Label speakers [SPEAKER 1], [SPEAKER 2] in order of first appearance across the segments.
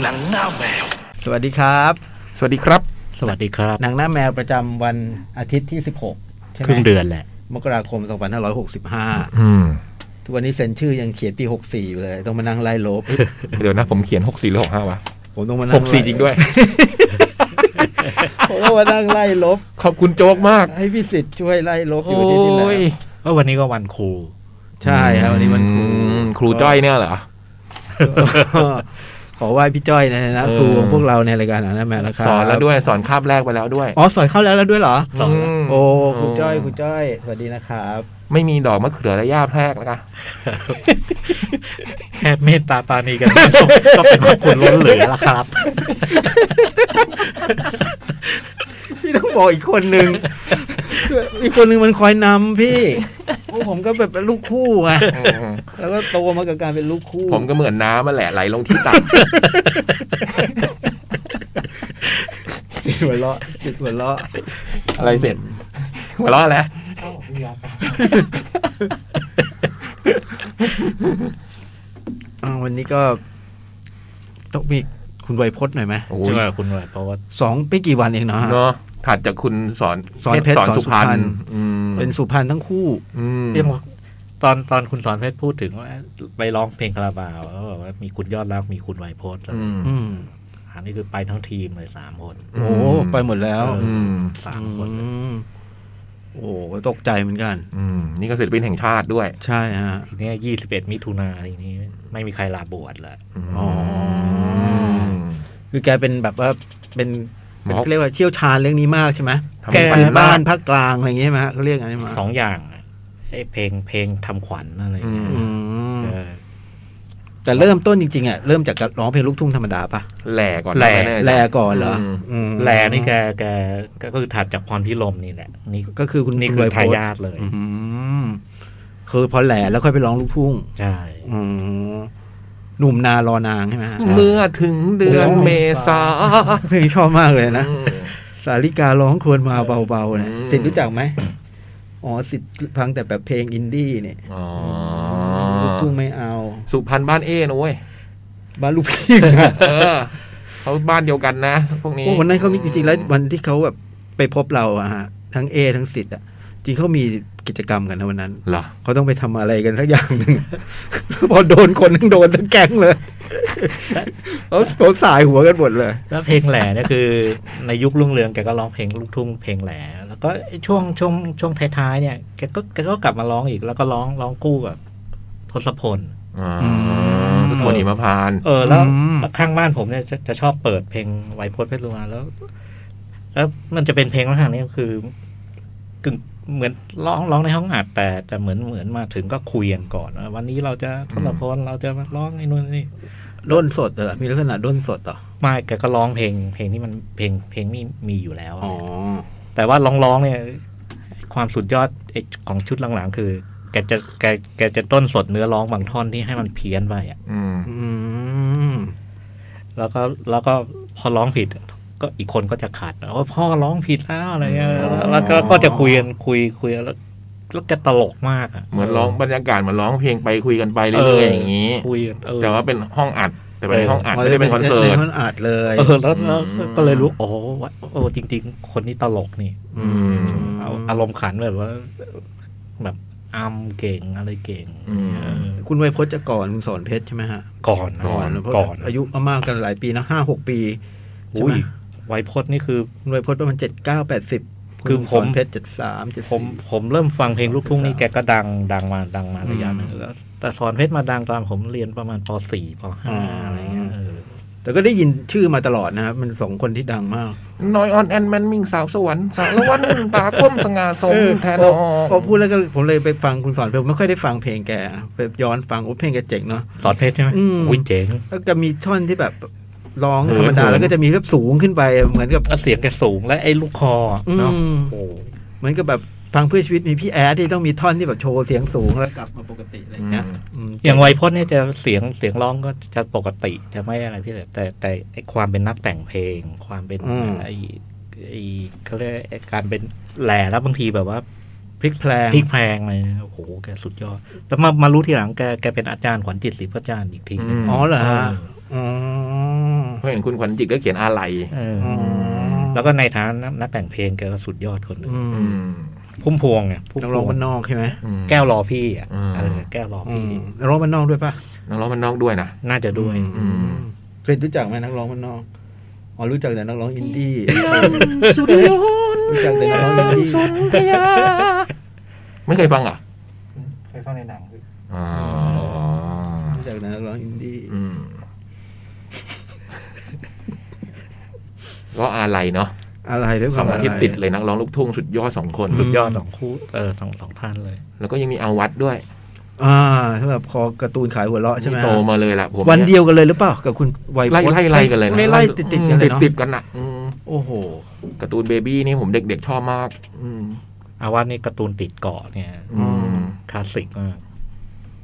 [SPEAKER 1] หนังหน้าแมว
[SPEAKER 2] สวัสดีครับ
[SPEAKER 3] สวัสดีครับ
[SPEAKER 4] สวัสดีครับ
[SPEAKER 2] หนังหน้าแมวประจำวันอาทิตย์ที่ 16 ใช่ไห
[SPEAKER 4] ค
[SPEAKER 2] ม
[SPEAKER 4] รึ่งเดือนแหละ
[SPEAKER 2] มกราคม 2565
[SPEAKER 3] อืม
[SPEAKER 2] ทุกวันนี้เซ็นชื่อยังเขียนปี 64 อยู่เลย ต้องมานั่งไล่ล บ
[SPEAKER 3] เดี๋ยวนะผมเขียนหกสี่หรือหกห้าวะ
[SPEAKER 2] ผมต้องมานั่
[SPEAKER 3] ห
[SPEAKER 2] ง
[SPEAKER 3] กสี่จริง ด้วย
[SPEAKER 2] ผมต้องมานั่งไล่ลบ
[SPEAKER 3] ขอบคุณโจ๊กมาก
[SPEAKER 2] ให้พิสิทธิ์ช่วยไล่ลบอยู่
[SPEAKER 3] โอ้
[SPEAKER 2] ที่นี่แหละ
[SPEAKER 3] ย
[SPEAKER 4] ก็วันนี้ก็วันครู
[SPEAKER 2] ใช่ครับวันนี้มันครู
[SPEAKER 3] อืมครูจ้อยเนี่ยเหรอ
[SPEAKER 2] ก็ ขอไหว้พี่จ้อยในฐานะ
[SPEAKER 3] เออ
[SPEAKER 2] ครูของพวกเราในรายการหนังหน้าแมวนะครับ
[SPEAKER 3] สอนแล้วด้วยสอนคาบแรกไปแล้วด้วย
[SPEAKER 2] อ๋อสอนเข้าแล้วแล้วด้วยเหรอ
[SPEAKER 4] สอนแล้ว
[SPEAKER 3] ม
[SPEAKER 2] โอ้ครูจ้อยครูจ้อย สวัสดีนะครับ
[SPEAKER 3] ไม่มีดอกมะเขือและหญ้าแพรกแล้วกัน
[SPEAKER 4] แค่เมตตาปรานีกัน ก็เป็นขอบคุณล้นเหลือละครับ
[SPEAKER 2] พี่ต้องบอกอีกคนนึง อีกคนนึงมันคอยนำพี่โอ้ผมก็แบบเป็นลูกคู่ไง
[SPEAKER 3] อืม
[SPEAKER 2] แล้วก็โตมากับการเป็นลูกคู่
[SPEAKER 3] ผมก็เหมือนน้ำมันแหละไหลลงที่ต่
[SPEAKER 2] ติดหัวเราะติดหัวเราะ
[SPEAKER 3] ำ อะไรเสร็จหัวเราะแล้ว
[SPEAKER 2] อ่าวันนี้ก็ ต้องมีคุณไวยพจน์หน่อยไหม
[SPEAKER 3] โอ้
[SPEAKER 4] ช่วย
[SPEAKER 3] ย
[SPEAKER 4] คุณหน่อยเพราะว่า
[SPEAKER 2] สองไม่กี่วันเองเนาะ
[SPEAKER 3] เนาะถัดจากคุณสอน
[SPEAKER 2] สอนเพชร
[SPEAKER 3] สอน
[SPEAKER 2] สอน
[SPEAKER 3] สุพรร
[SPEAKER 2] สุพรรณ
[SPEAKER 3] ณอืม
[SPEAKER 2] เป็นสุพรรณทั้งคู่
[SPEAKER 3] อืม
[SPEAKER 4] เรื่องว่าตอนตอนคุณสอนเพชรพูดถึงว่าไปร้องเพลงคาราบาวแล้วบอกว่ามีคุณยอดรักมีคุณไวยพจน์แล้ว
[SPEAKER 3] อืม
[SPEAKER 2] อืม
[SPEAKER 4] อันนี้คือไปทั้งทีมเลยสามคน
[SPEAKER 2] โอ้ไปหมดแล้ว
[SPEAKER 3] อืม
[SPEAKER 4] สามคน
[SPEAKER 2] อืมโอ้ตกใจเหมือนกัน
[SPEAKER 3] อืม นี่ก็ศิลปินแห่งชาติด้วย
[SPEAKER 2] ใช่ฮะ
[SPEAKER 4] ทีเนี้ยี่สิบเอ็ดมิถุนาทีนี้ ไม่มีใครลาบวชละ
[SPEAKER 2] อ๋อคือแกเป็นแบบว่าเป็น
[SPEAKER 3] หมอ
[SPEAKER 2] เรียกว่าเชี่ยวชาญเรื่องนี้มากใช่ไหม
[SPEAKER 3] ทำ
[SPEAKER 2] แก
[SPEAKER 3] ปันบ้า
[SPEAKER 2] บ้าน นภาคกลางอะไรอย่างเงี้ยไหมฮะเขาเรียกอะไรมา
[SPEAKER 4] สองอย่างอะไอ้เพลงเพลงทำขวัญอะไรอย่างเงี้ย
[SPEAKER 3] อื
[SPEAKER 2] อืม
[SPEAKER 4] เออ
[SPEAKER 2] แต่เริ่มต้นจริงๆอ่ะเริ่มจากการร้องเพลงลูกทุ่งธรรมดาปะ
[SPEAKER 3] แหล่ก่อน
[SPEAKER 4] แหล่
[SPEAKER 3] น่ๆ
[SPEAKER 2] แลก่อนเหรอ
[SPEAKER 3] อืม
[SPEAKER 2] อืม
[SPEAKER 4] แลนี่แกแกก็คือถัดจากพรพิรมนี่แหละนี่
[SPEAKER 2] ก็คือคุณ
[SPEAKER 4] นี่
[SPEAKER 2] ณ
[SPEAKER 4] คื
[SPEAKER 2] บ
[SPEAKER 4] อ
[SPEAKER 2] อยโพ
[SPEAKER 4] ทา
[SPEAKER 2] ส
[SPEAKER 4] ยาทเลย
[SPEAKER 2] อืมคือพอแหล่แล้วค่อยไปร้องลูกทุ่ง
[SPEAKER 4] ใช่
[SPEAKER 2] อืมหนุ่มนารอนางใช่ไหมฮะ
[SPEAKER 3] เมื่อถึงเดือนเมษา
[SPEAKER 2] เพลงชอบมากเลยนะ
[SPEAKER 3] อืม
[SPEAKER 2] สาริการ้องควรมาเบาๆนะ
[SPEAKER 3] อืม
[SPEAKER 2] สิทธิ์รู้จักไหมอ๋อสิทธิ์ฟังแต่แบบเพลงอินดี้เนี่ย
[SPEAKER 3] อ๋อ
[SPEAKER 2] ลูกทุ่งไม่เอา
[SPEAKER 3] สุพรรณบ้านเอ้นะเว้ย
[SPEAKER 2] บ้านลูกพี่นะ
[SPEAKER 3] เออเขาบ้านเดียวกันนะ พวกนี้
[SPEAKER 2] โอ้วันนั้นเขามีจริงๆแล้ววันที่เขาแบบไปพบเราอะฮะทั้งเอทั้งสิทธ์อะจริงเขามีกิจกรรมกันนะวันนั้น
[SPEAKER 3] เหรอ
[SPEAKER 2] เขาต้องไปทำอะไรกันสักอย่างหนึ่ง พอโดนคนทั้งโดนทั้งแก๊งเลยเขาเขาสายหัวกันหมดเลย
[SPEAKER 4] แล้วเพลงแหล่เนี่ย คือ ในยุครุ่งเรืองแกก็ร้องเพลงลูกทุ่งเพลงแหล่แล้วก็ไอ้ช่วงช่วงช่วงท้ายๆเนี่ยแกก็แกก็กลับมาร้องอีกแล้วก็ร้องร้องกู้กับทศพล
[SPEAKER 3] อ๋อ
[SPEAKER 2] ม
[SPEAKER 3] ทุกคนหิมพานต์
[SPEAKER 4] เออแล้ว
[SPEAKER 2] อืม
[SPEAKER 4] แล้วข้างบ้านผมเนี่ยจะจะชอบเปิดเพลงไวโพสเพชรลุมาแล้ว แล้วมันจะเป็นเพลงลักษณะนี้คือกึ่งเหมือนร้องร้องในห้องอัดแต่แต่เหมือนเหมือนมาถึงก็คุยกันก่อนว่าวันนี้เราจะทศพลเราจะร้องไอ้นู่นไอ้นี่
[SPEAKER 2] ด้นสดเหรอมีลักษณะด้นสดเหรอ
[SPEAKER 4] ไม่แกก็ร้องเพลง เพลงที่มันเพลงเพลงมีมีอยู่แล้ว
[SPEAKER 2] อ๋อ
[SPEAKER 4] แต่ว่าร้องร้องเนี่ย ความสุดยอดไอ้ของชุดหลังๆ คือ แกจะแกแกจะต้นสดเนื้อร้องบางท่อนที่ให้มันเพี้ยนไปอ่ะ
[SPEAKER 3] อืม
[SPEAKER 2] อืม
[SPEAKER 4] แล้วก็แล้วก็พอร้องผิด ก็อีกคนก็จะขัดว่าพ่อร้องผิดแล้วอะไรเงี้ยแล้วแล้วก็ก็จะคุยกันคุยคุยแล้วแล้วแกตลกมากอ่ะ
[SPEAKER 3] เหมือนร้องบรรยากาศเหมือนร้องเพลงไปคุยกันไปเรื่อยๆอย่างนี้
[SPEAKER 4] คุยกันเออ
[SPEAKER 3] แต่ว่าเป็นห้องอัด แต่เป็น
[SPEAKER 4] เออ
[SPEAKER 3] ห้องอัดไม่ได้เป็นคอนเสิร์ต
[SPEAKER 2] ในคอนอัดเลย
[SPEAKER 4] เออแล้วแล้ว
[SPEAKER 3] อืม
[SPEAKER 4] ก็เลยรู้โอ้ว่าโอ้จริง ๆ คนนี้ตลกนี่
[SPEAKER 3] อืม
[SPEAKER 4] เอาอารมณ์ขันแบบว่า แบบอัมเก่งอะไรเก่ง
[SPEAKER 3] อืม
[SPEAKER 4] เออ
[SPEAKER 2] คุณไวยพจน์จะก่อนสอนเพชรใช่ไหมฮะ
[SPEAKER 4] ก่อนนะ
[SPEAKER 3] ก่อน
[SPEAKER 2] เพราะ
[SPEAKER 4] ก่อน
[SPEAKER 2] อายุก็มากกันหลายปีนะห้าหกปีใช่
[SPEAKER 4] อุ้
[SPEAKER 2] ไหม
[SPEAKER 4] ยไวยพจน์นี่คือ
[SPEAKER 2] คุณไวยพจน์ประมาณเจ็ดเก้าแปดสิบ
[SPEAKER 4] คือผม
[SPEAKER 2] เพชรเจ็ดสามเจ็ด
[SPEAKER 4] ผมผมเริ่มฟังเพลงลูกทุ่งนี่แกก็ดังดังมาดังมาระยะหนึงแล้วแต่สอนเพชรมาดังตอนผมเรียนประมาณป .4 ป
[SPEAKER 2] อ๋อ
[SPEAKER 4] .5 อะไรเงี้ยเออ
[SPEAKER 2] แต่ก็ได้ยินชื่อมาตลอดนะครับมันสองคนที่ดังมาก
[SPEAKER 3] น้อยออนแอนแมนมิงสาวสวรรค์สารวันตาคมสง่าสมแทนอ
[SPEAKER 2] พอพูดแล้วก็ผมเลยไปฟังคุณสอนเพลงไม่ค่อยได้ฟังเพลงแกไปย้อนฟังโอ้เพลงแกเจ๋งเนาะ
[SPEAKER 4] สอนเพชรใช่ไหม
[SPEAKER 2] อืม
[SPEAKER 4] อุ้ยเจ๋ง
[SPEAKER 2] แล้วก็มีท่อนที่แบบร้องธรรมดาแล้วก็จะมีแบบสูงขึ้นไปเหมือนกับ
[SPEAKER 4] แล้วเสียงแกสูงและไอ้ลูกคอ
[SPEAKER 2] อื
[SPEAKER 4] เนาะ
[SPEAKER 2] ม
[SPEAKER 4] โอ้
[SPEAKER 2] เหมือนกับแบบฟังเพื่อชีวิตมีพี่แอดที่ต้องมีท่อนที่แบบโชว์เสียงสูงแล้วกลับมาปกติอะไรอย่างเงี้ยอืม
[SPEAKER 4] อย่างไวยพจน์เนี่ยจะเสียงเสียงร้องก็จะปกติจะไม่อะไรพี่แต่แต่แต่ไอ้ความเป็นนักแต่งเพลง ความเป็นไอ้ไอ้เขาเรียกไอ้การเป็นแหล่แล้วบางทีแบบว่า
[SPEAKER 2] พลิกแพลง
[SPEAKER 4] พลิกแพลงอะไรเลยโอ้โหแกสุดยอด แล้วมามารู้ทีหลังแกแกเป็นอาจารย์ขวัญจิตศรีพระจารย์อีกทีหนึง
[SPEAKER 2] อ๋อเหรอฮะอ๋อ
[SPEAKER 3] เพราะเห็นคุณขวัญจิตก็เขียนอะไร
[SPEAKER 4] เออ
[SPEAKER 2] อ๋อ
[SPEAKER 4] แล้วก็ในฐานะนักแต่งเพลงแกก็สุดยอดคนหนึ่ง
[SPEAKER 2] อืม
[SPEAKER 3] อืม
[SPEAKER 4] พุ่มพวงไงพุ่ม
[SPEAKER 2] นัก
[SPEAKER 4] พ
[SPEAKER 2] ร้อ
[SPEAKER 4] ว
[SPEAKER 2] ง
[SPEAKER 4] ง
[SPEAKER 2] บ้านนอกใช่ไหม
[SPEAKER 3] อืม
[SPEAKER 4] แก้วรอพี่อ่ะ
[SPEAKER 3] อืม
[SPEAKER 4] เออแก้วรอ
[SPEAKER 2] อื
[SPEAKER 4] พี่
[SPEAKER 2] มนักร้องบ้านนอกด้วยปะ
[SPEAKER 3] นักร้องมันนอกด้วยนะ
[SPEAKER 4] น่าจะด้วย
[SPEAKER 3] อืม
[SPEAKER 2] เคยรู้จักไหมนักร้องบ้านนอกอ๋อรู้จักแต่นักร้องอินดี้
[SPEAKER 3] สุริยน
[SPEAKER 2] รู้จักแต่นักร้องอินดี้
[SPEAKER 3] สุนทยาไม่เคยฟังเหรอ่ะ
[SPEAKER 4] เคยฟังในหนัง
[SPEAKER 3] อ๋อ
[SPEAKER 2] รู้จักแต่นักร้องอินดี้
[SPEAKER 3] อืมก็อะไรเนาะ
[SPEAKER 2] อะไรด้วยค
[SPEAKER 3] ส
[SPEAKER 2] วา
[SPEAKER 3] อ
[SPEAKER 2] ม
[SPEAKER 3] งอา
[SPEAKER 2] อะไร
[SPEAKER 3] ทิตย์ติดเลยนักร้องลูกทุ่งสุดยอดสองคน
[SPEAKER 4] สุดยอดสองคู่เออสองสองท่านเลย
[SPEAKER 3] แล้วก็ยังมีอาวัตด้วย
[SPEAKER 2] อ่าสำหรับคอการ์ตูนขายหัวเราะใช่ไหม
[SPEAKER 3] ที่โตมาเลยล่ะผม
[SPEAKER 2] วันเดียวกันเลยหรือเปล่ากับคุณไวยพจ
[SPEAKER 3] ไล่
[SPEAKER 2] น์
[SPEAKER 3] ไล่ไล่กันเลยนะ
[SPEAKER 2] ไม่ไล่ติดติดๆกันเลย
[SPEAKER 3] ติด
[SPEAKER 2] เนาะ
[SPEAKER 3] ติดๆกันอ่ะอืม
[SPEAKER 2] โอ้โห
[SPEAKER 3] การ์ตูนเบบี้นี่ผมเด็กๆชอบมาก อืม
[SPEAKER 4] อาวัตนี่การ์ตูนติดเกาะเนี่ย
[SPEAKER 3] อืม
[SPEAKER 4] คลาสสิกมาก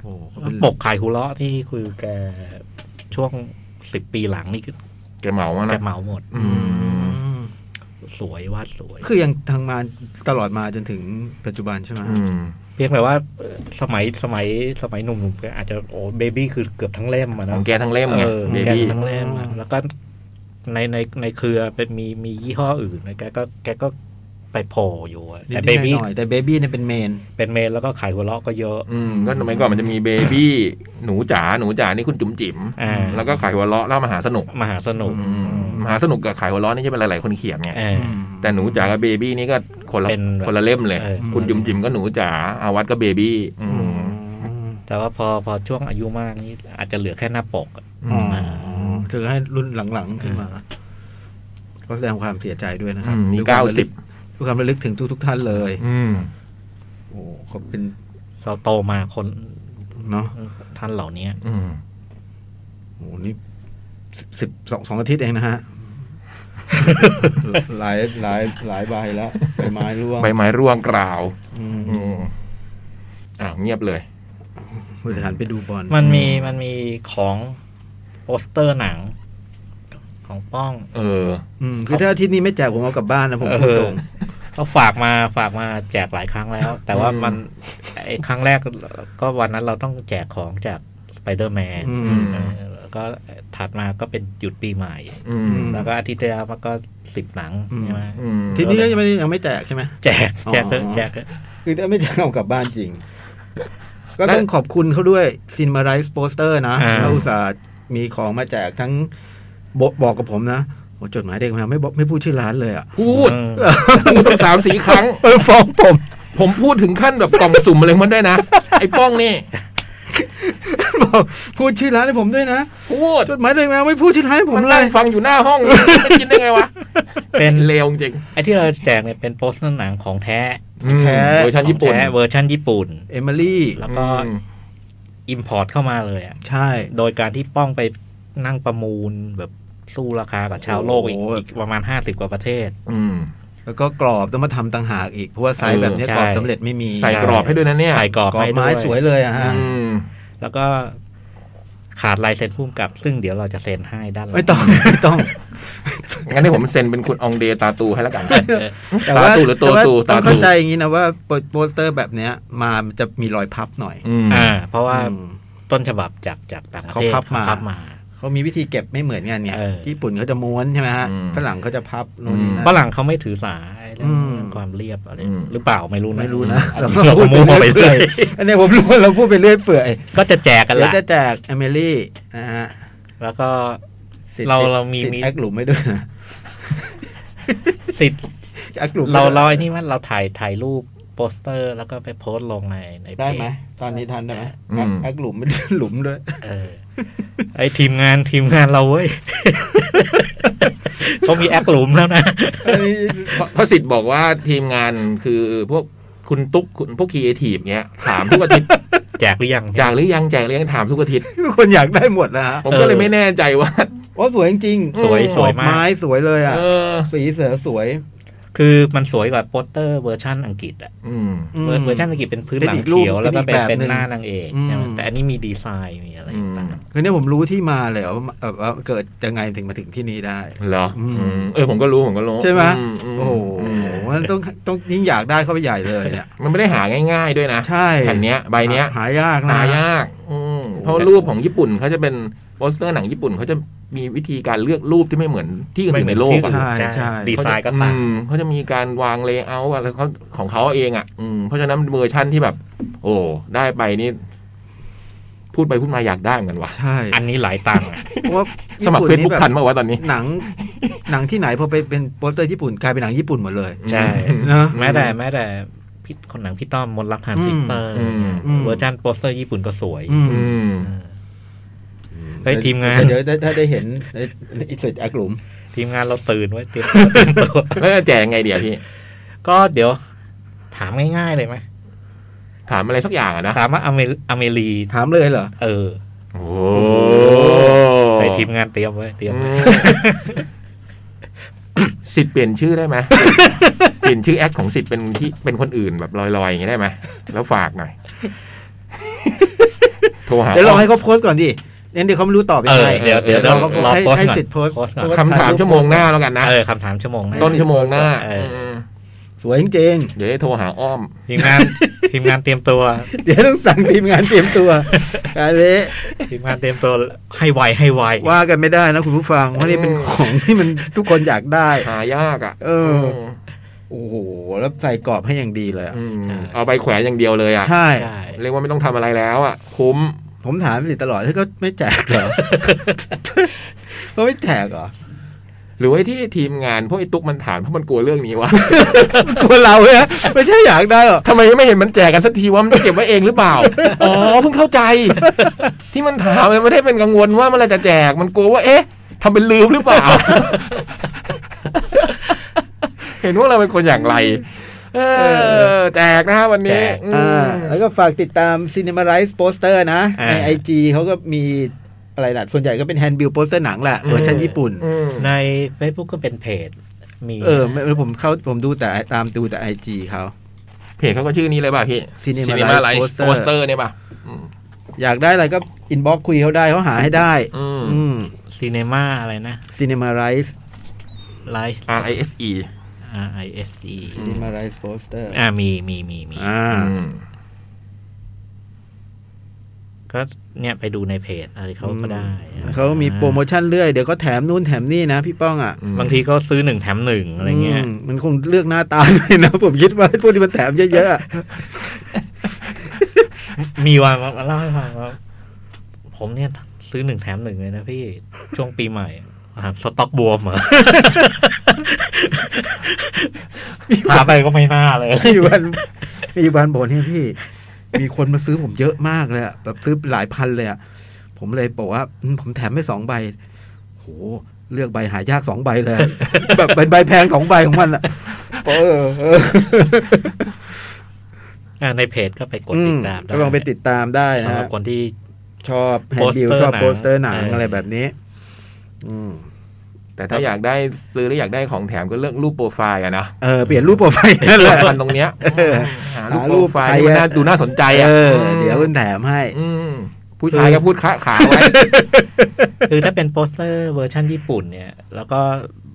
[SPEAKER 2] โอ้โหเขาเป็น
[SPEAKER 4] ปกขายคุเลาะที่คือแกช่วงสิบปีหลังนี่คือ
[SPEAKER 3] แกเหมามา
[SPEAKER 4] แก
[SPEAKER 3] นะ
[SPEAKER 4] เหมาหมด
[SPEAKER 3] อืม
[SPEAKER 2] อืม
[SPEAKER 4] สวยวาดสวย
[SPEAKER 2] คือยังทางมาตลอดมาจนถึงปัจจุบันใช่ไหม
[SPEAKER 3] อืม
[SPEAKER 4] เพียงแต่ว่าเอ่อสมัยสมัยสมัยหนุ่มๆก็อาจจะโอ้เบบี้คือเกือบทั้งเล่มอะ
[SPEAKER 3] ข
[SPEAKER 4] นะ
[SPEAKER 3] องแกทั้งเล่มไง
[SPEAKER 4] เออ
[SPEAKER 3] เบ
[SPEAKER 4] แก
[SPEAKER 3] บี้
[SPEAKER 4] ทั้งเล่มอะแล้วก็ในในในเครือเป็นมีมียี่ห้ออื่นนะแกก็แกก็ไปโผล่อยู่อะ
[SPEAKER 2] นิ
[SPEAKER 4] แต่
[SPEAKER 2] ด
[SPEAKER 4] เบ
[SPEAKER 2] ๆ
[SPEAKER 4] บี้
[SPEAKER 2] หน่อยๆแต่เบบี้เนี่ยเป็นเมน
[SPEAKER 4] เป็นเมนแล้วก็ขายหัวเราะก็เยอะ
[SPEAKER 3] อืมก็สมัยก่อนมันจะมีเบบี้หนูจ๋าหนูจ๋านี่คุณจุ๋มจิ๋ม
[SPEAKER 4] อ่า
[SPEAKER 3] แล้วก็ขายหัวเราะเล่ามหาสนุก
[SPEAKER 4] มหาสนุก
[SPEAKER 3] อืมมหาสนุกกับขายหัวเราะนี่จะเป็นหลายๆคนเขียนไง
[SPEAKER 4] เออ
[SPEAKER 3] แต่หนูจ๋ากับเบบี้นี่ก็คนละ
[SPEAKER 4] เป็น
[SPEAKER 3] คนละเล่มเลย
[SPEAKER 4] เออ
[SPEAKER 3] คุณจุ๋มจิ๋มก็หนูจ๋าอาวัตก็เบบี้อืม
[SPEAKER 4] แต่ว่าพอพอช่วงอายุมากนี่อาจจะเหลือแค่หน้าปกอะ
[SPEAKER 2] อ๋อถือให้รุ่นหลังๆขึ้นมา ก็แสดงความเสียใจด้วยนะค
[SPEAKER 3] อื
[SPEAKER 2] รับ
[SPEAKER 3] มนี่
[SPEAKER 2] ด้วยคว
[SPEAKER 3] เก้าม
[SPEAKER 2] ระลึ
[SPEAKER 3] สิบ
[SPEAKER 2] ด้วยความระลึกถึงทุกๆท่านเลย
[SPEAKER 3] อืม
[SPEAKER 2] โอ้เขาเป็น
[SPEAKER 4] เราโตมาคน
[SPEAKER 2] เนาะ
[SPEAKER 4] ท่านเหล่านี้
[SPEAKER 3] อืม
[SPEAKER 2] โอ้นี่สิบสองสองอาทิตย์เอง นะฮะ หลายหลายหลายใบแล้วใบไม้ร่วง
[SPEAKER 3] ใบไม้ร่วงกล่าว
[SPEAKER 2] อืม
[SPEAKER 3] อืมอ้าวเงียบเลย
[SPEAKER 2] ผู้บริหารไปดูบอล
[SPEAKER 4] มันมีมันมีของโปสเตอร์หนังของป้อง
[SPEAKER 3] เออ
[SPEAKER 2] อืมคือถ้าอาทิตย์นี้ไม่แจกผมเอากลับบ้านนะผมพูดตรง
[SPEAKER 4] ก็ฝากมาฝากมาแจกหลายครั้งแล้ว แต่ว่ามันไอ้ครั้งแรกก็วันนั้นเราต้องแจกของจากไปเดอร์แมน
[SPEAKER 2] อืม
[SPEAKER 4] ก็ถัดมาก็เป็นหยุดปีใหม่
[SPEAKER 3] อืม
[SPEAKER 4] แล้วก็อาทิตย์ที่แล้วมันก็สิบหนังใช่ไหม
[SPEAKER 3] อืม
[SPEAKER 2] ทีนี้ยังไม่ยังไม่แจกใช่ไหม
[SPEAKER 4] แจกแจก
[SPEAKER 2] อ๋อ
[SPEAKER 4] แจกเถอะ
[SPEAKER 2] คือถ้าไม่จะเอากลับบ้านจ ริง ก็ต้องขอบคุณเขาด้วยซินมาไรส์โปสเตอร์นะ
[SPEAKER 4] า
[SPEAKER 2] เราอุตส่าห์มีของมาแจกทั้งบอกบอกกับผมนะโอ้จดหมายเด็กมาไม่บอกไม่พูดชื่อร้านเลยอ่ะ
[SPEAKER 3] พูด
[SPEAKER 4] อืม
[SPEAKER 3] พูดต้องสามสี่ครั้ง
[SPEAKER 2] เออฟ้องผม
[SPEAKER 3] ผมพูดถึงขั้นแบบกล่องสุ่มอะไรมันได้วยนะ ไอ้ป้องนี่
[SPEAKER 2] บอกพูดชื่อร้านให้ผมด้วยนะ
[SPEAKER 3] พูด
[SPEAKER 2] จดหมายเด็กมาไม่พูดชื่อร้านให้ผม
[SPEAKER 3] มัน
[SPEAKER 2] เล
[SPEAKER 3] นั่ง
[SPEAKER 2] ย
[SPEAKER 3] ฟังอยู่หน้าห้องไม่กินได้ไงวะ
[SPEAKER 4] เป็
[SPEAKER 3] เป็น นเลวจริง
[SPEAKER 4] ไอ้ที่เราแจกเนี่ยเป็นโปสเตอร์หนังของแท้
[SPEAKER 3] เวอร์ชันญี่ปุ่น
[SPEAKER 4] ของแท้เวอร์ชันญี่ปุ่น
[SPEAKER 2] เอมิลี่
[SPEAKER 4] แล้วก็อิมพอร์ตเข้ามาเลยอ่ะ
[SPEAKER 2] ใช่
[SPEAKER 4] โดยการที่ป้องไปนั่งประมูลแบบสู้ราคากับชาวโลกอีกอีกประมาณห้าสิบกว่าประเทศ
[SPEAKER 3] อืม
[SPEAKER 2] แล้วก็กรอบต้องมาทำต่างหากอีก เพราะว่าไซส์แบบเนี้ย
[SPEAKER 4] เออใช่
[SPEAKER 2] กรอบสำเร็จไม่มี
[SPEAKER 3] ใส่กรอบให้ด้วยนะเนี่ย
[SPEAKER 4] ใส่กรอบ
[SPEAKER 2] กรอบ
[SPEAKER 4] ให้ด้ว
[SPEAKER 2] ไม้
[SPEAKER 4] ย
[SPEAKER 2] สวยเลยอะฮะ
[SPEAKER 3] อืม
[SPEAKER 4] แล้วก็ขาดลายเซ็นผู้กำกับ ซึ่งเดี๋ยวเราจะเซ็นให้ด้านหลัง
[SPEAKER 2] ไม่ต้องไม่ต้อง
[SPEAKER 3] งั้นให้ผมเซ็นเป็นคุณอองเดตาตูให้แล้วกัน
[SPEAKER 2] แต่
[SPEAKER 3] ตา
[SPEAKER 2] ว่า
[SPEAKER 3] ตูหรือตัว
[SPEAKER 2] แว่า
[SPEAKER 3] ตู
[SPEAKER 2] ต้อ
[SPEAKER 3] ตาง
[SPEAKER 2] เข้า
[SPEAKER 3] ตู
[SPEAKER 2] ใจอย่างนี้นะว่าโปโปสเตอร์แบบเนี้ยมามันจะมีรอยพับหน่อย
[SPEAKER 3] อืม
[SPEAKER 4] อ่า เพราะว่า
[SPEAKER 2] อืม
[SPEAKER 4] ต้นฉบับจากจากต่างประเทศ
[SPEAKER 2] เขาพับมา
[SPEAKER 4] เขพับมา
[SPEAKER 2] เขามีวิธีเก็บไม่เหมือนกันเนี่ย
[SPEAKER 4] เออ
[SPEAKER 2] ญี่ปุ่นเขาจะม้วนใช่ไหมฮะ
[SPEAKER 3] อืม
[SPEAKER 2] ฝรั่งเขาจะพับโน่นนี่นั่น
[SPEAKER 4] ฝรั่งเขาไม่ถือสาเรื่อง
[SPEAKER 2] อืม
[SPEAKER 4] เรื่องความเรียบอะไร
[SPEAKER 3] อืม
[SPEAKER 4] หรือเปล่าไม่รู้นะ
[SPEAKER 2] ไม่รู้นะ
[SPEAKER 4] อัเราก็มั่วไปเรื่อย
[SPEAKER 2] อันเนี้ยผมรู้ว่าเราพูดไปเรื่อยเปื่อย
[SPEAKER 4] ก็จะแจกกัน
[SPEAKER 2] แล้
[SPEAKER 4] ละ
[SPEAKER 2] วจะแจกเอมิลี่นะฮะ
[SPEAKER 4] แล้วก็
[SPEAKER 2] สิทธิ์
[SPEAKER 4] เราเรามี
[SPEAKER 2] สิทธิ์
[SPEAKER 4] มี
[SPEAKER 2] แอคหลุมไม่ด้วย นะ
[SPEAKER 4] สิทธิ์
[SPEAKER 2] แอคหลุม
[SPEAKER 4] เรา
[SPEAKER 2] ไม่ด้วย
[SPEAKER 4] เราไอ้นี่มันเราถ่ายถ่ายรูปโปสเตอร์ แล้วก็ไปโพสต์ลงในในเพจ
[SPEAKER 2] ได้ไหมตอนนี้ทันได้ไหม
[SPEAKER 3] อืม
[SPEAKER 2] แอคหลุมไม่ด้วยห ลุมด้วย
[SPEAKER 4] เออ ไอ้ทีมงานทีมงานเราเว้ย เขามีแอปหลุมแล้วนะ
[SPEAKER 2] อันนี้
[SPEAKER 3] พระสิทธิ์บอกว่าทีมงานคือพวกคุณตุ๊กคุณพวกคีเอทีฟเนี้ยถามทุกอาทิตย์
[SPEAKER 4] แจกหรือยัง
[SPEAKER 3] แจกหรือยังแจกหรือยังถามทุกอาทิตย์
[SPEAKER 2] ทุกคนอยากได้หมดนะฮะ
[SPEAKER 3] ผมก็เลยไม่แน่ใจว่า
[SPEAKER 2] ว่าสวยจริงๆ
[SPEAKER 4] สวย
[SPEAKER 2] อื
[SPEAKER 4] สวยมาก
[SPEAKER 2] ไม้สวยเลยอ่ะ
[SPEAKER 3] เออ
[SPEAKER 2] สีเสือสวย
[SPEAKER 4] คือมันสวยกว่าโปสเตอร์เวอร์ชันอังกฤษอะ
[SPEAKER 3] อืม
[SPEAKER 2] อืม
[SPEAKER 4] เวอร์เวอร์ชันอังกฤษเป็นพื้นหลั
[SPEAKER 2] เป็
[SPEAKER 4] ง
[SPEAKER 2] นอีกรูป
[SPEAKER 4] เขียวแล้วก็เป็น
[SPEAKER 2] เป็
[SPEAKER 4] เป็น
[SPEAKER 2] อีก
[SPEAKER 4] น
[SPEAKER 2] แบบหนึ่ง
[SPEAKER 4] หน้านางเอก
[SPEAKER 2] อืม
[SPEAKER 4] ใช่ไหมแต่อันนี้มีดีไซน์มีอะไรต่าง
[SPEAKER 3] อืม
[SPEAKER 2] คือเนี่ยผมรู้ที่มาเลยว่าแบบว่าเกิดยังไงถึงมาถึงที่นี่ได้
[SPEAKER 3] เหรอ
[SPEAKER 2] อืม
[SPEAKER 3] อืมเออผมก็รู้ผมก็รู้
[SPEAKER 2] ใช่ไหม
[SPEAKER 3] อืม
[SPEAKER 2] โอ้โหมันต้องต้องยิ่งอยากได้เข้าไปใหญ่เลยเนี่ย
[SPEAKER 3] มันไม่ได้หาง่าย ๆด้วยนะ
[SPEAKER 2] ใช่
[SPEAKER 3] แผ่นเนี้ยใบเนี้ย
[SPEAKER 2] หายากนะ
[SPEAKER 3] หายากอืมเพราะรูปของญี่ปุ่นเขาจะเป็นโปสเตอร์หนังญี่ปุ่นเขาจะ มีวิธีการเลือกรูปที่ไม่เหมือนที่อื่นในโลก
[SPEAKER 4] ที่
[SPEAKER 3] อะ
[SPEAKER 4] อื่น
[SPEAKER 2] ใช่ใช่
[SPEAKER 4] ดีไซน์ก็ต่าง
[SPEAKER 3] อืมเขาจะมีการวางเลเยอร์อะไรเขาของเขาเองอ่ะอืมเพราะฉะนั้นเวอร์ชั่นที่แบบ โอ้ได้ไปนี่ พูดไปพูดมาอยากได้เหมือนกันวะ
[SPEAKER 2] ใช่
[SPEAKER 4] อันนี้หลายตังค์อะ
[SPEAKER 2] เพราะว่า
[SPEAKER 3] สมัครเฟ
[SPEAKER 2] ญี่น
[SPEAKER 3] ซ
[SPEAKER 2] นี่
[SPEAKER 3] บุ๊ก
[SPEAKER 2] แบบ
[SPEAKER 3] ทันเมื่อวะตอนนี้
[SPEAKER 2] หนังหนังที่ไหนพอไปเป็นโปสเตอร์ญี่ปุ่นกลายเป็นหนังญี่ปุ่นหมดเลย
[SPEAKER 4] ใช่
[SPEAKER 3] อืม
[SPEAKER 2] นะ
[SPEAKER 4] แม้แต่แม้แต่พี่คนหนังพี่ต้อมมนต์รักพานซิสเตอร์
[SPEAKER 3] อืม
[SPEAKER 2] อืม
[SPEAKER 4] เวอร์ชันโปสเตอร์ญี่ปุ่นก็สวย
[SPEAKER 2] อืม
[SPEAKER 3] อืม
[SPEAKER 4] เฮ้ยทีมงาน
[SPEAKER 2] เดี๋ยวถ้าได้เห็นในอิสระอักหลุม
[SPEAKER 4] ทีมงานเราตื่นไว้เตรียม ตัวเตรียมตัว
[SPEAKER 3] แล้วจะแจกไงเดี๋ยวพี่
[SPEAKER 4] ก็เดี๋ยว ถามง่ายๆเลยไหม
[SPEAKER 3] ถามอะไรสักอย่างอะนะ
[SPEAKER 4] ถามว่าอเมอเมรี
[SPEAKER 2] ถามเลยเหรอ
[SPEAKER 4] เออ
[SPEAKER 3] โอ้
[SPEAKER 4] ไปทีมงานเตรียมไว้เตรียม
[SPEAKER 3] อื
[SPEAKER 4] ไว้
[SPEAKER 3] มสิทธิ์เปลี่ยนชื่อได้ไหมเปลี่ยนชื่อแอคของสิทธิ์เป็นที่เป็นคนอื่นแบบลอยๆอย่างนี้ได้ไหมแล้วฝาก หน่อย โทรหา
[SPEAKER 2] เดี๋ยวลองให้เขาโพสต์ก่อนดิงั้นเดี๋ยวเขาไม่รู้ตอบยั
[SPEAKER 4] เอง อ
[SPEAKER 2] ไง
[SPEAKER 4] เดี๋ยวเดี๋ยว
[SPEAKER 3] เดี๋ยว
[SPEAKER 4] เรา
[SPEAKER 2] ก็
[SPEAKER 4] รอ
[SPEAKER 2] ให้
[SPEAKER 4] โพสต์
[SPEAKER 2] ให้
[SPEAKER 4] ก่อน
[SPEAKER 2] สิทธิ์โพสต์
[SPEAKER 4] โพสต์ก่อน
[SPEAKER 3] คำถามชั่วโมงหน้าแล้วกันนะ
[SPEAKER 4] เออคำถามชั่วโมงหนะ
[SPEAKER 3] ต้นชั่วโมงหน้า
[SPEAKER 4] เออ
[SPEAKER 3] เออ
[SPEAKER 2] สวยจริง
[SPEAKER 3] เดี๋ยวได้โทรหาอ้อม
[SPEAKER 4] ทีม งานทีมงานเตรียมตัว
[SPEAKER 2] ๆเดี๋ยวต้องสั่งทีมงานเตรียมตัวอะไร
[SPEAKER 4] ทีมงานเตรียมตัวให้ไวให้ไว
[SPEAKER 2] ว่ากันไม่ได้นะคุณผู้ฟังเพราะนี่เป็นของที่มันทุกคนอยากได้
[SPEAKER 3] หายากอ่ะ
[SPEAKER 2] เออ โอ้โหแล้วใส่กรอบให้อย่างดีเลยอะ
[SPEAKER 3] อืมเอาไปแขวนอย่างเดียวเลยอ่ะ
[SPEAKER 2] ใช่
[SPEAKER 4] ใช่
[SPEAKER 3] เรียกว่าไม่ต้องทำอะไรแล้วอ่ะ คุ้ม
[SPEAKER 2] ผมถามสิตลอดถ้าเขาไม่แจกเหร อ เขาไม่แจกเหรอ
[SPEAKER 3] หรือว่าที่ทีมงานพวกไอ้ตุ๊กมันถามเพราะมันกลัวเรื่องนี้วะ
[SPEAKER 2] คนเราเนี่ยไม่ใช่อยากได้หรอก
[SPEAKER 3] ทำไมไม่เห็นมันแจกกันสักทีว่ามันจะเก็บไว้เองหรือเปล่า อ๋อเพิ่งเข้าใจ ที่มันถามมันไม่ได้เป็นกังวลว่าเมื่อไหรจะแจกมันกลัวว่าเอ๊ะทำเป็นลืมหรือเปล่า เห็นว่าเราเป็นคนอย่างไร เออแจกนะฮะวันนี้อืม
[SPEAKER 2] อ่าแล้วก็ฝากติดตาม Cinema Rise Poster นะ
[SPEAKER 4] า
[SPEAKER 2] ในไอจีเขาก็มีอะไรนะส่วนใหญ่ก็เป็นแฮนด์บิลโปสเตอร์หนังแหละ
[SPEAKER 3] อืม
[SPEAKER 2] เวอร์ชันญี่ปุ่น
[SPEAKER 3] อืม
[SPEAKER 4] ใน Facebook ก็เป็นเพจ มี
[SPEAKER 2] เออไม่ผมเข้าผมดูแต่ตามดูแต่ไอจีเขา
[SPEAKER 3] เพจเขาก็ชื่อนี้เลยป่ะพี่
[SPEAKER 2] Cinema
[SPEAKER 3] Cinema
[SPEAKER 2] Life
[SPEAKER 3] Life
[SPEAKER 2] Poster
[SPEAKER 3] Poster เนี่ยป่ะอืม
[SPEAKER 2] อยากได้อะไรก็อินบ็อกคุยเขาได้เขาหาให้ได้
[SPEAKER 3] อืม
[SPEAKER 2] อืม
[SPEAKER 4] ซีเนมาอะไรนะ
[SPEAKER 2] Cinema Rise
[SPEAKER 4] ไลฟ์
[SPEAKER 3] R I S E
[SPEAKER 4] R I S E
[SPEAKER 2] Cinema Rise Poster
[SPEAKER 4] อ่ามีมีมีมี
[SPEAKER 2] อ่า
[SPEAKER 3] อืม
[SPEAKER 4] ก็เนี่ยไปดูในเพจอะไรเขาก็ได้อ่
[SPEAKER 2] เขามีโปรโมชั่นเรื่อย เดี๋ยวก็แถมนู่นแถมนี่นะพี่ป้องอ่ะ
[SPEAKER 3] อืม
[SPEAKER 4] บางทีก็ซื้อหนึ่งแถมหนึ่งอะไรเงี้ย
[SPEAKER 2] มมันคงเลือกหน้าตาด้วยนะ ผมคิดว่าพวกที่มันแถมเยอะๆอะ
[SPEAKER 4] มีวันมาเล่าให้ฟังว่าผมเนี่ยซื้อหนึ่งแถมหนึ่งเลยนะพี่ช่วงปีใหม่อ่ะสต็อกบวมเหรอหาไปก็ไม่น่าเลย
[SPEAKER 2] มีวันมีวันบอกเนี่ยพี่ มีคนมาซื้อผมเยอะมากเลยอะแบบซื้อหลายพันเลยอะผมเลยบอกว่าอืมผมแถมให้สองใบโหเลือกใบหายากสองใบเลย แบบเป็นใบแพงสองใบของมันอะเออเออ
[SPEAKER 4] อ่ะในเพจก็ไปกดติดตาม
[SPEAKER 2] ก็ลองไปติดตามได้
[SPEAKER 4] สำ
[SPEAKER 2] นะ
[SPEAKER 4] หรับ
[SPEAKER 2] ฮะ
[SPEAKER 4] คนที่
[SPEAKER 2] ชอบแฮนด์บิล
[SPEAKER 4] poster
[SPEAKER 2] ชอ
[SPEAKER 4] หนัง
[SPEAKER 2] บโปสเตอร์หนัง
[SPEAKER 4] เอออ
[SPEAKER 2] อะไรแบบนี้ อืม
[SPEAKER 3] แต่ถ้าอยากได้ซื้อหรืออยากได้ของแถมก็เลือกรูปโปรไฟล์อะนะ
[SPEAKER 2] เออเปลี่ยนรูปโปรไฟล์นั่น
[SPEAKER 3] เลื
[SPEAKER 2] แห
[SPEAKER 3] อก
[SPEAKER 2] ละ
[SPEAKER 3] มันตรงเนี้ย
[SPEAKER 2] เออ
[SPEAKER 3] หา
[SPEAKER 2] หารู
[SPEAKER 3] รูป
[SPEAKER 2] ป
[SPEAKER 3] โปรไฟ
[SPEAKER 2] ใค
[SPEAKER 3] ล์
[SPEAKER 2] ร
[SPEAKER 3] ที่มันน่า
[SPEAKER 2] อะ
[SPEAKER 3] ดูน่าสนใจ
[SPEAKER 2] เอ
[SPEAKER 3] อ่
[SPEAKER 2] อ
[SPEAKER 3] ะม
[SPEAKER 2] เดี๋ยวคุณแถมให้
[SPEAKER 3] อืมผู้ชายก็พูดค้าขาไว้
[SPEAKER 4] คือถ้าเป็นโปสเตอร์เวอร์ชันญี่ปุ่นเนี่ย แล้วก็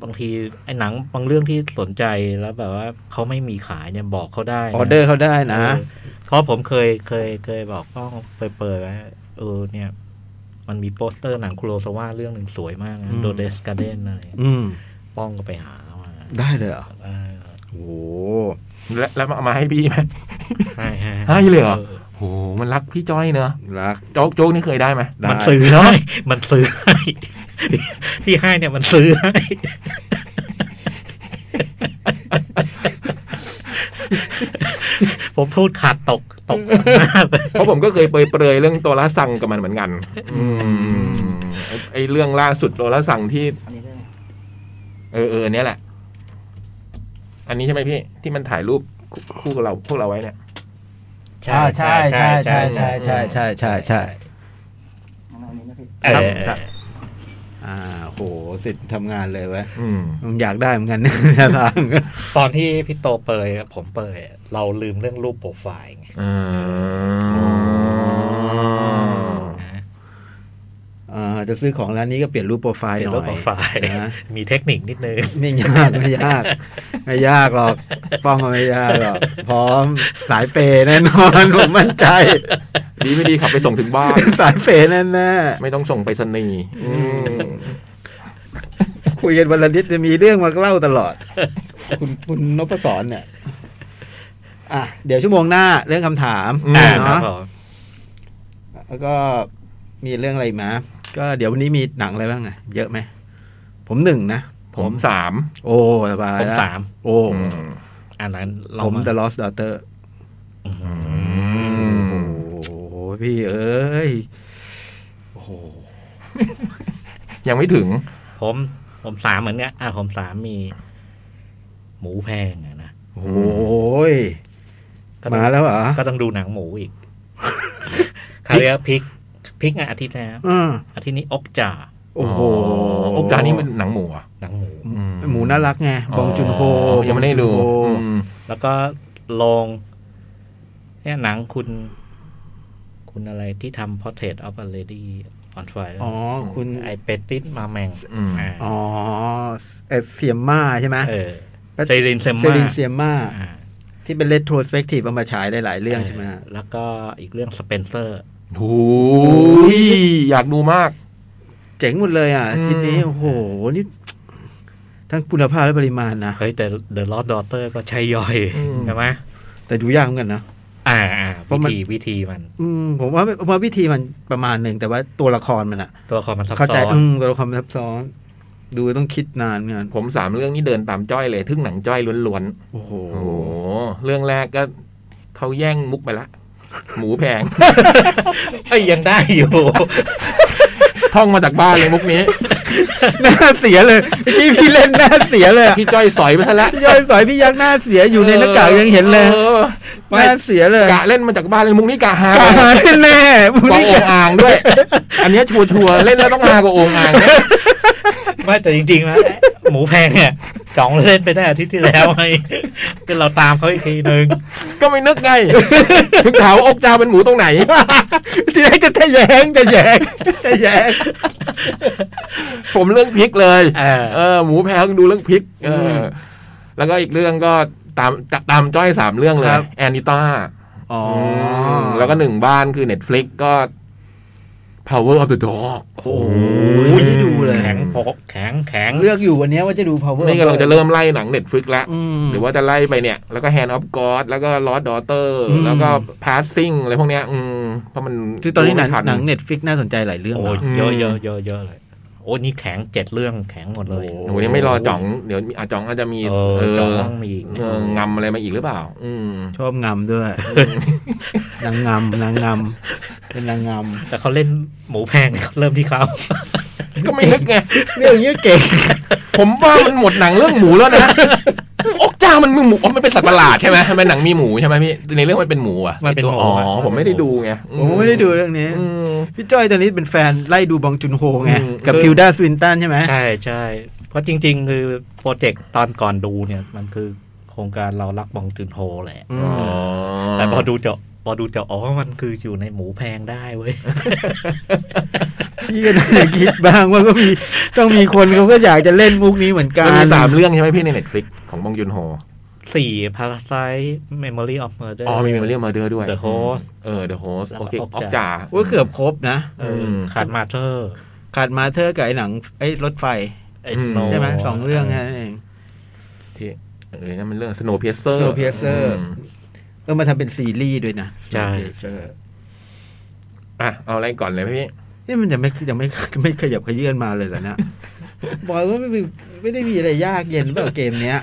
[SPEAKER 4] บางทีไอ้หนังบางเรื่องที่สนใจแล้วแบบว่าเขาไม่มีขายเนี่ยบอกเขาได้นะ
[SPEAKER 2] ออเดอร์เขาได้นะ
[SPEAKER 4] เออเพราะผมเคยเคยเคยบอกกล้องเปิดเปิดไว้เออเนี่ย มันมีโปสเตอร์หนังคุโรซาวะเรื่องหนึ่งสวยมากนะ
[SPEAKER 2] อืม
[SPEAKER 4] โดเดสการ์เด้นอะไร
[SPEAKER 2] อืม
[SPEAKER 4] ป้องก็ไปหามา
[SPEAKER 2] ได้เลยเหรอ
[SPEAKER 4] เออ
[SPEAKER 2] โอ้โห
[SPEAKER 3] และแล้วเอามาให้พี่ไหม
[SPEAKER 4] ใช่ฮะ
[SPEAKER 3] ให้เลยเหรอ โหมันรักพี่จ้อยเนอะ
[SPEAKER 2] รัก
[SPEAKER 3] โจ๊กโจ๊กนี่เคยได้ไหม
[SPEAKER 2] ได้
[SPEAKER 4] มันซื้อ ให้มันซื้อให้ ที่ให้เนี่ยมันซื้อให้ ผมพูดขาดตกตกมากเลย
[SPEAKER 3] เพราะผมก็เคยเปรยเปรยเรื่องตัวละสั่งกับมันเหมือนกัน อืมไอ้ไอเรื่องล่าสุดตัวละสั่งที่ เออเออเนี่ยแหละ อันนี้ใช่ไหมพี่ที่มันถ่ายรูปคู่คู่กับเราพวกเราไว้เนี่ย
[SPEAKER 2] อ่าใช่ใช่ใช่ใช่ใช่ใช่ใช่ใช่
[SPEAKER 4] เออ
[SPEAKER 2] อ่าโหเสร็จทำงานเลยเว้ย
[SPEAKER 3] อืม
[SPEAKER 2] มึงอยากได้เหมือนกันเนี่ยท่าทาง
[SPEAKER 4] ตอนที่พี่โตเปยกับผมเปยเราลืมเรื่องรูปโปรไฟล์ไง
[SPEAKER 3] อ่า
[SPEAKER 4] นะ
[SPEAKER 2] อ่าจะซื้อของร้านนี้ก็เปลี่ยนรูปโปรไฟล์
[SPEAKER 4] เป
[SPEAKER 2] ห
[SPEAKER 4] ลี่ยน
[SPEAKER 2] น่อย
[SPEAKER 4] รูปโปรไฟล์
[SPEAKER 2] นะ
[SPEAKER 4] มีเทคนิคนิดนึง
[SPEAKER 2] ไม่ยากไม่ยาก ไม่ยากหรอก ป้องก็ไม่ยากหรอก พร้อมสายเปย์แน่นอน ผมมั่นใจ
[SPEAKER 3] ดีไม่ดีขับไปส่งถึงบ้าน
[SPEAKER 2] สายเปย์แน่แน่
[SPEAKER 3] ไม่ต้องส่งไปสนีย์อืม
[SPEAKER 2] คุยกันวันละนิดจะมีเรื่องมาเล่าตลอด คุณคุณนพศรเนี่ย อ่ะ เดี๋ยวชั่วโมงหน้าเรื่องคำถาม
[SPEAKER 3] อืม
[SPEAKER 4] อ่าครับ
[SPEAKER 2] เนาะ
[SPEAKER 4] ผม
[SPEAKER 2] แล้วก็มีเรื่องอะไรอีกมา ก็เดี๋ยววันนี้มีหนังอะไรบ้างนะเยอะไหม ผมหนึ่งนะ
[SPEAKER 3] ผมสาม
[SPEAKER 2] โอ้สบาย
[SPEAKER 4] ผม
[SPEAKER 2] ละ
[SPEAKER 4] สาม
[SPEAKER 2] โอ้
[SPEAKER 3] อืม
[SPEAKER 4] อ่านนั้นลอ
[SPEAKER 2] ผ
[SPEAKER 4] ง
[SPEAKER 2] ม
[SPEAKER 4] มา
[SPEAKER 2] The Lost Daughter โอ้โหพี่เอ้ย โอ้โห
[SPEAKER 3] ยังไม่ถึง
[SPEAKER 4] ผมผมสามเหมือนกันอ่าผมสามมี หมูแพงอะนะ
[SPEAKER 2] โอ้ย
[SPEAKER 4] ก็ต้อง
[SPEAKER 2] มาแล้วเหรอ
[SPEAKER 4] ก็ต้องดูหนังหมูอีก คราวนี้พลิกพลิกงานอาทิตย์แล้ว
[SPEAKER 2] อ่า
[SPEAKER 4] อาทิตย์นี้อกจ่า
[SPEAKER 2] โอ้โห
[SPEAKER 3] โอกาสนี่มันหนังหมูเหรอ่ะ
[SPEAKER 4] หนังหมู
[SPEAKER 3] อื
[SPEAKER 2] หมูน่ารักไง บองจุนโฮ
[SPEAKER 3] ยังไม่ได้ดู
[SPEAKER 2] บองจุนโฮ
[SPEAKER 3] อืม
[SPEAKER 4] แล้วก็ลงเนี่ยหนังคุณ คุณอะไรที่ทำ Portrait of a Lady on Fire
[SPEAKER 2] อ๋อคุณ
[SPEAKER 4] ไอเป็ดติดมาแมง
[SPEAKER 3] อืม
[SPEAKER 4] า
[SPEAKER 2] อ๋อเอ่อเซียมมาใช่ไหม
[SPEAKER 4] เออเซรินเซม
[SPEAKER 2] เซ
[SPEAKER 4] มา
[SPEAKER 2] รินเซียมมา
[SPEAKER 4] อ่า
[SPEAKER 2] ที่เป็นเลตโทสเปกทีฟเอามาฉายหลายๆเรื่องใช่ไหมฮะ
[SPEAKER 4] แล้วก็อีกเรื่องสเปนเซอร์
[SPEAKER 3] โอ้ยอยากดูมาก
[SPEAKER 2] เจ๋งหมดเลยอ่ะ
[SPEAKER 3] อืม
[SPEAKER 2] ทีนี้ โอ้โห นี่ ทั้งคุณภาพและปริมาณนะ
[SPEAKER 4] เฮ้ย แต่ The Lost Daughter ก็ใช่ย่อย
[SPEAKER 3] อืม
[SPEAKER 4] ใช่ไหม
[SPEAKER 2] แต่ดูยากเหมือนกันนะ
[SPEAKER 4] อ่าอ่า
[SPEAKER 2] เพ
[SPEAKER 4] วิ
[SPEAKER 2] ราะมัน
[SPEAKER 4] ธีวิธีมัน
[SPEAKER 2] อืม ผมว่าผมว่าวิธีมันประมาณหนึ่ง แต่ว่าตัวละครมันอ่ะ
[SPEAKER 4] ตัวละครมันซับ
[SPEAKER 2] เข้าใจ
[SPEAKER 4] ซ้อน
[SPEAKER 2] อืมตัวละครมันซับซ้อน ดูต้องคิดนานเหมือนกัน
[SPEAKER 3] ผมสามเรื่องนี้เดินตามจ้อยเลยทึ่งหนังจ้อยล้วน
[SPEAKER 2] โอ้โห
[SPEAKER 3] ๆโอ้โหเรื่องแรกก็เขาแย่งมุกไปละ หมูแพง
[SPEAKER 4] เอ้ยยังได้อยู่
[SPEAKER 3] ท่องมาจากบ้านเลยมุกนี้
[SPEAKER 2] หน้าเสียเลยเมื่อกี้พี่เล่นหน้าเสียเลยอะ
[SPEAKER 3] พี่จ้อยสอยไปซะละ
[SPEAKER 2] พี่ย้อยสอยพี่ยักษ์หน้าเสียอยู่ในหน้ากากยังเห็นเลย
[SPEAKER 3] ออ
[SPEAKER 2] หน้าเสียเลย
[SPEAKER 3] กะเล่นมาจากบ้านเลยมุกนี้กะฮา
[SPEAKER 2] อาหารแน่ๆมึง
[SPEAKER 3] กว่า
[SPEAKER 2] นี่
[SPEAKER 3] โองอ่างด้วย อันเนี้ยชัวร์ๆเล่นแล้วต้องฮากว่าโองอ่างแน่
[SPEAKER 4] ไม่แต่จริงๆนะ หมูแพงเนี่ยจ่องเล่นไปได้อาทิตย์ที่แล้วไงก็เราตามเขาอีกทีนึง
[SPEAKER 3] ก็ไม่นึกไง ถึงถามว่าอกจาเป็นหมูตรงไหน
[SPEAKER 2] ที่แรกจะทะแยงทะแยงทะแยง
[SPEAKER 3] ผมเรื่องพริกเลย
[SPEAKER 4] เออ
[SPEAKER 3] เออหมูแพงดูเรื่องพริก เอออแล้วก็อีกเรื่องก็ตามตาตามจ้อยสามเรื่องเลย แอนิต้า
[SPEAKER 2] อ๋อ
[SPEAKER 3] แล้วก็หนึ่งบ้านคือเน็ตฟลิกก็ Power of the Dog
[SPEAKER 2] โอ้ยได้ดูเลย
[SPEAKER 4] แข็งโปกแข็งแข็ง
[SPEAKER 2] เลือกอยู่วันเนี้ยว่าจะดู power
[SPEAKER 3] นี่กำลังจะเริ่มไล่หนังเน็ตฟลิกแล้ว
[SPEAKER 2] อืม
[SPEAKER 3] หรือว่าจะไล่ไปเนี่ย แล้วก็ Hand of God แล้วก็ Lost Daughter
[SPEAKER 2] อืม
[SPEAKER 3] แล้วก็ Passing อะไรพวกเนี้ยอืมเพราะมัน
[SPEAKER 2] คือตอนนี้หนัง
[SPEAKER 3] ดูไม่ทั
[SPEAKER 2] หนังเน็ตฟิกน่าสนใจหลายเรื่อง
[SPEAKER 4] โอ้ย
[SPEAKER 2] เนาะ
[SPEAKER 4] เยอะ
[SPEAKER 3] อืม
[SPEAKER 4] เยอะเยอะเยอะเลย โอ้นี่แข็งเจ็ดเรื่องแข็งหมดเลย
[SPEAKER 2] โอ้
[SPEAKER 3] โอ้โหนี่ไม่รอจ่องเดี๋ยวอาจ่องอาจจะมี
[SPEAKER 4] เออจ่องต้องมีอีก
[SPEAKER 3] เอองำอะไรมาอีกหรือเปล่า อืม
[SPEAKER 2] ชอบงำด้วย นางงำนางงำเป็นนางง
[SPEAKER 4] แต่เขาเล่นหมูแพง เริ่มที่เขา
[SPEAKER 3] ก็ไม่นึกไง
[SPEAKER 2] ำเรื่องนี้เก่ง
[SPEAKER 3] ผมว่ามันหมดหนังเรื่องหมูแล้วนะอกจ้ามันมือหมูอ๋อมันเป็นสัตว์ประหลาดใช่ไหมมันหนังมีหมูใช่ไหมพี่ในเรื่องมันเป็นหมูอ่ะ
[SPEAKER 4] มันเป็นหมู
[SPEAKER 3] อ๋อ
[SPEAKER 4] อะ
[SPEAKER 3] ผมไม่ได้ดูไง
[SPEAKER 2] ผมไม่ได้ดูเรื่องนี้
[SPEAKER 3] อืม
[SPEAKER 2] พี่จ้อยตอนนี้เป็นแฟนไล่ดูบองจุนโฮไง
[SPEAKER 3] อืม
[SPEAKER 2] กับทิวดาสวินตันใช่ไหม
[SPEAKER 4] ใช่ใช่เพราะจริง ๆ คือโปรเจกต์ตอนก่อนดูเนี่ย มันคือโครงการเรารักบองจุนโฮแหละ
[SPEAKER 2] อื
[SPEAKER 3] อ๋อ
[SPEAKER 2] ม
[SPEAKER 4] แต่พอดูจะพอดูจะอ๋อมันคืออยู่ในหมูแพงได้เว้ย
[SPEAKER 2] พี่ก็น่าจะคิดบ้างว่าก็มีต้องมีคนเขาก็อยากจะเล่นมุกนี้เหมือนกั
[SPEAKER 3] มัน นมีสามเรื่องใช่ไหมพี่ในเน็ตฟลิกของบองยุนโฮ
[SPEAKER 4] สี่พาราไซ Memory of Murder
[SPEAKER 3] อ๋อมีมาเรื่องมาเดอร์ด้วย
[SPEAKER 4] The Host
[SPEAKER 3] เออ The Host
[SPEAKER 4] แล้วก็
[SPEAKER 3] โอเค
[SPEAKER 4] ออกจาก
[SPEAKER 3] ออกจ่า
[SPEAKER 2] ว่าเกือบครบนะ
[SPEAKER 4] เออ
[SPEAKER 3] ม
[SPEAKER 4] ขาดมาเธอร์
[SPEAKER 2] ขาดมาเธอกับไอ้หนังไอ้รถไฟ
[SPEAKER 4] ไอสโน
[SPEAKER 2] ใช่ไหมสองเรื่องแค่นั้นเอง
[SPEAKER 3] ที่เออนั่นมันเรื่อง Snowpiercer
[SPEAKER 2] Snowpiercer
[SPEAKER 3] ม
[SPEAKER 2] เออมาทำเป็นซีรีส์ด้วยนะ
[SPEAKER 4] ใช่
[SPEAKER 3] อ่ะเอาอะไรก่อนเลยพี่
[SPEAKER 2] นี่มันยังไม่ยังไม่ ไม่ขยับขยื่นมาเลยเหรอนะ บอยว่าไม่มีไม่ได้มีอะไรยากเย็นเปล่าเกมเนี้ย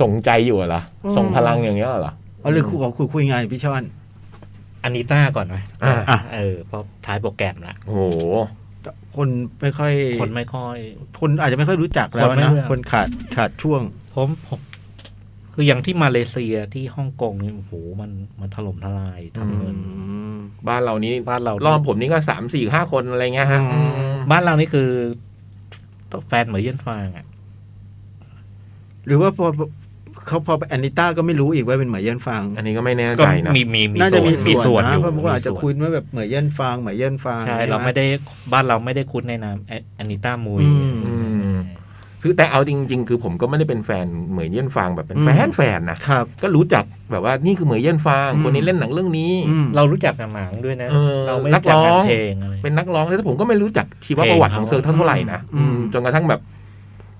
[SPEAKER 3] ส่งใจอยู่เหรอ
[SPEAKER 2] อืม
[SPEAKER 3] ส่งพลังอย่างเงี้ยเหรอ
[SPEAKER 2] เอาเรื่องคุยของคุยคุยงานพี่ช่อน
[SPEAKER 4] อันนิต้าก่อนไหม
[SPEAKER 3] อ่ะ
[SPEAKER 4] อ่ะเออเพราะท้ายโปรแกรมละ
[SPEAKER 3] โอ้โห
[SPEAKER 2] คนไม่ค่อย
[SPEAKER 4] คนไม่ค่อย
[SPEAKER 2] คนอาจจะไม่ค่อยรู้จักแล้ว
[SPEAKER 4] คนไม่
[SPEAKER 2] นะ
[SPEAKER 4] รู้จัก
[SPEAKER 2] คนขาดขาดช่วง
[SPEAKER 4] ผมผมคืออย่างที่มาเลเซียที่ฮ่องกงเนี่ยโอ้โหมันมันถล่มทลายทำเงิน
[SPEAKER 3] บ้านเรานี้
[SPEAKER 4] บ้านเรา
[SPEAKER 3] รอบผมนี่ก็สามสี่ห้าคนอะไรเงี้ยฮะ
[SPEAKER 2] อืม
[SPEAKER 3] อืม
[SPEAKER 4] บ้านเรานี่คือแฟนเหมยเยี่ยนฟางอ่ะ
[SPEAKER 2] หรือว่าพอเขาพอแอนนิต้าก็ไม่รู้อีกว่าเป็นเหมยเยินฟาง
[SPEAKER 3] อันนี้ก็ไม่แน่
[SPEAKER 4] ก็
[SPEAKER 3] ใจนะ
[SPEAKER 4] มีมีมี
[SPEAKER 2] น่าจะมี
[SPEAKER 4] มี
[SPEAKER 2] ส่
[SPEAKER 4] ส่ว
[SPEAKER 2] ว
[SPEAKER 4] น น
[SPEAKER 2] นะ
[SPEAKER 4] อยู่
[SPEAKER 2] เพราะบางคนอาจจะ
[SPEAKER 4] มีส่วน
[SPEAKER 2] คุ้นว่าแบบเหมยเยินฟางเหมยเยินฟาง
[SPEAKER 4] ใช่เราไม่ได้บ้านเราไม่ได้คุ้นในนามแอนแอนนิต้ามุย
[SPEAKER 2] อืม
[SPEAKER 3] อืม คือแต่เอาจริง ๆ คือผมก็ไม่ได้เป็นแฟนเหมยเยี่ยนฟางแบบเป็นแฟนแฟนๆนะครับ ก็รู้จักแบบว่านี่คือเหมยเยี่ยนฟาง
[SPEAKER 2] อืม
[SPEAKER 3] คนนี้เล่นหนังเรื่องนี้
[SPEAKER 2] อืม
[SPEAKER 4] เรารู้จักกับหนังด้วยนะ
[SPEAKER 3] เออ
[SPEAKER 4] เราไม่
[SPEAKER 3] นั
[SPEAKER 4] รู้
[SPEAKER 3] ก
[SPEAKER 4] จัก
[SPEAKER 3] ร้อง
[SPEAKER 4] เพลงอะไร
[SPEAKER 3] เป็นนักร้องแล้วแต่ผมก็ไม่รู้จักชีวประวัติของเซิร์ฟเท่าไหร่นะ
[SPEAKER 2] อืม
[SPEAKER 3] อืมจนกระทั่งแบบ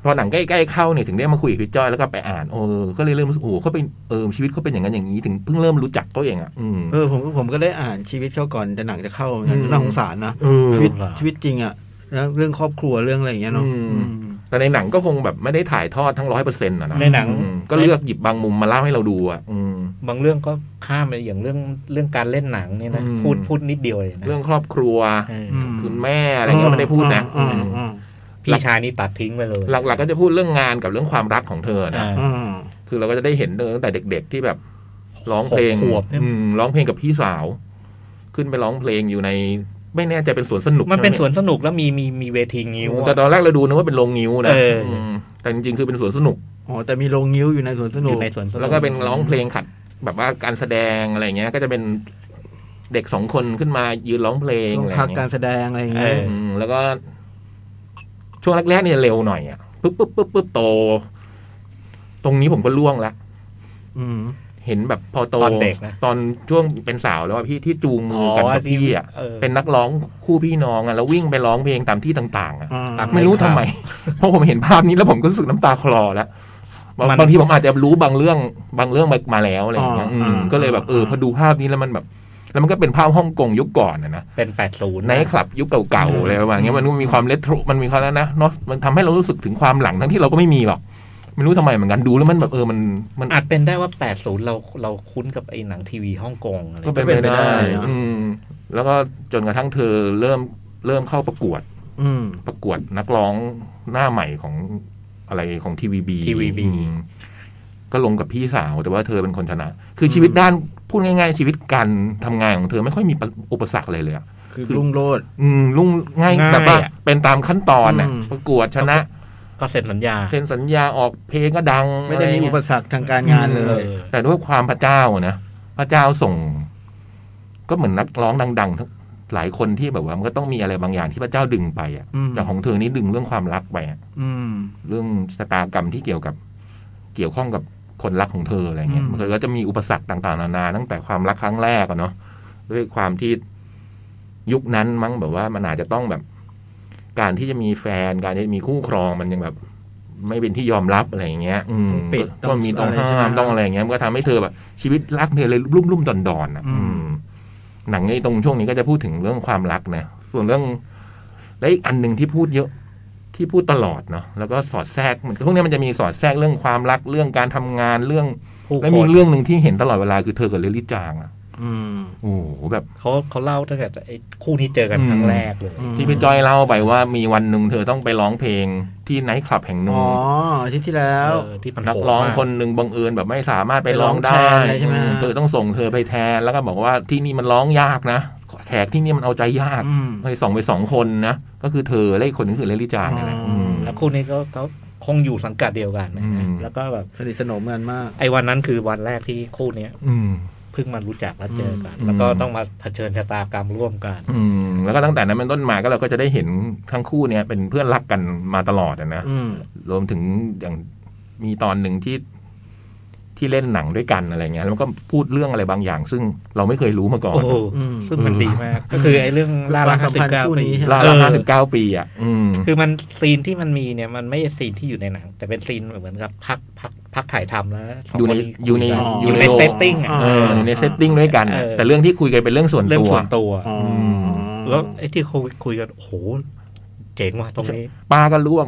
[SPEAKER 3] พอหนังใกล้ๆเข้าเนี่ยถึงได้มาคุยกับพี่จ้อยแล้วก็ไปอ่านเออก็เลยเริ่มรู้สึกโอ้โหเขาเป็นเออชีวิตเขาเป็นอย่างนั้นอย่างนี้ถึงเพิ่งเริ่มรู้จักเขาเองอ่ะอืม
[SPEAKER 5] เออผมผมก็ได้อ่านชีวิตเขาก่อนแต่หนังจะเข้าเหมือนกัน
[SPEAKER 3] อืม
[SPEAKER 5] น่าสงสารนะ
[SPEAKER 3] เออ
[SPEAKER 5] ชีวิต
[SPEAKER 4] เหรอ
[SPEAKER 5] ชีวิตจริงอะแล้วเรื่องครอบครัวเรื่องอะไรอย่างเงี้ยเนาะ
[SPEAKER 3] อืม
[SPEAKER 5] อืม
[SPEAKER 3] แต่ในหนังก็คงแบบไม่ได้ถ่ายทอดทั้งร้อยเปอร์เซ็นต์นะ
[SPEAKER 4] ในหนัง
[SPEAKER 3] อืมก็เลือกหยิบบางมุมมาเล่าให้เราดูอ่ะ อืม
[SPEAKER 4] บางเรื่องก็ข้ามไปอย่างเรื่องเรื่องการเล่นหนังเนี่ยนะ
[SPEAKER 3] อืม
[SPEAKER 4] พูดพูดนิดเดียวเลยนะ
[SPEAKER 3] เรื่องครอบครัว
[SPEAKER 4] เออ
[SPEAKER 5] ม
[SPEAKER 3] คุณแม่อะไรเงี้ยไม่ได้พูดนะ
[SPEAKER 5] อ่า
[SPEAKER 3] อืม
[SPEAKER 5] อ่า
[SPEAKER 4] พี่ชายนี่ตัดทิ้งไปเลย
[SPEAKER 3] หลักๆก็จะพูดเรื่องงานกับเรื่องความรักของเธอนะ
[SPEAKER 4] อ่า
[SPEAKER 5] อ่า
[SPEAKER 3] คือเราก็จะได้เห็นเธอตั้งแต่เด็ก ๆ ที่แบบร้องเพลง
[SPEAKER 4] หกขวบเนี่ย
[SPEAKER 3] อืมร้องเพลงกับพี่สาว ขึ้นไปร้องเพลงอยู่ใน ไม่แน่ใจเป็นสวนสนุก
[SPEAKER 4] มันเป็นส
[SPEAKER 3] ใช่ไห
[SPEAKER 4] วนสนุกแล้วมีมีมีเวที
[SPEAKER 3] เย
[SPEAKER 4] งิ้ว
[SPEAKER 3] แต่
[SPEAKER 4] อะ
[SPEAKER 3] ตอนแรกเราดูนึกว่าเป็นโรงงิ้วนะ
[SPEAKER 4] เอออื
[SPEAKER 3] มแต่จริงๆคือเป็นสวนสนุก
[SPEAKER 5] อ๋อแต่มีโรงงิ้วอยู่ในสวนส
[SPEAKER 4] อ
[SPEAKER 5] นุก
[SPEAKER 4] ยู่ในสวนสนุก
[SPEAKER 3] แล้วก็เป็นร้องเพลงขัด แบบว่าการแสดงอะไรเงี้ย ก็จะเป็นเด็กสองคนขึ้นมายืนร้องเพลง
[SPEAKER 5] ช่วง
[SPEAKER 3] อะไร
[SPEAKER 5] พักกา
[SPEAKER 3] เงี้ย
[SPEAKER 5] รแสดงอะไรอย่างเงี้ย
[SPEAKER 3] อืมแล้วก็ ช่วงแรกๆเนี่ยเร็วหน่อยอ่ะปุ๊บปุ๊บปุ๊บปุ๊บโต ตรงนี้ผมก็ล่วงละ
[SPEAKER 5] อืม
[SPEAKER 3] เห็นแบบพอโต
[SPEAKER 4] ตอนเด็กนะ
[SPEAKER 3] ตอนช่วงเป็นสาวแล้วอะพี่ที่จูงมือกันกับพี่อ่ะ
[SPEAKER 4] เออ
[SPEAKER 3] เป็นนักร้องคู่พี่น้องอ่ะแล้ววิ่งไปร้องเพลงตามที่ต่างๆอ่ะ
[SPEAKER 5] อ่า
[SPEAKER 3] แต่ไม่รู้ทำไม เพราะผมเห็นภาพนี้แล้วผมก็รู้สึกน้ำตาคลอแล้วบาง
[SPEAKER 4] มัน
[SPEAKER 3] บางทีผมอาจจะรู้บางเรื่องบางเรื่องมามาแล้วอะไรอย่างเงี้ย
[SPEAKER 5] อ่า
[SPEAKER 3] อืม
[SPEAKER 5] อ่า
[SPEAKER 3] ก็เลยแบบเออพอดูภาพนี้แล้วมันแบบ แล้วมันก็เป็นภาพฮ่องกงยุคก่อนนะนะ
[SPEAKER 4] เป็นแปดศูนย์
[SPEAKER 3] ในคลับยุคเก่าๆอะไรประมาณเงี้ยมันมีความเลโทรมันมีความแล้วนะเนอะมันทำให้เรารู้สึกถึงความหลังทั้งที่เราก็ไม่มีหรอกไม่รู้ทำไมเหมือนกันดูแล้วมันแบบเออมันมัน
[SPEAKER 4] อาจเป็นได้ว่า 80 เราเราคุ้นกับไอ้หนังทีวีฮ่องกงอะไร
[SPEAKER 3] ก็เป็น
[SPEAKER 5] ก็เป็
[SPEAKER 3] ไป
[SPEAKER 5] นไปได้
[SPEAKER 3] ได้
[SPEAKER 5] นะ
[SPEAKER 3] อืม แล้วก็จนกระทั่งเธอเริ่มเริ่มเข้าประกวด
[SPEAKER 5] อืม
[SPEAKER 3] ประกวดนักร้องหน้าใหม่ของอะไรของทีวีบี
[SPEAKER 4] TVB
[SPEAKER 3] ก็ลงกับพี่สาวแต่ว่าเธอเป็นคนชนะ คือชีวิตด้านพูดง่ายๆ ชีวิตการทำงานของเธอไม่ค่อยมีอุปสรรคเลยเลยอะ
[SPEAKER 5] คือรุ่งโรด
[SPEAKER 3] อืมลุ่งง่าย
[SPEAKER 4] ง่าย
[SPEAKER 3] แบบว่า
[SPEAKER 4] อะ
[SPEAKER 3] เป็นตามขั้นตอนน่ะ
[SPEAKER 5] อืม
[SPEAKER 3] ประกวดชนะ
[SPEAKER 4] ก็เซ็นสัญญา
[SPEAKER 3] เซ็นสัญญาออกเพลงก็ดัง
[SPEAKER 5] ไม่ได้มี
[SPEAKER 3] ะร
[SPEAKER 5] อุ
[SPEAKER 3] เงี้ย
[SPEAKER 5] ปสรรคทางการงานเลย
[SPEAKER 4] ออ
[SPEAKER 3] แต่ด้วยความพระเจ้าอะนะพระเจ้าส่ง ก็เหมือนนักร้องดังๆทั้งหลายคนที่แบบว่ามันก็ต้องมีอะไรบางอย่างที่พระเจ้าดึงไปอะ
[SPEAKER 5] อืม
[SPEAKER 3] แต่ของเธอนี่ดึงเรื่องความรักไปอะ
[SPEAKER 5] อืม
[SPEAKER 3] เรื่องชะตากรรมที่เกี่ยวกับ เกี่ยวข้องกับคนรักของเธออะไรเงี้ย
[SPEAKER 5] อืม
[SPEAKER 3] เธอก็จะมีอุปสรรคต่างๆนานาตั้งแต่ความรักครั้งแรกอะเนาะด้วยความที่ยุคนั้นมั้งแบบว่ามันอาจจะต้องแบบ การที่จะมีแฟนการที่จะมีคู่ครองมันยังแบบ ไม่เป็นที่ยอมรับอะไรอย่างเงี้ย อืม
[SPEAKER 5] ต้องปิด
[SPEAKER 3] ก็มีต้อง
[SPEAKER 5] ต้องอะไรใช่ไหม
[SPEAKER 3] ห้ามต้องอะไรอย่างเงี้ยมันก็ทำให้เธอแบบชีวิตรักเธอเลยรุ่มรุ่มๆดอนดอนๆอ่ะ
[SPEAKER 5] อืม
[SPEAKER 3] อืมหนังไอ้ตรงช่วงนี้ก็จะพูดถึงเรื่องความรักนะส่วนเรื่องและอีกอันหนึ่งที่พูดเยอะ ที่พูดตลอดเนาะแล้วก็สอดแทรกเหมือนพวกเนี้ยมันจะมีสอดแทรกเรื่องความรักเรื่องการทำงานเรื่อง
[SPEAKER 4] ผู้
[SPEAKER 3] และ
[SPEAKER 4] ค
[SPEAKER 3] มี
[SPEAKER 4] น
[SPEAKER 3] เรื่องหนึ่งที่เห็นตลอดเวลาคือเธอกับเลลี่จางอ่ะ
[SPEAKER 5] อืม
[SPEAKER 3] โอ้โหแบบ
[SPEAKER 4] เขาเขาเล่าตั้งแต่ไอ้คู่นี้เจอกัน
[SPEAKER 3] อืม
[SPEAKER 4] ครั้งแรกเลย
[SPEAKER 5] อืม
[SPEAKER 3] ที่พี่จ้อยเล่าไปว่ามีวันหนึ่งเธอต้องไปร้องเพลงที่ไนท์คลับแห่งหนึ่ง
[SPEAKER 5] อ๋ออาที่ที่แล้ว
[SPEAKER 4] เออที่มัน
[SPEAKER 3] นัก
[SPEAKER 4] โหด
[SPEAKER 3] ร้อง
[SPEAKER 4] มา
[SPEAKER 3] คนหนึ่งบังเอิญแบบไม่สามารถไป
[SPEAKER 5] ไปร้
[SPEAKER 3] ร้อ
[SPEAKER 5] อง ง
[SPEAKER 3] ได้
[SPEAKER 5] แทนอะไรใช่ไหม
[SPEAKER 3] อืมเธอต้องส่งเธอไปแทนแล้วก็บอกว่าที่นี่มันร้องยากนะ แขกที่นี่มันเอาใจยาก
[SPEAKER 5] อืม
[SPEAKER 3] เลยส่งไปสองคนนะ ก็คือเธอและอีกคนนึงคือเลลี่จางนี่แหละ
[SPEAKER 5] อ๋ออื
[SPEAKER 3] ม
[SPEAKER 4] แล้วคู่นี้ก็เขาคงอยู่สังกัดเดียวกันนะ
[SPEAKER 3] อื
[SPEAKER 4] นะ
[SPEAKER 3] ม
[SPEAKER 4] แล้วก็แบบ
[SPEAKER 5] สนิทสนมกันมาก
[SPEAKER 4] ไอ้วันนั้นคือวันแรกที่คู่เนี้ย
[SPEAKER 3] อืม
[SPEAKER 4] เพิ่งมารู้จักและเจอกัน
[SPEAKER 3] อืม
[SPEAKER 4] แล้วก็ต้องมาเผชิญชะตากรรมร่วมกัน
[SPEAKER 3] อืมแล้วก็ตั้งแต่นั้นเป็นต้นมาก็เราก็จะได้เห็นทั้งคู่เนี่ยเป็นเพื่อนรักกันมาตลอดอะนะ
[SPEAKER 5] อืม
[SPEAKER 3] รวมถึงอย่างมีตอนหนึ่งที่ที่เล่นหนังด้วยกันอะไรเงี้ยแล้วมันก็พูดเรื่องอะไรบางอย่าง ซึ่งเราไม่เคยรู้มาก่อน
[SPEAKER 4] โอ้โห
[SPEAKER 5] อืม
[SPEAKER 4] ซึ่งมันดีมาก ก็คือไอ้เรื่องล่า
[SPEAKER 5] ค
[SPEAKER 4] รั
[SPEAKER 5] วาก มสัมพันธ์คู่นี้ใช่ไม
[SPEAKER 3] ล่า
[SPEAKER 4] เอ
[SPEAKER 3] ละ
[SPEAKER 4] อ
[SPEAKER 3] ห้าสิบเก้าปีอ่ะ อืม
[SPEAKER 4] คือมันซีนที่มันมีเนี่ยมันไม่ใช่ซีนที่อยู่ในหนัง แต่เป็นซีนเหมือนกับพักพักพักถ่ายทำแล้วสง
[SPEAKER 3] อยู่ใน
[SPEAKER 4] ค
[SPEAKER 3] อยู่ใน
[SPEAKER 4] คุกั
[SPEAKER 5] อ
[SPEAKER 4] อ
[SPEAKER 5] ยู่
[SPEAKER 4] ยู่
[SPEAKER 5] ใน
[SPEAKER 4] ใน
[SPEAKER 5] โลก
[SPEAKER 4] เซตติ้งอ่ะ
[SPEAKER 3] เอออยู่ในเซตติ้งด้วยกันน่ะ
[SPEAKER 4] เออ
[SPEAKER 3] แต่เรื่องที่คุยกันเป็นเรื่องส่วน
[SPEAKER 4] เรื่อง
[SPEAKER 3] ตัว
[SPEAKER 4] ส่วนตัว
[SPEAKER 5] อ๋อ
[SPEAKER 3] ม
[SPEAKER 4] แล้วไอ้ที่คุยคุยกันโอ้โหเจ๋งว่ะตรงนี้
[SPEAKER 3] ป้าก็ล่วง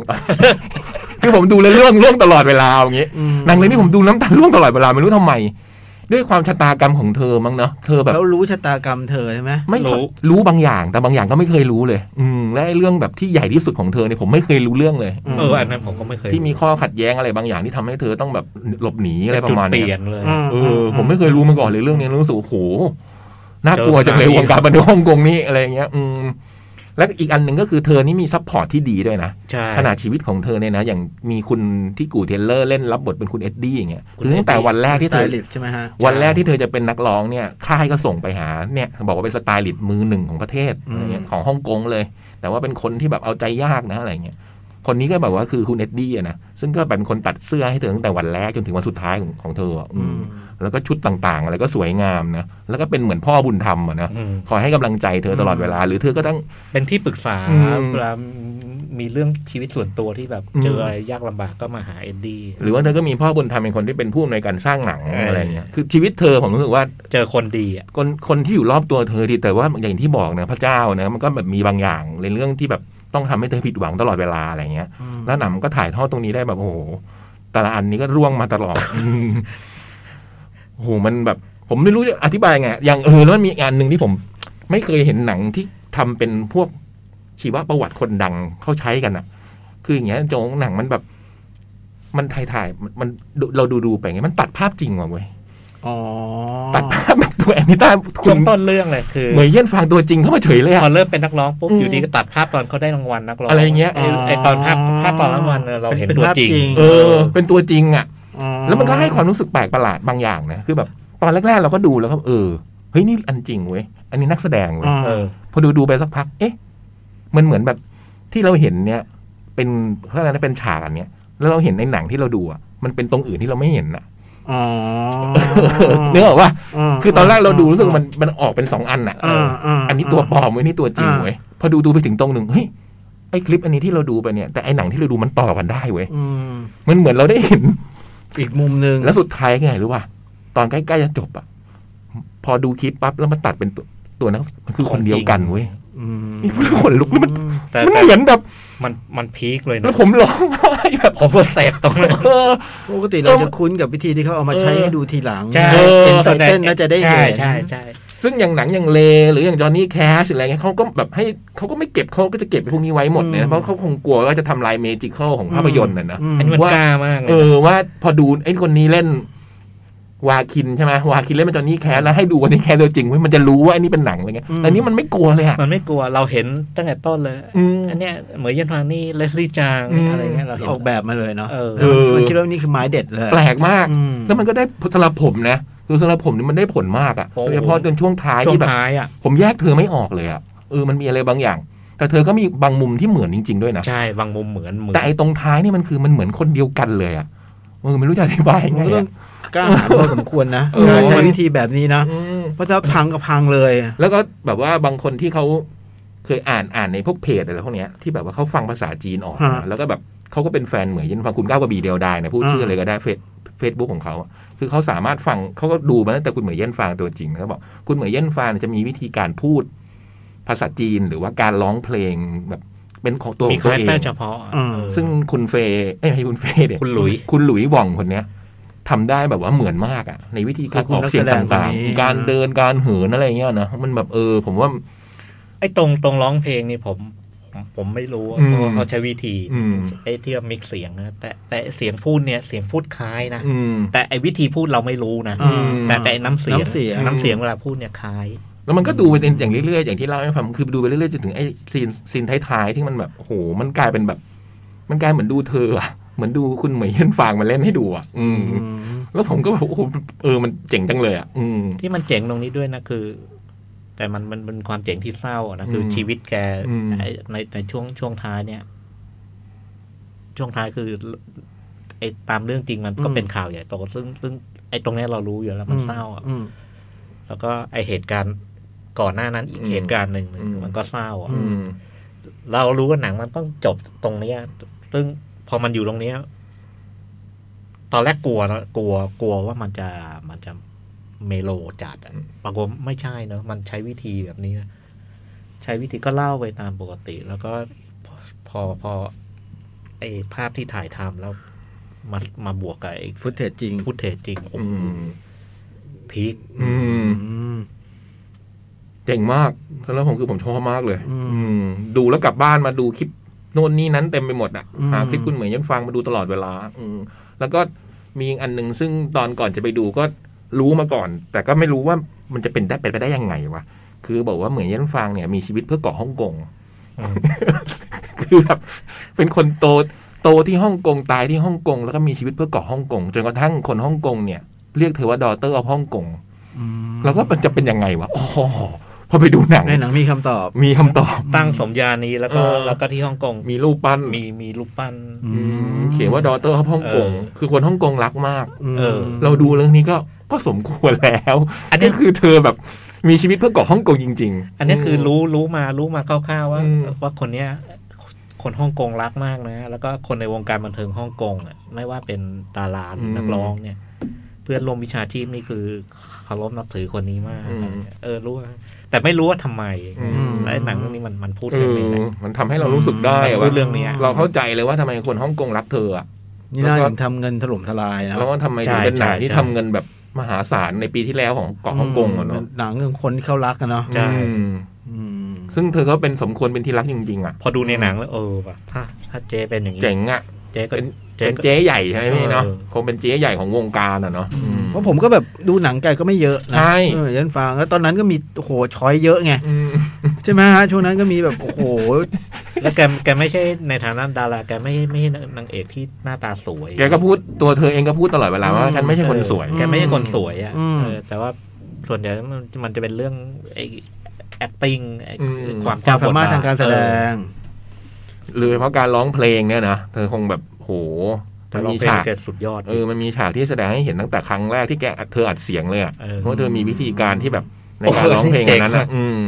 [SPEAKER 3] คือผมดูแล้วล่วงล่วงตลอดเวลาอย่างงี้
[SPEAKER 5] อืม
[SPEAKER 3] หนังเรื่องนี้ผมดูน้ำตาล่วงตลอดเวลาไม่รู้ทำไม ด้วยความชะตากรรมของเธอมั้งเนาะเธอแบบ
[SPEAKER 5] แล้วรู้ชะตากรรมเธอใช่ไหม
[SPEAKER 3] ไม่
[SPEAKER 4] รู้
[SPEAKER 3] รู้บางอย่าง แต่บางอย่างก็ไม่เคยรู้เลย อืมและไอ้เรื่องแบบที่ใหญ่ที่สุดของเธอเนี่ยผมไม่เคยรู้เรื่องเลย
[SPEAKER 4] เอออันนั้นผมก็ไม่เคย
[SPEAKER 3] ที่มีข้อขัดแย้งอะไรบางอย่างที่ทำให้เธอต้องแบบหลบหนีอะไรประมาณ
[SPEAKER 4] จุดเป
[SPEAKER 3] เนี้
[SPEAKER 4] ลี่ย
[SPEAKER 3] ย
[SPEAKER 4] นเลย
[SPEAKER 5] ม
[SPEAKER 3] เออผมไม่เคยรู้มาก่อนเลยเรื่องนี้รู้สึกโอ้โหน่ากลัว
[SPEAKER 4] เจอ
[SPEAKER 3] จังเลย
[SPEAKER 4] สามี
[SPEAKER 3] วงการบันเทิงฮ่องกงนี่อะไรอย่างเงี้ย อืม และอีกอันหนึ่งก็คือเธอนี่มีซัพพอร์ตที่ดีด้วยนะ
[SPEAKER 4] ใช่
[SPEAKER 3] ขนาดชีวิตของเธอเนี่ยนะ อย่างมีคุณที่กูเทเลอร์เล่นรับบทเป็นคุณเอ็ดดี้อย่างเงี้ยคือตั้งแต่วันแรกที่
[SPEAKER 5] ส
[SPEAKER 3] เธอ
[SPEAKER 5] ไตลิสต์ใช่ไหมฮะ
[SPEAKER 3] วันแรกที่เธอจะเป็นนักร้องเนี่ยค่ายก็ส่งไปหาเนี่ย บอกว่าเป็นสไตลิสต์มือหนึ่งของประเทศอะไรเงี้ยของฮ่องกงเลย แต่ว่าเป็นคนที่แบบเอาใจยากนะอะไรเงี้ยคนนี้ก็แบบว่าคือคุณเอ็ดดี้อะนะซึ่งก็เป็นคนตัดเสื้อให้เธอตั้งแต่วันแรกจนถึงวันสุดท้ายของของเธออะอื
[SPEAKER 5] อื
[SPEAKER 3] ม
[SPEAKER 5] ม
[SPEAKER 3] แล้วก็ชุดต่างๆ อะไรก็สวยงามนะ แล้วก็เป็นเหมือนพ่อบุญธรรมอะนะ
[SPEAKER 4] อืม
[SPEAKER 3] คอยให้กำลังใจเธอตลอดเวลา หรือเธอก็ต้อง
[SPEAKER 4] เป็นที่ปรึกษา
[SPEAKER 3] อืม
[SPEAKER 4] เวลา มีเรื่องชีวิตส่วนตัวที่แบบ
[SPEAKER 3] อืม
[SPEAKER 4] เจออะไรยากลำบากก็มาหาเอ็ดดี้
[SPEAKER 3] หรือว่าเธอก็มีพ่อบุญธรรมเป็นคนที่เป็นผู้อำนวยการสร้างหนังอะไรเงี้ยคือชีวิตเธอผมรู้สึกว่า
[SPEAKER 4] เจอคนดีอ่ะ
[SPEAKER 3] คนคนที่อยู่รอบตัวเธอดีแต่ว่าอย่างที่บอกนะพระเจ้านะมันก็แบบมีบางอย่างในเรื่องที่แบบต้องทำให้เธอผิดหวังตลอดเวลาอะไรเงี้ย แล้วหนังมันก็ถ่ายทอดตรงนี้ได้แบบโอ้โหแต่ละอันนี้ก็ร่วงมาตลอด โอ้โหมันแบบ ผมไม่รู้จะอธิบายไงอย่างเออแล้วมันมีอีกอันหนึ่งที่ผม ไม่เคยเห็นหนังที่ทำเป็นพวกชีวประวัติคนดังเขาใช้กันอะคืออย่างเงี้ยโจงหนังมันแบบ มันถ่ายถ่ายๆมันมันดูเราดูดูๆไปไงมันตัดภาพจริงว่ะเว้ย
[SPEAKER 5] อ๋อ
[SPEAKER 3] ตัดภาพแบบตัวแอนิต้าคุ
[SPEAKER 4] ช่ว
[SPEAKER 3] ณ
[SPEAKER 4] งต้นเรื่องเลยคือ
[SPEAKER 3] เหมยเยี่ยนฟางตัวจริงเข้ามาเฉยเลย
[SPEAKER 4] พ
[SPEAKER 3] อะ
[SPEAKER 4] อเริ่มเป็นนักร้องปุ๊บ
[SPEAKER 3] อืม
[SPEAKER 4] อยู่ดีก็ตัดภาพตอนเขาได้รางวัลนักร้อง
[SPEAKER 3] อะไรเงี้ย
[SPEAKER 4] ไอ้ไอตอนภาพภาพตอนรางวัลเนี่ยเราเห็นตัวจริง
[SPEAKER 3] เออ เป็นตัวจริงอะ
[SPEAKER 5] อ๋อ
[SPEAKER 3] แล้วมันก็ให้ความรู้สึกแปลกประหลาดบางอย่างนะคือแบบ ตอนแรกๆเราก็ดูแล้วก็เออเฮ้ยนี่อันจริงเว้ยอันนี้นักแสดงเว้ย
[SPEAKER 5] อ่า
[SPEAKER 4] เออ
[SPEAKER 3] พอดูดูๆไปสักพัก เอ๊ะ มันเหมือนแบบที่เราเห็นเนี่ย เป็นเขาเรียกอะไรนะเป็นฉากอันเนี้ยแล้วเราเห็นในหนังที่เราดูอะมันเป็นตรงอื่นที่เราไม่เห็นอะ
[SPEAKER 5] อ๋อ
[SPEAKER 3] เนื้อออกว่า
[SPEAKER 5] า
[SPEAKER 3] คือตอนแรกเราดูรู้สึกมันมันออกเป็นสองอันอะ
[SPEAKER 5] อ่าา
[SPEAKER 3] อันนี้ตัวปลอมเว้ยนี่ตัวจริงเว้ยพอดูดูไปถึงตรงหนึ่งเฮ้ยไอคลิปอันนี้ที่เราดูไปเนี่ยแต่ไอหนังที่เราดูมันต่อกันได้เว้ย
[SPEAKER 5] อืม
[SPEAKER 3] มันเหมือนเราได้เห็น
[SPEAKER 5] อีกมุมหนึ่ง
[SPEAKER 3] แล้วสุดท้ายไงรู้ป่ะตอนใกล้ๆจะจบอะพอดูคลิปปั๊บแล้วมาตัดเป็นตัวตัวนักมันคือคนเดียวกันเว้ย
[SPEAKER 5] อืม
[SPEAKER 3] นี่มันขนลุกแล้วมัน
[SPEAKER 4] แต่
[SPEAKER 3] มัน
[SPEAKER 4] แต่
[SPEAKER 3] เหมือนแบบ
[SPEAKER 4] มันมันพีคเลย
[SPEAKER 3] แล้
[SPEAKER 4] นะ
[SPEAKER 3] วผมร้องไห้แบบ
[SPEAKER 4] ผมก็แสบตรงนั้น
[SPEAKER 3] เออ
[SPEAKER 5] ปกติเราจะคุ้นกับวิธีที่เขาเอามาใช้
[SPEAKER 3] เออ
[SPEAKER 5] ให้ดูทีหลัง
[SPEAKER 4] ใช่
[SPEAKER 3] เออ
[SPEAKER 4] ห็
[SPEAKER 5] ใส่เต้นน่าจะได้เห็น
[SPEAKER 4] ใช่ใช่ใช่
[SPEAKER 3] ซึ่งอย่างหนังอย่างเล หรืออย่างจอห์นนี่แคชอะไรเงี้ยเขาก็แบบให้เขาก็ไม่เก็บเขาก็จะเก็บพวกนี้ไว้หมดเลยนะเพราะเขาคงกลัวว่าจะทำลายเมจิคอลของภาพยนตร์น่ะนะ
[SPEAKER 5] อืม
[SPEAKER 4] อันนี้มันกล้ามากเล
[SPEAKER 3] เอย อว่าพอดูไอ้คนนี้เล่น วาคินใช่ไหมวาคินเล่นเป็นจอห์นนี่แคสแล้วให้ดูวันนี้แคสตัวจริงเว้ยมันจะรู้ว่าไอ้นี่เป็นหนังอะไรเงี้ยแต่อันนี้มันไม่กลัวเลยอะ
[SPEAKER 4] มันไม่กลัวเราเห็นตั้งแต่ต้นเลย
[SPEAKER 3] อืม
[SPEAKER 4] อันเนี้ยเหมยเยันฟางนี่เลสลี่จาง
[SPEAKER 3] อืม
[SPEAKER 4] อะไรเงี้ยเราเห็น
[SPEAKER 5] ออกแบบมาเลยเนาะ
[SPEAKER 4] เออ
[SPEAKER 5] มันคิดว่านี่คือไม้เด็ดเลย
[SPEAKER 3] แปลกมาก
[SPEAKER 5] อื
[SPEAKER 3] แล้วมันก็ได้สำหรับผมนะคือสำหรับผมนี่มันได้ผลมากอะ
[SPEAKER 4] โอ้โห
[SPEAKER 3] โดยเฉพาะจนช่วงท้าย
[SPEAKER 4] ช่ว
[SPEAKER 3] ที่
[SPEAKER 4] ง
[SPEAKER 3] แบบ
[SPEAKER 4] ท้ายอ่ะ
[SPEAKER 3] ผมแยกเธอไม่ออกเลยอะเออมันมีอะไรบางอย่าง แต่เธอก็มีบางมุมที่เหมือนจริง ๆ ด้วยนะ
[SPEAKER 4] ใช่บางมุมเหมือนเหมือน
[SPEAKER 3] แต่ไอ้ตรงท้ายนี่มันคือมันเหมือนคนเดียวกันเลยอะเออไม่รู้จะอธิบายยัง
[SPEAKER 5] มัน
[SPEAKER 3] ไง
[SPEAKER 5] ก็ต้
[SPEAKER 3] อะ
[SPEAKER 5] องกล้าหาญพอสมควรนะ
[SPEAKER 3] เออ
[SPEAKER 5] การใช้วิธีแบบนี้นะ
[SPEAKER 3] อืม
[SPEAKER 5] เพราะถ้าพังก็พังเลยอะ
[SPEAKER 3] แล้วก็แบบว่าบางคนที่เขาเคยอ่านอ่านในพวกเพจอะไรพวกเนี้ยที่แบบว่าเขาฟังภาษาจีนออกนะแล้วก็แบบเขาก็เป็นแฟนเหมือนยินฟังคุณก้าวกระบีเดียวดายนะพูดชื่ออะไรก็ได้เฟซเฟซบุ๊กของเขาอะคือเขาสามารถฟังเขาก็ดูมาตั้งแต่คุณเหมยเย่นฟางตัวจริงนะเขาบอกคุณเหมยเย่นฟางจะมีวิธีการพูดภาษาจีนหรือว่าการร้องเพลงแบบเป็นของตัวข
[SPEAKER 4] มี
[SPEAKER 3] อง
[SPEAKER 4] คา
[SPEAKER 3] ตัว
[SPEAKER 4] แรค
[SPEAKER 3] เอง
[SPEAKER 4] เตอร์เฉพาะเออ
[SPEAKER 3] ซึ่งคุณเฟยเอ้ยไม่ใช่คุณเฟยเด็
[SPEAKER 4] คุณหลุย
[SPEAKER 3] คุณหลุยส์หว่องคนเนี้ยทำได้แบบว่าเหมือนมากอะในวิธีการออกเสียงต่างๆ การเดินการเหินอะไรเงี้ยนะมันแบบเออ ผมว่า
[SPEAKER 4] ไอ้ตรงตรงร้องเพลงนี่ผม ผมผมไม่รู้อะ
[SPEAKER 3] อืม
[SPEAKER 4] เพราะว่าเขาใช้วิธี
[SPEAKER 3] อืม
[SPEAKER 4] ไอ้ที่ว่ามิกเสียงนะแต่แต่เสียงพูดเนี่ยเสียงพูดคล้ายนะ
[SPEAKER 3] อืม
[SPEAKER 4] แต่ไอ้วิธีพูดเราไม่รู้นะ
[SPEAKER 5] อ่า
[SPEAKER 4] แต่แต่น้ำเสียง
[SPEAKER 5] น้ำเสียง
[SPEAKER 4] น้ำเสียงเวลาพูดเนี่ยคล้าย
[SPEAKER 3] แล้วมันก็ดูไปอย่างเรื่อยๆอย่างที่เล่าให้ฟังคือดูไปเรื่อยๆจนถึงไอ้ซีนซีนท้ายๆที่มันแบบโอ้โหมันกลายเป็นแบบ มันกลายเหมือนดูเธออะเหมือนดูคุณเหมยเย็นฟางมาเล่นให้ดูอะอืม
[SPEAKER 5] อืม
[SPEAKER 3] แล้วผมก็แบบโอ้โหเออมันเจ๋งจังเลยอะอืม
[SPEAKER 4] ที่มันเจ๋งตรงนี้ด้วยนะคือ แต่มันมันเป็นความเจ๋งที่เศร้าอะนะคืออ
[SPEAKER 3] ม
[SPEAKER 4] ชีวิตแก
[SPEAKER 3] อืม
[SPEAKER 4] ไอ้ในในช่วงช่วงท้ายเนี่ย ช่วงท้ายคือไอ้ตามเรื่องจริงมันก็
[SPEAKER 5] อืม
[SPEAKER 4] เป็นข่าวใหญ่โตซึ่งซึ่งไอ้ตรงเนี้ยเรารู้อยู่แล้วมันเศร้าอะ
[SPEAKER 5] อืม
[SPEAKER 4] แล้วก็ไอ้เหตุการณ์ก่อนหน้านั้นอีก
[SPEAKER 3] อืม
[SPEAKER 4] เหตุการณ์หนึ่ง
[SPEAKER 3] อืม
[SPEAKER 4] มันก็เศร้าอะ
[SPEAKER 3] อืม
[SPEAKER 4] เรารู้ว่าหนังมันต้องจบตรงเนี้ย ซึ่งพอมันอยู่ตรงเนี้ย ตอนแรกกลัวนะกลัวกลัวว่ามันจะมันจะเมโลจัดอะ
[SPEAKER 3] อืม
[SPEAKER 4] ปรากฏไม่ใช่เนอะมันใช้วิธีแบบนี้นะใช้วิธีก็เล่าไปตามปกติ แล้วก็พอพอพอไอภาพที่ถ่ายทำแล้วมามาบวกกับไอ
[SPEAKER 5] ฟุตเทจจริง
[SPEAKER 4] พุทเทจจริงโอ้
[SPEAKER 3] อื
[SPEAKER 4] โห
[SPEAKER 3] ม
[SPEAKER 4] พีค
[SPEAKER 3] อืม
[SPEAKER 5] อืม
[SPEAKER 3] เจ๋งมากสำหรับผมคือผมชอบมากเลย
[SPEAKER 5] อืม
[SPEAKER 3] อืม ดูแล้วกลับบ้านมาดูคลิปโน่นนี่นั้นเต็มไปหมดอ่ะ
[SPEAKER 5] อืม
[SPEAKER 3] หาคลิปคุณเหมยยันฟังมาดูตลอดเวลา อืม แล้วก็มีอีกอันหนึ่งซึ่งตอนก่อนจะไปดูก็รู้มาก่อน แต่ก็ไม่รู้ว่ามันจะเป็นได้เป็นไปได้ยังไงวะ คือบอกว่าเหมือนยันฟังเนี่ยมีชีวิตเพื่อเกาะฮ่องกง
[SPEAKER 4] อืม
[SPEAKER 3] คือแบบเป็นคนโตโตที่ฮ่องกงตายที่ฮ่องกงแล้วก็มีชีวิตเพื่อเกาะฮ่องกงจนกระทั่งคนฮ่องกงเนี่ยเรียกเธอว่าดอเตอร์ออฟฮ่องกง
[SPEAKER 5] อืม
[SPEAKER 3] แล้วก็มันจะเป็นยังไงวะอ๋อพอไปดูหนัง
[SPEAKER 5] ในหนังมีคำตอบ
[SPEAKER 3] มีคำตอบ
[SPEAKER 4] ตั้งสมญานี้แล้วก็
[SPEAKER 3] เออ
[SPEAKER 4] แล้วก็ที่ฮ่องกง
[SPEAKER 3] มีรูปปั้น
[SPEAKER 4] มีมีรูปปั้น
[SPEAKER 5] อืม
[SPEAKER 3] เขียนว่าดอเตอร์ฮ่องกง
[SPEAKER 4] เออ
[SPEAKER 3] คือคนฮ่องกงรักมาก
[SPEAKER 5] ม
[SPEAKER 4] เออ
[SPEAKER 3] เราดูเรื่องนี้ก็ก็สมควรแล้ว
[SPEAKER 4] อันเนี้
[SPEAKER 3] นี่
[SPEAKER 4] ย
[SPEAKER 3] คือเธอแบบมีชีวิตเพื่อเกาะฮ่องกงจริง ๆ
[SPEAKER 4] อันเนี้ยคือรู้รู้มารู้มาคร่าวๆว่า
[SPEAKER 3] อืม
[SPEAKER 4] ว่าคนเนี้ย คนฮ่องกงรักมากนะ แล้วก็คนในวงการบันเทิงฮ่องกงอ่ะไม่ว่าเป็นดาราหรือนักร้องเนี่ย เพื่อนร่วมวิชาชีพนี่คือเคารพนับถือคนนี้มาก
[SPEAKER 3] อืม
[SPEAKER 4] เออรู้ว่าแต่ไม่รู้ว่าทำไม
[SPEAKER 3] อืม
[SPEAKER 4] และหนังเรื่องนี้มันมันพูด
[SPEAKER 3] เอ
[SPEAKER 4] เรื่อง
[SPEAKER 3] อ
[SPEAKER 4] นี้นะ
[SPEAKER 3] มันทำให้เรารู้สึกได้
[SPEAKER 4] มันพู
[SPEAKER 3] ว่า
[SPEAKER 4] ดเรื่องเนี้ย
[SPEAKER 3] เราเข้าใจเลยว่าทำไมคนฮ่องกงรักเธออะ
[SPEAKER 2] นี่น่า
[SPEAKER 3] แล้วก็
[SPEAKER 2] ถึงทำเงินถล่มทลายนะ
[SPEAKER 3] แล้วก็ทำไมถึง
[SPEAKER 4] ใช่
[SPEAKER 3] เป็นหนัง
[SPEAKER 4] ใช่
[SPEAKER 3] ที่
[SPEAKER 4] ใช่
[SPEAKER 3] ทำเงินแบบมหาศาลในปีที่แล้วของเกาะฮ่องกงอะเนาะ
[SPEAKER 2] หนังเรื่องคนที่เขารักกันเนาะ
[SPEAKER 4] ใช่
[SPEAKER 3] อืม
[SPEAKER 2] อืม
[SPEAKER 3] ซึ่งเธอก็เป็นสมควรเป็นที่รักจริงๆอ่ะ
[SPEAKER 4] พอดูในหนังแล้วเออว่ะถ้าถ้าเจเป็นอย่างนี้
[SPEAKER 3] เจ๋งอ่ะ
[SPEAKER 4] เจก็
[SPEAKER 3] เป็น
[SPEAKER 4] เจ
[SPEAKER 3] เป็น
[SPEAKER 4] ก็
[SPEAKER 3] เจ๊ใหญ่ใช่ไหมพี่เนาะ
[SPEAKER 4] เออ
[SPEAKER 3] คงเป็นเจ๊ใหญ่ของวงการอ่ะเนาะอืม
[SPEAKER 2] เพราะผมก็แบบดูหนังไก่ก็ไม่เยอะนะ
[SPEAKER 3] ใช่
[SPEAKER 2] เออยันฟังแล้วตอนนั้นก็มีโอ้โหช้อยเยอะไง
[SPEAKER 3] อืม
[SPEAKER 2] ใช่ไหมฮะช่วงนั้นก็มีแบบโอ้โห
[SPEAKER 4] แล้วแกแกไม่ใช่ในฐานะดาราแกไม่ไม่ใช่นางเอกที่หน้าตาสวย
[SPEAKER 3] แกก็พูดตัวเธอเองก็พูดตลอดเวลาว่า ฉันไม่ใช่คนสวย
[SPEAKER 4] เออแกไม่ใช่คนสวยอ่ะ
[SPEAKER 2] อืม
[SPEAKER 4] เออแต่ว่าส่วนใหญ่มันมันจะเป็นเรื่องไอ้ acting ไอ้
[SPEAKER 3] อืม
[SPEAKER 4] ความ
[SPEAKER 2] ควา
[SPEAKER 4] เจ้าม
[SPEAKER 2] สามารถ
[SPEAKER 4] บทบ
[SPEAKER 2] ทางการแสดง
[SPEAKER 3] หรือเพราะการร้องเพลงเนี่ยนะเธอคงแบบโห
[SPEAKER 4] เออแต่
[SPEAKER 3] มัน
[SPEAKER 4] เรา
[SPEAKER 3] มี
[SPEAKER 4] เป็น
[SPEAKER 3] ฉาก
[SPEAKER 4] แกสุดยอด
[SPEAKER 3] เออมันมีฉากที่แสดงให้เห็นตั้งแต่ครั้งแรกที่แกอัดเธออัดเสียงเลยอะ
[SPEAKER 4] เออ
[SPEAKER 3] เพราะว่าเธอมีวิธีการที่แบบใน
[SPEAKER 4] โอ้โห
[SPEAKER 3] การร้องเพลง
[SPEAKER 4] เจ๋ง
[SPEAKER 3] อันนั้นอะอืม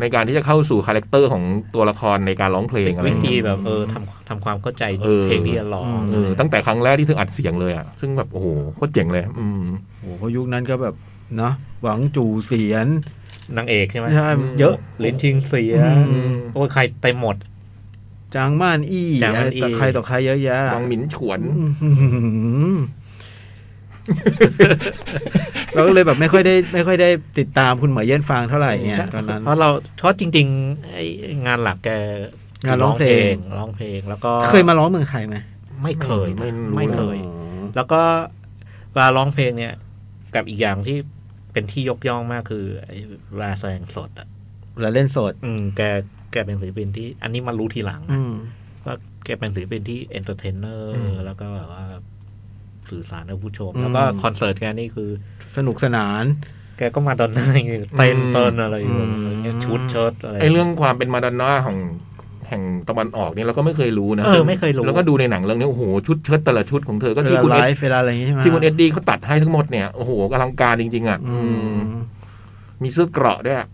[SPEAKER 3] ในการที่จะเข้าสู่คาแรคเตอร์ของตัวละครในการร้องเพลงอะไรอ
[SPEAKER 4] วิ
[SPEAKER 3] ย่าง
[SPEAKER 4] ธี
[SPEAKER 3] เงี้ย
[SPEAKER 4] แบบเออทำทำความเข้าใจ
[SPEAKER 3] เออ
[SPEAKER 4] เพลงที่จะร้อง
[SPEAKER 2] อืม
[SPEAKER 3] เออตั้งแต่ครั้งแรกที่เธออัดเสียงเลยอ่ะซึ่งแบบโอ้โหโคตรเจ๋งเลย อืม
[SPEAKER 2] โอ้โหเพราะยุคนั้นก็แบบเนาะหวังจู่เสียน
[SPEAKER 4] นางเอกใช่ไหม
[SPEAKER 2] ใช่เยอะ
[SPEAKER 4] ลิ้นชิงเสีย
[SPEAKER 2] อืม
[SPEAKER 4] โอ้ยใครเต็มหมด
[SPEAKER 2] จางม่านอี้
[SPEAKER 4] จาง
[SPEAKER 2] อะไร
[SPEAKER 4] ม่านอี้
[SPEAKER 2] ต่อใครต่อใครเยอะแยะ
[SPEAKER 3] บางหมินฉวน
[SPEAKER 2] อื้อหือ เราก็เลยแบบไม่ค่อยได้ ไม่ค่อยได้ติดตามคุณเหมยเย็นฟางเท่าไหร่เนี่ยตอนนั้น
[SPEAKER 4] เพราะเราเพราะจริงๆไอ้งานหลักแก
[SPEAKER 2] งานร้องเพลง
[SPEAKER 4] ร้องเพลงแล้วก็
[SPEAKER 2] เคยมาร้องเมืองไทยไหม
[SPEAKER 4] ไม่เคย
[SPEAKER 3] ไม่รู้
[SPEAKER 4] ไม่เคย แล้วก็เวลาร้องเพลงเนี่ย กับอีกอย่างที่เป็นที่ยกย่องมากคือไอ้เวลาแสดงสดอ่ะ
[SPEAKER 2] เราเล่นสด
[SPEAKER 4] อืมแกแกเป็นศิลปินที่ อันนี้มารู้ทีหลัง
[SPEAKER 2] อื
[SPEAKER 4] นะ
[SPEAKER 2] ม
[SPEAKER 4] ว่าแกเป็นศิลปินที่เอนเตอร์เทนเนอร์
[SPEAKER 3] อืม
[SPEAKER 4] แล้วก็แบบว่าสื่อสารกับผู้ชม
[SPEAKER 2] อืม
[SPEAKER 4] แล้วก็คอนเสิร์ตแกนี่คือ
[SPEAKER 2] สนุกสนาน
[SPEAKER 4] แกก็มาดอนน่าอย่างเงี้ยเต้นเต้นอะไรอย่างเงี้ย
[SPEAKER 2] อืม
[SPEAKER 4] เงี้ยชุดเชิ้ตอะไร
[SPEAKER 3] ไอเรื่องความเป็นมาดอนน่าของแห่งตะวันออกนี่เราก็ไม่เคยรู้นะ
[SPEAKER 4] เออไม่เคยรู้
[SPEAKER 3] แล้วก็ดูในหนังเรื่องนี้โอ้โหชุดเชิ้ตแต่ละชุดของเธอก็
[SPEAKER 2] เว
[SPEAKER 3] ที่
[SPEAKER 2] ลา
[SPEAKER 3] คุณ
[SPEAKER 2] ไล
[SPEAKER 3] เอ็ด
[SPEAKER 2] ฟ์เวลาอะไรอย่างงี้ใช่ไหม
[SPEAKER 3] ที่คุณเอ็ดดี้เขาตัดให้ทั้งหมดเนี่ยโอ้โหอลังการจริงๆอ่ะ
[SPEAKER 2] อืม
[SPEAKER 3] มีเสื้อเกราะด้วยอะ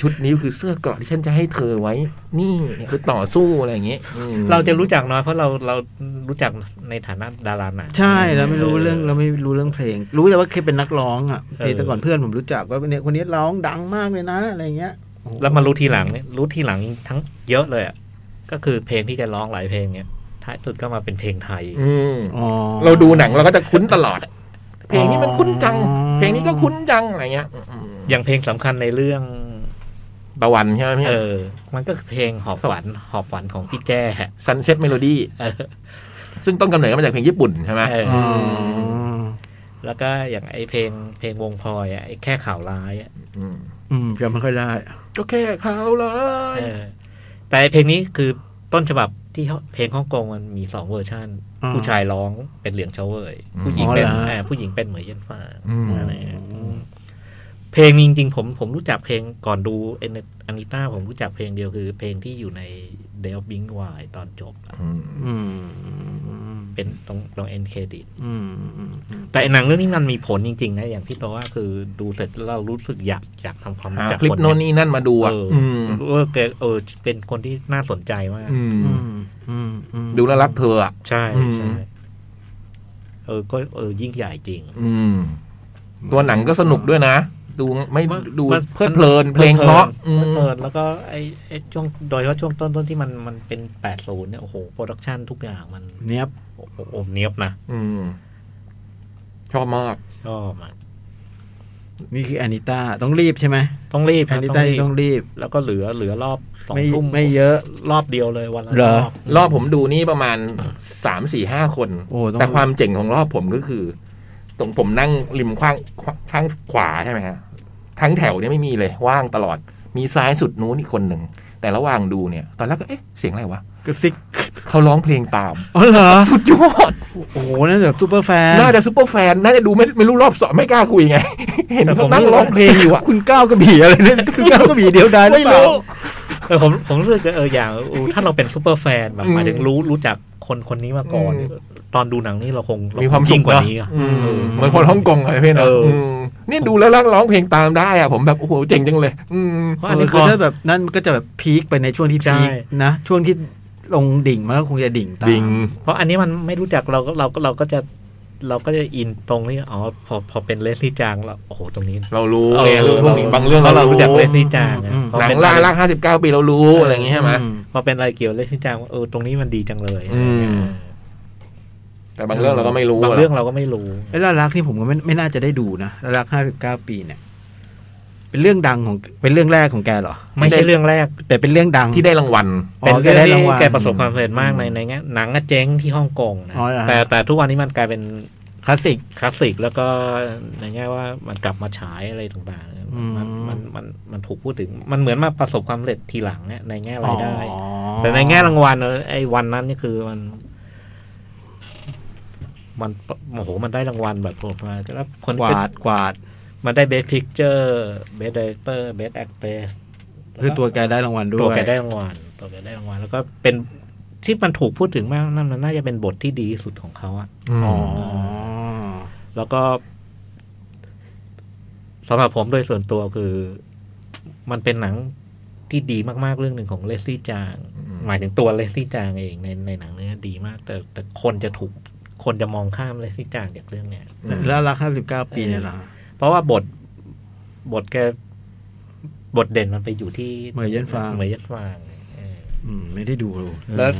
[SPEAKER 3] ชุดนี้คือเสื้อเกราะที่ฉันจะให้เธอไว้ นี่เนี่ยคือต่อสู้อะไรอย่างเงี้ยอืม
[SPEAKER 4] เราจะรู้จักน้อยเพราะเราเรารู้จักในฐานะดาราหนัง
[SPEAKER 2] ใช่เราไม่รู้เรื่องเราไม่รู้เรื่องเพลง รู้แต่ว่าเคยเป็นนักร้องอ่ะ
[SPEAKER 4] เออ
[SPEAKER 2] แต่ก่อนเพื่อนผมรู้จักว่าเนี่ยคนนี้ร้องดังมากเลยนะอะไรเงี้ยโอ้โห
[SPEAKER 4] แล้วมารู้ทีหลังเนี่ยรู้ทีหลังทั้งเยอะเลยอ่ะก็คือเพลงที่แกร้องหลายเพลงเนี่ยท้ายสุดก็มาเป็นเพลงไทย
[SPEAKER 3] อืม
[SPEAKER 2] อ๋อ
[SPEAKER 3] เราดูหนังเราก็จะคุ้นตลอด เพลงนี้มันคุ้นจัง
[SPEAKER 2] อ๋อ
[SPEAKER 3] เพลงนี้ก็คุ้นจังอะไรเงี้ยอืม
[SPEAKER 4] อย่างเพลงสำคัญในเรื่อง
[SPEAKER 3] ตะวันใช่ไหมพี่
[SPEAKER 4] เออ มันก็คือเพลงหอบฝันหอบฝันของพี่แจ้ฮะ
[SPEAKER 3] ซันเซ็ตเมโลดี้
[SPEAKER 4] เออ
[SPEAKER 3] ซึ่งต้นกำเนิดมาจากเพลงญี่ปุ่นใช่ไหม
[SPEAKER 4] เออ
[SPEAKER 2] อ๋อ
[SPEAKER 4] แล้วก็อย่างไอเพลงเพลงวงพลอยอะไอแค่ข่าวร้ายอะ
[SPEAKER 2] อืมจำไม่ค่อยได้
[SPEAKER 3] ก็แค่เขาเลย
[SPEAKER 4] เออ แต่ไอ้เพลงนี้คือต้นฉบับที่เพลงฮ่องกงมันมีสองเวอร์ชัน
[SPEAKER 2] อ๋อ
[SPEAKER 4] ผู้ชายร้องเป็นเหลียงเฉาเวยผู้หญิง
[SPEAKER 2] อ๋อ
[SPEAKER 4] เป็น
[SPEAKER 2] เหรอฮะ
[SPEAKER 4] เออผู้หญิงเป็นเหมยเย็นฟ้า อะไรอย่างเงี้ย
[SPEAKER 2] อืม
[SPEAKER 4] เพลงนี้จริงๆผมผมรู้จักเพลงก่อนดูเออานิต้าผมรู้จักเพลงเดียวคือ เพลงที่อยู่ใน d a l e Bing w i ตอนจบอะ
[SPEAKER 2] อืม
[SPEAKER 4] เป็นตรงตรงเอ็นเครดิต
[SPEAKER 2] อืม
[SPEAKER 4] แต่ไอ้หนังเรื่องนี้มันมีผลจริง ๆ นะ อย่างพี่โตว่าคือดูเสร็จแล้วเรารู้สึกอยากอยากทำความรู้
[SPEAKER 3] หา
[SPEAKER 4] จัก
[SPEAKER 3] คลิป
[SPEAKER 4] เย
[SPEAKER 3] โน่นนี่นั่นมาดูอ่ะ
[SPEAKER 4] เอออ
[SPEAKER 3] อืม
[SPEAKER 4] เออแกเออเป็นคนที่น่าสนใจมาก
[SPEAKER 3] อืม
[SPEAKER 2] อืมอืมอืม
[SPEAKER 3] ดูแลวรักเธออ่ะ
[SPEAKER 4] ใช่ใช่
[SPEAKER 3] อืม
[SPEAKER 4] เออก็เออยิ่งใหญ่จริง
[SPEAKER 3] อืม ตัวหนังก็สนุกด้วยนะ ดูไม่
[SPEAKER 4] มัน
[SPEAKER 3] ดู
[SPEAKER 4] มัน
[SPEAKER 3] เพลิดเพลินเพลงเพราะอืม
[SPEAKER 4] เพลินแล้วก็ไอ้ไอ้ช่วงโดยเฉพาะช่วงต้นต้นที่มันมันเป็นแปดศูนย์เนี่ยโอ้โหโปรดักชันทุกอย่างมัน
[SPEAKER 2] เนี้ยบ
[SPEAKER 4] โอ้โหโอมเนียบนะ
[SPEAKER 3] อืม ชอบมาก
[SPEAKER 4] ชอบอะ
[SPEAKER 2] นี่คือแอนิต้าต้องรีบใช่ไหม
[SPEAKER 4] ต้องรีบ
[SPEAKER 2] แอ
[SPEAKER 4] นะ
[SPEAKER 2] นิ
[SPEAKER 4] ต้อ
[SPEAKER 2] ต้าง
[SPEAKER 4] รีบ
[SPEAKER 2] ต้องรีบ
[SPEAKER 4] แล้วก็เหลือเหลือรอบสอง
[SPEAKER 2] ไม่
[SPEAKER 4] ทุ่ม
[SPEAKER 2] ไม่เยอะ
[SPEAKER 4] รอบเดียวเลยวันละ
[SPEAKER 2] เหร
[SPEAKER 4] ร
[SPEAKER 2] อ
[SPEAKER 4] อบ
[SPEAKER 3] รอบผมดูนี่ประมาณสามสี่ห้าคน
[SPEAKER 2] โอ้ต้อง
[SPEAKER 3] แต่ความเจ๋งของรอบผมก็คือ ตรงผมนั่งริมขว้างขว้างข้างขวาใช่ไหมฮะทั้งแถวเนี่ยไม่มีเลยว่างตลอด มีซ้ายสุดนู้นอีกคนหนึ่งแต่ระหว่างดูเนี่ย ตอนแรกก็เอ๊ะเสียงอะไรวะ
[SPEAKER 2] กระซิก
[SPEAKER 3] เขาร้องเพลงตาม
[SPEAKER 2] อ๋อเหรอ
[SPEAKER 3] สุดยอด
[SPEAKER 2] โอ้โหนั่นแบบซูเปอร์แฟน
[SPEAKER 3] น่าจะซูเปอร์แฟน น่าจะดูไม่ไม่รู้รอบสองไม่กล้าคุยไง เห็นเขานั่งร้องเพลงอยู่อะ
[SPEAKER 2] คุณก้าวกระบี่อะไรเนี่ยคุณก้าวกระบี่เดียวได้หรือ
[SPEAKER 3] ไม่
[SPEAKER 2] เปล่า
[SPEAKER 3] รู้
[SPEAKER 4] เออผมผมรู้สึกเอออย่างอู้ถ้าเราเป็นซูเปอร์แฟนแบบ
[SPEAKER 3] อืม
[SPEAKER 4] หมายถึงรู้รู้จักคนคนนี้มาก่อน
[SPEAKER 3] อืม
[SPEAKER 4] ตอนดูหนังนี่เราคงเร
[SPEAKER 3] มีความสุข
[SPEAKER 4] ยิ่งกว่านี้อะ
[SPEAKER 3] อืมเหมือนคนฮ่องกงอะไรพี่นะ
[SPEAKER 4] เอออื
[SPEAKER 3] มนี่ดูแล้วร้องเพลงตามได้อะผมแบบโอ้โหเจ๋งจังเลย อืม
[SPEAKER 4] เพราะอันนี้
[SPEAKER 2] คือ
[SPEAKER 4] พอ
[SPEAKER 2] ถ้าแบบนั่นมันก็จะแบบพีคไปในช่วงที่
[SPEAKER 4] ใช่
[SPEAKER 2] พีคนะ ช่วงที่ลงดิ่งมันก็คงจะดิ่งตาม
[SPEAKER 4] เพราะอันนี้มันไม่รู้จักเราก็เราก็เราก็จะเราก็จะอินตรงที่อ๋อพอพอเป็นเลสลี่จางเราโอ้โหตรงนี้
[SPEAKER 3] เรารู้ไงเรื่องพวกนี้บางเรื่อง
[SPEAKER 4] พะ
[SPEAKER 3] เรา
[SPEAKER 4] เรา
[SPEAKER 3] รู้
[SPEAKER 4] รู้จักเลสลี่จาง
[SPEAKER 2] อืม
[SPEAKER 4] พอ
[SPEAKER 3] หนัง
[SPEAKER 4] เป็น
[SPEAKER 3] ล่า
[SPEAKER 4] อะไร
[SPEAKER 3] ล่าห้าสิบเก้าปีเรารู้อะไรอย่างงี้ใช่ไหม
[SPEAKER 2] อื
[SPEAKER 4] พอเป็นอะไรเกี่ยวเลสลี่จางว่าเออตรงนี้มันดีจังเลย
[SPEAKER 3] อืม แต่บางเรื่องเราก็ไม่รู้
[SPEAKER 4] บางเรื่องเราก็ไม่รู้
[SPEAKER 2] ไอ้ล่ารักนี่ผมก็ไม่ไม่น่าจะได้ดูนะล่ารักห้าสิบเก้าปีเนี่ย เป็นเรื่องดังของเป็นเรื่องแรกของแกเหรอ
[SPEAKER 4] ไม่ใช่เรื่องแรก
[SPEAKER 2] แต่เป็นเรื่องดัง
[SPEAKER 3] ที่ได้รางวัล
[SPEAKER 4] เป็นเรื่อง
[SPEAKER 2] อ๋อแกได้รางวัล
[SPEAKER 4] ที่แกประสบความสำเร็จมาก
[SPEAKER 2] อืม
[SPEAKER 4] ในในแง่หนังอะเจ๊งที่ฮ่องกงนะ
[SPEAKER 2] อ๋อเหรอฮะ
[SPEAKER 4] แต่แต่ทุกวันนี้มันกลายเป็น
[SPEAKER 2] คลาสสิก
[SPEAKER 4] คลาสสิกแล้วก็ในแง่ว่ามันกลับมาฉายอะไรต่างๆ
[SPEAKER 2] อืม
[SPEAKER 4] มันมันมันมันถูกพูดถึงมันเหมือนมาประสบความสำเร็จทีหลังเนี่ยในแง่รายได้
[SPEAKER 2] อ๋อ
[SPEAKER 4] แต่ในแง่รางวัลเนี่ยไอ้วันนั้นนี่คือมัน มันโอ้โหมันได้รางวัลแบบโหดมากแล้วคน
[SPEAKER 2] ก
[SPEAKER 4] เป็น
[SPEAKER 2] วาดกวาด
[SPEAKER 4] มันได้เบสพิกเจอร์เบสไดเตอร์เบสแอคเตส
[SPEAKER 2] คือตัวแกได้รางวัลด้วย
[SPEAKER 4] ตัวแกได้รางวัลตัวแกได้รางวัลแล้วก็เป็นที่มันถูกพูดถึงมากนั่นมันน่าจะเป็นบทที่ดีที่สุดของเขาอะ
[SPEAKER 2] อ๋อ
[SPEAKER 4] แล้วก็สำหรับผมโดยส่วนตัวคือ มันเป็นหนังที่ดีมากๆเรื่องหนึ่งของเลสซี่จาง
[SPEAKER 3] อืม
[SPEAKER 4] หมายถึงตัวเลสซี่จางเองในในหนังเนี้ยดีมาก แต่แต่คนจะถูกคนจะมองข้ามเลสซี่จางจากเรื่องเนี้ย
[SPEAKER 2] ล่ารักห้าสิบเก้าปีเนี่ยเหรอ
[SPEAKER 4] เพราะว่าบทบทแกบทเด่นมันไปอยู่ที่
[SPEAKER 2] เหมยเย็นฟาง
[SPEAKER 4] เหมยเยันฟางเออ
[SPEAKER 2] อืมไม่ได้ดู
[SPEAKER 4] แล้ว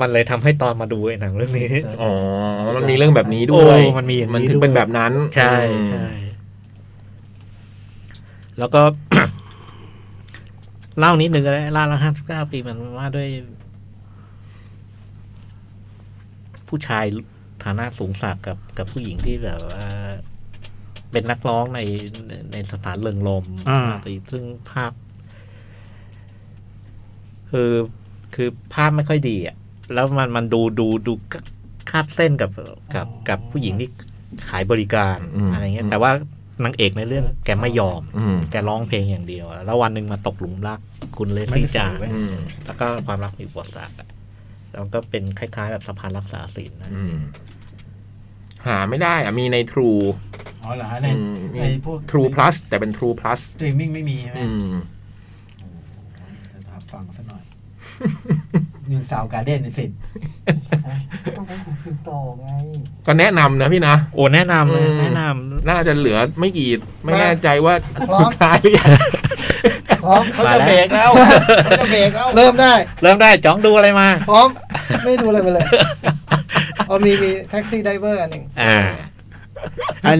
[SPEAKER 4] มันเลยทำให้ตอนมาดูไอ้หนังเรื่องนี้
[SPEAKER 3] อ๋อ มันมีเรื่องแบบนี้ด้วย
[SPEAKER 4] โอ้มันมีอย่างนี้
[SPEAKER 3] มันถึง
[SPEAKER 4] ด้วย
[SPEAKER 3] เป็นแบบนั้น
[SPEAKER 4] ใช่ใช่แล้วก็ เล่านิดนึงก็ได้ล่าละห้าสิบเก้าปีมันว่าด้วย ผู้ชายฐานะสูงศักดิ์กับกับผู้หญิงที่แบบว่าเป็นนักร้องในในสถานเริงรม
[SPEAKER 2] อ่า
[SPEAKER 4] ซึ่งภาพ คือคือภาพไม่ค่อยดีอ่ะ แล้วมันมันดูดูดูคาบเส้นกับกับกับผู้หญิงที่ขายบริการ
[SPEAKER 3] อืม
[SPEAKER 4] อะไรเงี้ย
[SPEAKER 3] อืม
[SPEAKER 4] แต่ว่านางเอกในเรื่องแกไม่ยอม
[SPEAKER 3] อืม
[SPEAKER 4] แกร้องเพลงอย่างเดียวอะแล้ววันหนึ่งมาตกหลุมรัก คุณเลสซี่จาง
[SPEAKER 3] อืม
[SPEAKER 4] แล้วก็ความรักมีอุปสรรคอะแล้วก็เป็นคล้ายๆแบบสะพานรักษาศีลนะ
[SPEAKER 3] อืมหาไม่ได้อะมีในทรู
[SPEAKER 6] อ๋อเหรอฮะในในพวก
[SPEAKER 3] ทรูพลัสแต่เป็นทรูพลัส
[SPEAKER 6] สตรีมมิ่งไม่มีใช่ไหม
[SPEAKER 3] อืม
[SPEAKER 6] เดี๋ยวจะหาฟังซะหน่อย ยืนสาวการ์เด้นใน สิทธิ์ต้องเป็นของคริปโตไง
[SPEAKER 3] ก็แนะนำนะพี่นะ
[SPEAKER 4] โอ้แนะนำเลย
[SPEAKER 3] อืม
[SPEAKER 4] แนะน
[SPEAKER 3] น่าจะเหลือไม่กี่ไม่
[SPEAKER 6] มา
[SPEAKER 3] แน่ใจว่าสุดท้ายหรือยัง
[SPEAKER 6] พร้อมเขาจะเบรกแล้วเขาจะเบรก แล้ว เริ่มได้
[SPEAKER 4] ำเริ่มได้จ้องดูอะไรมา
[SPEAKER 6] พร้อม ไม่ดูอะไรไปเลย เอามีมีแท็กซี่ไดเวอร์อันหนึ่ง
[SPEAKER 4] อ่า
[SPEAKER 2] อัน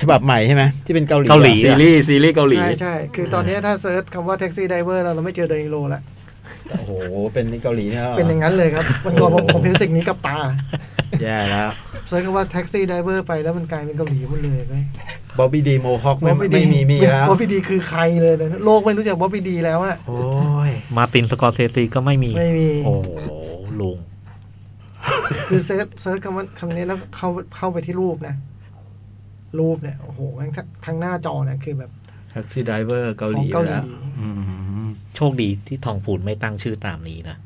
[SPEAKER 2] ฉบับใหม่ใช่ไหมที่เป็นเกาหลี
[SPEAKER 4] เกาหลี
[SPEAKER 3] ซีรีส์ซีรีส์เกาหลี
[SPEAKER 6] ใช่ใช่ คือตอนนี้ถ้าเซิร์ชคำว่าแท็กซี่ไดเวอร์เราเราไม่เจอเดนิโลแล้ว
[SPEAKER 2] โอ้โห เป็นเกาหลีเนี่ยหร
[SPEAKER 6] เป็นอย่างนั้นเลย ครับวันก่อนผมผมเห็นสิ่งนี้กับตา
[SPEAKER 2] แย่แล้ว
[SPEAKER 6] เซิร์ชคำว่าแท็กซี่ไดเวอร์ไปแล้วมันกลายเป็นเกาหลีหมดเลยเว้ย
[SPEAKER 2] บ๊อบบี้ดีโมฮอกไม่
[SPEAKER 6] บ๊อบบี้
[SPEAKER 2] ไม่
[SPEAKER 6] ดี
[SPEAKER 2] มีมีแล้ว
[SPEAKER 6] บ๊อบบี้ดีคือใครเลยนะโลกไม่รู้จักบ๊อบบี้ดีแล้วอะ
[SPEAKER 2] โอ้ย
[SPEAKER 4] มาร์ตินสกอร์เซซีก็ไม่มี
[SPEAKER 6] ไม่มี
[SPEAKER 4] โอ้โหลุง
[SPEAKER 6] คือเซิร์ชเซิร์ชคำว่าคำนี้แล้วเข้าเข้าไปที่รูปนะ รูปเนี่ยโอ้โหแม่งทั้งทั้งหน้าจอเนี่ยคือแบบ
[SPEAKER 2] แท็กซี่ไดเวอร์เกา
[SPEAKER 6] ข
[SPEAKER 2] ห
[SPEAKER 6] อง
[SPEAKER 2] ลี
[SPEAKER 6] เกาหลี
[SPEAKER 2] แล้วอืม
[SPEAKER 4] โชคดีที่ทองพูนไม่ตั้งชื่อตามนี้นะ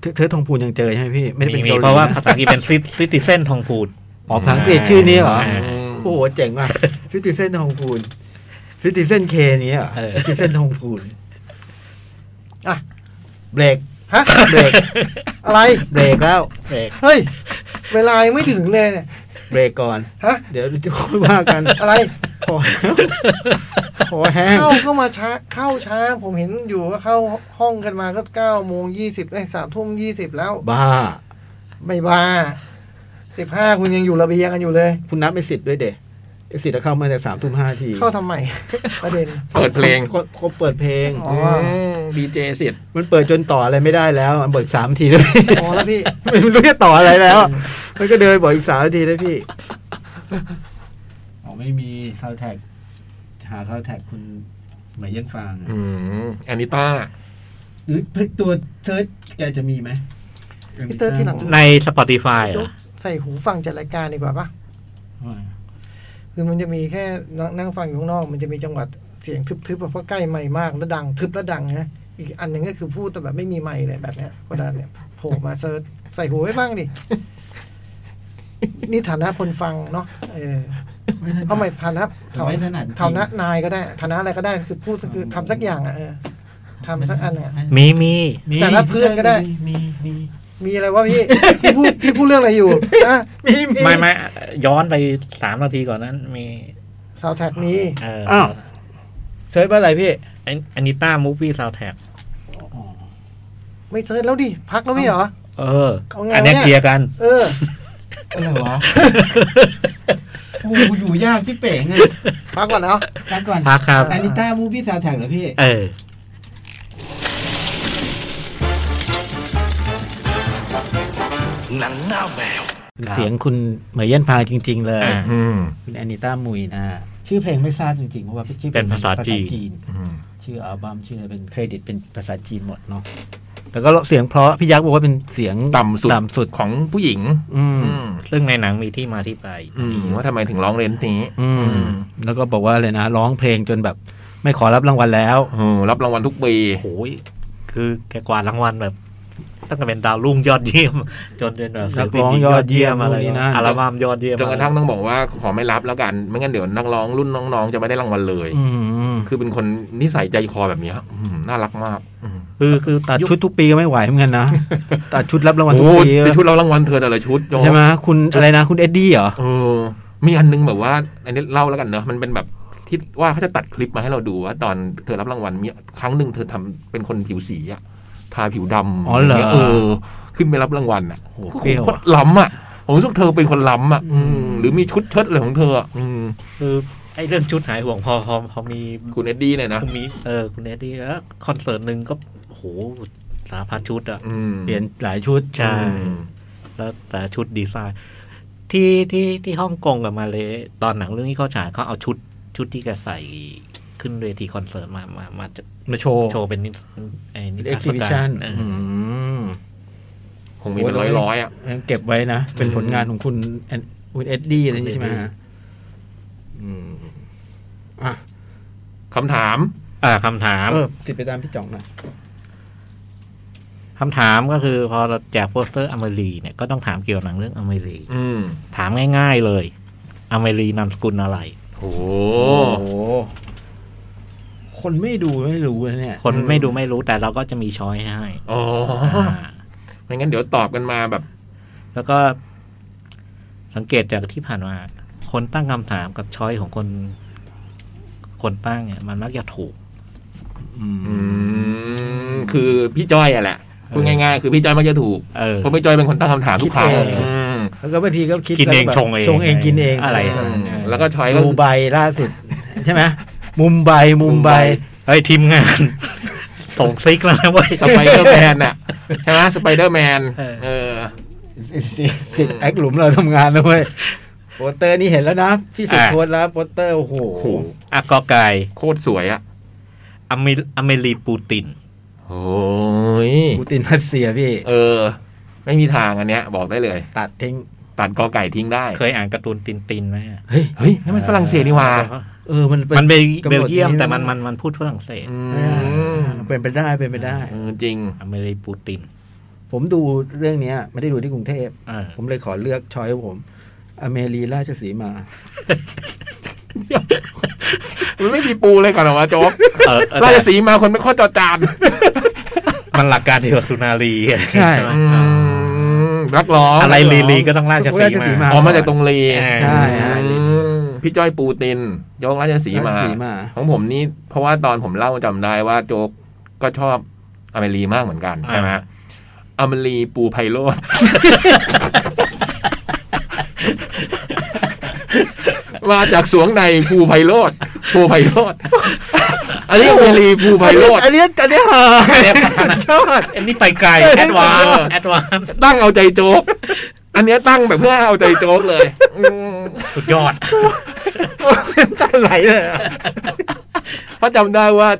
[SPEAKER 2] เธอเธอทองพูนยังเจอใช่ไหมพี่ ไม่ได้เป็น
[SPEAKER 4] มี
[SPEAKER 2] เกาหลี
[SPEAKER 4] เพราะว่า
[SPEAKER 2] นะ
[SPEAKER 4] ภาษาอังกฤษเป็นซิติเซนทองพูน
[SPEAKER 2] อ๋อภาษาอังกฤษชื่อนี้เหรอ
[SPEAKER 4] อ่า
[SPEAKER 2] โอ้โหเจ๋งว่ะฟิติเส้นทองพูนฟิติเส้นเคนี้อ่ะ
[SPEAKER 4] เออ
[SPEAKER 2] ฟิติเส้นทองพูน
[SPEAKER 6] อ่ะ
[SPEAKER 2] เบรก
[SPEAKER 6] ฮะ
[SPEAKER 2] เบรก
[SPEAKER 6] อะไร
[SPEAKER 2] เบรกแล้วเบรก
[SPEAKER 6] เฮ้ย เวลายังไม่ถึงเลยเนี่ย
[SPEAKER 2] เบรกก่อน
[SPEAKER 6] ฮะ
[SPEAKER 2] เดี๋ยวจะคุยว่ากัน
[SPEAKER 6] อะไร
[SPEAKER 2] คอคอแห้ง
[SPEAKER 6] เข้าก็มาช้าเข้าช้า ผมเห็นอยู่ว่าเข้าห้องกันมาก็เก้าโมงยี่สิบเอ้ยสามทุ่มยี่สิบแล้ว
[SPEAKER 2] บ้า
[SPEAKER 6] ไม่บ้าสิบห้าคุณยังอยู่ระเบียงกันอยู่เลย
[SPEAKER 2] คุณนับไอสิทธิ์ด้วยเด็ไอสิทธิ์เข้ามาจากสามทุ่มห้าที
[SPEAKER 6] เข้าทำใหม่ ประเด็น
[SPEAKER 3] เปิดเพลง
[SPEAKER 2] คนคนเปิดเพลง
[SPEAKER 6] อ๋อ
[SPEAKER 3] ดีเจเสียด
[SPEAKER 2] มันเปิดจนต่ออะไรไม่ได้แล้วมันเบิกสามทีแล้วพี่
[SPEAKER 6] พอแล้วพี่
[SPEAKER 2] ไม่รู้จะต่ออะไรแล้ว มันก็เดินบอกอีกสามนาทีแล้วพี่
[SPEAKER 6] อ๋อ ไม่มีซาวแท็ก
[SPEAKER 2] หาเขาแท็กคุณหมายเย็นฟาง
[SPEAKER 3] อืมแอนนิต้า
[SPEAKER 2] หรือพลิกตัวเทิร์ดแกจะมีไหม
[SPEAKER 6] พี่เตอร์ที่หลัง
[SPEAKER 4] ใน Spotify เหร
[SPEAKER 6] จุ๊
[SPEAKER 4] อบ
[SPEAKER 6] ใส่หูฟังจัดรายการดีกว่าปะคือมันจะมีแค่นั่งนั่งฟังอยู่ข้างนอก มันจะมีจังหวัดเสียงทึบๆแบบเพราะใกล้ไมค์มากแล้วดังทึบแล้วดังนะอีกอันหนึ่งก็คือพูดแต่แบบไม่มีไมค์เลยแบบเนี้ยเวลาเนี่ยโผล่มาเซิร์ชใส่หูไว้บ้างดิ นี่ฐานะคนฟังเนาะเออเอาใหม่ฐานะ
[SPEAKER 2] ถอ
[SPEAKER 6] ฐาย
[SPEAKER 2] ถ
[SPEAKER 6] นะ
[SPEAKER 2] นัดจริง
[SPEAKER 6] ฐานะนายก็ได้ฐานะอะไรก็ได้คือพูดก็คือทำสักอย่างอะเออทำสักอันอะ
[SPEAKER 4] มีมี
[SPEAKER 2] มี
[SPEAKER 6] แต่ละเพื่อนก็ได้
[SPEAKER 2] มีมี
[SPEAKER 6] มีอะไรวะพี่พี่พูดพี่พูดเรื่องอะไรอยู่นะ
[SPEAKER 2] มีมี
[SPEAKER 4] ไม่ไม่ย้อนไปสามนาทีก่อนนั้น มี
[SPEAKER 6] สาวแท็กมี
[SPEAKER 4] เออ
[SPEAKER 5] อ้าว
[SPEAKER 4] เซิร์ชว่าอะไรพี่อันนี้ต้ามูฟวี่ซาวแท็ก
[SPEAKER 6] ไม่เซิร์ชแล้วดิพักแล้วพี่เหรอ
[SPEAKER 4] เออ
[SPEAKER 6] เอาไง
[SPEAKER 4] อันเนี้ยว
[SPEAKER 6] ะเนี่ย
[SPEAKER 4] เคลียร์กัน
[SPEAKER 6] เออ
[SPEAKER 2] อะไรวะโอ้โหอยู่ยากที่เป๋งอ่ะ
[SPEAKER 6] พักก่อนเนาะ
[SPEAKER 2] พักก่อน
[SPEAKER 4] พักครับ
[SPEAKER 2] อานิต้ามูฟี่ซาวแท็กเหรอพี่
[SPEAKER 4] เออ
[SPEAKER 5] เสียงคุณเหมยเย็นพาจริง ๆ เลย
[SPEAKER 4] อ่า
[SPEAKER 3] อืม
[SPEAKER 5] คุณแอนิต้ามุยนะฮะ
[SPEAKER 2] ชื่อเพลงไม่ทราบจริงๆ เพราะว่าชื่อ
[SPEAKER 4] เป็นภาษาจีน
[SPEAKER 2] น
[SPEAKER 3] อืม
[SPEAKER 2] ชื่ออัลบั้มชื่ออะไรเป็นเครดิตเป็นภาษาจีนหมดเนาะ
[SPEAKER 5] แล้วก็เสียงเพราะพี่ยักษ์บอกว่าเป็นเสียง
[SPEAKER 3] ต่ำสุด
[SPEAKER 5] ต่ำสุด
[SPEAKER 3] ของผู้หญิง
[SPEAKER 5] อืม
[SPEAKER 3] อืม
[SPEAKER 4] ซึ่งในหนังมีที่มาที่ไป
[SPEAKER 3] อืมว่าทำไมถึงร้องเรนจ์นี้
[SPEAKER 5] อืม
[SPEAKER 3] อืม
[SPEAKER 5] แล้วก็บอกว่าเลยนะร้องเพลงจนแบบ ไม่ขอรับรางวัลแล้ว
[SPEAKER 3] โอ้รับรางวัลทุกปี
[SPEAKER 4] โอ้โหคือแกกวาดรางวัลแบบ ตั้งแต่เป็นดาวรุ่งยอดเยี่ยม จนเป็นแบบ
[SPEAKER 5] นักร้องยอดเยี่ยม
[SPEAKER 4] อะไร
[SPEAKER 5] นู่นนี่นั่
[SPEAKER 4] นะ
[SPEAKER 5] น
[SPEAKER 4] อัลบั้มยอดเยี่ยม
[SPEAKER 3] จนกระทั่งต้องบอกว่าขอไม่รับแล้วกัน ไม่งั้นเดี๋ยวนักร้องรุ่นน้องๆ จะไม่ได้รางวัลเลย
[SPEAKER 5] อืม
[SPEAKER 3] คือเป็นคนนิสัยใจคอแบบเนี้ยอืมน่ารักมากอืม
[SPEAKER 5] คือคือตัดชุดทุกปีก็ไม่ไหวเหมือนกันนะ ตัดชุดรับรางวัลทุก
[SPEAKER 3] โอ้ย
[SPEAKER 5] ปี
[SPEAKER 3] แต่ชุดเรารางวัลเธอแต่ละชุดโย
[SPEAKER 5] ใช่ไหมคุณอะไรนะ คุณเอ็ดดี้เหรอ
[SPEAKER 3] เออ มีอันนึงแบบว่า อันนี้เล่าแล้วกันเนอะมันเป็นแบบที่ว่าเขาจะตัดคลิปมาให้เราดูว่าตอนเธอรับรางวัลมีครั้งหนึ่งเธอทำเป็นคนผิวสีอะทาผิวดำ
[SPEAKER 5] อ๋อเหรอ
[SPEAKER 3] ย่างงี้ยเออ ขึ้นไปรับรางวัลอะ
[SPEAKER 5] โอ้โห
[SPEAKER 3] โอ้โห
[SPEAKER 5] เปรี้ยว
[SPEAKER 3] โคตรล้ำอะผมรู้สึกเธอเป็นคนล้ำอะอืมหรือมีชุดเชิดอะไรของเธออะอืม
[SPEAKER 4] คือไอ้เรื่องชุดหายห่วงพอพอพอมี
[SPEAKER 3] คุณเอ็ดดี้เนี่ยนะ
[SPEAKER 4] คุณมีเออคุณเอ็ดดี้แล้วคอนเสิร์ตหนึ่งก็โอ้โหสารพัดชุดอ่ะ
[SPEAKER 3] อืม
[SPEAKER 5] เปลี่ยนหลายชุด
[SPEAKER 4] ใช่
[SPEAKER 3] อืม
[SPEAKER 4] แล้วแต่ชุดดีไซน์ ที่ที่ที่ฮ่องกงกับมาเลตอนหนังเรื่องนี้เขาฉายเขาเอาชุดชุดที่แกใส่ขึ้นเวทีคอนเสิร์ตมามามาจะ
[SPEAKER 5] มาโชว์
[SPEAKER 4] โชว์เป็นนิทไอ้นิทร
[SPEAKER 5] เอ็ก
[SPEAKER 4] รศ
[SPEAKER 5] ซิบิชั
[SPEAKER 4] การ
[SPEAKER 5] น
[SPEAKER 4] เออ
[SPEAKER 3] คงมีเป็นร้อยร้อยๆอ่ะ
[SPEAKER 5] ยังเก็บไว้นะ เป็น
[SPEAKER 3] อืม
[SPEAKER 5] ผลงานของคุณแอนคุณเอ็ดดี้อะไรนี่ใช่ไหมฮะอืมอ่ะ
[SPEAKER 3] คำถาม
[SPEAKER 4] อ่าคำถาม
[SPEAKER 5] เออติดไปตามพี่จ่องหน่อย
[SPEAKER 4] คำถามก็คือพอเราแจกโปสเตอร์อเมรีเนี่ยก็ต้องถามเกี่ยวกับหนังเรื่องอเมรี
[SPEAKER 3] อืม
[SPEAKER 4] ถามง่ายๆเลย อเมรีนามสกุลอะไร
[SPEAKER 3] โห
[SPEAKER 5] โห คนไม่ดูไม่รู้นะเนี่ย
[SPEAKER 4] คน
[SPEAKER 3] อืม
[SPEAKER 4] ไม่ดูไม่รู้แต่เราก็จะมีช้อยให้
[SPEAKER 3] อ๋อ
[SPEAKER 4] อ่า
[SPEAKER 3] ไม่งั้นเดี๋ยวตอบกันมาแบบ
[SPEAKER 4] แล้วก็ สังเกตจากที่ผ่านมาคนตั้งคำถามกับช้อยของคน คนตั้งเนี่ย มันมักจะถูก
[SPEAKER 3] อืม คือพี่จ้อยอะแหละพูดง่ายๆ คือพี่จ้อยมักจะถูก
[SPEAKER 4] เออ
[SPEAKER 3] เพราะพี่จ้อยเป็นคนตั้งคำถามทุกครั้ง
[SPEAKER 5] คิดเอง
[SPEAKER 3] อืม
[SPEAKER 5] แล้วก็บางทีก็คิด
[SPEAKER 4] กินเอง
[SPEAKER 5] แล้วแบบ
[SPEAKER 4] ชงเอง
[SPEAKER 5] ชงเองกินเอง
[SPEAKER 4] อะไร
[SPEAKER 5] แบบ
[SPEAKER 3] แล้วก็ชอยก็
[SPEAKER 5] ดูไบล่า สุด ใช่ไหมมุมไบมุมไบ
[SPEAKER 3] มุมไบ
[SPEAKER 4] เฮ้ยทีมงาน ส่งซิกแล้วนะเว้ย
[SPEAKER 3] สไปเดอร์แมนอ่ะ ใช่ไหมสไปเดอร์แมน
[SPEAKER 4] เออ
[SPEAKER 3] เออ
[SPEAKER 5] สิทธิ์แอคหลุมเราทำงานนะเว้ยโปสเตอร์นี่เห็นแล้วนะ พี่สุด
[SPEAKER 4] อ่ะ
[SPEAKER 5] โพสต์แล้วโปสเตอร์โอ้โห
[SPEAKER 3] โอ้โห
[SPEAKER 4] อ่ะกอไก่
[SPEAKER 3] โคตรสวยอ่ะ
[SPEAKER 4] อเมอเมรีปูติน
[SPEAKER 3] โอ้ย
[SPEAKER 5] ปูตินรัสเซียพี่
[SPEAKER 3] เออ ไม่มีทางอันเนี้ย บอกได้เลย
[SPEAKER 5] ตัดทิ้ง
[SPEAKER 3] ตัดกอไก่ทิ้งได้
[SPEAKER 4] เคยอ่านการ์ตูนตินตินไหมอะ
[SPEAKER 5] เฮ้ย
[SPEAKER 3] เฮ้ยนั่นมันฝรั่งเศสนี่หว่า
[SPEAKER 5] เออ มัน
[SPEAKER 4] มันเป็น
[SPEAKER 5] กำหด
[SPEAKER 4] เบลเยียมแต่มัน
[SPEAKER 5] ะ
[SPEAKER 4] มันมันพูดฝรั่งเศส
[SPEAKER 3] อื
[SPEAKER 5] อ่
[SPEAKER 3] มา
[SPEAKER 5] เป็นไปได้เป็นไปได้
[SPEAKER 3] เออจริง
[SPEAKER 4] อเมริปูติน
[SPEAKER 5] ผมดูเรื่องเนี้ยไม่ได้ดูที่กรุงเทพ
[SPEAKER 4] เออ
[SPEAKER 5] ผมเลยขอเลือกช้อยของผม อเมรีราชสีมา
[SPEAKER 3] มันไม่มีปูเลยก่อนเหรอวะโจ๊ก
[SPEAKER 4] เออ
[SPEAKER 3] ราช
[SPEAKER 4] แต่
[SPEAKER 3] สีมาคนไม่ข้อจอจาน
[SPEAKER 4] มันหลักการเดียวกับสุนารี
[SPEAKER 5] ใช่
[SPEAKER 4] ไหม
[SPEAKER 3] รักร้อง
[SPEAKER 4] อะไรลีลีก็ต้องราช
[SPEAKER 5] ราชสี
[SPEAKER 4] สี
[SPEAKER 5] มา
[SPEAKER 4] มา
[SPEAKER 3] อ๋อมาจากตรงลี
[SPEAKER 4] ใช่
[SPEAKER 5] ใช่ฮะ
[SPEAKER 3] อืมพี่จ้อยปูตินโยกราชสี
[SPEAKER 5] ราช
[SPEAKER 3] มา
[SPEAKER 5] สีมา
[SPEAKER 3] ของผมนี่ เพราะว่าตอนผมเล่าจำได้ว่าโจ๊กก็ชอบอเมรีมากเหมือนกันใช่ไหมอเมรีปูไพโรดมาจากสวงในภูไพโรดภูไพโรดอันนี้อเมรีภูไพโรด
[SPEAKER 5] อันนี้อันนี้ฮา ชอบ
[SPEAKER 4] อันนี้ไปไกลแอดวานแอดวาน
[SPEAKER 3] ตั้งเอาใจโจ๊ก อันเนี้ยตั้งแบบเพื่อเอาใจโจ๊กเลยอืม
[SPEAKER 4] สุดยอด
[SPEAKER 5] เป็นตาไหลเลยอะ
[SPEAKER 3] เพราะจำได้ว่า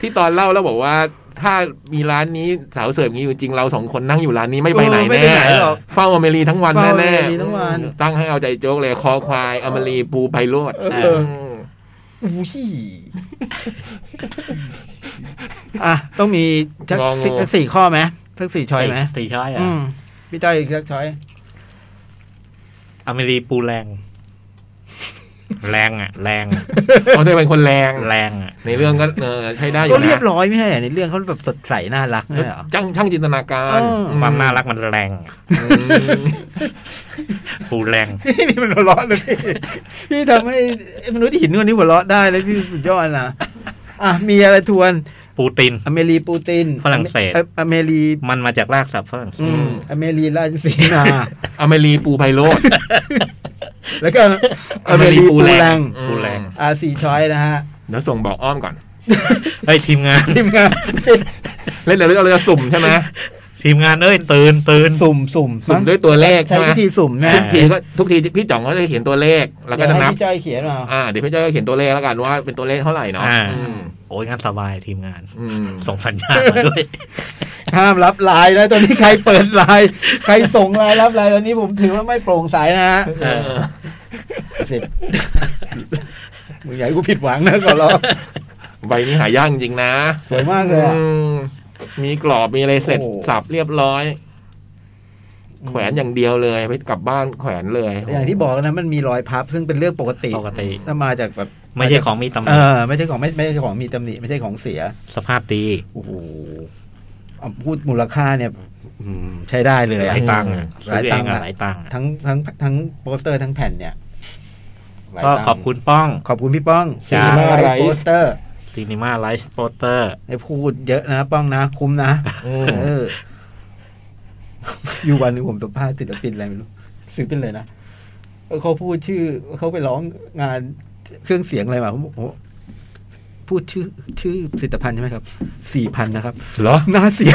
[SPEAKER 3] ที่ตอนเล่าแล้วบอกว่า ถ้ามีร้านนี้สาวเสิร์ฟนี้อยู่จริงเราสองคนนั่งอยู่ร้านนี้ไม่ไปไหน
[SPEAKER 5] ไม่ไป
[SPEAKER 3] แน่
[SPEAKER 5] ไหนหรอก
[SPEAKER 3] เฝ้าอเมรีทั้งวัน
[SPEAKER 5] เฝ้าอเม
[SPEAKER 3] แน่
[SPEAKER 5] รีทั้งวัน
[SPEAKER 3] ตั้งให้เอาใจโจ๊กเลยคอควายอเมรีปูไพโรด
[SPEAKER 4] เออ
[SPEAKER 5] อุ้ยอ่ะ ต้องมีสักสี่สักสี่ข้อไหมสักสี่ช้อยไหม
[SPEAKER 4] สี่ช้อยอ่ะ
[SPEAKER 5] อืมพี่จ้อยเลือกช้อย
[SPEAKER 4] อเมรีปูแรง แรงอ่ะ แรงอะ
[SPEAKER 3] เขาจะเป็นคนแรง
[SPEAKER 4] แรงอ่ะ
[SPEAKER 3] ในเรื่องก็เออใช้ได้อ
[SPEAKER 5] เขา
[SPEAKER 3] ยู่
[SPEAKER 5] เรียบ
[SPEAKER 3] นะ
[SPEAKER 5] ร้อยไม่ใช่เหรอในเรื่องเขาแบบสดใสน่ารักไม่ใช่เหรอ
[SPEAKER 3] ช่างช่างจินตนาการ
[SPEAKER 5] เออ
[SPEAKER 3] อื
[SPEAKER 4] ความน่ารักมันแรงอะ
[SPEAKER 3] อืม
[SPEAKER 4] ปูแรง
[SPEAKER 5] นี่มันหัวเราะเลยพี่พี่ทำให้ไอ้มนุษย์หินคนนี้หัวเราะได้เลยพี่สุดยอดนะอ่ะมีอะไรทวน
[SPEAKER 4] ปูติน
[SPEAKER 5] อเมรีปูติน
[SPEAKER 4] ฝรั่งเศส
[SPEAKER 5] อ่ออเมรี
[SPEAKER 4] มันมาจากรากศัพท์ฝรั่งเศ
[SPEAKER 5] อื
[SPEAKER 4] ส
[SPEAKER 5] มอเมรีราชสีมา
[SPEAKER 3] อเมรีปูไพโรด
[SPEAKER 5] แล้วก็อเมรีปูแรง
[SPEAKER 3] อืม
[SPEAKER 4] ปูแรง
[SPEAKER 5] อาซีชอยนะฮ ะ
[SPEAKER 3] เดี๋ยวส่งบอกอ้อมก่อน
[SPEAKER 4] เฮ้ยทีมงาน
[SPEAKER 5] ทีมงาน
[SPEAKER 3] เล่นเดี๋ยวเราจะสุ่มใช่ไหม
[SPEAKER 4] ทีมงานเอ้ยตื่นตื่น
[SPEAKER 5] สุ่มสุ่ม
[SPEAKER 3] สุ่มด้วยตัวเลข
[SPEAKER 5] ใช้
[SPEAKER 3] ใช่ไหม
[SPEAKER 5] วิธีสุ่มนะ
[SPEAKER 3] ทุกทีก็ทุกทีพี่จ่องก็จะเขียนตัวเลขแล้วก็
[SPEAKER 5] เดี๋
[SPEAKER 3] จะ
[SPEAKER 5] ยวให้
[SPEAKER 3] นับ
[SPEAKER 5] พี่จ้อยเขียนมา
[SPEAKER 3] อ่าเดี๋ยวพี่จ้อยก็เขียนตัวเลขแล้วกันว่าเป็นตัวเลขเท่าไหร่เนาะ
[SPEAKER 4] อ่า
[SPEAKER 3] อืม
[SPEAKER 4] โอ้ยงานสบายทีมงาน
[SPEAKER 3] อืม
[SPEAKER 4] ส่งสัญญาณมาด้วย
[SPEAKER 5] ห้ามรับไลายนะตอนนี้ใครเปิดไลายใครส่งไลายรับไลายตอนนี้ผมถือว่าไม่โปร่งใสนะฮะ
[SPEAKER 3] เออ
[SPEAKER 5] เสร็จมึงอย่าใหญ่กูผิดหวังนะก่อนรอง
[SPEAKER 3] ใบนี้หายากจริงๆนะ
[SPEAKER 5] สวยมากเลยอะ
[SPEAKER 3] อืมมีกรอบมีอะไรเสร็จ
[SPEAKER 5] โอ้โห
[SPEAKER 3] สับเรียบร้อย แขวนอย่างเดียวเลยไปกลับบ้านแขวนเลย
[SPEAKER 5] อย่างที่บอกนะมันมีรอยพับ ซึ่งเป็นเรื่องปกติ
[SPEAKER 4] ปกติ
[SPEAKER 5] ถ้ามาจากแบบ
[SPEAKER 4] ไม่ใช่ของมีตำห
[SPEAKER 5] เอ
[SPEAKER 4] นิ
[SPEAKER 5] อไม่ใช่ของไม่ไม่ใช่ของมีตำหนิไม่ใช่ของเสีย
[SPEAKER 4] สภาพดี
[SPEAKER 5] โอ้โหเอาพูดมูลค่าเนี่ยอืมใช้ได้เลย
[SPEAKER 4] ห
[SPEAKER 5] อะ
[SPEAKER 4] ลายตังค์อะ
[SPEAKER 5] หลาย
[SPEAKER 4] ซื้อ
[SPEAKER 5] ตั
[SPEAKER 4] เอง ง
[SPEAKER 5] ค์
[SPEAKER 4] อะ
[SPEAKER 5] อะ
[SPEAKER 4] หลายตังค์อะ
[SPEAKER 5] ทั้งทั้งทั้งโปสเตอร์ทั้งแผ่นเนี่ยหลาย
[SPEAKER 4] ก็
[SPEAKER 5] ตัง
[SPEAKER 4] ขอบคุณป้อง
[SPEAKER 5] ขอบคุณพี่ป้อง
[SPEAKER 4] จ้า
[SPEAKER 5] ไลฟ์โปสเตอร์
[SPEAKER 4] ซีนีมาไลฟ์โปสเตอร์
[SPEAKER 5] ได้พูดเยอะนะป้องนะ คุ้มนะ
[SPEAKER 3] อืม
[SPEAKER 5] เออ อยู่วันหนึงผมสัมภาษณ์ศิลปินอะไรไม่รู้ศิลปินเลยนะเออเขาพูดชื่อเขาไปร้องงานเครื่องเสียงอะไรมาผมบอกโอ้โหพูดชื่อ ชื่อผลิตภัณฑ์ใช่ไหมครับสี่พันนะครับ
[SPEAKER 3] เหรอ
[SPEAKER 5] น่าเสีย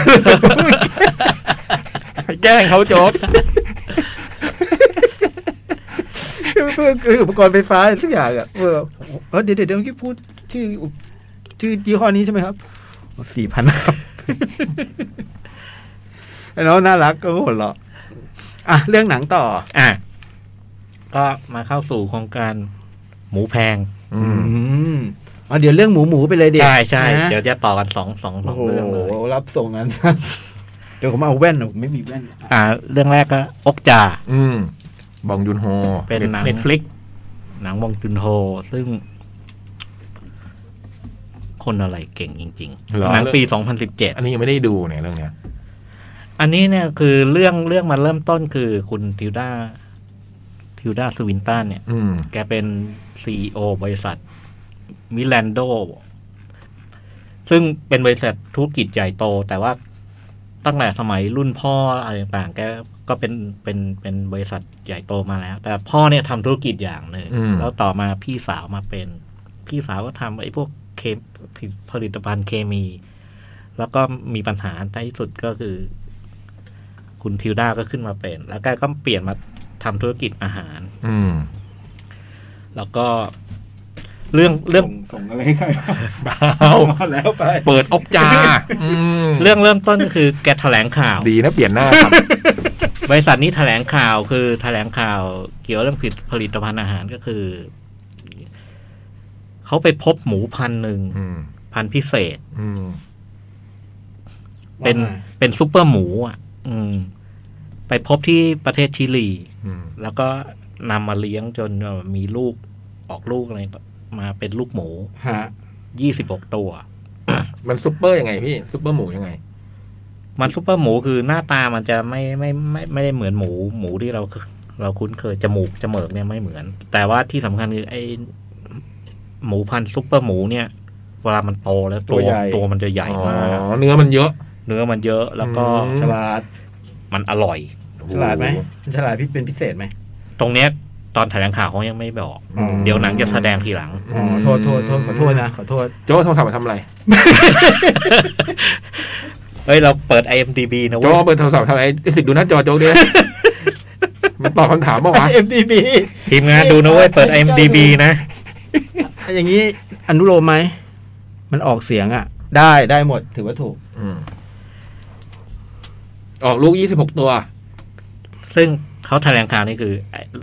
[SPEAKER 3] ไปแกล้งเขาโจ๊ก
[SPEAKER 5] เพื่อคืออุปกรณ์ไฟฟ้าทุกอย่างอ่ะเออเออเดี๋ยวเดี๋ยวเดี๋ยวเมื่อกี้พูดชื่ออุปชื่อยี่ห้อนี้ใช่ไหมครับสี่พัน ครับไอ้น้องน่ารักก็หัวเราะอ่ะ เรื่องหนังต่อ
[SPEAKER 4] อ่ะ ก็มาเข้าสู่โครงการหมูแพง
[SPEAKER 5] อื
[SPEAKER 3] อืม
[SPEAKER 5] มอ๋อเดี๋ยวเรื่องหมูหมูไปเลยเดี๋ยว
[SPEAKER 4] ใช่ใช่
[SPEAKER 5] นะ
[SPEAKER 4] เดี๋ยวจะต่อกันสองสองสอ
[SPEAKER 5] โอ้
[SPEAKER 4] ง
[SPEAKER 5] โห
[SPEAKER 4] เรื่องเลย
[SPEAKER 5] รับส่งกัน เดี๋ยวผมเอาแว่นหน่อยผมไม่มีแว่น
[SPEAKER 4] อ่า เรื่องแรกก็อกจ่า
[SPEAKER 3] อืม บองยุนโฮ
[SPEAKER 4] เป็นหนัง
[SPEAKER 3] เน็ตฟลิก
[SPEAKER 4] หนังบองจุนโฮซึ่ง คนอะไรเก่งจริงๆหนังปี 2017
[SPEAKER 3] อันนี้ยังไม่ได้ดูเนี่ยเรื่องเนี้ย
[SPEAKER 4] อันนี้เนี่ยคือเรื่องเรื่องมันเริ่มต้นคือคุณทิวดาทิวดาสวินตันเนี่ย
[SPEAKER 3] อืม
[SPEAKER 4] แกเป็นซีอบริษัทมิแลนโด ซึ่งเป็นบริษัทธุรกิจใหญ่โต แต่ว่าตั้งแต่สมัยรุ่นพ่ออะไรต่างๆ แกก็เป็นเป็นเป็นบริษัทใหญ่โตมาแล้ว แต่พ่อเนี่ยทำธุรกิจอย่างหนึ่ง
[SPEAKER 3] อืม
[SPEAKER 4] แล้วต่อมาพี่สาวมาเป็น พี่สาวก็ทำไอ้พวกเคมผลิตภัณฑ์เคมี แล้วก็มีปัญหาในที่สุดก็คือ คุณทิวด้าก็ขึ้นมาเป็น แล้วแกก็เปลี่ยนมาทำธุรกิจอาหาร
[SPEAKER 3] อืม
[SPEAKER 4] แล้วก็เรื่องเรื่อง
[SPEAKER 2] ส่งส่งอะไรให้ใคร
[SPEAKER 3] บ้า
[SPEAKER 2] พอแล้วไป
[SPEAKER 3] เปิดอกจาอืม
[SPEAKER 4] เรื่องเริ่มต้นก็คือแกแถลงข่าว
[SPEAKER 3] ดีนะเปลี่ยนหน้าครับ
[SPEAKER 4] บริษัทนี้แถลงข่าวคือแถลงข่าวเกี่ยวเรื่องผลิตผลิตภัณฑ์อาหารก็คือ เขาไปพบหมูพันธุ์หนึ่ง
[SPEAKER 3] อืม
[SPEAKER 4] พันธุ์พิเศษ
[SPEAKER 3] อืม
[SPEAKER 4] เป็น
[SPEAKER 2] ว่าไง
[SPEAKER 4] เป็นซูเปอร์หมูอ่ะ อืม ไปพบที่ประเทศชิลี
[SPEAKER 3] อืม
[SPEAKER 4] แล้วก็นำมาเลี้ยงจนเอ่อมีลูกออกลูกอะไรมาเป็นลูกหมู
[SPEAKER 5] ฮะ
[SPEAKER 4] ยี่สิบหกตัว
[SPEAKER 3] มันซุปเปอร์ยังไงพี่ซุปเปอร์หมูยังไง
[SPEAKER 4] มันซุปเปอร์หมูคือหน้าตามันจะไม่ไม่ไม่ไม่ได้เหมือนหมูหมูที่เราเราคุ้นเคยจมูกจมูกเนี่ยไม่เหมือน แต่ว่าที่สำคัญคือไอหมูพันธุ์ซุปเปอร์หมูเนี่ย เวลามันโตแล้ว
[SPEAKER 5] ตัวใหญ่
[SPEAKER 4] ตัวมันจะใหญ่
[SPEAKER 3] อ๋อ
[SPEAKER 4] มาก
[SPEAKER 3] เนื้อมันเยอะ
[SPEAKER 4] เนื้อมันเยอะแล้วก็
[SPEAKER 3] อืม
[SPEAKER 5] ฉลาด
[SPEAKER 4] มันอร่อย
[SPEAKER 5] ฉลาดไหมฉลาดพี่เป็นพิเศษไหม
[SPEAKER 4] ตรงเนี้ยตอนแถลงข่าวเขายังไม่บอก
[SPEAKER 3] อืม
[SPEAKER 4] เดี๋ยวหนังจะแสดงทีหลัง
[SPEAKER 5] อ๋อโทษโทษโทษขอโทษนะขอโทษ
[SPEAKER 3] โจ้โทรศัพท์มาทำอะไร
[SPEAKER 4] เฮ้ย เราเปิด IMDB นะ
[SPEAKER 3] โจ้
[SPEAKER 4] เว้ย
[SPEAKER 3] เปิดโทรศัพท์ทำอะไรไอ้สิทธิ์ดูหน้าจอโจ้ดิมันตอบคำถามบ้างวะ
[SPEAKER 5] MDB
[SPEAKER 4] ทีมงานดูนะเว้ยเปิด IMDB นะ
[SPEAKER 5] อย่างนี้อนุโลมไหม มันออกเสียงอ่ะ ได้ได้หมดถือว่าถูก
[SPEAKER 3] อืมออกลูกยี่สิบหกตัว
[SPEAKER 4] ซึ่งเขาแถลงข่าวนี่คือ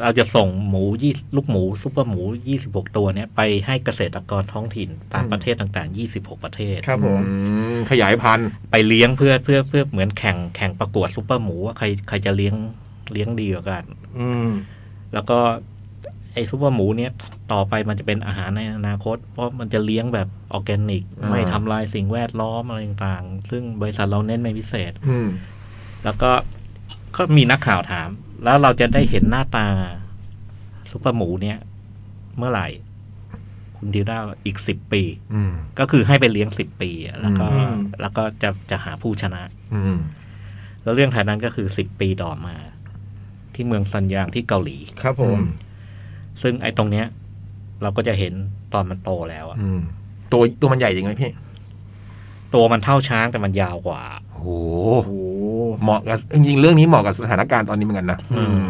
[SPEAKER 4] เราจะส่งหมูยี่ลูกหมูซุปเปอร์หมูยี่สิบหกตัวเนี้ยไปให้เกษตรกรท้องถิ่นตาม
[SPEAKER 3] อืม
[SPEAKER 4] ประเทศต่างๆยี่สิบหกประเทศ
[SPEAKER 5] ครับผม
[SPEAKER 3] อืมขยายพันธุ์
[SPEAKER 4] ไปเลี้ยงเพื่อเพื่อเพื่อเหมือนแข่งแข่งประกวดซุปเปอร์หมูว่าใครใครจะเลี้ยงเลี้ยงดีกว่ากัน
[SPEAKER 5] อืม
[SPEAKER 4] แล้วก็ไอ้ซูเปอร์หมูเนี่ยต่อไปมันจะเป็นอาหารในอนาคต เพราะมันจะเลี้ยงแบบออร์แกนิก
[SPEAKER 3] อ่า
[SPEAKER 4] ไม่ทำลายสิ่งแวดล้อมอะไรต่างๆ ซึ่งบริษัทเราเน้นเป็นพิเศษ
[SPEAKER 3] อืม
[SPEAKER 4] แล้วก็ก็มีนักข่าวถาม แล้วเราจะได้เห็นหน้าตาซูเปอร์หมูเนี่ย เมื่อไหร่ คุณดิวด้าอีกสิบปี
[SPEAKER 3] อืม
[SPEAKER 4] ก็คือให้ไปเลี้ยงสิบปีอะแล้วก็
[SPEAKER 6] อืม
[SPEAKER 4] แล้วก็จะจะหาผู้ชนะ
[SPEAKER 3] อืม
[SPEAKER 4] แล้วเรื่องถัดนั้นก็คือสิบปีต่อมา ที่เมืองซันยางที่เกาหลี
[SPEAKER 5] ครับผม
[SPEAKER 4] ซึ่งไอ้ตรงเนี้ย เราก็จะเห็นตอนมันโตแล้วอะ
[SPEAKER 3] อืม ตัวตัวมันใหญ่จริงไหมพี่
[SPEAKER 4] ตัวมันเท่าช้างแต่มันยาวกว่า
[SPEAKER 3] โอ้โห
[SPEAKER 5] โอ้โห
[SPEAKER 3] เหมาะกับจริงๆเรื่องนี้เหมาะกับสถานการณ์ตอนนี้เหมือนกันนะ
[SPEAKER 4] อืม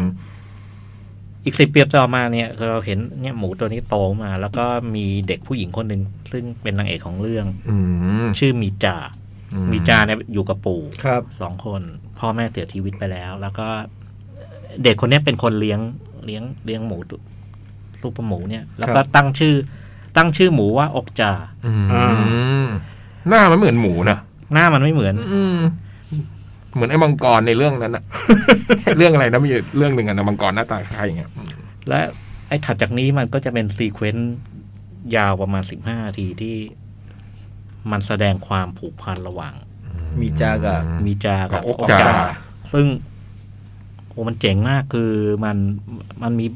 [SPEAKER 4] อีกสิบปีต่อมาเนี่ยเราเห็นเนี่ยหมูตัวนี้โตมา แล้วก็มีเด็กผู้หญิงคนหนึ่งซึ่งเป็นนางเอกของเรื่อง
[SPEAKER 3] อืม
[SPEAKER 4] ชื่อมีจา
[SPEAKER 3] อื
[SPEAKER 4] มีจาเนี่ยอยู่กับปู่
[SPEAKER 5] ครับ
[SPEAKER 4] สองคน พ่อแม่เสียชีวิตไปแล้ว แล้วก็เด็กคนเนี้ยเป็นคนเลี้ยงเลี้ยงเลี้ยงหมูตัวลูกปลาหมูเนี่ย แล้วก็ตั้งชื่อ ตั้งชื่อหมูว่าอกจา
[SPEAKER 3] อืม
[SPEAKER 5] อ่า
[SPEAKER 3] หน้ามันเหมือนหมูนะ
[SPEAKER 4] หน้ามันไม่เหมือน
[SPEAKER 3] อืม เหมือนไอ้มังกรในเรื่องนั้นอะ เรื่องอะไรนะมีเรื่องหนึ่งอะนะมังกรหน้าตาคล้ายอย่างเงี้ย
[SPEAKER 4] และไอ้ถัดจากนี้มันก็จะเป็นซีเควนต์ยาวประมาณสิบห้าทีที่มันแสดงความผูกพันระหว่าง
[SPEAKER 5] มีจากับ
[SPEAKER 4] มีจากับ
[SPEAKER 3] กับอก
[SPEAKER 4] อก
[SPEAKER 3] จา
[SPEAKER 4] จาซึ่งโอ้มันเจ๋งมากคือมันมันมี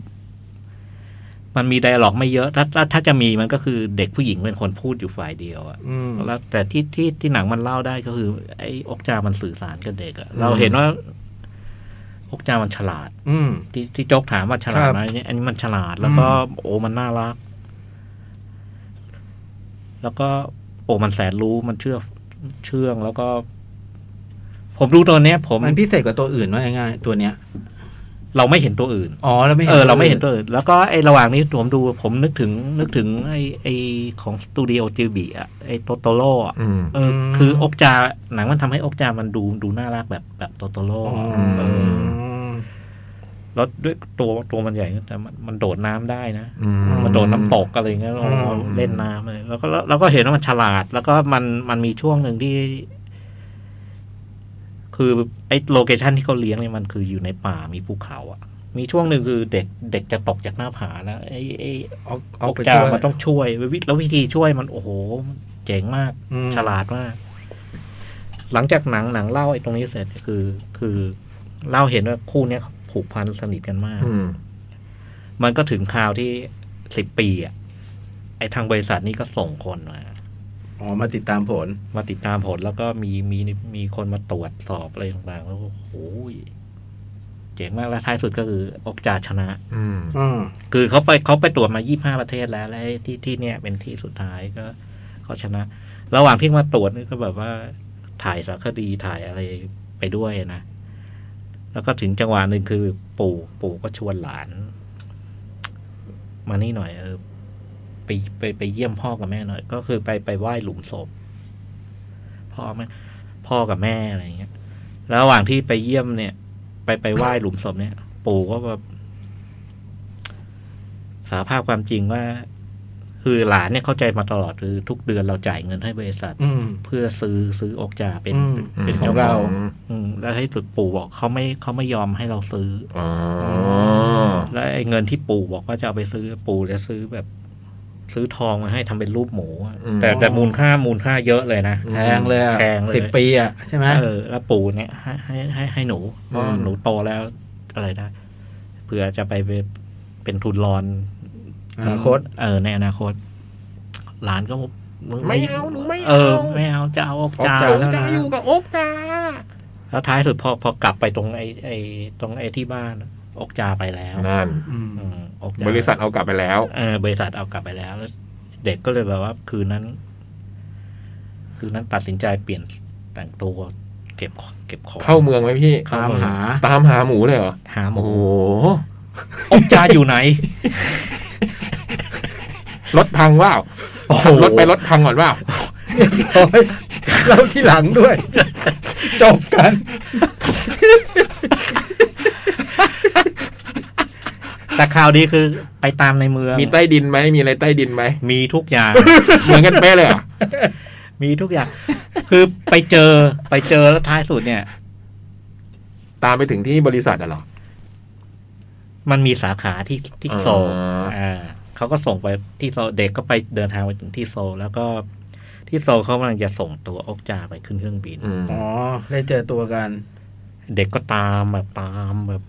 [SPEAKER 4] มันมีไดอะล็อกไม่เยอะ ถ้าถ้าถ้าจะมีมันก็คือเด็กผู้หญิงเป็นคนพูดอยู่ฝ่ายเดียวอะ
[SPEAKER 5] อืม
[SPEAKER 4] แล้วแต่ที่ที่ที่หนังมันเล่าได้ก็คือ ไอ้อกจามันสื่อสารกับเด็กอะเราเห็นว่า อกจามันฉลาด
[SPEAKER 5] อืม
[SPEAKER 4] ที่ที่โจ๊กถามว่าฉลาดไหมเนี่ยอันนี้มันฉลาดแล้วก็โอ้มันน่ารัก แล้วก็ โอ้มันแสนรู้มันเชื่อเชื่องแล้วก็ ผมดูตัวเนี้ย ผม
[SPEAKER 5] มันพิเศษกว่าตัวอื่นว่าง่ายๆตัวเนี้ย
[SPEAKER 4] เราไม่เห็นตัวอื่น
[SPEAKER 5] อ๋อเราไม่
[SPEAKER 4] เออ เราไม่เห็นตัวอื่น แล้วก็ไอ้ระหว่างนี้ผมดู ผมนึกถึง นึกถึง ไอ้ไอ้ของสตูดิโอจิบีอะไอ้โตโตโร่อะ
[SPEAKER 3] อืม
[SPEAKER 4] เออ คืออกจาหนังมันทำให้อกจามันดูดูน่ารักแบบแบบโตโตโร่
[SPEAKER 5] อ๋อ
[SPEAKER 4] อะ
[SPEAKER 5] อืม
[SPEAKER 4] เออแล้วด้วยตัวตัวมันใหญ่แต่มันมันโดดน้ำได้นะ
[SPEAKER 3] อืม
[SPEAKER 4] มันโดนน้ำตกอะไรอย่างเงี้ยเรา
[SPEAKER 3] อืม
[SPEAKER 4] เล่นน้ำเลยแล้วก็เราก็เห็นว่ามันฉลาด แล้วก็มันมันมีช่วงหนึ่งที่ คือไอ้โลเคชันที่เขาเลี้ยงเนี่ยมันคืออยู่ในป่ามีภูเขาอะมีช่วงหนึ่งคือเด็กเด็กจะตกจากหน้าผาแล้วไอ้ไอ้
[SPEAKER 5] เอาเอาไป
[SPEAKER 4] จา
[SPEAKER 5] ช่วย
[SPEAKER 4] มันต้องช่วยวิแล้ววิธีช่วยมันโอ้โห เจ๋งมาก
[SPEAKER 5] อืม
[SPEAKER 4] ฉลาดมาก หลังจากหนังหนังเล่าไอ้ตรงนี้เสร็จคือ คือเล่าเห็นว่าคู่เนี้ยเขาผูกพันสนิทกันมาก
[SPEAKER 3] อืม
[SPEAKER 4] มันก็ถึงคราวที่สิบปีอ่ะ ไอทางบริษัทนี่ก็ส่งคนมา
[SPEAKER 5] อ๋อมาติดตามผล
[SPEAKER 4] มาติดตามผลแล้วก็มีมีมีคนมาตรวจสอบอะไรต่างๆ แล้วก็โอ้ยเจ๋งมากแล้วท้ายสุดก็คืออกจาชนะ
[SPEAKER 3] อืม
[SPEAKER 5] อืม
[SPEAKER 4] คือเขาไปเขาไปตรวจมายี่ห้าประเทศแล้ว และไอ้ที่ที่เนี่ยเป็นที่สุดท้ายก็เขาชนะ ระหว่างที่มาตรวจนี่ก็แบบว่า ถ่ายสารคดีถ่ายอะไรไปด้วยนะ แล้วก็ถึงจังหวะหนึ่งคือ ปู่ปู่ก็ชวนหลาน มานี่หน่อย เออไปไปไปเยี่ยมพ่อกับแม่หน่อย ก็คือไปไปไหว้หลุมศพพ่อแม่พ่อกับแม่อะไรอย่างเงี้ย แล้วระหว่างที่ไปเยี่ยมเนี่ย ไปไปไหว้หลุมศพเนี่ย ปู่ก็แบบ สารภาพความจริงว่า คือหลานเนี่ยเข้าใจมาตลอดคือทุกเดือนเราจ่ายเงินให้บริษัท
[SPEAKER 5] อืม
[SPEAKER 4] เพื่อซื้อซื้ออกจาเป็น
[SPEAKER 5] อืม
[SPEAKER 4] เป็น
[SPEAKER 5] ของ
[SPEAKER 4] จ้
[SPEAKER 5] เรา
[SPEAKER 4] อืมแล้วให้สุดปู่บอกเขาไม่เขาไม่ยอมให้เราซื้อ
[SPEAKER 3] อ๋อ
[SPEAKER 4] แล้วไอ้เงินที่ปู่บอกว่าจะเอาไปซื้อปู่จะซื้อแบบ ซื้อทองมาให้ทำเป็นรูปหมูอะ
[SPEAKER 3] อืม
[SPEAKER 4] แต่แต่มูลค่ามูลค่าเยอะเลยนะ
[SPEAKER 5] แพงเลยอะ
[SPEAKER 4] แพงเลย
[SPEAKER 5] สิบปีอ่ะใช่ไหม
[SPEAKER 4] เออแล้วปู่เนี่ยให้ให้ให้ให้หนูเพราะ
[SPEAKER 3] อืม
[SPEAKER 4] หนูโตแล้วอะไรนะเผื่อจะไปเป็นเป็นทุนรอน
[SPEAKER 5] อนาคต
[SPEAKER 4] เออในอนาคต หลานก็บอกง
[SPEAKER 7] ไม่เอาหนูไม่เอา
[SPEAKER 4] เออ ไม่เอาจะเอาออกจา
[SPEAKER 5] ออกจา
[SPEAKER 4] แล้ว
[SPEAKER 7] จะ
[SPEAKER 4] นะ
[SPEAKER 7] อยู่กับอบกา
[SPEAKER 4] แล้วท้ายสุดพอพอกลับไปตรงไอ้ไอ้ตรงไอ้ที่บ้านออกจาไปแล้ว
[SPEAKER 3] นั่น
[SPEAKER 5] อืม
[SPEAKER 4] อืมออกจา
[SPEAKER 3] บริษัทเอากลับไปแล้ว
[SPEAKER 4] เออบริษัทเอากลับไปแล้วแล้ว เด็กก็เลยแบบว่าคืนนั้น คืนนั้นตัดสินใจเปลี่ยนแต่งตัวเก็บของเก็บของ
[SPEAKER 3] เข้าเมืองไหมพี่
[SPEAKER 4] เข้
[SPEAKER 5] ตามหา
[SPEAKER 3] ตามหาหมูเลยเหรอ
[SPEAKER 4] หาหมู
[SPEAKER 3] โอ้โห
[SPEAKER 4] ออกจาอยู่ไหน
[SPEAKER 3] รถพังว่าว
[SPEAKER 5] โอ้โห
[SPEAKER 3] ขับรถไปรถพังก่อนว่าว
[SPEAKER 5] โอ้ยเราที่หลัง ด้วย จบกัน
[SPEAKER 4] แต่ข่าวดีคือไปตามในเมือง
[SPEAKER 3] มีใต้ดินไหม มีอะไรใต้ดินไหม
[SPEAKER 4] มีทุกอย่าง
[SPEAKER 3] เหมือนกันเป๊ะเลยเหรอ่ะ
[SPEAKER 4] มีทุกอย่าง คือไปเจอไปเจอแล้วท้ายสุดเนี่ย
[SPEAKER 3] ตามไปถึงที่บริษัทอะเหรอ
[SPEAKER 4] มันมีสาขาที่ที่โซล
[SPEAKER 3] อ่า
[SPEAKER 4] อ่าเขาก็ส่งไปที่โซลเด็กก็ไปเดินทางไปถึงที่โซลแล้วก็ที่โซลเขากำลังจะส่งตัวอกจาไปขึ้นเครื่องบิน
[SPEAKER 3] อืม
[SPEAKER 5] อ๋อ ได้เจอตัวกัน
[SPEAKER 4] เด็กก็ตามแบบตามแบบ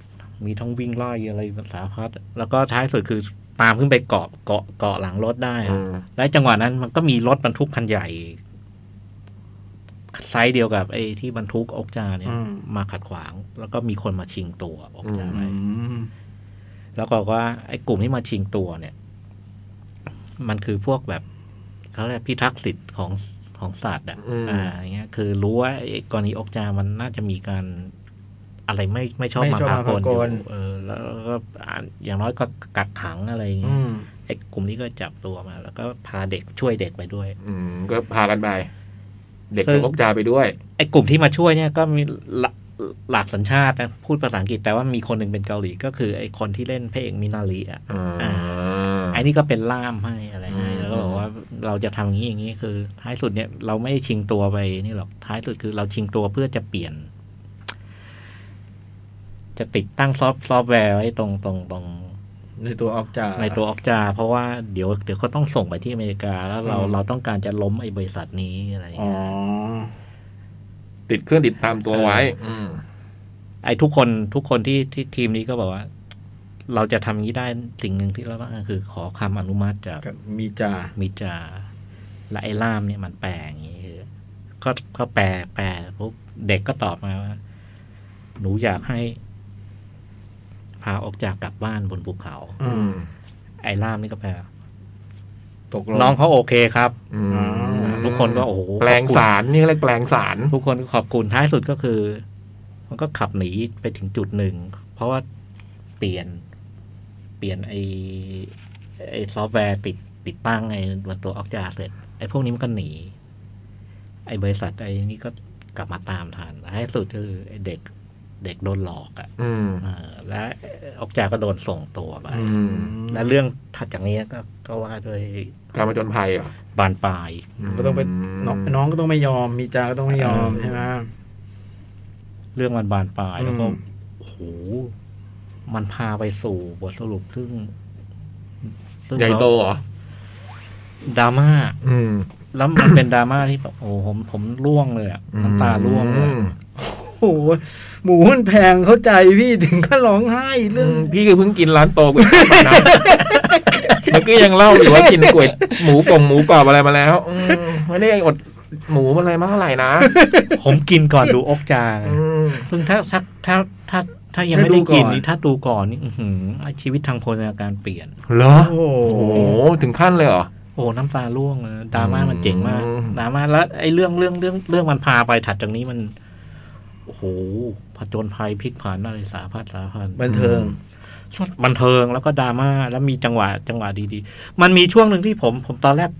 [SPEAKER 4] มีทั้งวิ่งไล่อะไรสารพัดแล้วก็ท้ายสุดคือตามขึ้นไปเกาะเกาะเกาะหลังรถได้
[SPEAKER 3] อื
[SPEAKER 4] อะ
[SPEAKER 3] ม
[SPEAKER 4] และจังหวะนั้นมันก็มีรถบรรทุกคันใหญ่ไซส์เดียวกับไอ้ที่บรรทุกอกจาเนี่ย
[SPEAKER 5] อืม
[SPEAKER 4] มาขัดขวาง แล้วก็มีคนมาชิงตัวอกจาไป
[SPEAKER 5] อืม
[SPEAKER 4] แล้วก็บอกว่าไอ้กลุ่มที่มาชิงตัวเนี่ย มันคือพวกแบบเขาเรียกพิทักษ์สิทธิ์ของของสัตว์อ่ะอ่าอย่างเงี้ย คือรู้ว่าไอ้กรณีอกจามันน่าจะมีการอะไรไม่ไม่ชอบมาพากลอยู่เออ แล้วก็อ่าอย่างน้อยก็กักขังอะไรอย่างเงี้
[SPEAKER 5] อื
[SPEAKER 4] ย
[SPEAKER 5] ม
[SPEAKER 4] ไอ้กลุ่มนี้ก็จับตัวมา แล้วก็พาเด็กช่วยเด็กไปด้วย
[SPEAKER 3] อืมก็พากันไป เด็ก
[SPEAKER 4] ซึ่
[SPEAKER 3] ก็
[SPEAKER 4] ง
[SPEAKER 3] พกจาไปด้วย
[SPEAKER 4] ไอ้กลุ่มที่มาช่วยเนี่ยก็มีหลากหลากสัญชาตินะพูดภาษาอังกฤษแต่ว่ามีคนหนึ่งเป็นเกาหลี ก็คือไอ้คนที่เล่นพระเอกมินาลีอ่ะ
[SPEAKER 3] อ่า
[SPEAKER 4] ไอ้นี่ก็เป็นล่ามให้อะไรให้
[SPEAKER 3] อืม
[SPEAKER 4] แล้วก็บอกว่าเราจะทำอย่างนี้อย่างนี้คือ ท้ายสุดเนี่ยเราไม่ได้ชิงตัวไปนี่หรอกท้ายสุดคือเราชิงตัวเพื่อจะเปลี่ยน จะติดตั้งซอฟต์ซอฟต์แวร์ไว้ตรงตรงตรง
[SPEAKER 5] ในตัวออกจาก
[SPEAKER 4] ในตัวออกจา เพราะว่าเดี๋ยวเดี๋ยวเขาต้องส่งไปที่อเมริกา แล้วเรา
[SPEAKER 5] อืม
[SPEAKER 4] เราต้องการจะล้มไอ้บริษัทนี้อะไรอย่าง
[SPEAKER 5] อ๋อ
[SPEAKER 4] เงี้ย
[SPEAKER 3] ติดเครื่องติดตามตัวไว้ อืม
[SPEAKER 4] ไอ้ทุกคนทุกคนที่ที่ทีมนี้ก็บอกว่า เราจะทำอย่างนี้ได้สิ่งหนึ่งที่เราต้องการคือขอคำอนุมัติจาก
[SPEAKER 5] กับมีจา
[SPEAKER 4] มิจาและไอ้ล่ามเนี่ยมันแปลอย่างนี้คือก็ก็แปลแปลปุ๊บเด็กก็ตอบมาว่า หนูอยากให้ พาออกจากกลับบ้านบนภูเขา
[SPEAKER 5] อื
[SPEAKER 3] อื
[SPEAKER 5] ม
[SPEAKER 3] ม
[SPEAKER 4] ไอ้ล่ามนี่ก็แปลว่า
[SPEAKER 5] ตกลง
[SPEAKER 4] น้องเขาโอเคครับ
[SPEAKER 3] อืม
[SPEAKER 5] อ่า
[SPEAKER 4] ทุกคนก็โอ้โห
[SPEAKER 3] แปลงสารนี่เรียกแปลงสาร
[SPEAKER 4] ทุกคนก็ขอบคุณท้ายสุดก็คือ มันก็ขับหนีไปถึงจุดหนึ่ง เพราะว่าเปลี่ยน เปลี่ยนไอ้ไอ้ซอฟต์แวร์ติดติดตั้งไอ้บนตัวออกจาเสร็จ ไอ้พวกนี้มันก็หนี ไอ้บริษัทไอ้นี่ก็กลับมาตามทันท้ายสุดคือไอ้เด็กเด็กโดนหลอกอะ
[SPEAKER 3] อืม
[SPEAKER 4] เออและออกจาก็โดนส่งตัวไป
[SPEAKER 3] อืม
[SPEAKER 4] และเรื่องถัดจากนี้ก็ก็ว่าด้วย
[SPEAKER 3] การมาจนภัยเหรอ่ะ
[SPEAKER 4] บานปลาย
[SPEAKER 5] ก็ต้องไปน้องน้องก็ต้องไม่ยอม มีจาก็ต้องไม่ยอมใช่ไหม
[SPEAKER 4] เรื่องมันบานปลายแล้วก็
[SPEAKER 5] อืม
[SPEAKER 4] โอ้โห มันพาไปสู่บทสรุปซึ่งซึ่ง
[SPEAKER 3] ใหญ่โตเหรอ
[SPEAKER 4] ดราม่า
[SPEAKER 3] อืม
[SPEAKER 4] แล้วมันเป็นดราม่าที่แบบโอ้โหผมผมร่วงเลยอะน้ำตาร่วงเลยอะ
[SPEAKER 5] โอ้โหหมูมันแพงเข้าใจพี่ถึงก็ร้องไห้เรื่อง
[SPEAKER 3] พี่ก็เพิ่งกินร้าน โตก๋วยเตี๋ยวมานะเมื่อกี้ยังเล่าอยู่ว่ากินก๋วยหมูกงหมูกรอบอะไรมาแล้วอืมไม่ได้อดหมูอะไรมาเท่าไหร่นะ
[SPEAKER 4] ผมกินก่อนดูอกจาง
[SPEAKER 3] อืม
[SPEAKER 4] ซึ่งถ้าถ้าถ้าถ้าถ้ายัง
[SPEAKER 5] ถ้า
[SPEAKER 4] ไม่ได้
[SPEAKER 5] ดูก่อน
[SPEAKER 4] กินนี่ถ้าดูก่อนนี่อื้อหือชีวิตทางโภชนาการเปลี่ยน
[SPEAKER 3] เหรอ
[SPEAKER 5] โอ้โห
[SPEAKER 3] โอ้โหถึงขั้นเลยเหรอ
[SPEAKER 4] โอ้โหน้ำตาร่วงเลยดราม่ามันเจ๋งมาก
[SPEAKER 3] อืม
[SPEAKER 4] ดราม่าแล้วไอ้เรื่องเรื่องเรื่องเรื่องมันพาไปถัดจากนี้มัน โอ้โหผจญภัยพลิกผันอะไรสารพัดสารพัน
[SPEAKER 5] บันเทิง
[SPEAKER 4] บันเทิงแล้วก็ดราม่าแล้วมีจังหวะจังหวะดีๆ มันมีช่วงหนึ่งที่ผมผมตอนแรก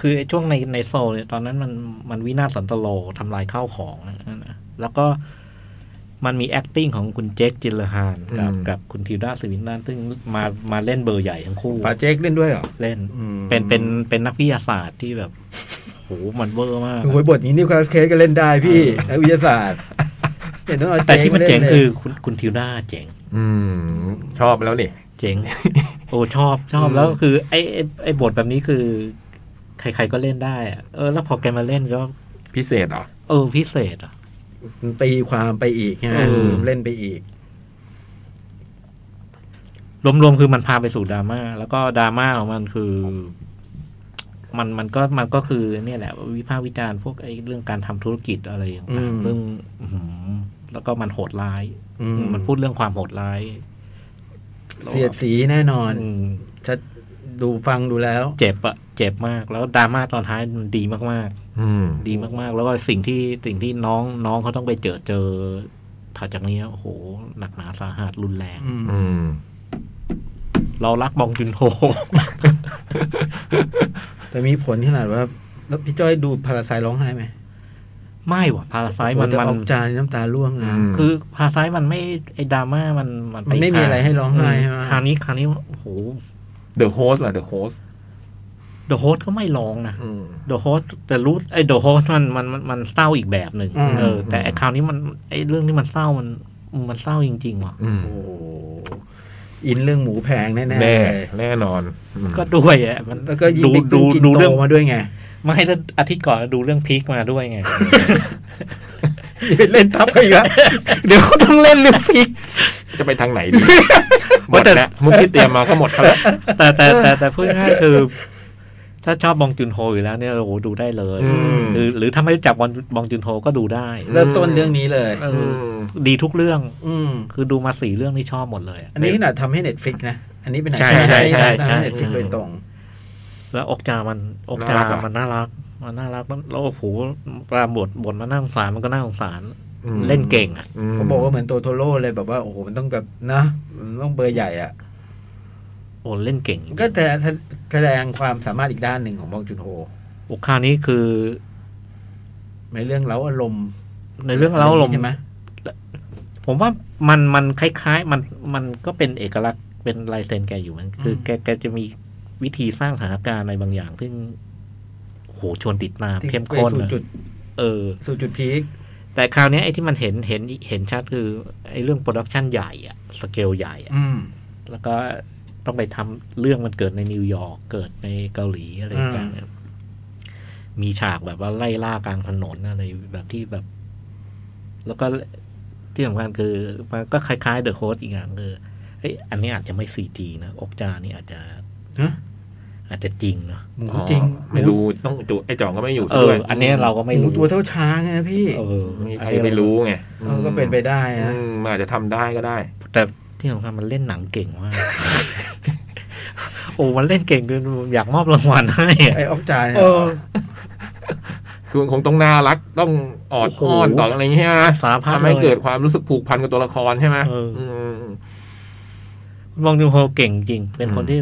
[SPEAKER 4] คือไอ้ช่วงในในโซลเนี่ยตอนนั้นมันมันวินาศสันตโลทำลายข้าวของนะนะแล้วก็มันมี acting ของคุณเจคจิลเลอร์ฮานกับ
[SPEAKER 3] อืม
[SPEAKER 4] กับคุณทิวดาสวินตันซึ่งมามาเล่นเบอร์ใหญ่ทั้งคู่
[SPEAKER 5] ป่าเจ๊กเล่นด้วยเหรอ
[SPEAKER 4] เล่น
[SPEAKER 5] อืม
[SPEAKER 4] เป็นเป็นเป็นนักวิทยาศาสตร์ที่แบบโหมันเบอร์มาก
[SPEAKER 5] โอ้ยบทนี้นิวคาสเคสก็เล่นได้พี่นักวิทยาศาสตร์เห็นต้องเอา
[SPEAKER 4] แต่ที่มันเจ๋ง
[SPEAKER 5] ล่ลย
[SPEAKER 4] คือคุณคุณทิวดาเจ๋ง
[SPEAKER 3] อืม ชอบแล้วนี่
[SPEAKER 4] เจ๋ง โอ้ชอบชอบแล้วก็คือไอ้ไอ้ไอ้บทแบบนี้คือ ใครๆก็เล่นได้อะเออ แล้วพอแกมาเล่นก็
[SPEAKER 3] พิเศษเหรอ
[SPEAKER 4] เออพิเศษอ่ะ
[SPEAKER 5] มันตีความไปอีกใช่ไหม
[SPEAKER 3] อืม
[SPEAKER 5] เล่นไปอีก
[SPEAKER 4] รวมๆคือมันพาไปสู่ดราม่าแล้วก็ดราม่าของมันคือ มันมันก็มันก็คือเนี่ยแหละ วิพากษ์วิจารณ์พวกไอ้เรื่องการทำธุรกิจอะไรอย่าง
[SPEAKER 5] อื
[SPEAKER 4] เงี้ย
[SPEAKER 5] ม
[SPEAKER 4] เรื่องอื้อหือแล้วก็มันโหดร้าย
[SPEAKER 5] อื
[SPEAKER 4] มันพูดเรื่องความโหดร้าย
[SPEAKER 5] เสียดสีแน่นอน
[SPEAKER 4] อืม
[SPEAKER 5] ชัดดูฟังดูแล้ว
[SPEAKER 4] เจ็บอะเจ็บมาก แล้วดราม่าตอนท้ายมันดีมากๆ
[SPEAKER 3] อืม
[SPEAKER 4] ดีมาก ๆ แล้วก็สิ่งที่สิ่งที่น้องน้องเขาต้องไปเจอเจอถัดจากนี้โอ้โห หนักหนาสาหัสรุนแรง
[SPEAKER 5] อืม
[SPEAKER 3] อืม
[SPEAKER 4] เรารักบองจุนโฮ
[SPEAKER 5] แต่มีผลขนาดว่า แล้วพี่จ้อยดูพาราไซร้องไห้ไหม
[SPEAKER 4] ไม่ว่ะพาราไซต์มัน
[SPEAKER 5] โอ้แต่
[SPEAKER 4] มัน
[SPEAKER 5] ออกจานน้ำตาร่วงนะ
[SPEAKER 3] อืม
[SPEAKER 4] คือพาราไซต์มันไม่ไอ้ดราม่ามันมันป
[SPEAKER 5] มันไม่มี
[SPEAKER 4] ทา
[SPEAKER 5] อะไรให้ร้องไห้ใช่ไหม
[SPEAKER 4] คราวนี้คราวนี้โอ้โห
[SPEAKER 3] เดอะโฮสล่ะเดอะโฮส
[SPEAKER 4] เดอะโฮสก็ไม่ร้องนะ
[SPEAKER 3] อืม
[SPEAKER 4] เดอะโฮสแต่รู้ไอ้เดอะโฮสมันมันมันมันเศร้าอีกแบบหนึ่ง
[SPEAKER 5] อืม
[SPEAKER 4] เออแต่ไอ้คราวนี้มันไอ้เรื่องที่มันเศร้ามันมันเศร้าจริงๆว่ะ
[SPEAKER 3] อืม
[SPEAKER 5] โอ้โห อินเรื่องหมูแพงแน่ๆ
[SPEAKER 3] แน่
[SPEAKER 5] เลย
[SPEAKER 3] แน่นอนอืม
[SPEAKER 4] ก็ด้วยอ่ะมัน
[SPEAKER 5] แล้วก็ยิ่ง
[SPEAKER 4] ดู
[SPEAKER 5] บิ๊ก
[SPEAKER 4] ดูดู
[SPEAKER 5] ดูดู
[SPEAKER 4] เรื่
[SPEAKER 5] เรื่
[SPEAKER 4] อ
[SPEAKER 5] อง งมาด้วยไง
[SPEAKER 4] ไม่แล้วอาทิตย์ก่อนดูเรื่องพีคมาด้วยไง
[SPEAKER 5] เล่นทับกันอีกแล้วเดี๋ยวเขาต้องเล่นเรื่องพลิก
[SPEAKER 3] จะไปทางไหนดี หมด
[SPEAKER 4] แต่
[SPEAKER 3] แล้วมุกที่เตรียมมาก็หมดแล้ว
[SPEAKER 4] แต่แต่แต่แต่พูดง่ายๆคือ ถ้าชอบบองจุนโฮอยู่แล้วเนี่ยโอ้โหดูได้เลย
[SPEAKER 3] อืม
[SPEAKER 4] หรือหรือถ้าไม่รู้จักบองบองจุนโฮก็ดูได้
[SPEAKER 5] เริ่มต้นเรื่องนี้เลย
[SPEAKER 4] เออดีทุกเรื่อง
[SPEAKER 5] อืม
[SPEAKER 4] คือดูมาสี่เรื่องนี่ชอบหมดเลยอะ
[SPEAKER 5] อันนี้ขนาดทำให้เน็ตฟลิกนะ อันนี้เป็นหนัง
[SPEAKER 3] ใช่ใช่ใช่
[SPEAKER 5] ทำให้
[SPEAKER 4] ใช่
[SPEAKER 5] เน็ตฟลิกโดยตรง
[SPEAKER 4] แล้วอกจามันอกจา
[SPEAKER 3] น่ารัก
[SPEAKER 4] มันน่ารัก มันน่ารักแล้วแล้วโอ้โหปลาบทบทมันน่าสงสารมันก็น่าสงสาร
[SPEAKER 3] อืม
[SPEAKER 4] เล่นเก่งอ่ะ
[SPEAKER 3] ม
[SPEAKER 5] ผมบอกว่าเหมือนโตโทโร่เลยแบบว่า โอ้โห มันต้องแบบนะ มันต้องเบอร์ใหญ่อ่ะ
[SPEAKER 4] โอ้เล่นเก่ง
[SPEAKER 5] มันก็แสดงแสดงความสามารถอีกด้านหนึ่งของบองจุนโฮ
[SPEAKER 4] อกคราวนี้คือ
[SPEAKER 5] ในเรื่องเล้าอารมณ์
[SPEAKER 4] ในเรื่องเล่าลม
[SPEAKER 5] ใช่ไหม
[SPEAKER 4] ผมว่ามันมันคล้ายๆ มันมันก็เป็นเอกลักษณ์เป็นลายเซ็นแกอยู่มันคืออแกแกจะมีวิธีสร้างสถานการณ์อะไรบางอย่างซึ่งโอ้โหชวนติดตาม
[SPEAKER 5] ที่
[SPEAKER 4] เข้มข้น
[SPEAKER 5] ไปสู่
[SPEAKER 4] อะ
[SPEAKER 5] จุด
[SPEAKER 4] เออ
[SPEAKER 5] สู่จุดพีค
[SPEAKER 4] แต่คราวเนี้ยไอ้ที่มันเห็นเห็นเห็นชัดคือไอ้เรื่องโปรดักชันใหญ่อะสเกลใหญ่อะ
[SPEAKER 5] อืม
[SPEAKER 4] แล้วก็ต้องไปทำเรื่องมันเกิดในนิวยอร์กเกิดในเกาหลีอะไรอย่างเงี้ยเนี่ยมีฉากแบบว่าไล่ล่ากลางถนนอะไรแบบที่แบบ แล้วก็ที่สำคัญคือมันก็คล้ายๆเดอะโฮสอีกอย่างคือเอ้ยอันนี้อาจจะไม่ซีจีนะ อกจานี่อาจจะ
[SPEAKER 5] ฮะ
[SPEAKER 4] อาจจะจริงเนาะ
[SPEAKER 5] หมู
[SPEAKER 3] อ๋อ
[SPEAKER 5] จริง
[SPEAKER 3] ไม่รู้ต้องจูไอ้จ่องก็ไม่อยู่
[SPEAKER 4] เอ
[SPEAKER 3] ด้
[SPEAKER 4] อ
[SPEAKER 3] วย
[SPEAKER 4] อันนี้เราก็
[SPEAKER 5] ห
[SPEAKER 4] ไม่
[SPEAKER 5] มู
[SPEAKER 4] รู้
[SPEAKER 5] ตัวเท่าช้างไงพี่
[SPEAKER 4] เออ
[SPEAKER 3] ไม่มีใครไปรู้ไง
[SPEAKER 5] เออก็เป็นไปได้
[SPEAKER 3] อื
[SPEAKER 5] นะ
[SPEAKER 3] มมันอาจจะทำได้ก็ได้
[SPEAKER 4] แต่ที่สำคัญมันเล่นหนังเก่ง มาก โอ้มันเล่นเก่งจนอยากมอบรางวัลให้อะ
[SPEAKER 5] ไอ้ออกจาเนี่ย
[SPEAKER 4] เออ
[SPEAKER 3] คือมันคงต้องน่ารักต้องออดอ้อน
[SPEAKER 4] โอ้โห
[SPEAKER 3] ต่ออะไรอย่างเงี้ยนะ
[SPEAKER 4] สารพัด
[SPEAKER 3] ทำให้
[SPEAKER 4] เลย
[SPEAKER 3] เกิดความรู้สึกผูกพันกับตัวละครใช่ไหม
[SPEAKER 4] เอออื
[SPEAKER 3] ม
[SPEAKER 4] มองดูโฮเก่งจริง เป็นคนที่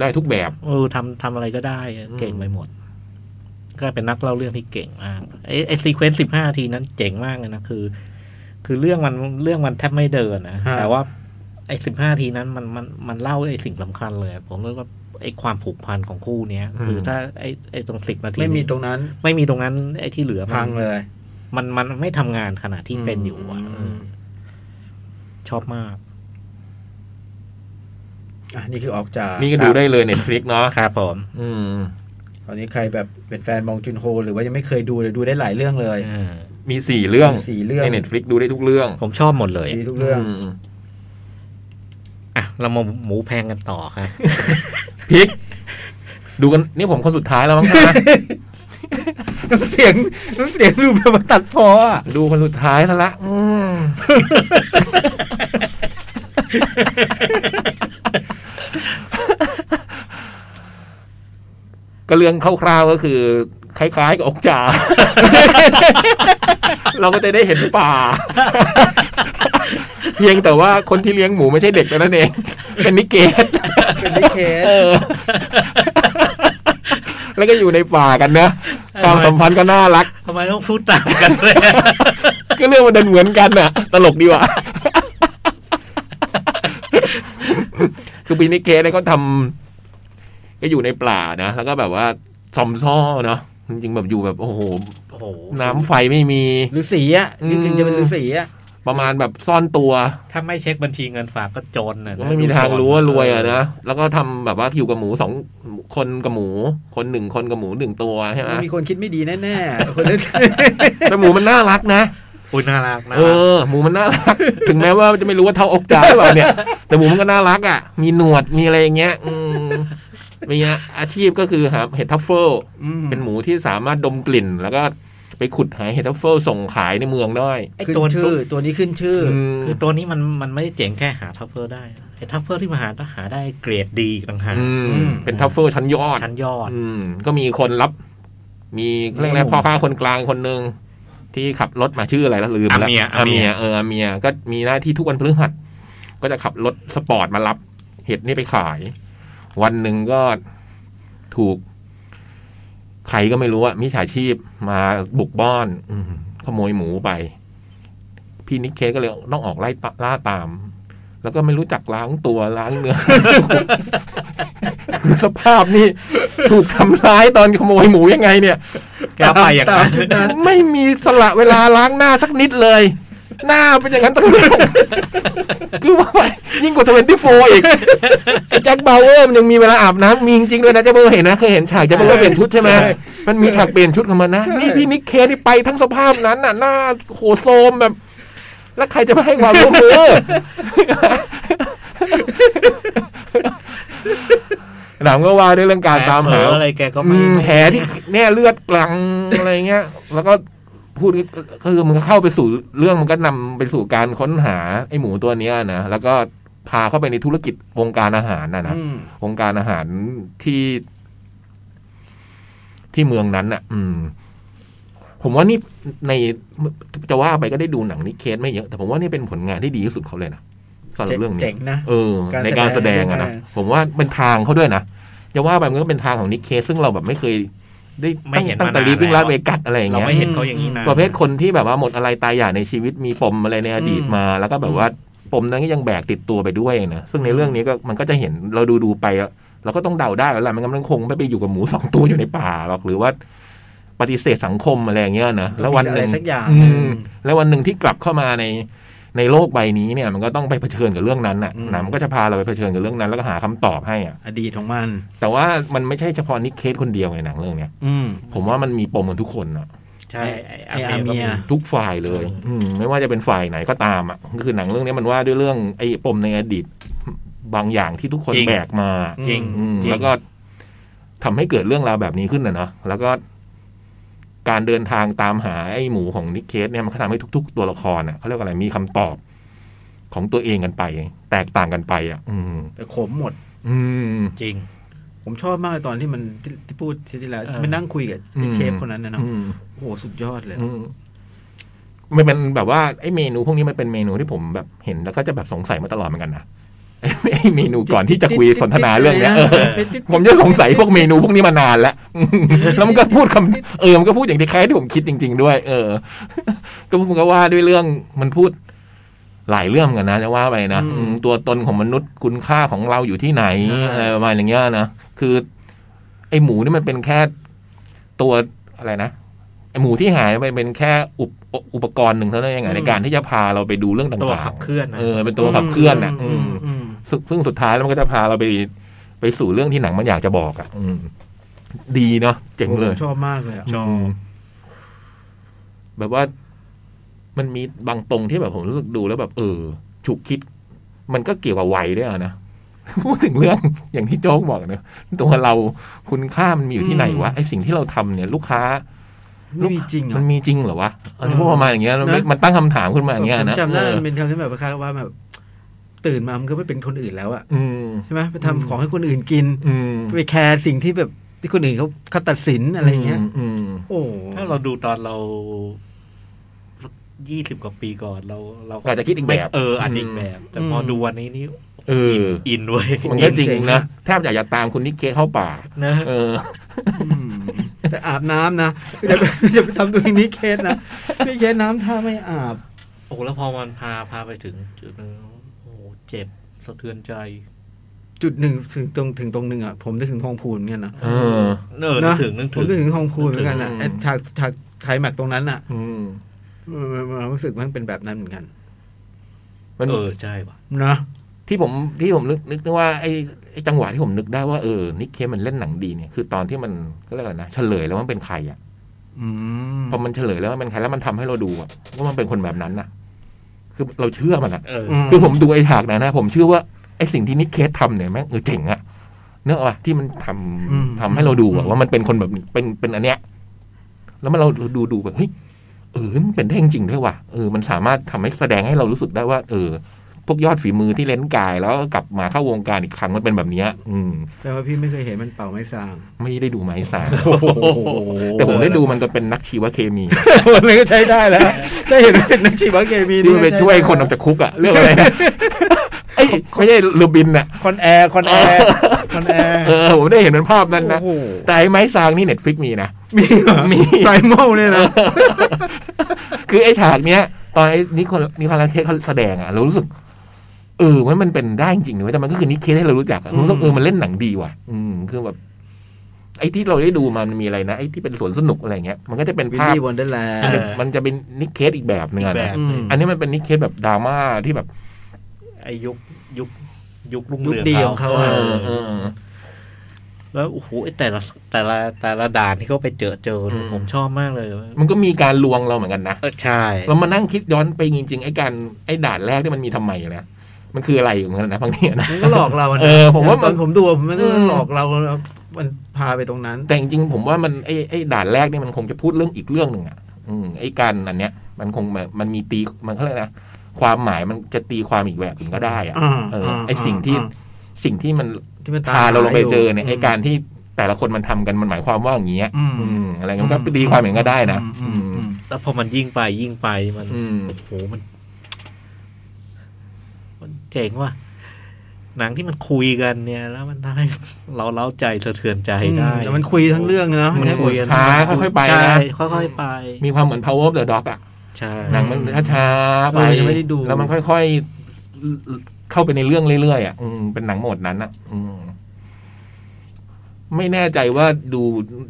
[SPEAKER 3] ได้ทุกแบบ
[SPEAKER 4] เออทำทำอะไรก็ได้อะ
[SPEAKER 3] อืม
[SPEAKER 4] เก่งไปหมด ก็เป็นนักเล่าเรื่องที่เก่งมากไอ้ไอ้ซีเควนซ์สิบห้าทีนั้นเจ๋งมากเลยนะคือ คือเรื่องมันเรื่องมันแทบไม่เดินนะแต่ว่า ไอ้สิบห้าทีนั้นมันมันมันเล่าไอ้สิ่งสำคัญเลย ผมเลยว่าไอ้ความผูกพันของคู่เนี้ย คือถ้าไอ้ไอ้ตรงสิบนาที
[SPEAKER 5] ไม่มีตรงนั้น
[SPEAKER 4] ไม่มีตรงนั้น ไอ้ที่เหลือมั
[SPEAKER 5] พังเลย
[SPEAKER 4] มันมันไม่ทำงานขณะที่เป็นอยู่อ่ะเออชอบมาก
[SPEAKER 5] อ่ะนี่คือออกจา
[SPEAKER 3] นี่ก็ดูได้เลยเน็ตฟลิกเนาะ
[SPEAKER 4] ครับผม
[SPEAKER 3] อืม
[SPEAKER 5] ตอนนี้ใครแบบเป็นแฟนบองจุนโฮ หรือว่ายังไม่เคยดูเลยดูได้หลายเรื่องเลย
[SPEAKER 4] เออ
[SPEAKER 3] มีสี่เรื่อง
[SPEAKER 5] สี่เรื่อง
[SPEAKER 3] ในเน็ตฟลิกดูได้ทุกเรื่อง
[SPEAKER 4] ผมชอบหมดเลย
[SPEAKER 5] ดีทุกเรื่อง
[SPEAKER 3] ม
[SPEAKER 4] อ่ะ เรามาหมูแพงกันต่อครับ
[SPEAKER 3] พลิก ดูกันนี่ผมคนสุดท้าย แล้วมั้งคะ
[SPEAKER 5] น้ำเสียงน้ำเสียงดูแบบว่าตัดพออ่ะ
[SPEAKER 3] ดูคนสุดท้ายซะละอืมก็เรื่องคร่าวๆก็คือ คล้ายๆ กับอกจ่า เราก็จะได้เห็นป่า เพียงแต่ว่าคนที่เลี้ยงหมูไม่ใช่เด็กเท่านั้นเอง เป็นนิเกต
[SPEAKER 5] เป็นนิเคส
[SPEAKER 3] แล้วก็อยู่ในป่ากันนะความสัมพันธ์ก็น่ารัก
[SPEAKER 4] ทำไมต้องพูดต่างกันเลยอะ
[SPEAKER 3] ก็เรื่องมันเดินเหมือนกันน่ะ ตลกดีว่ะ คือปีนี้เคสเนี่ยก็ทำก็อยู่ในป่านะ แล้วก็แบบว่าซอมซ่อเนาะจริงๆแบบอยู่แบบโอ้โห
[SPEAKER 4] โอ้โห
[SPEAKER 3] น้ำไฟไม่มี
[SPEAKER 5] ฤาษีอ่ะจริงๆจะเป็นฤาษีอ่ะ
[SPEAKER 3] ประมาณแบบซ่อนตัว
[SPEAKER 4] ถ้าไม่เช็คบัญชีเงินฝากก็จนน่ะ
[SPEAKER 3] ก็ไม่มีทางรู้ว่ารวยอะนะ แล้วก็ทำแบบว่าอยู่กับหมูสองคนกับหมู คนหนึ่งคนกับหมูหนึ่งตัวใช่ไหม
[SPEAKER 5] มันมีคนคิดไม่ดีแน่ๆคนนั้น
[SPEAKER 3] แต่หมูมันน่ารักนะ
[SPEAKER 4] อุ้ยน่ารักนะ
[SPEAKER 3] เออหมูมันน่ารัก ถึงแม้ว่าจะไม่รู้ว่าเท่าอกจ่าหรือเปล่าเนี่ย แต่หมูมันก็น่ารักอ่ะ มีหนวดมีอะไรอย่างเงี้ย อืมมีอาชีพก็คือหาเห็ดทัฟเฟิล
[SPEAKER 5] อืม
[SPEAKER 3] เป็นหมูที่สามารถดมกลิ่น แล้วก็ไปขุดหาเห็ดทัฟเฟิลส่งขายในเมืองได้
[SPEAKER 4] ไอ้
[SPEAKER 5] ขึ้น
[SPEAKER 4] ตัว
[SPEAKER 5] ชื่อตัวนี้ขึ้นชื่อ
[SPEAKER 3] อื
[SPEAKER 5] อ
[SPEAKER 3] ม
[SPEAKER 4] คือตัวนี้มันมันไม่ได้เจ๋งแค่หาทัฟเฟอร์ได้ไอ้ทัฟเฟอร์ที่มาหาหาได้เกรดดีอีกต่างหาก
[SPEAKER 3] อืมเป็นทัฟเฟิลชั้นยอด
[SPEAKER 4] ชั้นยอด
[SPEAKER 3] อืม ก็มีคนรับ มีเรียกอะไรพ่อค้าคนกลางคนหนึ่งที่ขับรถมาชื่ออะไรแล้วลืมไปแล้ว
[SPEAKER 4] อาเมีย
[SPEAKER 3] อา
[SPEAKER 4] อาเมี
[SPEAKER 3] เมี
[SPEAKER 4] ย
[SPEAKER 3] ยเอออาเมียก็มีหน้าที่ทุกวันพฤหัสก็จะขับรถสปอร์ตมารับ เห็ดนี่ไปขาย วันหนึ่งก็ถูก ใครก็ไม่รู้อะมิจฉาชีพมาบุกบ้อน อืมขโมยหมูไป พี่นิกเคสก็เลยต้องออกไล่ตะล่าตาม แล้วก็ไม่รู้จักล้างตัวล้างเนื้อ สภาพนี่ ถูกทำร้ายตอนขโมยหมูยังไงเนี่ย
[SPEAKER 4] แกไปอย่างนั้น
[SPEAKER 3] ไม่มีสละเวลาล้างหน้าสักนิดเลย หน้าเป็นอย่างนั้นตั้งแต่ คือว่าไปยิ่งกว่าทเวนตี้โฟอีกไอ้แจ็คเบลเออร์มันยังมีเวลาอาบน้ำมีจริงๆด้วยนะแจ็คเบลเออร์เห็นนะเคยเห็นฉากแจ็คเบลเออร์เปลี่ยนชุดใช่ไหมมันมีฉากเปลี่ยนชุดของมันนะ นี่พี่นิกเคสนี่ไปทั้งสภาพนั้นน่ะหน้าโหโซมแบบ แล้วใครจะมาให้ความร่วมมือ หนังก็ว่าด้วยเรื่องการตามหา
[SPEAKER 4] แผลเผลออะไรแกก็
[SPEAKER 3] อื
[SPEAKER 4] ไม่
[SPEAKER 3] ม
[SPEAKER 4] ไม่
[SPEAKER 3] แผลที่แน่เลือดกลัง อะไรเงี้ย แล้วก็พูดก็คือมันก็เข้าไปสู่เรื่องมันก็นำไปสู่การค้นหาไอ้หมูตัวเนี้ยนะแล้วก็พาเข้าไปในธุรกิจวงการอาหารนะนะ
[SPEAKER 5] อืม
[SPEAKER 3] วงการอาหารที่ ที่เมืองนั้นน่ะ อืม ผมว่านี่ในจะว่าไปก็ได้ดูหนังนี้เคสไม่เยอะแต่ผมว่านี่เป็นผลงานที่ดีที่สุดเขาเลยนะสำหรับเรื่องนี้
[SPEAKER 5] เจ๋งนะ
[SPEAKER 3] เออในการแสดงอะนะ
[SPEAKER 5] การแสดง
[SPEAKER 3] ผมว่าเป็นทางเขาด้วยนะจะว่าไปมันก็เป็นทางของนิกเคสซึ่งเราแบบไม่เคยได้
[SPEAKER 4] ไม่เห็น
[SPEAKER 3] ตั้ง
[SPEAKER 4] มา
[SPEAKER 3] แต่
[SPEAKER 4] นาน
[SPEAKER 3] ลีฟวิ่งลา
[SPEAKER 4] แล้ว
[SPEAKER 3] เวกัสอะไรอย่าง
[SPEAKER 4] เรา
[SPEAKER 3] เงี้ย
[SPEAKER 4] ไม่เห็นเขาอย่างนี้นะ
[SPEAKER 3] ประเภทคนที่แบบว่าหมดอะไรตายอย่างในชีวิตมีปมอะไรในอดีตมา แล้วก็แบบว่าปมนั้นก็ยังแบกติดตัวไปด้วยนะซึ่งในเรื่องนี้ก็มันก็จะเห็นเราดูดูๆไปอะเราก็ต้องเดาได้แล้วแหละมันกำลังคงไม่ไปอยู่กับหมูสองตัวอยู่ในป่าหรอกหรือว่าปฏิเสธสังคมอะไรอย่างเงี้ยนะแล้ววันหนึ่ง
[SPEAKER 5] มีอะไรสักอย่าง
[SPEAKER 3] อืม แล้ววันหนึ่งที่กลับเข้ามาในในโลกใบนี้เนี่ย มันก็ต้องไปเผชิญกับเรื่องนั้นน่ะ
[SPEAKER 5] อืม
[SPEAKER 3] หนังมันก็จะพาเราไปเผชิญกับเรื่องนั้น แล้วก็หาคำตอบให้อ่ะ
[SPEAKER 5] อดีตของมัน
[SPEAKER 3] แต่ว่ามันไม่ใช่เฉพาะนิกเคสคนเดียวไงหนังเรื่องเนี้ย
[SPEAKER 5] อืม
[SPEAKER 3] ผมว่ามันมีปมกันทุกคนอ่ะ
[SPEAKER 5] ใช่ไอ้ไออา
[SPEAKER 4] อา
[SPEAKER 5] เมี
[SPEAKER 4] เมี
[SPEAKER 5] ย
[SPEAKER 4] ย
[SPEAKER 3] ทุกฝ่ายเลย อืมไม่ว่าจะเป็นฝ่ายไหนก็ตามอ่ะก็คือหนังเรื่องนี้มันว่าด้วยเรื่องไอ้ปมในอดีต บางอย่างที่ทุกคน
[SPEAKER 4] จริง
[SPEAKER 3] แบกมา
[SPEAKER 4] จริง
[SPEAKER 3] อืม
[SPEAKER 4] จริง
[SPEAKER 3] แล้วก็ทำให้เกิดเรื่องราวแบบนี้ขึ้นนะเนาะแล้วก็การเดินทางตามหาไอ้หมูของนิกเคสเนี่ยมันก็ทำให้ทุก ๆ ตัวละครอ่ะเขาเรียกว่าอะไรมีคำตอบของตัวเองกันไป แตกต่างกันไป อ่ะ อืม
[SPEAKER 5] แต่ขมหมด
[SPEAKER 3] อืม
[SPEAKER 4] จริง
[SPEAKER 5] ผมชอบมากเลยตอนที่มันที่ที่พูดที่ที่แล้ว
[SPEAKER 4] เออ
[SPEAKER 5] มันนั่งคุยกับไอ้
[SPEAKER 3] อืม
[SPEAKER 5] เชฟคนนั้นนะเนาะ
[SPEAKER 3] อืม
[SPEAKER 5] โอ้โหสุดยอดเลย
[SPEAKER 3] อืมมันเป็นแบบว่าไอ้เมนูพวกนี้มันเป็นเมนูที่ผมแบบเห็นแล้วก็จะแบบสงสัยมาตลอดเหมือนกันนะไอ้ไอ้เมนูก่อนที่จะคุยสนทนาเรื่องเนี้ยเออ ผมจะสงสัยพวกเมนูพวกนี้มานานแล้ว แล้วมันก็พูดคำเออ มันก็พูดอย่างที่คล้ายที่ผมคิดจริง ๆ ด้วย เออ ก็มันก็ว่าด้วยเรื่องมันพูดหลายเรื่องกันนะจะว่าไปนะ
[SPEAKER 5] อืม
[SPEAKER 3] อืมตัวตนของมนุษย์คุณค่าของเราอยู่ที่ไหน
[SPEAKER 5] อ่า
[SPEAKER 3] อะไรประมาณอย่างเงี้ยนะ คือ ไอหมูนี่มันเป็นแค่ตัวอะไรนะ ไอหมูที่หายไปเป็นแค่อุปอุปกรณ์หนึ่งเท่านั้นเองอะในการที่จะพาเราไปดูเรื่องต่างๆ
[SPEAKER 4] ตัวขับเคลื่อนนะ
[SPEAKER 3] เออ เป็นตัวขับเคลื่อนนะ
[SPEAKER 5] อื
[SPEAKER 3] อื
[SPEAKER 5] ม
[SPEAKER 3] ม
[SPEAKER 5] อืม
[SPEAKER 3] ซึ่งซึ่งสุดท้ายแล้วมันก็จะพาเราไปไปสู่เรื่องที่หนังมันอยากจะบอกอะ่ะ อืม ดีเนาะเจ๋ง
[SPEAKER 5] ผม
[SPEAKER 3] เลย
[SPEAKER 5] ชอบมากเลยอะ
[SPEAKER 4] ชอบ
[SPEAKER 3] มแบบว่ามันมีบางตรงที่แบบผมรู้สึกดูแล้วแบบ เออฉุกคิด มันก็เกี่ยวกับวัยด้วยอะนะ พูดถึงเรื่องอย่างที่โจ๊กบอกเนอะตัวเราคุณค่ามันมีอยู่ที่ไหนวะไอสิ่งที่เราทำเนี่ย ลูกค้า
[SPEAKER 5] ไม่มีจริงเหร
[SPEAKER 3] มั
[SPEAKER 5] อ
[SPEAKER 3] นมีจริงเหรอวะอะไรพวกประมาณอย่างเงี้ยแล้วมัน
[SPEAKER 5] นะ
[SPEAKER 3] มันตั้งคำถามขึ้นมาอย่างเงี้ย
[SPEAKER 5] ผม
[SPEAKER 3] นะ
[SPEAKER 5] จำได้
[SPEAKER 3] เออ
[SPEAKER 5] มันเป็นคำที่แบบคล้ายๆว่าแบบตื่นมามันก็ไม่เป็นคนอื่นแล้วอะ
[SPEAKER 3] อืม
[SPEAKER 5] ใช่ไหมไป
[SPEAKER 3] อื
[SPEAKER 5] ทำ
[SPEAKER 3] ม
[SPEAKER 5] ของให้คนอื่นกิน
[SPEAKER 3] อืม
[SPEAKER 5] ไปแคร์สิ่งที่แบบที่คนอื่นเขาเขาตัดสินอะไรเงี้ย
[SPEAKER 3] อืม
[SPEAKER 5] โอ้
[SPEAKER 4] ถ้าเราดูตอนเรายี่สิบกว่าปีก่อนเรา เรา
[SPEAKER 3] อาจจะคิดอีกแบบ
[SPEAKER 4] เอออาจจะอีกแบบ แต่พอดูวันนี้นี่
[SPEAKER 3] เออ
[SPEAKER 4] อินเว้ย
[SPEAKER 3] มันก็จริงนะแทบอยากจะตามคุณนิกเคเข้าป่า
[SPEAKER 4] นะ
[SPEAKER 3] เออ
[SPEAKER 5] อืมแต่อาบน้ำนะ อย่าไปอย่าไปทำตัวอย่างนี้เคสนะนี่เคสน้ำท่าไม่อาบ
[SPEAKER 4] โอ้แล้วพอมันพาพาไปถึงจุดนึงโอ้โหเจ็บสะเทือนใจ
[SPEAKER 5] จุดหนึ่งถึงตรงถึงตรงหนึ่งอะผมได้ถึงทองพูนเนี่ยนะ
[SPEAKER 3] เออ
[SPEAKER 4] เนอนึก
[SPEAKER 5] นะ
[SPEAKER 4] ถึงนึก
[SPEAKER 5] ผ
[SPEAKER 4] ถึ
[SPEAKER 5] ม
[SPEAKER 4] ง
[SPEAKER 5] นึกถึงฮองคูนเหมือนกันนะ
[SPEAKER 3] นึกถึง
[SPEAKER 5] ไอ้ฉากฉากไคลแม็กซ์ตรงนั้นน่ะ
[SPEAKER 3] อืม
[SPEAKER 5] มันมันมันรู้สึกมันเป็นแบบนั้นเหมือนกัน
[SPEAKER 3] มัน
[SPEAKER 4] เออใช่ป่ะ
[SPEAKER 5] นะ
[SPEAKER 3] ที่ผมที่ผมนึกนึกว่าไอ้ไอ้จังหวะที่ผมนึกได้ว่าเออนิกเคมันเล่นหนังดีเนี่ยคือตอนที่มันก็เรียกอะไรนะเฉลยแล้วว่ามันเป็นใครอ่ะ
[SPEAKER 5] อืม
[SPEAKER 3] พอมันเฉลยแล้วว่ามันเป็นใครแล้วมันทำให้เราดูอะว่ามันเป็นคนแบบนั้นน่ะ คือเราเชื่อมันอ่ะ
[SPEAKER 4] เออ
[SPEAKER 3] คือผมดูไอ้ฉากนั้นนะผมเชื่อว่าไอ้สิ่งที่นิกเคสทำเนี่ยแม่งเออเจ๋งอะเนื้ออ่ะที่มันทำทำให้เราดูอะว่ามันเป็นคนแบบนี้เป็นเป็นอันเนี้ย แล้วมันเราเราดูดูแบบเฮ้ยเออมันเป็นได้จริงๆด้วยว่ะเออมันสามารถทำให้แสดงให้เรารู้สึกได้ว่า เออ พวกยอดฝีมือที่เล่นกายแล้วกลับมาเข้าวงการอีกครั้งมันเป็นแบบเนี้ย อืม
[SPEAKER 5] แต่ว่าพี่ไม่เคยเห็นมันเป่าไม้สร้าง
[SPEAKER 3] ไม่ได้ดูไม้ส าย
[SPEAKER 5] โอ้โห
[SPEAKER 3] แต่ผมได้ดูมันก็เป็นนักชีวเคมี
[SPEAKER 5] มันเลยก็ใช้ได้แล้วได้เห็นว่าเป็นนักชีวเคมี
[SPEAKER 3] ที่มันไปช่วยคนออกจากคุกอะเรื่องอะไร นะไอ้ไม่ใช่ลูบินอะ
[SPEAKER 5] คอนแอร์คอนแอร์คอนแอร์
[SPEAKER 3] เออผมได้เห็นมันภาพนั้นนะ
[SPEAKER 5] โอ้โห
[SPEAKER 3] แต่ไอ้ไม้ซางนี่เน็ตฟิกมีนะ
[SPEAKER 5] มีเหรอ
[SPEAKER 3] มี
[SPEAKER 5] ไซโมลเนี่ยนะ
[SPEAKER 3] คือไอ้ฉากเนี้ย ตอนไอ้นิโคลนิโคลัสเคสเขาแสดงอะเรารู้สึก เออมันมันเป็นได้จริงๆนะเว้ยแต่มันก็คือนิเคสให้เรารู้จักอะรู้สึกเออมันเล่นหนังดีว่ะ อืมคือแบบ ไอ้ที่เราได้ดูมามันมีอะไรนะไอ้ที่เป็นสวนสนุกอะไรเงี้ยมันก็จะเป็น
[SPEAKER 5] วิล
[SPEAKER 3] ภาพ
[SPEAKER 5] ลี่วอนเดอร์แลน
[SPEAKER 4] เอ
[SPEAKER 5] ด์
[SPEAKER 4] อ
[SPEAKER 3] มันจะเป็นนิเคสอีกแบบหนึ่ง
[SPEAKER 4] อีก
[SPEAKER 3] อะ
[SPEAKER 4] แบบ
[SPEAKER 3] นะ
[SPEAKER 5] อืม
[SPEAKER 3] อันนี้มันเป็นนิเคสแบบดราม่าที่แบบ
[SPEAKER 4] ไอ้ยุคยุคยุครุ่ง
[SPEAKER 5] ยุค
[SPEAKER 4] เรือง
[SPEAKER 5] ดีของเขา
[SPEAKER 4] เอ
[SPEAKER 3] เอ
[SPEAKER 4] อ
[SPEAKER 3] อ
[SPEAKER 4] เอ
[SPEAKER 3] เอ
[SPEAKER 4] อ
[SPEAKER 3] อ
[SPEAKER 4] แล้วโอ้โหไอ้แต่ละแต่ละแต่ละด่านที่เขาไปเจอเจอเนี่ย
[SPEAKER 3] อืม
[SPEAKER 4] ผมชอบมากเลย
[SPEAKER 3] มันก็มีการลวงเราเหมือนกันนะ
[SPEAKER 4] เออใช่
[SPEAKER 3] เรามานั่งคิดย้อนไปจริงๆไอ้การไอ้ด่านแรกที่มันมีทำไมนะมันคืออะไรอยู่เหมือนกันนะบางทีนะ
[SPEAKER 5] มันก็หลอกเราะนะ
[SPEAKER 3] เออผมว่ามัน
[SPEAKER 5] ตอนผมดูมันก็
[SPEAKER 3] อืม
[SPEAKER 5] หลอกเราแล้วมันพาไปตรงนั้น
[SPEAKER 3] แต่จริงๆผมว่ามันไอ้ไอ้ด่านแรกเนี่ยมันคงจะพูดเรื่องอีกเรื่องหนึ่งอ่ะอืมไอ้การอันเนี้ย มันคงแบบมันมีตีมันเขาเรียกนะความหมายมันจะตีความอีกแบบหนึ่งก็ได้อ่ะ
[SPEAKER 5] อ่า
[SPEAKER 3] เอออา ไอ้สิ่งที่
[SPEAKER 5] อ่า
[SPEAKER 3] สิ่งที่มัน
[SPEAKER 5] ที่มันตม
[SPEAKER 3] พาเราลงไปเจอเนี่ย
[SPEAKER 5] ม
[SPEAKER 3] ไอ้การที่แต่ละคนมันทำกันมันหมายความว่าอย่างเงี้ย
[SPEAKER 5] อืม
[SPEAKER 3] อืมอะไรเงี้ยมันก็ตีความอย่างนั้นก็ได้นะ
[SPEAKER 5] อืมอืม
[SPEAKER 4] แล้วพอมันยิ่งไปยิ่งไปมัน
[SPEAKER 3] อืม
[SPEAKER 4] โอ้โหมัน มันเจ๋งว่ะหนังที่มันคุยกันเนี่ย แล้วมันทำให้ เราเล้าใจสะเทือนใจได้
[SPEAKER 5] แต่มันคุยทั้งเรื่องเนาะ
[SPEAKER 3] มันคุย
[SPEAKER 5] ทั้ง
[SPEAKER 3] ช้า
[SPEAKER 5] เรื่อง
[SPEAKER 3] ค่อยๆไปนะ
[SPEAKER 4] ใช่ค่อยๆไป
[SPEAKER 3] มีความเหมือน power of the dog อ่ะ
[SPEAKER 4] ใช่
[SPEAKER 3] หนังมันช้าๆไป
[SPEAKER 5] เออยังไม่ได้ดู
[SPEAKER 3] แล้วมันค่อยๆเข้าไปในเรื่องเรื่อยๆอ่ะอืมเป็นหนังโหมดนั้นอ่ะ อืมไม่แน่ใจว่าดู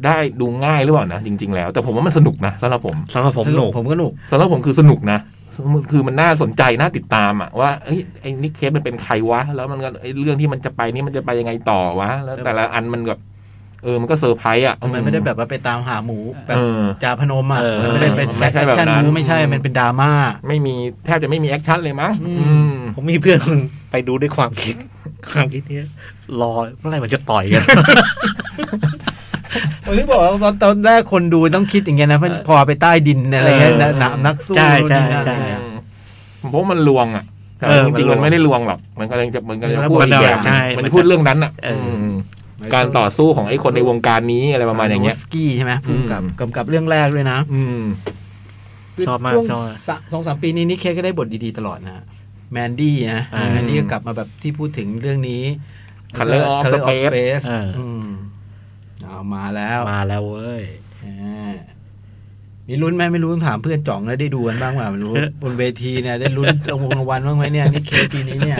[SPEAKER 3] ได้ดูง่ายหรือเปล่านะจริง ๆ แล้ว แต่ผมว่ามันสนุกนะสำหรับผม
[SPEAKER 4] สำหรับผมหนุก
[SPEAKER 5] ผมก็หนุก
[SPEAKER 3] สำหรับผมคือสนุกนะมันคือมันน่าสนใจน่าติดตามอ่ะว่าเอ้ยไอ้นิกเคสมันเป็นใครวะ แล้วมันก็ไอ้เรื่องที่มันจะไปนี่มันจะไปยังไงต่อวะ แล้วแต่ละอันมันแบบเออมันก็เซอร์ไพรส์อ่ะ
[SPEAKER 5] มันไม่ได้แบบว่าไปตามหาหมูแบบ
[SPEAKER 3] เออ
[SPEAKER 5] จ่าพนมอ่ะ
[SPEAKER 4] เออ
[SPEAKER 5] มันไม่ได้เป็น
[SPEAKER 3] ไม่ใช่แบบนั้น
[SPEAKER 5] แอคชั่มูไม่ใช่มันเป็นดราม่า
[SPEAKER 3] ไม่มีแทบจะไม่มีแอคชั่นเลยมั้ง
[SPEAKER 5] อืม
[SPEAKER 3] อืม
[SPEAKER 4] ผมมีเพื่อน ไปดูด้วยความคิด ความคิดเนี้ยรอเมื่อไหร่มันจะต่อย กัน
[SPEAKER 5] ผมที่บอกว่าตอนแรกคนดูต้องคิดอย่างเงี้ยนะเพราะพอไปใต้ดินอะไรเงี้ย
[SPEAKER 4] เออ
[SPEAKER 5] หนักนักสู้
[SPEAKER 4] ใช่ใช่
[SPEAKER 5] นู่นนี่นั่น
[SPEAKER 4] ใช่
[SPEAKER 5] อะไรเงี้ย
[SPEAKER 3] ผมว่ามันลวงอ่ะแต่
[SPEAKER 4] เออ
[SPEAKER 3] จริงๆ
[SPEAKER 4] มันลวง
[SPEAKER 3] มันไม่ได้ลวงหรอก มันกำลังจะมันกำลังจะ
[SPEAKER 5] มัน
[SPEAKER 3] พูด
[SPEAKER 5] มัน
[SPEAKER 3] อีกอย่าง
[SPEAKER 4] ใช่
[SPEAKER 3] มันพูดเรื่องนั้นอ่ะ
[SPEAKER 4] เอออื
[SPEAKER 3] มการต่อสู้ของไอ้คนในวงการนี้อะไรประมาณอย่างเงี้ย
[SPEAKER 5] สกี้ใช่ไหมภูมิกับ
[SPEAKER 3] อืม
[SPEAKER 5] กำกับเรื่องแรกด้วยนะ
[SPEAKER 3] อืม
[SPEAKER 4] ชอบมาก
[SPEAKER 5] ช่วง
[SPEAKER 4] ชอบมาก
[SPEAKER 5] สะสองสามปีนี้นิเคก็ได้บทดีๆตลอดนะแมนดี้นะ
[SPEAKER 4] อ่า
[SPEAKER 5] แมนดี้ก็กลับมาแบบที่พูดถึงเรื่องนี้
[SPEAKER 3] Colour of
[SPEAKER 5] Colour
[SPEAKER 3] Space
[SPEAKER 5] Space
[SPEAKER 4] อ่า
[SPEAKER 5] อืมเอามาแล้ว
[SPEAKER 4] มาแล้วเว้ย
[SPEAKER 5] อ่ามีลุ้นไหมไม่รู้ต้องถามเพื่อนจ่องแล้วได้ดูกันบ้างว่าไม่รู้ บนเวทีเนี่ยได้ลุ้นรางวงรางวัลบ้างไหมเนี่ยนิเคปีนี้เนี่ย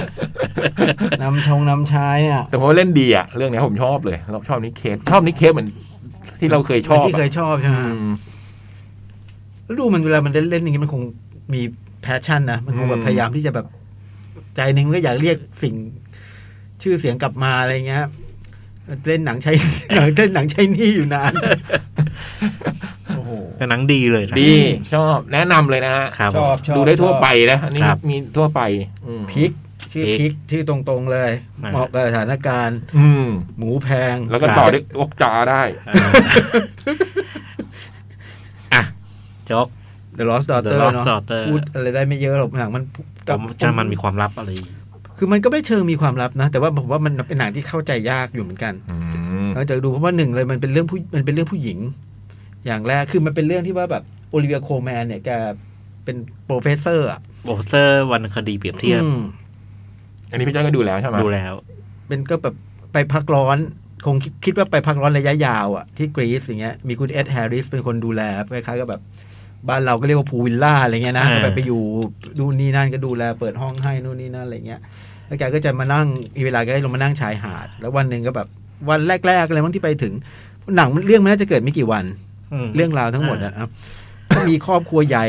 [SPEAKER 5] นำชงนำชายเนี่ย
[SPEAKER 3] แต่ผมว่าเล่นดีอ่ะ เรื่องเนี้ยผมชอบเลยเราชอบนิกเคสชอบนิกเคสเหมือนที่เราเคยชอบ
[SPEAKER 5] ที่
[SPEAKER 3] อะ
[SPEAKER 5] เคยชอบใช่ไหม
[SPEAKER 3] อืม
[SPEAKER 5] แล้วดูมันเวลามันเล่นเล่นอย่างนี้มันคงมีแพชชั่นนะ มันคงแบ
[SPEAKER 3] อื
[SPEAKER 5] บ
[SPEAKER 3] ม
[SPEAKER 5] พยายามที่จะแบบ ใจหนึ่งก็อยากเรียกสิ่ง ชื่อเสียงกลับมาอะไรเงี้ย เล่นหนังใช้ หนังเล่นหนังใช้หนี่อยู่นาน โอ้โห
[SPEAKER 4] แต่หนังดีเลยนะ
[SPEAKER 3] ดี ชอบแนะนำเลยนะฮะ
[SPEAKER 4] ครับ
[SPEAKER 2] ชอบชอบ
[SPEAKER 3] ดูได้ทั่วไปนะอันนี้
[SPEAKER 4] ครับ
[SPEAKER 3] มีทั่วไปอืม
[SPEAKER 5] พิก ชื่อ
[SPEAKER 4] พิ
[SPEAKER 5] พิ
[SPEAKER 4] ก
[SPEAKER 5] ก ชื่อตรงๆเลย
[SPEAKER 4] มา
[SPEAKER 5] เหมาะกับสถานการณ์
[SPEAKER 3] อืม
[SPEAKER 5] หมูแพง
[SPEAKER 3] แล้วก็ต่อด้วยอกจาได้
[SPEAKER 4] เอออ่ะจบ
[SPEAKER 5] เดอะลอสดอเตอ
[SPEAKER 4] The
[SPEAKER 5] ร์
[SPEAKER 4] Lost
[SPEAKER 5] เนาะ
[SPEAKER 4] Daughter
[SPEAKER 5] พูดอะไรได้ไม่เยอะหรอกหนังมัน
[SPEAKER 4] ผมจะมันมีความลับอะไรอีก
[SPEAKER 5] คือมันก็ไม่เชิงมีความลับนะ แต่ว่าผมว่ามันเป็นหนังที่เข้าใจยากอยู่เหมือนกัน
[SPEAKER 3] อืม
[SPEAKER 5] หลังจากดูเพราะว่าหนึ่งเลยมันเป็นเรื่องผู้มันเป็นเรื่องผู้หญิง อย่างแรกคือมันเป็นเรื่องที่ว่าแบบโอลิเวียโคลแมนเนี่ยแกเป็นโปรเฟสเซอร์อะ
[SPEAKER 4] โปสเตอร์วันคดีเปรียบเทียบ
[SPEAKER 5] อืม
[SPEAKER 3] อันนี้พี่จ้อยก็ดูแล้วใช่ไหม
[SPEAKER 4] ดูแล้ว
[SPEAKER 5] เป็นก็แบบไปพักร้อน คงคิดคิดว่าไปพักร้อนระยะยาวอะที่กรีซอย่างเงี้ยมีคุณเอ็ดแฮร์ริสเป็นคนดูแลคล้ายๆกับแบบ บ้านเราก็เรียกว่าพูลวิลล่าอะไรเงี้ยนะ
[SPEAKER 4] อ่า
[SPEAKER 5] ก็แบบไปอยู่ดูนนี่นั่นก็ดูแลเปิดห้องให้นู่นนี่นั่นอะไรเงี้ย แล้วแกก็จะมานั่งมีเวลาแกก็ลงมานั่งชายหาด แล้ววันหนึ่งก็แบบวันแรกๆอะไรบ้างที่ไปถึงหนังมันเรื่องมันน่าจะเกิดไม่กี่วัน
[SPEAKER 4] ม
[SPEAKER 5] เรื่องราวทั้งหมดนะครับ ก็มีครอบครัวใหญ่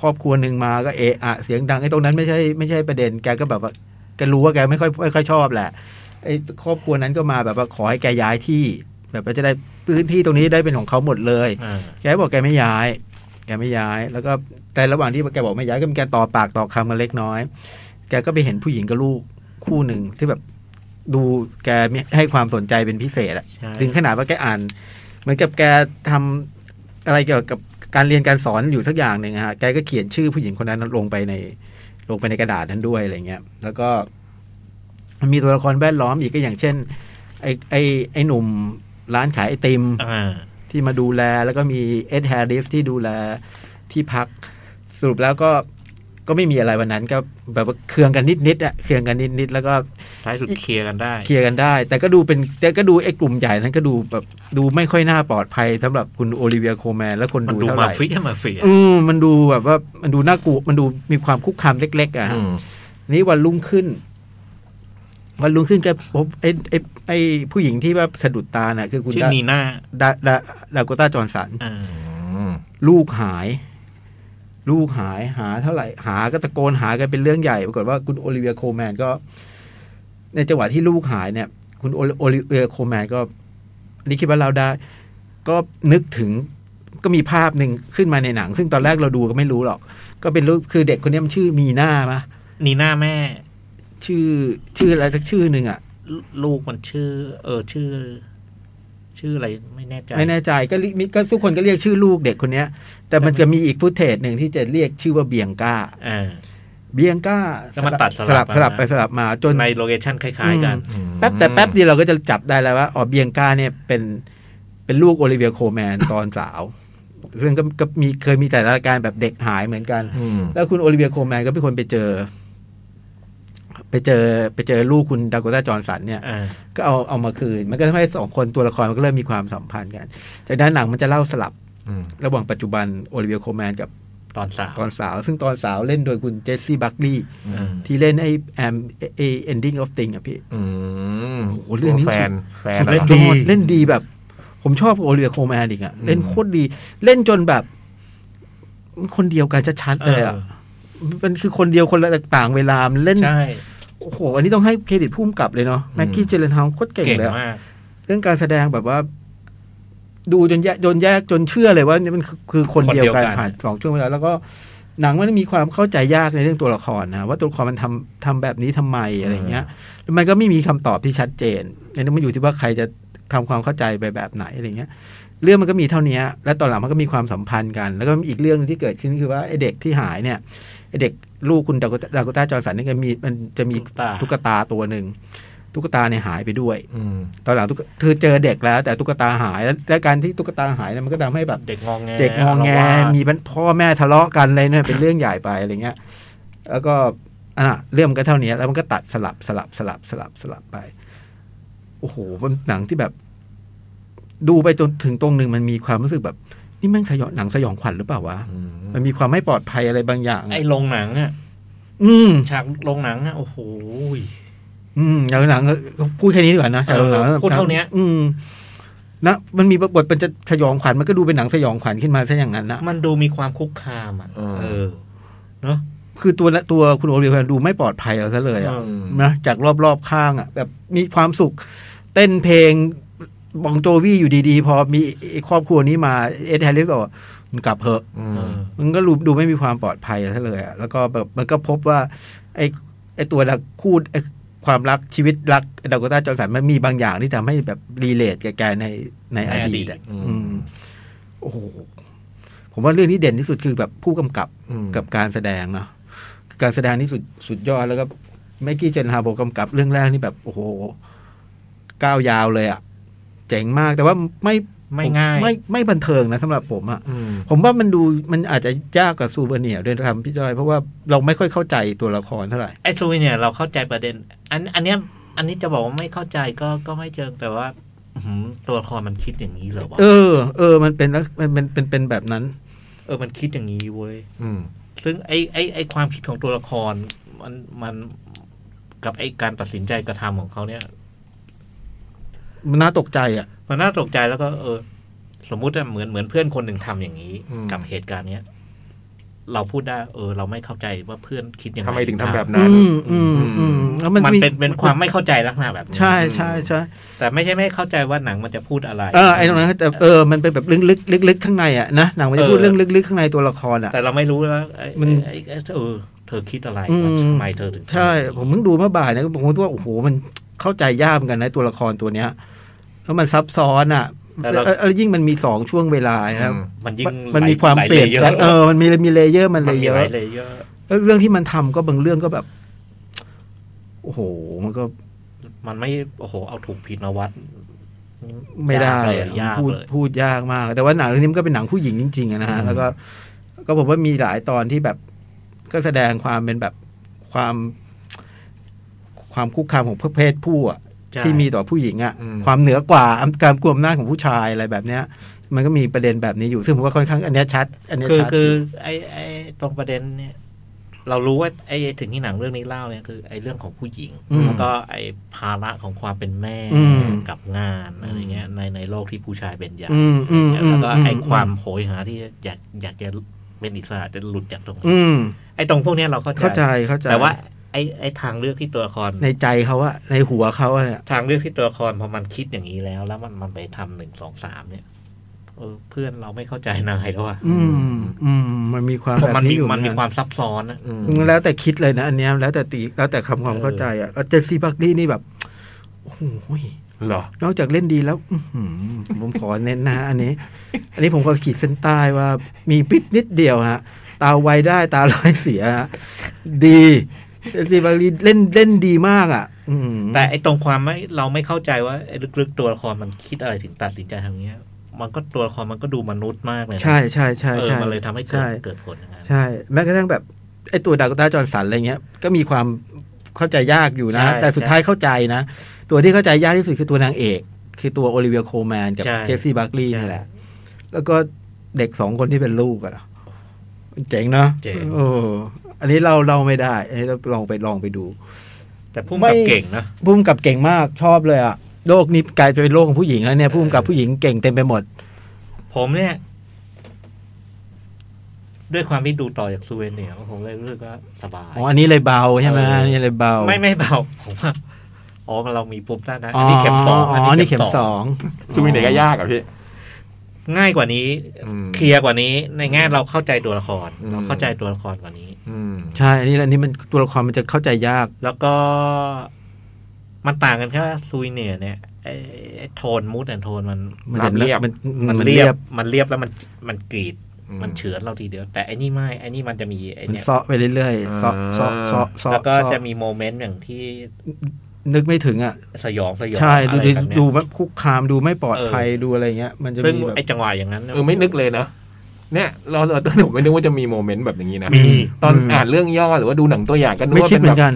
[SPEAKER 5] ครอบครัวหนึ่งมาก็เอะอะเสียงดังไอ้ตรงนั้นไม่ใช่ไม่ใช่ประเด็นแกก็แบบว่าแกรู้ว่าแกไม่ค่อยไม่ค่อยชอบแหละไอ้ครอบครัวนั้นก็มาแบบว่าขอให้แกย้ายที่ แบบว่าจะได้พื้นที่ตรงนี้ได้เป็นของเขาหมดเลย
[SPEAKER 4] อ่า
[SPEAKER 5] แกบอกแกไม่ย้าย แกไม่ย้าย แล้วก็แต่ระหว่างที่แกบอกไม่ย้ายก็มีการต่อปากต่อคำกันเล็กน้อย แกก็ไปเห็นผู้หญิงกับลูกคู่หนึ่งที่แบบดูแกมีให้ความสนใจเป็นพิเศษอะ
[SPEAKER 4] ใช่
[SPEAKER 5] ถึงขนาดว่าแกอ่าน เหมือนกับแกทำอะไรเกี่ยวกับการเรียนการสอนอยู่สักอย่างหนึ่งฮะแกก็เขียนชื่อผู้หญิงคนนั้นลงไปใน ลงไปในกระดาษนั้นด้วยอะไรเงี้ย แล้วก็มันมีตัวละครแวดล้อมอีกก็อย่างเช่น ไอไอไอหนุ่มร้านขายไอติม
[SPEAKER 4] อ่า
[SPEAKER 5] ที่มาดูแลแล้วก็มีเอ็ดแฮร์ริสที่ดูแลที่พัก สรุปแล้วก็ก็ไม่มีอะไรวันนั้น ก็แบบว่าเคืองกันนิดๆอ่ะเคืองกันนิดๆแล้วก็
[SPEAKER 4] ท้ายสุดเคลียร์กันได้
[SPEAKER 5] เคลียร์กันได้ แต่ก็ดูเป็นแต่ก็ดูไอ้กลุ่มใหญ่นั้นก็ดูแบบดูไม่ค่อยน่าปลอดภัยสำหรับคุณโอลิเวียโคลแมนและคน
[SPEAKER 4] มัน
[SPEAKER 5] ดู
[SPEAKER 4] ดู
[SPEAKER 5] เท่าไห
[SPEAKER 4] มา
[SPEAKER 5] ร่
[SPEAKER 4] เฟียมาเฟีย
[SPEAKER 5] อืมมันดูแบบว่ามันดูน่ากลัวมันดูมีความคุกคามเล็กๆอ่ะฮะ
[SPEAKER 3] อืม
[SPEAKER 5] นี่วันรุ่งขึ้น วันรุ่งขึ้นแกพบไอ้ไอ้ไอ้ผู้หญิงที่ว่าสะดุดตาน่ะ คือคุณ
[SPEAKER 4] ชื่อ
[SPEAKER 5] ดา
[SPEAKER 4] นีน่า
[SPEAKER 5] ดาดาดาโกต้าจอร์นสัน
[SPEAKER 4] อ่า
[SPEAKER 5] ลูกหาย ลูกหายหาเท่าไหร่หาก็ตะโกนหากันเป็นเรื่องใหญ่ปรากฏว่าคุณโอลิเวียโคลแมนก็ ในจังหวะที่ลูกหายเนี่ย คุณโอลิโอลิเวียโคลแมนก็อันนี่คิดว่าเราได้ ก็นึกถึงก็มีภาพหนึ่งขึ้นมาในหนัง ซึ่งตอนแรกเราดูก็ไม่รู้หรอก ก็เป็นรูปคือเด็กคนนี้มันชื่อมีหน้าปะ
[SPEAKER 4] นีหน้าแม่
[SPEAKER 5] ชื่อชื่ออะไรสักชื่อหนึ่งอ่ะ
[SPEAKER 4] ลูลูกมันชื่อ เออชื่อ ชื่ออะไรไม่แน่ใจ
[SPEAKER 5] ไม่แน่ใจก็ลิมิก็ทุกคนก็เรียกชื่อลูกเด็กคนเนี้ย แต่มันจะมีอีกฟุตเทจหนึ่งที่จะเรียกชื่อว่าเบียงก้า
[SPEAKER 4] เออ
[SPEAKER 5] เบียงก้า
[SPEAKER 4] แล้วมันตัด
[SPEAKER 5] สลับ
[SPEAKER 4] ส
[SPEAKER 5] ส
[SPEAKER 4] ลั
[SPEAKER 5] ลั
[SPEAKER 4] บบ มา
[SPEAKER 5] ไปสลับมาจน
[SPEAKER 4] ในโลเคชั่นคล้าย ๆ กัน
[SPEAKER 5] อื แป๊บแต่แป๊บเดียวเราก็จะจับได้แล้วว่าอ๋อเบียงก้าเนี่ยเป็นเป็นลูกโอลิเวียโคลแมน ตอนสาว ซึ่งก็ก็มีเคยมีแต่รายการแบบเด็กหายเหมือนกัน
[SPEAKER 3] อืม
[SPEAKER 5] แล้วคุณโอลิเวียโคลแมนก็เป็นคนไปเจอ ไปเจอไปเจอลูกคุณดากต้าจอร์นสันเนี่ย
[SPEAKER 4] เออ
[SPEAKER 5] ก็เอาเอามาคืน มันก็ทำให้สองคนตัวละครมันก็เริ่มมีความสัมพันธ์กันจากนั้นหนังมันจะเล่าสลับ
[SPEAKER 3] อืม
[SPEAKER 5] ระหว่างปัจจุบันโอลิเวียโคลแมนกับ
[SPEAKER 4] ตอนสาม
[SPEAKER 5] ตอนสาว ซึ่งตอนสาวเล่นโดยคุณเจสซี่บัคลีย์
[SPEAKER 4] เออ
[SPEAKER 5] ที่เล่นไอ้แอมเอเอนดิ้งออฟติงอ่ะพี่
[SPEAKER 3] อืม
[SPEAKER 5] โอ้โหเรื่องนี้
[SPEAKER 3] แฟนแฟน
[SPEAKER 5] สุด
[SPEAKER 3] แล้ว
[SPEAKER 5] ยอ
[SPEAKER 3] เหรอ
[SPEAKER 5] เล่นดีแบบ ผมชอบโอลิเวียโคลแมนอีกอ่ะ เล่นโคตรดี เล่นจนแบบ คนเดียวกันชัดๆเลยอ่ะมันคือคนเดียวคนละต่างเวลามันเล่น
[SPEAKER 4] ใช่
[SPEAKER 5] โอ้โหอันนี้ต้องให้เครดิตพุ่มกับเลยเนาะแม็กกี้เจเลนฮาวโคตรเก่ง
[SPEAKER 4] เก่ง
[SPEAKER 5] เลยอะ
[SPEAKER 4] มาก
[SPEAKER 5] เรื่องการแสดงแบบว่า ดูจนแยกจนแยกจนเชื่อเลยว่าเนี่ยมันคือคือคน
[SPEAKER 4] คนเดี
[SPEAKER 5] เดี
[SPEAKER 4] ย
[SPEAKER 5] ยว ว
[SPEAKER 4] กั
[SPEAKER 5] กัน นผ่านสองช่วงเวลาแล้วก็หนังมันมีความเข้าใจยากในเรื่องตัวละครนะว่าตัวละครมันทำทำแบบนี้ทำไมอะไรอย่างเงี้ยแล้วมันก็ไม่มีคำตอบที่ชัดเจนอันนี้มันอยู่ที่ว่าใครจะทำความเข้าใจไปแบบไหนอะไรเงี้ย เรื่องมันก็มีเท่านี้และตอนหลังมันก็มีความสัมพันธ์กัน แล้วก็มีอีกเรื่องที่เกิดขึ้นคือว่าไอเด็กที่หายเนี่ยไอเด็กลูกคุณดากต้าดากต้าจอร์นสันเนี่ยก็มีมันจะมี
[SPEAKER 4] ตุ๊กตา
[SPEAKER 5] ตุ๊กตาตัวหนึ่งตุ๊กตาเนี่ยหายไปด้วย
[SPEAKER 3] อืม
[SPEAKER 5] ตอนหลังตุ๊กคือเจอเด็กแล้วแต่ตุ๊กตาหายแล้วและการที่ตุ๊กตาหายเนี่ยมันก็ทำให้แบบ
[SPEAKER 4] เด็กงองแง
[SPEAKER 5] เด็กงองแง
[SPEAKER 4] าละวาด
[SPEAKER 5] มีพ่อแม่ทะเลาะกันอะไรเนี่ยเป็นเรื่องใหญ่ไปอะไรเงี้ย แล้วก็อ่ะเรื่องมันก็เท่านี้แล้วมันก็ตัดสลับสลับสลับสลับสลับไป โอ้โหมันหนังที่แบบ ดูไปจนถึงตรงหนึ่งมันมีความรู้สึกแบบ นี่แม่งสยองหนังสยองขวัญหรือเปล่าวะ
[SPEAKER 3] อืม
[SPEAKER 5] มันมีความไม่ปลอดภัยอะไรบางอย่าง
[SPEAKER 4] ไอ้โรงหนังอ่ะ
[SPEAKER 5] อืม
[SPEAKER 4] ฉากโรงหนังอ่ะโอ้โห
[SPEAKER 5] อืมอย่างหนังพูดแค่นี้ดีกว่านะ
[SPEAKER 4] เออ
[SPEAKER 5] ฉากหนัง
[SPEAKER 4] พูดเท่าเนี้ย
[SPEAKER 5] อืมนะมันมีบทมันจะสยองขวัญมันก็ดูเป็นหนังสยองขวัญขึ้นมาซะอย่างนั้นนะ
[SPEAKER 4] มันดูมีความคุกคามอ่ะ
[SPEAKER 3] เออ
[SPEAKER 4] เออเนาะ
[SPEAKER 5] คือตัวละตัวคุณโอเลียนดูไม่ปลอดภัยเอาซะเลยอะ
[SPEAKER 4] เออ
[SPEAKER 5] นะจากรอบรอบๆข้างอ่ะแบบมีความสุข เต้นเพลงบองโจวี่อยู่ดีๆ พอมีไอ้ครอบครัวนี้มาเอ็ดแฮร์ริสบอกว่ามึงกลับเถอะ
[SPEAKER 3] อื
[SPEAKER 4] เอ
[SPEAKER 3] ม
[SPEAKER 4] อ
[SPEAKER 5] มันก็รูดูไม่มีความปลอดภัยซะเลยอะแล้วก็แบบมันก็พบว่า ไอ้ไอ้ตัวละคู่ไอ้ความรักชีวิตรักดากต้าจอร์สันมันมีบางอย่างที่ทำให้แบบรีเลทกับแกในในอดีตอะ
[SPEAKER 3] ในอดีตอืม
[SPEAKER 5] อืมโอ้โหผมว่าเรื่องที่เด่นที่สุดคือแบบผู้กำกับ
[SPEAKER 3] อืม
[SPEAKER 5] กับการแสดงเนาะการแสดงนี่สุดสุดยอดแล้วก็แม็กกี้เจนฮาโบกำกับเรื่องแรกนี่แบบโอ้โหก้าวยาวเลยอะเจ๋งมากแต่ว่าไม่
[SPEAKER 4] ไม่ง่าย
[SPEAKER 5] ไม่ไม่บันเทิงนะสำหรับผมอะ
[SPEAKER 3] อืม
[SPEAKER 5] ผมว่ามันดูมันอาจจะยากกว่าซูเวเนียร์ด้วยนะครับพี่จอย เพราะว่าเราไม่ค่อยเข้าใจตัวละครเท่าไหร่
[SPEAKER 4] ไอ้ซูวิเนี่ยเราเข้าใจประเด็น อันอันเนี้ยอันนี้จะบอกว่าไม่เข้าใจก็ก็ไม่เชิงแต่ว่าอื้อหือตัวละครมันคิดอย่างนี้เหรอวะ
[SPEAKER 5] เออ เออ มันเป็นลักมันเป็นเป็นเป็นแบบนั้น
[SPEAKER 4] เออมันคิดอย่างนี้เว้ย
[SPEAKER 3] อืม
[SPEAKER 4] ซึ่งไอ้ไอ้ไอ้ความคิดของตัวละคร มันมันกับไอ้การตัดสินใจกระทำของเขาเนี่ย
[SPEAKER 5] มันน่าตกใจอ่ะ
[SPEAKER 4] มันน่าตกใจแล้วก็ เออ สมมุติอะเหมือนเหมือนเพื่อนคนหนึ่งทำอย่างนี้
[SPEAKER 3] อืม
[SPEAKER 4] กับเหตุการณ์เนี้ยเราพูดได้ เออ เราไม่เข้าใจว่าเพื่อนคิดยังไง
[SPEAKER 3] ทำไมถึงทำแบบนั้น
[SPEAKER 5] อืมอืมอืมแล้วมัน
[SPEAKER 4] มัน
[SPEAKER 5] มี
[SPEAKER 4] เป็นเป็นความไม่เข้าใจลักษณะแบบนี้
[SPEAKER 5] ใช่ใช่ใช่
[SPEAKER 4] แต่ไม่ใช่ไม่เข้าใจว่าหนังมันจะพูดอะไร
[SPEAKER 5] เออไอ้ตรงนั้นแต่เออมันเป็นแบบลึกลึกลึกลึกข้างในอ่ะนะหนังมันจะพู
[SPEAKER 4] เอ
[SPEAKER 5] ด
[SPEAKER 4] อ
[SPEAKER 5] เรื่องลึกลึกข้างในตัวละครอ่ะ
[SPEAKER 4] แต่เราไม่รู้ว่าไอ้
[SPEAKER 5] มัน
[SPEAKER 4] ไอ้ไอ้เออเธอคิดอะไร
[SPEAKER 5] อืม
[SPEAKER 4] ทำไมเธอถึงทำ
[SPEAKER 5] ใช่ ผมเพิ่งดูเมื่อบ่ายนะผมคิดว่าโอ้โหมันเข้าใจยากเหมือนกันนะตัวละครตัวเนี้ยแล้วมันซับซ้อนอ่ะแล้วแล้วยิ่งมันมีสองช่วงเวลาครับ
[SPEAKER 3] อืม
[SPEAKER 4] มันยิ่ง
[SPEAKER 5] มันมีความเปลี่ยน
[SPEAKER 4] หา
[SPEAKER 5] แปลงเออ มันมีมีเลเยอร์ มันเล
[SPEAKER 4] มันมี
[SPEAKER 5] เย
[SPEAKER 4] ห
[SPEAKER 5] อะ
[SPEAKER 4] ลายเลเยอร์
[SPEAKER 5] แล้วเรื่องที่มันทำก็บางเรื่องก็แบบ โอ้โห มันก็
[SPEAKER 4] มันไม่โอ้โหเอาถูกผิดมาวัด
[SPEAKER 5] ไม่ได้
[SPEAKER 4] ยากเลย
[SPEAKER 5] อะ
[SPEAKER 4] อะยาก
[SPEAKER 5] พูด
[SPEAKER 4] เลย
[SPEAKER 5] พูดยากมาก แต่ว่าหนังเรื่องนี้มันก็เป็นหนังผู้หญิงจริงๆอะนะฮะ แล้วก็ ก็ผมว่ามีหลายตอนที่แบบก็แสดงความเป็นแบบความ ความคุกคามของเพศผู้อะ
[SPEAKER 4] ใช่
[SPEAKER 5] ที่มีต่อผู้หญิงอะ
[SPEAKER 3] อืม
[SPEAKER 5] ความเหนือกว่าอำการกลัวอำนาจของผู้ชายอะไรแบบเนี้ย มันก็มีประเด็นแบบนี้อยู่ ซึ่งผมว่าค่อนข้างอันเนี้ยชัด อันเนี้ย
[SPEAKER 4] คือ
[SPEAKER 5] ชัด
[SPEAKER 4] คือไอ้ไอ้ตรงประเด็นเนี่ย เรารู้ว่าไอ้ถึงที่หนังเรื่องนี้เล่าเนี่ยคือไอ้เรื่องของผู้หญิง
[SPEAKER 5] อืม
[SPEAKER 4] แล้วก็ไอ้ภาระของความเป็นแม่
[SPEAKER 5] อืม
[SPEAKER 4] กับงานอะไรเงี้ยในในโลกที่ผู้ชายเป็นใหญ่
[SPEAKER 5] อืมอืมอื
[SPEAKER 4] แล้ว
[SPEAKER 5] ม
[SPEAKER 4] ก็ไอ้
[SPEAKER 5] ม
[SPEAKER 4] ความโหยหาที่อยากอยากจะ เป็นอิสระจะหลุดจากตรงนี้
[SPEAKER 5] อืม
[SPEAKER 4] ไอ้ตรงพวกเนี้ยเราเข้าใจ
[SPEAKER 5] เข้าใจเข้าใจ
[SPEAKER 4] แต่ว่าไอ้ไอ้ทางเลือกที่ตัวละคร
[SPEAKER 5] ในใจเขาอะในหัวเขาอะเนี่ย
[SPEAKER 4] ทางเลือกที่ตัวละครพอมันคิดอย่างนี้แล้ว แล้วมันมันไปทำหนึ่งสองสามเนี่ยเออเพื่อนเราไม่เข้าใจนายแล้วอ่ะ
[SPEAKER 5] อืม อืม มันมีความ
[SPEAKER 4] เพราะ
[SPEAKER 5] แบบ
[SPEAKER 4] มันมี
[SPEAKER 5] นี้อยู่
[SPEAKER 4] มันมี
[SPEAKER 5] ะ
[SPEAKER 4] ความซับซ้อนนะ
[SPEAKER 3] อืม
[SPEAKER 5] อืมแล้วแต่คิดเลยนะอันเนี้ยแล้วแต่ตีแล้วแต่คำความ
[SPEAKER 4] เออ
[SPEAKER 5] เข้าใจอะแล้วเจสซี่บักลี่นี่แบบโอ้โห
[SPEAKER 3] เหรอน
[SPEAKER 5] อกจากเล่นดีแล้ว อื้อหือผมขอเน้นนะอันนี้ อันนี้ผมก็ขีดเส้นใต้ว่ามีปิ๊บนิดเดียวฮะ ตาไวได้ตาลอยเสียฮะดีเจสซี่บักลี่เล่นเล่นดีมากอ่ะ อืม
[SPEAKER 4] แต่ไอ้ตรงความไม่เราไม่เข้าใจว่าไอ้ลึกๆตัวละครมันคิดอะไรถึงตัดสินใจทางเนี้ย มันก็ตัวละครมันก็ดูมนุษย์มากเลยนะ
[SPEAKER 5] ใช่ใช่ใช่
[SPEAKER 4] เออ
[SPEAKER 5] ใช่
[SPEAKER 4] มันเลยทำให้เกิด
[SPEAKER 5] ช่
[SPEAKER 4] เกิดผลอย่างนั้น
[SPEAKER 5] ใช่แม้กระทั่งแบบไอ้ตัวดากต้าจอร์นสันอะไรเงี้ยก็มีความเข้าใจยากอยู่นะ
[SPEAKER 4] ใช่
[SPEAKER 5] แต่สุด
[SPEAKER 4] ใช่
[SPEAKER 5] ท้ายเข้าใจนะ ตัวที่เข้าใจยากที่สุดคือตัวนางเอก คือตัวโอลิเวียโคลแมนกับ
[SPEAKER 4] ใช่
[SPEAKER 5] เจสซี่บาร์คลีย์
[SPEAKER 4] ใช่
[SPEAKER 5] นี่แหละ แล้วก็เด็กสองคนที่เป็นลูกอะมันเจ๋งเนาะ
[SPEAKER 4] เจ๋ง
[SPEAKER 5] โอ้อันนี้เราเราไม่ได้อันนี้เราลองไปลองไปดู
[SPEAKER 4] แต่พุ่มกับ
[SPEAKER 5] ไม่
[SPEAKER 4] เก่งนะ
[SPEAKER 5] พุ่มกับเก่งมากชอบเลยอะโลกนี้กลายเป็นโลกของผู้หญิงแล้วเนี่ยพุ่มกับผู้หญิงเก่งเต็มไปหมด
[SPEAKER 4] ผมเนี่ย ด้วยความที่ดูต่อจากซูเวเนียร์ผมเลยรู้สึกว่าสบาย
[SPEAKER 5] อ๋ออันนี้เลยเบาใช่ไหม
[SPEAKER 4] เอออั
[SPEAKER 5] อันนี้เลยเบา
[SPEAKER 4] ไม่ไม่เบาผมว่าอ๋อเรามีปุ่มด้านนะ
[SPEAKER 5] อ๋
[SPEAKER 4] อันนี้เข็มสอง
[SPEAKER 5] ออันนี้เข็มสอง
[SPEAKER 3] ซูมินไหนก็ยากอ่ะพี่
[SPEAKER 4] ง่ายกว่านี้
[SPEAKER 3] อืม
[SPEAKER 4] เคลียร์กว่านี้ ในแง่เราเข้าใจตัวละคร
[SPEAKER 3] อืม
[SPEAKER 4] เราเข้าใจตัวละครกว่านี้
[SPEAKER 3] อืม
[SPEAKER 5] ใช่ อันนี้อันนี้มันตัวละครมันจะเข้าใจยาก
[SPEAKER 4] แล้วก็มันต่างกันแค่ว่าซูเนียร์เนี่ยไอ้ไอ้โทนมูดแอนโทนมัน
[SPEAKER 5] มันจะ
[SPEAKER 3] มันเรียบ
[SPEAKER 5] มัน
[SPEAKER 4] มันเรียบมันเรียบแล้วมันมันกรีด
[SPEAKER 3] อืม
[SPEAKER 4] มันเฉือนเราทีเดียว แต่ไอ้นี่ไม่ไอ้นี่มันจะมีไอ้
[SPEAKER 5] มัน
[SPEAKER 4] เนี่ย
[SPEAKER 5] เซาะไปเรื่อยๆเซาะเซาะเซาะเซาะ
[SPEAKER 4] แล้วก็จะ
[SPEAKER 5] เซา
[SPEAKER 4] มีโมเมนต์อย่างที่
[SPEAKER 5] นึกไม่ถึงอ่ะ
[SPEAKER 4] สยองสยอง
[SPEAKER 5] ใช่
[SPEAKER 4] อะ
[SPEAKER 5] ดู
[SPEAKER 4] ไร
[SPEAKER 5] ดิ
[SPEAKER 4] แบบ
[SPEAKER 5] ดู
[SPEAKER 4] เนี้ย
[SPEAKER 5] แบบคุกคามดูไม่ปลอดภัย
[SPEAKER 4] เออ
[SPEAKER 5] ดูอะไรเงี้ย มันจะ
[SPEAKER 4] ซึ่ง
[SPEAKER 5] มีแบบ
[SPEAKER 4] ไอ้จังหวะอย่างนั้นเนี่ย
[SPEAKER 3] เออไม่นึกเลยนะเนี่ย เราเราตอนผมไม่นึกว่าจะมีโมเมนต์แบบอย่างนี้นะ
[SPEAKER 4] มี
[SPEAKER 3] ตอนอ่านเรื่องย่อหรือว่าดูหนังตัวอย่างก็นึก
[SPEAKER 5] ไม่
[SPEAKER 3] ว่า
[SPEAKER 5] คิ
[SPEAKER 3] เป็
[SPEAKER 5] ด
[SPEAKER 3] น
[SPEAKER 5] เหมื
[SPEAKER 3] แบ
[SPEAKER 5] อบ นกัน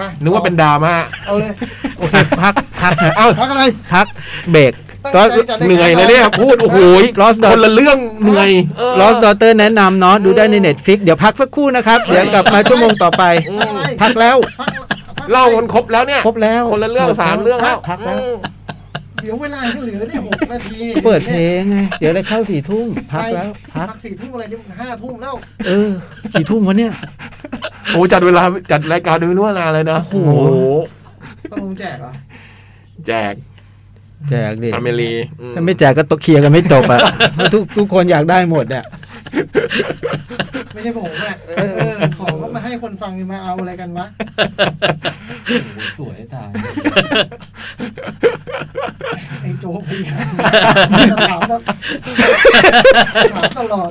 [SPEAKER 2] มา
[SPEAKER 3] นึกว่าเป็นดราม่า
[SPEAKER 2] เอาเลย
[SPEAKER 5] โอเค พักพัก
[SPEAKER 3] เอ้า
[SPEAKER 2] พักอะไร
[SPEAKER 5] พักเบรกก็
[SPEAKER 2] ตั้งใจจะได้
[SPEAKER 3] เหนื่อยเลยเนี่ยพูดโอ้โหย
[SPEAKER 5] Lost Daughter
[SPEAKER 3] คนละเรื่องเหนื่อย
[SPEAKER 5] Lost Daughter แนะนำเนาะดูได้ใน Netflix เดี๋ยวพักสักครู่นะครับ เดี๋ยวกลับมาชั่วโมงต่อไป
[SPEAKER 2] พักอะไร
[SPEAKER 5] พักแล้ว
[SPEAKER 2] พักพัก
[SPEAKER 3] เล่ามันครบแล้วเนี่ย
[SPEAKER 5] ครบแล้ว
[SPEAKER 3] คนละเรื่องสามเรื่องแล้ว
[SPEAKER 5] พักแล้ว
[SPEAKER 3] อืม
[SPEAKER 2] เดี๋ยวเวลาที่เหลือเนี่ยหกนาที
[SPEAKER 5] เปิดเพลงไง เดี๋ยวเลยเข้าสี่ทุ่มพักแล้ว
[SPEAKER 2] พั
[SPEAKER 5] พั
[SPEAKER 2] ก
[SPEAKER 5] ก
[SPEAKER 2] สี่ทุ่มอะไรนี่มันห้าทุ่มแล้ว
[SPEAKER 5] เออกี่ทุ่มวะเนี่ย
[SPEAKER 3] โอ้จัดเวลาจัดรายการโดยไม่รู้เวลาเลยนะ
[SPEAKER 5] โอ้โห
[SPEAKER 2] ต้องลงแจกเหรอ
[SPEAKER 3] แจก
[SPEAKER 5] แจกดิ
[SPEAKER 3] อเมรีอื
[SPEAKER 5] ถ้าไม่แจกก็ตกเคลียร์กันไม่จบ อ่ะ ทุกทุกคนอยากได้หมดอ่ะ
[SPEAKER 2] ไม่ใช่ผมอะเออเออ ของก็มาให้คนฟังมาเอาอะไรกันวะ
[SPEAKER 7] สวยตาย
[SPEAKER 2] ไอ้โจ๊กพี่ถามแล้วถามตลอด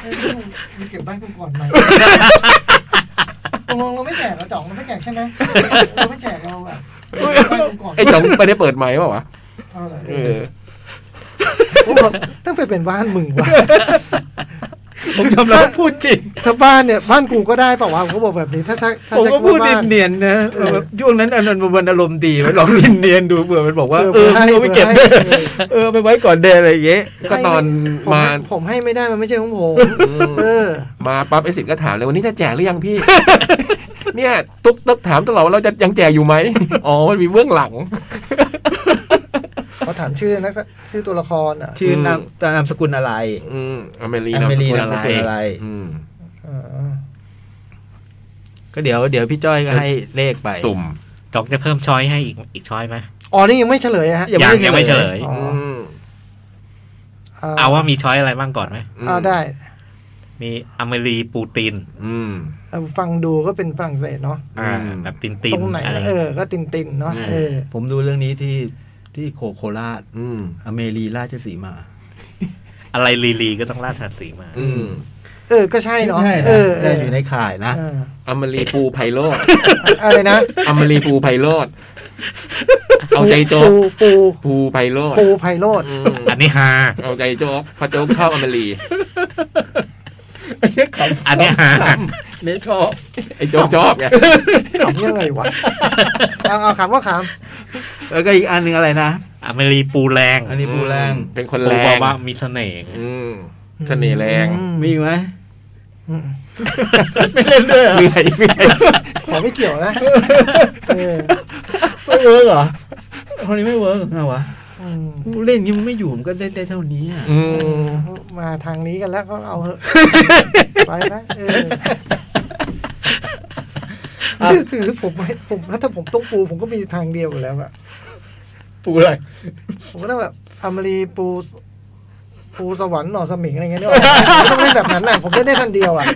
[SPEAKER 2] เอ้ยมึงเก็บบ้านกูก่อนไหมตกลงเราไม่แจกเหราจ่องเราไม่แจกใช่ไหมเราไม่แจกเราแบบเก็บบ้านกูก่อน
[SPEAKER 3] ไอ้จ๋องไปได้เปิดไหมค์เปล่าวะ
[SPEAKER 2] เอาเหรอ
[SPEAKER 3] เออ
[SPEAKER 6] ผมบอกตั้งไปเป็นบ้านมึงวะ
[SPEAKER 5] ผมยอมรับว่าพูดจริง
[SPEAKER 6] ถ้าบ้านเนี่ยบ้านกูก็ได้เปล่าวะผมก็บอกแบบนี้ถ้าถ้าถ้า
[SPEAKER 5] ผม
[SPEAKER 6] จะ
[SPEAKER 5] ก็พูด
[SPEAKER 6] บ้าน
[SPEAKER 5] เนียนๆนะ
[SPEAKER 6] เออ
[SPEAKER 5] แบบช่วงนั้นอันนั้นมันอารมณ์ดีมันลองเนียนๆดูเผื่อมันบอกว่าเอ
[SPEAKER 6] ผื่
[SPEAKER 5] อ
[SPEAKER 6] ให้
[SPEAKER 5] เอาไปเก็บ
[SPEAKER 6] ผื่
[SPEAKER 5] ด้วย
[SPEAKER 6] ให้
[SPEAKER 5] เออเอาไปไว้ก่อนเดย์อะไรอย่างเงี้ย
[SPEAKER 3] ก็ตอน
[SPEAKER 6] ผม
[SPEAKER 3] มา
[SPEAKER 6] ให้ผมให้ไม่ได้มันไม่ใช่ของผม
[SPEAKER 3] อืม
[SPEAKER 6] เออ
[SPEAKER 3] มาปั๊บไอ้สิทธิ์ก็ถามเลยวันนี้จะแจกหรือยังพี่ เนี่ย ตุ๊กตุ๊กถามตลอดว่าเราจะยังแจกอยู่ไหมอ๋อมันมีเบื้องหลัง
[SPEAKER 6] เขาถามชื่อนักแสชื่อตัวละครอ่ะ
[SPEAKER 5] ชื่อนามนามสกุลอะไร
[SPEAKER 3] อืมอเมรี
[SPEAKER 5] อเมรี
[SPEAKER 3] นาม
[SPEAKER 5] นาม
[SPEAKER 3] ส
[SPEAKER 5] สกุ
[SPEAKER 3] กุล
[SPEAKER 5] ล
[SPEAKER 3] อะ
[SPEAKER 5] อะไร ไร
[SPEAKER 3] อืม
[SPEAKER 6] เออ
[SPEAKER 5] ก็เดี๋ยวเดี๋ยวพี่จ้อยก็ให้เลขไป
[SPEAKER 3] สุ่ม
[SPEAKER 4] จอกจะเพิ่มช้อยให้อีกอีกช้อยไหม
[SPEAKER 6] อ๋อนี่ยังไม่เฉลยอะฮะ
[SPEAKER 4] ยังยังไม่เฉลย
[SPEAKER 6] อ๋อ
[SPEAKER 3] ม
[SPEAKER 4] เอาว่ามีช้อยอะไรบ้างก่อนไหม
[SPEAKER 6] อ่าได้
[SPEAKER 4] มีอเมรีปูติน
[SPEAKER 3] อืม
[SPEAKER 6] เออฟังดูก็เป็นฝรั่งเศสเนาะ
[SPEAKER 4] อ่า
[SPEAKER 3] อืม
[SPEAKER 4] แบบตินติ
[SPEAKER 6] ต
[SPEAKER 4] น
[SPEAKER 6] รงไหน
[SPEAKER 4] อะไร
[SPEAKER 6] เออ ก็ตินตินๆเนาะ
[SPEAKER 3] อืม
[SPEAKER 6] เออ
[SPEAKER 5] ผมดูเรื่องนี้ที่ที่โคโคราช
[SPEAKER 3] อืม
[SPEAKER 5] อเมรีราชสีมา
[SPEAKER 4] อะไรลีลีก็ต้องราดทาสีมา
[SPEAKER 3] อืม
[SPEAKER 6] เออก็ใช่เนาะ
[SPEAKER 5] ใช่นะ
[SPEAKER 6] เออเอ
[SPEAKER 5] ได้
[SPEAKER 6] อ
[SPEAKER 5] อยู่ในข่ายนะ
[SPEAKER 6] เออ
[SPEAKER 3] อเมรีปูไพโรด
[SPEAKER 6] อะไรนะ
[SPEAKER 3] อเมรีปูไพโรดเอาใจโจ๊ก
[SPEAKER 6] ปู
[SPEAKER 3] ปู
[SPEAKER 6] ปู
[SPEAKER 3] ไพโรด
[SPEAKER 6] ปูไพโรด
[SPEAKER 3] อืม
[SPEAKER 4] อันนี้ฮา
[SPEAKER 3] เอาใจโจ๊กเพราะโจ๊กชอบอเมรี
[SPEAKER 4] อันนี้ฮา
[SPEAKER 5] ไม่ชอบ
[SPEAKER 3] ไอ้โจ๊กชอบไง
[SPEAKER 6] ขำยังไงวะเอาเอาขำก็ข
[SPEAKER 5] แล้วก็อีกอันหนึ่งอะไรนะ
[SPEAKER 4] อเมรีปูแรง
[SPEAKER 5] อันนี้ปูแรง
[SPEAKER 3] เป็นคน
[SPEAKER 4] ปู
[SPEAKER 3] แร
[SPEAKER 4] บอก
[SPEAKER 3] ง
[SPEAKER 4] ว่ามีเสน่ห์
[SPEAKER 3] อืม
[SPEAKER 6] ำ
[SPEAKER 3] เสน่ห์แรง
[SPEAKER 6] อื
[SPEAKER 5] มีอีกไหม
[SPEAKER 6] อืม
[SPEAKER 5] ไม่เล่นด้วยเหรอ
[SPEAKER 3] เหนื่อยเหนื่อย
[SPEAKER 6] ขอไม่เกี่ยวนะเออ
[SPEAKER 5] ไม่เวิร์กเหรอคนนี้ไม่เวิร์กเหรอวะ
[SPEAKER 6] อืม
[SPEAKER 5] เล่นอยังนี้มึงไม่อยู่ผมก็เล่นได้เท่านี้อะ
[SPEAKER 3] อืม
[SPEAKER 6] มาทางนี้กันแล้วก็เอาเถอะ ไปนะเออคือถือผมไม่ผมถ้าผมต้องปูผมก็มีทางเดียวอยู่แล้วอะ
[SPEAKER 5] ปูอะไร
[SPEAKER 6] ผมก็ต้องแบบอมรีปู ปูสวรรค์หน่อสมิงอะไรเงี้ยเนี่ยผมต้องเล่นแบบนั้นน่ะผมจะได้ทันเดียวอ่ะ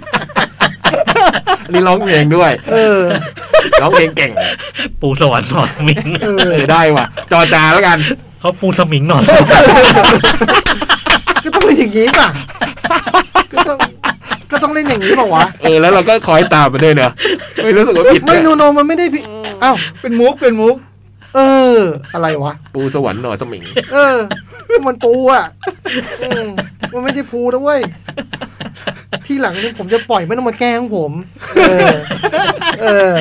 [SPEAKER 3] นี่ร้องเพลงด้วย
[SPEAKER 6] เออ
[SPEAKER 3] ร้องเพลงเก่ง
[SPEAKER 4] ปูสวรรค์หนอนสมิง
[SPEAKER 6] เอ
[SPEAKER 3] เอ
[SPEAKER 6] อ
[SPEAKER 3] อได้ว่ะ จอจาแล้วกัน
[SPEAKER 4] เขาปูสมิงหนอนสวรรค์
[SPEAKER 6] ก็ต้องเป็นอย่างนี้ป่ะก็ต้องก็ต้องเล่นอย่างนี้ป่ะวะ
[SPEAKER 3] เออ แล้วเราก็คอยตามไปด้วยเนอะไม่รู้สึกว่าผิด
[SPEAKER 6] ไม่
[SPEAKER 3] นะ
[SPEAKER 6] โนโนมันไม่ได้พี่อ้าว
[SPEAKER 5] เป็นมุกเป็นมุก
[SPEAKER 6] เออ อะไรวะ
[SPEAKER 3] ปูสวรรค์หน่อสมิง
[SPEAKER 6] เออ มันปูอ่ะอืมมันไม่ใช่ปูนะเว้ย ที่หลังนี้ผมจะปล่อยไม่ต้องมาแกล้งผม เออ เออ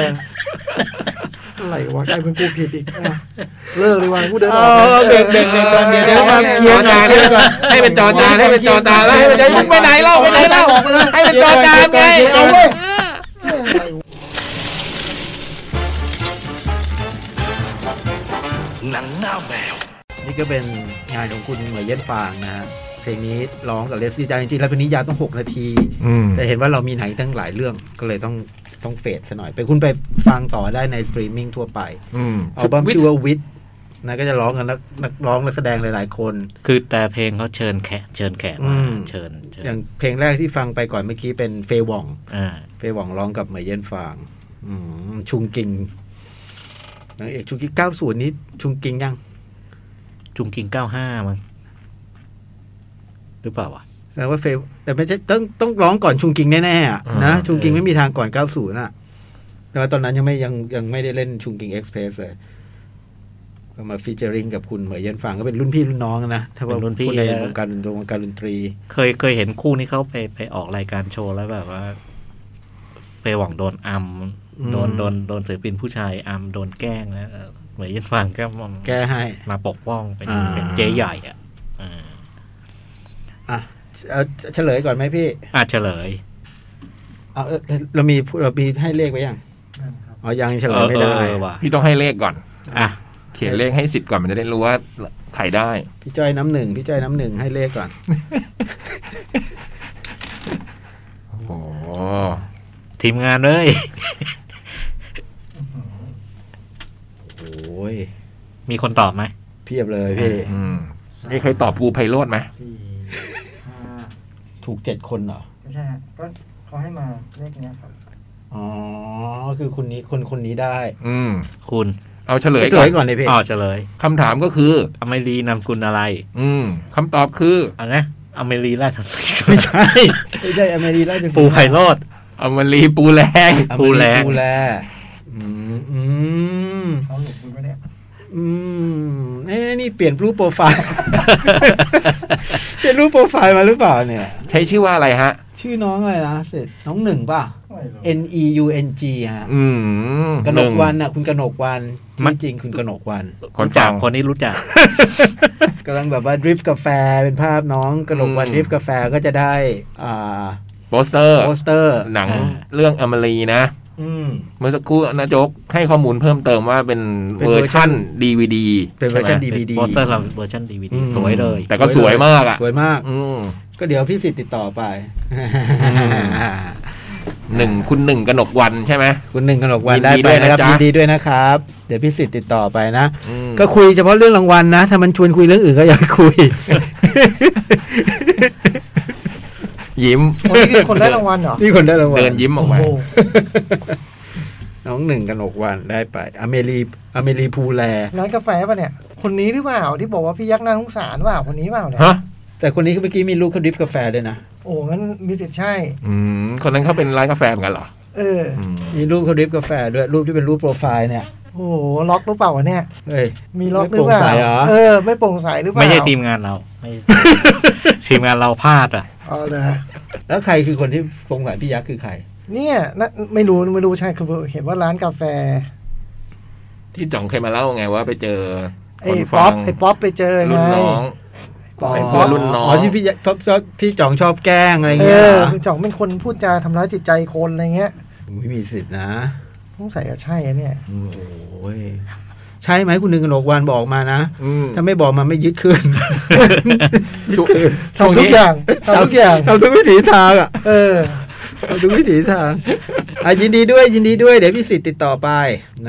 [SPEAKER 6] อะไรวะกลายเป็นกูผิดอีกอ่ะเลิกเลยวันกูเดินออก
[SPEAKER 3] เออเบรกเบรกเบรกก่อนเดี๋ยวเดี๋ยวมาเกี่ยวงานให้มันให้มันจอจานให้มันจอจานแล้วให้มันจะไปไหนเล่าไปไหนเล่าให้มันจอจานไง
[SPEAKER 6] เอา
[SPEAKER 3] เอา
[SPEAKER 6] เว้
[SPEAKER 3] เว้
[SPEAKER 6] ย
[SPEAKER 3] ย
[SPEAKER 5] นี่ก็เป็นงานของคุณเหมยเย็นฟางนะฮะเพลงนี้ร้องกับเลสซี่จาจริงๆแล้วเพลงนี้ยาวต้อง 6 นาที แต่เห็นว่าเรามีหนังอีกตั้งหลายเรื่องก็เลยต้องต้องเฟดซะหน่อย ไปคุณไปฟังต่อได้ในสตรีมมิ่งทั่วไปอัลบั้มชื่อว่าวิทนะก็จะร้องกันนักนักร้องนักแสดงหลาย ๆ คน
[SPEAKER 4] คือแต่เพลงเขาเชิญแขกเชิญแขกมา
[SPEAKER 5] อืม
[SPEAKER 4] เชิญเชิญ
[SPEAKER 5] อย่างเพลงแรกที่ฟังไปก่อนเมื่อกี้เป็นเฟยหว่อง
[SPEAKER 4] อ่า
[SPEAKER 5] เฟยหว่องร้องกับเหมยเย็นฟาง อืมชุงกิงนางเอกชุงกิงเก้าศูนย์นี้ ชุงกิงยัง
[SPEAKER 4] จุงกิงเก้าห้ามั้งหรือเปล่าวะ
[SPEAKER 5] แต่ว่าเฟยแต่ไม่ใช่ต้องต้องร้องก่อนชุงกิงแน่ๆอะนะ
[SPEAKER 4] อ่า
[SPEAKER 5] ชุงกิงไม่มีทางก่อนเก้าศูนย์อ่ะแต่ว่าตอนนั้นยังไม่ยังยังไม่ได้เล่นชุงกิงเอ็กซ์เพรสเลยก็มาฟีเจอริงกับคุณเหมยเย็นฟางก็เป็นรุ่นพี่รุ่นน้องนะถ้าว่า
[SPEAKER 4] เป็นรุ่นพี่
[SPEAKER 5] พูดใน
[SPEAKER 4] นะ
[SPEAKER 5] วงการดนตรีวงการดนตรี
[SPEAKER 4] เคยเคยเห็นคู่นี้เขาไปไปออกรายการโชว์แล้วแบบว่าเฟยหวังโดนอัม
[SPEAKER 5] อืม
[SPEAKER 4] โดนโดนโดนศิลปินผู้ชายอัมโดนแกล้งนะเออเหมือนยันฟังก็มา
[SPEAKER 5] แก้ให้
[SPEAKER 4] มาปกป้องเป็น
[SPEAKER 5] อ่า
[SPEAKER 4] เป็นเจ๊ใหญ่อ่ะอ่า
[SPEAKER 5] อ่ะเอาเฉลยก่อนไหมพี่
[SPEAKER 4] อ่ะเฉลย
[SPEAKER 5] เอาเออเรามีเรามีให้เลขไว้ยังอ๋อยังเฉลยไม่ได้
[SPEAKER 4] เออเออว่ะ
[SPEAKER 3] พี่ต้องให้เลขก่อน
[SPEAKER 4] อ่ะ
[SPEAKER 3] เขียนเลขให้สิทธิ์ก่อนมันจะได้รู้ว่าใครได้
[SPEAKER 5] พี่จ้อยน้ำหนึ่งพี่จ้อยน้ำหนึ่งให้เลขก่อน
[SPEAKER 3] โอ้โห
[SPEAKER 4] ทีมงานเลย
[SPEAKER 5] โอ้ย
[SPEAKER 4] มีคนตอบไหม
[SPEAKER 5] เพียบเลยพี่
[SPEAKER 3] อืมนี่เคยตอบภูไพโรธไหม
[SPEAKER 2] สี่ห้า
[SPEAKER 5] ถูกเจ็ดคนเหรอ
[SPEAKER 2] ไม่ใช่ฮะก็เขาให้มาเลขเนี้ยครับ
[SPEAKER 5] อ๋อ คือคนนี้คนคนนี้ได้
[SPEAKER 3] อืม
[SPEAKER 4] คุณ
[SPEAKER 3] เอาเฉลย
[SPEAKER 5] เฉ
[SPEAKER 3] ก่
[SPEAKER 5] ล
[SPEAKER 3] อน
[SPEAKER 5] ยก่อนเลยพี่
[SPEAKER 4] อ๋อเฉลย
[SPEAKER 3] คำถามก็คือ
[SPEAKER 4] อเมรีนำกุลอะไร
[SPEAKER 3] อืมคำตอบคือ
[SPEAKER 4] อันนะอเมรีราชสีห์ไม่ใช่
[SPEAKER 5] ไม่ใช่อเมริกาจะ
[SPEAKER 4] ปูไพโรด
[SPEAKER 3] อมรีปูแรง
[SPEAKER 4] ปูแล
[SPEAKER 5] ปูแลอืมอืม
[SPEAKER 2] เขาหลบคุณไม่ได้
[SPEAKER 5] อืมเอ๊ะนี่เปลี่ยนรูปโปรไฟล์ เปลี่ยนรูปโปรไฟล์มาหรือเปล่าเนี่ย
[SPEAKER 3] ใช้ชื่อว่าอะไรฮะ
[SPEAKER 5] ชื่อน้องอะไรนะเสร็จน้องหนึ่งป่ะ
[SPEAKER 2] ไม่หรอก
[SPEAKER 5] N E U N G ฮะ
[SPEAKER 3] อืม
[SPEAKER 5] กนกวัน
[SPEAKER 3] ห
[SPEAKER 5] อ่ะ คุณกนกวัน
[SPEAKER 4] มัน
[SPEAKER 5] จริงๆคุณกนกวัน
[SPEAKER 3] งคน
[SPEAKER 4] รู้จั
[SPEAKER 3] ฟั
[SPEAKER 4] ก
[SPEAKER 3] ง
[SPEAKER 4] คนนี้รู้จัก
[SPEAKER 5] กำลังแบบว่าดริฟกาแฟเป็นภาพน้องกระหลกวัน
[SPEAKER 3] อืม
[SPEAKER 5] ดริฟกาแฟก็จะได้ อ่า
[SPEAKER 3] โปสเตอร์
[SPEAKER 5] โปสเตอร์
[SPEAKER 3] หนัง
[SPEAKER 4] อ่า
[SPEAKER 3] เรื่องอมรีนะ
[SPEAKER 5] อืม
[SPEAKER 3] เมื่อสักครู่นะโจ๊กให้ข้อมูลเพิ่มเติมว่าเป็น
[SPEAKER 5] เป็น
[SPEAKER 3] เวอร์ชั่น
[SPEAKER 5] เวอร์ชั่น
[SPEAKER 3] ดีวดี
[SPEAKER 5] เป็นเวอร์ชันดีวีดี
[SPEAKER 4] โปสเตอร์เราเวอร์ชันดีวีดี
[SPEAKER 5] อืม
[SPEAKER 4] สวยเลย
[SPEAKER 3] แต่ก็สวยมากอ่ะ
[SPEAKER 5] สวยมาก
[SPEAKER 3] อืม
[SPEAKER 5] ก็เดี๋ยวพี่สิทธิ์ติดต่อไป
[SPEAKER 3] หนึ่งคุณหนึ่งกนกวันใช่ไหม
[SPEAKER 5] คุณหนึ่งกระหลกวัน
[SPEAKER 3] ยิน
[SPEAKER 5] ได้
[SPEAKER 3] ดี
[SPEAKER 5] ไป
[SPEAKER 3] ด้วยนะ
[SPEAKER 5] นะครับ
[SPEAKER 3] จ๊ะ
[SPEAKER 5] ยินดีด้วยนะครับ เดี๋ยวพี่สิทธิ์ติดต่อไปนะ
[SPEAKER 3] อืม
[SPEAKER 5] ก็คุยเฉพาะเรื่องรางวัลนะ ถ้ามันชวนคุยเรื่องอื่นก็อย่าไปคุย
[SPEAKER 3] ยิ้ม
[SPEAKER 6] คนนี้คือคนได้รางวัลเหรอ
[SPEAKER 5] นี่คนได้รางวัล
[SPEAKER 3] เดินยิ้มออกมา
[SPEAKER 6] โอ้โห
[SPEAKER 5] น้องหนึ่งกระหลกวันได้ไป อเมรีอเมรีภูแล
[SPEAKER 6] ร้านกาแฟป่ะเนี่ย คนนี้หรือเปล่าที่บอกว่าพี่ยักษ์น่าสงสารเปล่าคนนี้เปล่าเนี่ย
[SPEAKER 3] ฮะ
[SPEAKER 5] แต่คนนี้เมื่อกี้มีรูปเขาดริฟกาแฟด้วยนะ
[SPEAKER 6] โอ้งั้นมีสิทธิ์ใช่
[SPEAKER 3] อืมคนนั้นเขาเป็นร้านกาแฟเหมือนกันเหรอ
[SPEAKER 6] เออ
[SPEAKER 3] อืม
[SPEAKER 5] มีรูปเขาดริฟกาแฟด้วยรูปที่เป็นรูปโปรไฟล์เนี่ย
[SPEAKER 6] โอ้โหล็อกหรือเปล่าวะเนี่ย
[SPEAKER 5] เฮ้ย
[SPEAKER 6] มีล็อกหรือเป
[SPEAKER 5] ไม่โปร่งใส
[SPEAKER 6] ล่า
[SPEAKER 5] เหรอ
[SPEAKER 6] เออ ไม่โปร่งใสหรือเปล่า
[SPEAKER 4] ไม่ใช่ทีมงานเราไม่ใช่ ทีมงานเราพลาดอ่ะ
[SPEAKER 6] อ๋อเลย
[SPEAKER 5] แล้วใครคือคนที่สงสัยพี่ยักษ์คือใคร
[SPEAKER 6] เนี่ยนะไม่รู้ไม่รู้ใช่คือเห็นว่าร้านกาแฟ
[SPEAKER 3] ที่จ่องเคยมาเล่าไงว่าไปเจอ
[SPEAKER 6] ไอ้
[SPEAKER 3] คน
[SPEAKER 6] ป๊
[SPEAKER 3] ฟั
[SPEAKER 6] อป
[SPEAKER 3] ง
[SPEAKER 6] ไอ้ป๊อปไปเจอไง
[SPEAKER 3] รุ่นน้อง
[SPEAKER 6] ป๊อป
[SPEAKER 3] ไอ้
[SPEAKER 6] ไอ้
[SPEAKER 3] ป๊
[SPEAKER 6] ป๊
[SPEAKER 3] อ
[SPEAKER 6] อ
[SPEAKER 3] ป
[SPEAKER 6] ป
[SPEAKER 3] รุ่นน้อง
[SPEAKER 5] อ๋อที่พี่ยักษ์ชอบชอบพี่จ่องชอบแกล้งอะไร
[SPEAKER 6] เอ
[SPEAKER 5] เงี้ย
[SPEAKER 6] อ
[SPEAKER 5] เหรอ
[SPEAKER 6] คุณจ่องเป็นคนพูดจาทำร้ายจิตใจคนอะไรเงี้ย
[SPEAKER 5] ไม่มีสิทธิ์นะ
[SPEAKER 6] สงสัยจะใช่อะเนี่ย
[SPEAKER 5] โอ้ย ใช่ไหมคุณหนึ่งกนกวานบอกมานะ
[SPEAKER 3] อืม
[SPEAKER 5] ถ้าไม่บอกมาไม่ยึดคืน
[SPEAKER 3] ช่วงช่วง
[SPEAKER 6] ทำทุ
[SPEAKER 3] นี้
[SPEAKER 6] กอย่างทำทุก อย่าง
[SPEAKER 5] ทำทุกวิถีทางอ่ะ
[SPEAKER 6] เออ
[SPEAKER 5] ทำทุกวิถีทางอ่ะยินดีด้วยยินดีด้วยเดี๋ยวพี่สิทธิ์ติดต่อไป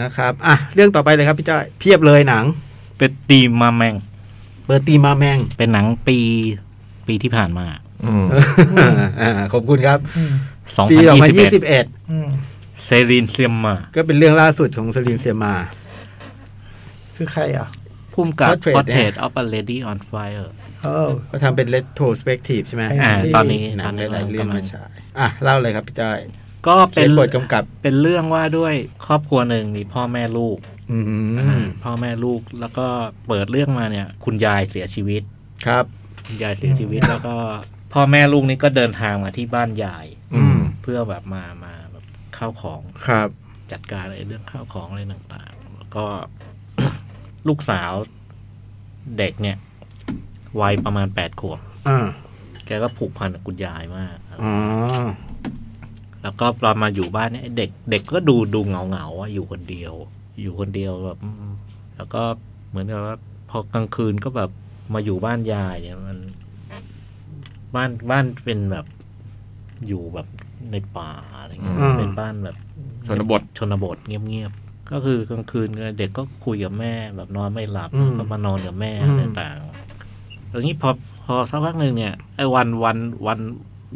[SPEAKER 5] นะครับอ่ะเรื่องต่อไปเลยครับพี่จ้อยเพียบเลยหนัง
[SPEAKER 4] เป็นดีมาแมง
[SPEAKER 5] เปิดตีมาแมง
[SPEAKER 4] เป็นหนังปีปีที่ผ่านมา
[SPEAKER 3] อืม
[SPEAKER 5] อ่าขอบคุณครับ ปี
[SPEAKER 4] 2021
[SPEAKER 5] 2021
[SPEAKER 6] อืม
[SPEAKER 4] เซรีนเซียมมา
[SPEAKER 5] ก็เป็นเรื่องล่าสุดของเซลินเซียมา
[SPEAKER 6] คือใครอ่ะ
[SPEAKER 4] พุ่มกับ
[SPEAKER 5] Portrait
[SPEAKER 4] Portrait of a Lady on Fire
[SPEAKER 6] เออ
[SPEAKER 5] ก็ทำเป็น retrospective ใช่ไหม
[SPEAKER 6] อ่า
[SPEAKER 4] อ่าตอนนี้
[SPEAKER 5] หนั
[SPEAKER 4] ตอง น
[SPEAKER 5] ห
[SPEAKER 4] นี้
[SPEAKER 5] ลายๆเรื่อง
[SPEAKER 4] กำลั
[SPEAKER 5] มาฉายอ่ะเล่าเลยครับพี่จ้อย
[SPEAKER 4] ก็
[SPEAKER 5] เขี
[SPEAKER 4] เป็
[SPEAKER 5] ย
[SPEAKER 4] น
[SPEAKER 5] นบทกำกับ
[SPEAKER 4] เป็นเรื่องว่าด้วยครอบครัวหนึ่งมีพ่อแม่ลูก
[SPEAKER 5] อืม
[SPEAKER 4] พ่อแม่ลูกแล้วก็เปิดเรื่องมาเนี่ย คุณยายเสียชีวิต
[SPEAKER 5] ครับ
[SPEAKER 4] คุณยายเสียชีวิตแล้วก็ พ่อแม่ลูกนี่ก็เดินทางมาที่บ้านยาย
[SPEAKER 5] อืม
[SPEAKER 4] เพื่อแบบมามาแบบข้าวของ
[SPEAKER 5] ครับ
[SPEAKER 4] จัดการอะไรเรื่องข้าวของอะไรต่างๆ แล้วก็ ลูกสาวเด็กเนี่ย วัยประมาณแปดขวบ
[SPEAKER 5] อ่า
[SPEAKER 4] แกก็ผูกพันกับคุณยายมากครับ
[SPEAKER 5] อ๋อ
[SPEAKER 4] แล้วก็ตอนมาอยู่บ้านเนี่ยไอ้เด็ก เด็กก็ดูดูเหงาเหงาๆอะอยู่คนเดียว อยู่คนเดียวแบบอืมแล้วก็เหมือนกับว่า พอกลางคืนก็แบบมาอยู่บ้านยายเนี่ยมัน บ้านบ้านเป็นแบบอยู่แบบในป่าอะไรเงี้ยเป็นบ้านแบบ
[SPEAKER 3] ชนบท
[SPEAKER 4] ชนบทเงียบๆ ก็คือกลางคืนก็เด็กก็คุยกับแม่ แบบนอนไม่หลับ
[SPEAKER 5] อืม
[SPEAKER 4] ก็มานอนกับแม่อะไรต่างๆแล้วนี้พอพอสักพักหนึ่งเนี่ยไอ้วันวันวัน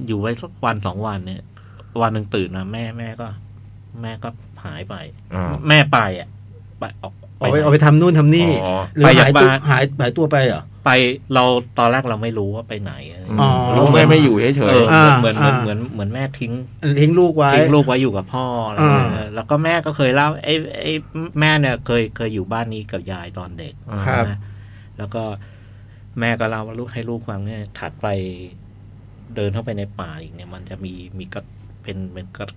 [SPEAKER 4] อยู่ไว้สักวันสองวันเนี่ย วันหนึ่งตื่นมาแม่แม่ก็ แม่ก็หายไป
[SPEAKER 3] อ่า
[SPEAKER 4] แม่ไปอ่ะไปออก
[SPEAKER 5] ออกไปออกไปทำนู่นทำนี่
[SPEAKER 3] อ๋อ
[SPEAKER 5] หรือ
[SPEAKER 4] ไป
[SPEAKER 5] หา
[SPEAKER 4] จาก
[SPEAKER 5] ยตัว
[SPEAKER 4] บ้าน
[SPEAKER 5] หายหายตัวไปเหรอ
[SPEAKER 4] ไปเราตอนแรกเราไม่รู้ว่าไปไหนอะไรอย่าง
[SPEAKER 5] อ๋
[SPEAKER 4] เงี้
[SPEAKER 5] อ
[SPEAKER 4] ย
[SPEAKER 3] ลูกไม่ไม่อยู่เฉย
[SPEAKER 4] เออ
[SPEAKER 5] อ่า
[SPEAKER 4] เหมือนเหมือน
[SPEAKER 5] อ่า
[SPEAKER 4] เหมือนเหมือนแม่ทิ้ง
[SPEAKER 5] ทิ้งลูกไว้
[SPEAKER 4] ทิ้งลูกไว้อยู่กับพ่ออะไรเงี้ย
[SPEAKER 5] อ่า
[SPEAKER 4] แล้วก็แม่ก็เคยเล่าไอ้ไอ้แม่เนี่ยเคยเคยอยู่บ้านนี้กับยายตอนเด็ก
[SPEAKER 5] ครับ
[SPEAKER 4] นะแล้วก็แม่ก็เล่าว่าลูกให้ลูกฟังเนี่ยถัดไปเดินเข้าไปในป่าอีกเนี่ย มันจะมีมีกระเป็นเป็นกระ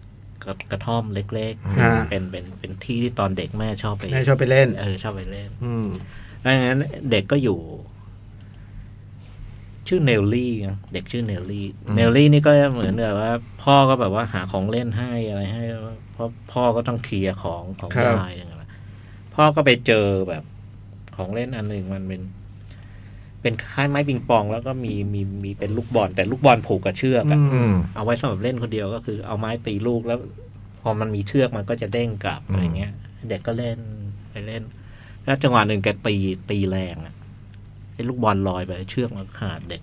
[SPEAKER 4] กระกระท่อมเล็ก
[SPEAKER 5] อ่า
[SPEAKER 4] เป็นเป็นเป็นที่ที่ตอนเด็กแม่ชอบไป
[SPEAKER 5] นายชอบไปเล่น
[SPEAKER 4] เออชอบไปเล่น
[SPEAKER 5] อืม
[SPEAKER 4] ดังนั้นเด็กก็อยู่ ชื่อเนลลี่นะเด็กชื่อเนลลี่ เนลลี่นี่ก็เหมือนแบบว่า พ่อก็แบบว่าหาของเล่นให้อะไรให้เพราะพ่อก็ต้องเคลียร์ของของ
[SPEAKER 5] ครับ
[SPEAKER 4] ยายอย่างเงี้ยพ่อก็ไปเจอแบบของเล่นอันหนึ่งมันเป็น เป็นคล้ายไม้ปิงปอง แล้วก็มีมีมีเป็นลูกบอลแต่ลูกบอลผูกกับเชือกอะ
[SPEAKER 5] อื
[SPEAKER 3] ๆอื
[SPEAKER 5] ม
[SPEAKER 3] ม
[SPEAKER 4] เอาไว้สำหรับเล่นคนเดียวก็คือ เอาไม้ตีลูกแล้ว พอมันมีเชือกมันก็จะเด้งกลับอะไรเงี้ย เด็กก็เล่นไปเล่น แล้วจังหวะหนึ่งแกตีตีแรงอะไอ้ลูกบอลลอยไปเชือกมันขาดเด็ก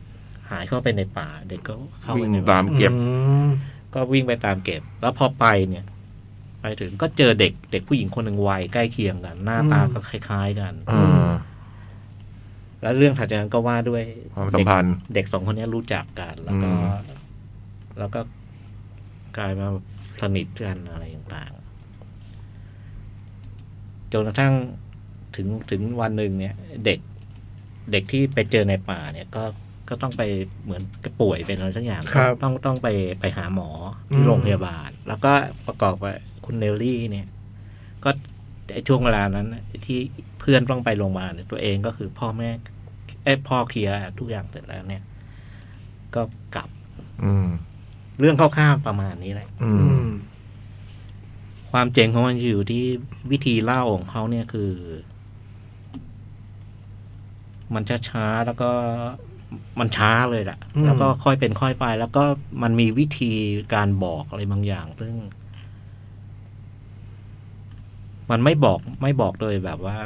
[SPEAKER 4] หายเข้าไปในป่า เด็กก็เข้าไป
[SPEAKER 3] วิ่ง
[SPEAKER 4] ใน
[SPEAKER 3] ตา
[SPEAKER 4] ป่าม
[SPEAKER 3] เก็บ
[SPEAKER 5] อืม
[SPEAKER 4] ก็วิ่งไปตามเก็บ แล้วพอไปเนี่ย ไปถึงก็เจอเด็กเด็กผู้หญิงคนหนึ่งวัยใกล้เคียงกัน หน้าตาก็คล้ายๆกัน
[SPEAKER 3] อ่า
[SPEAKER 4] แล้วเรื่องถัดจากนั้นก็ว่าด้วย
[SPEAKER 3] ความสัมพันธ์
[SPEAKER 4] เด็กเด็กสองคนเนี้ยรู้จักกัน แล้วก็
[SPEAKER 3] อืม
[SPEAKER 4] แล้วก็กลายมาสนิทกันอะไรต่างๆจนกระทั่งถึงถึงวันหนึ่งเนี่ย เด็ก เด็กที่ไปเจอในป่า เนี่ยก็ก็ต้องไปเหมือนก็ป่วยเป็นอะไรสักอย่าง
[SPEAKER 5] ครับ
[SPEAKER 4] ต้องต้องไปไปหาหมอ
[SPEAKER 5] อื
[SPEAKER 4] ที่
[SPEAKER 5] ม
[SPEAKER 4] โรงพยาบาล แล้วก็ประกอบกับคุณเนลลี่เนี่ย ก็ไอ้ช่วงเวลานั้นน่ะที่เพื่อนต้องไปโรงพยาบาลเนี่ยตัวเองก็คือพ่อแม่ไอ้ยพ่อเคลียร์ทุกอย่างเสร็จแล้วเนี่ย ก็กลับ
[SPEAKER 3] อืม
[SPEAKER 4] เรื่องคร่าวๆประมาณนี้แหละ
[SPEAKER 3] อื
[SPEAKER 5] อื
[SPEAKER 3] ม
[SPEAKER 5] ม
[SPEAKER 4] ความเจ๋งของมันอยู่ที่วิธีเล่าของเขาเนี่ยคือ มันช้าๆแล้วก็มันช้าเลยแหละ
[SPEAKER 5] อืม
[SPEAKER 4] แล้วก็ค่อยเป็นค่อยไป แล้วก็มันมีวิธีการบอกอะไรบางอย่าง ซึ่ง มันไม่บอกไม่บอกโดยแบบว่า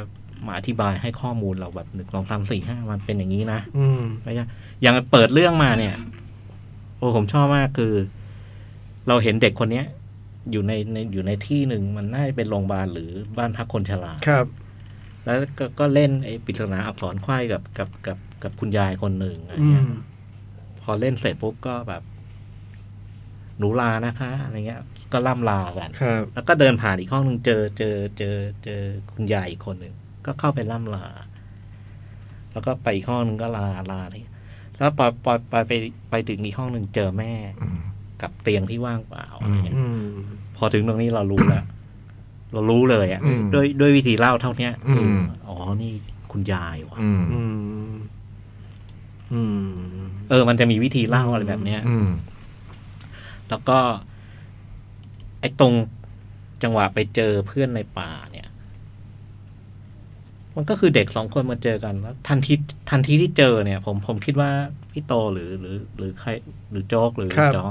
[SPEAKER 4] มาอธิบายให้ข้อมูลเราแบบหนึ่งสองสามสี่ห้ามันเป็นอย่างนี้นะ
[SPEAKER 5] อืม
[SPEAKER 4] ไม่ใช่อย่างเปิดเรื่องมาเนี่ย โอ้ผมชอบมากคือ เราเห็นเด็กคนเนี้ย อยู่ในในอยู่ในที่หนึ่งมันน่าจะเป็นโรงพยาบาลหรือบ้านพักคนชรา
[SPEAKER 5] ครับ
[SPEAKER 4] แล้วก็ก็เล่นไอ้ปริศนาอักษรไขว้กับกับกับกับคุณยายคนหนึ่งอะไร
[SPEAKER 5] อื
[SPEAKER 4] เงี้
[SPEAKER 5] ม
[SPEAKER 4] ยพอเล่นเสร็จปุ๊บก็แบบ หนูลานะคะอะไรเงี้ย ก็ล่ำลากัน
[SPEAKER 5] ครับ
[SPEAKER 4] แล้วก็เดินผ่านอีกห้องหนึ่งเจอเจอเจอเจอคุณยายอีกคนหนึ่งก็เข้าไปล่ำลา แล้วก็ไปอีกห้องหนึ่งก็ลาลาที่แล้วปอปอปไปไปถึงอีกห้องหนึ่งเจอแม่
[SPEAKER 3] อืม
[SPEAKER 4] กับเตียงที่ว่างเปล่า
[SPEAKER 3] อืม
[SPEAKER 4] อะไรเงี้ย
[SPEAKER 5] อืม
[SPEAKER 4] พอถึงตรงนี้เรารู้แล้วเรารู้เลยอ่ะ
[SPEAKER 3] อืม
[SPEAKER 4] ด้วยด้วยวิธีเล่าเท่าเนี้ย
[SPEAKER 3] อืม
[SPEAKER 4] อ๋อนี่คุณยายว่ะ
[SPEAKER 3] อืม
[SPEAKER 5] อืม อืม
[SPEAKER 4] เออมันจะมีวิธีเล่าอะไรแบบเนี้ย
[SPEAKER 3] อืม
[SPEAKER 4] แล้วก็ ไอ้ตรงจังหวะไปเจอเพื่อนในป่าเนี่ย มันก็คือเด็กสองคนมาเจอกันแล้วทันทีทันทีที่เจอเนี่ย ผมผมคิดว่าพี่โตหรือหรือ หรือใครหรือโจ๊กหรือ
[SPEAKER 6] ครับ
[SPEAKER 4] จอ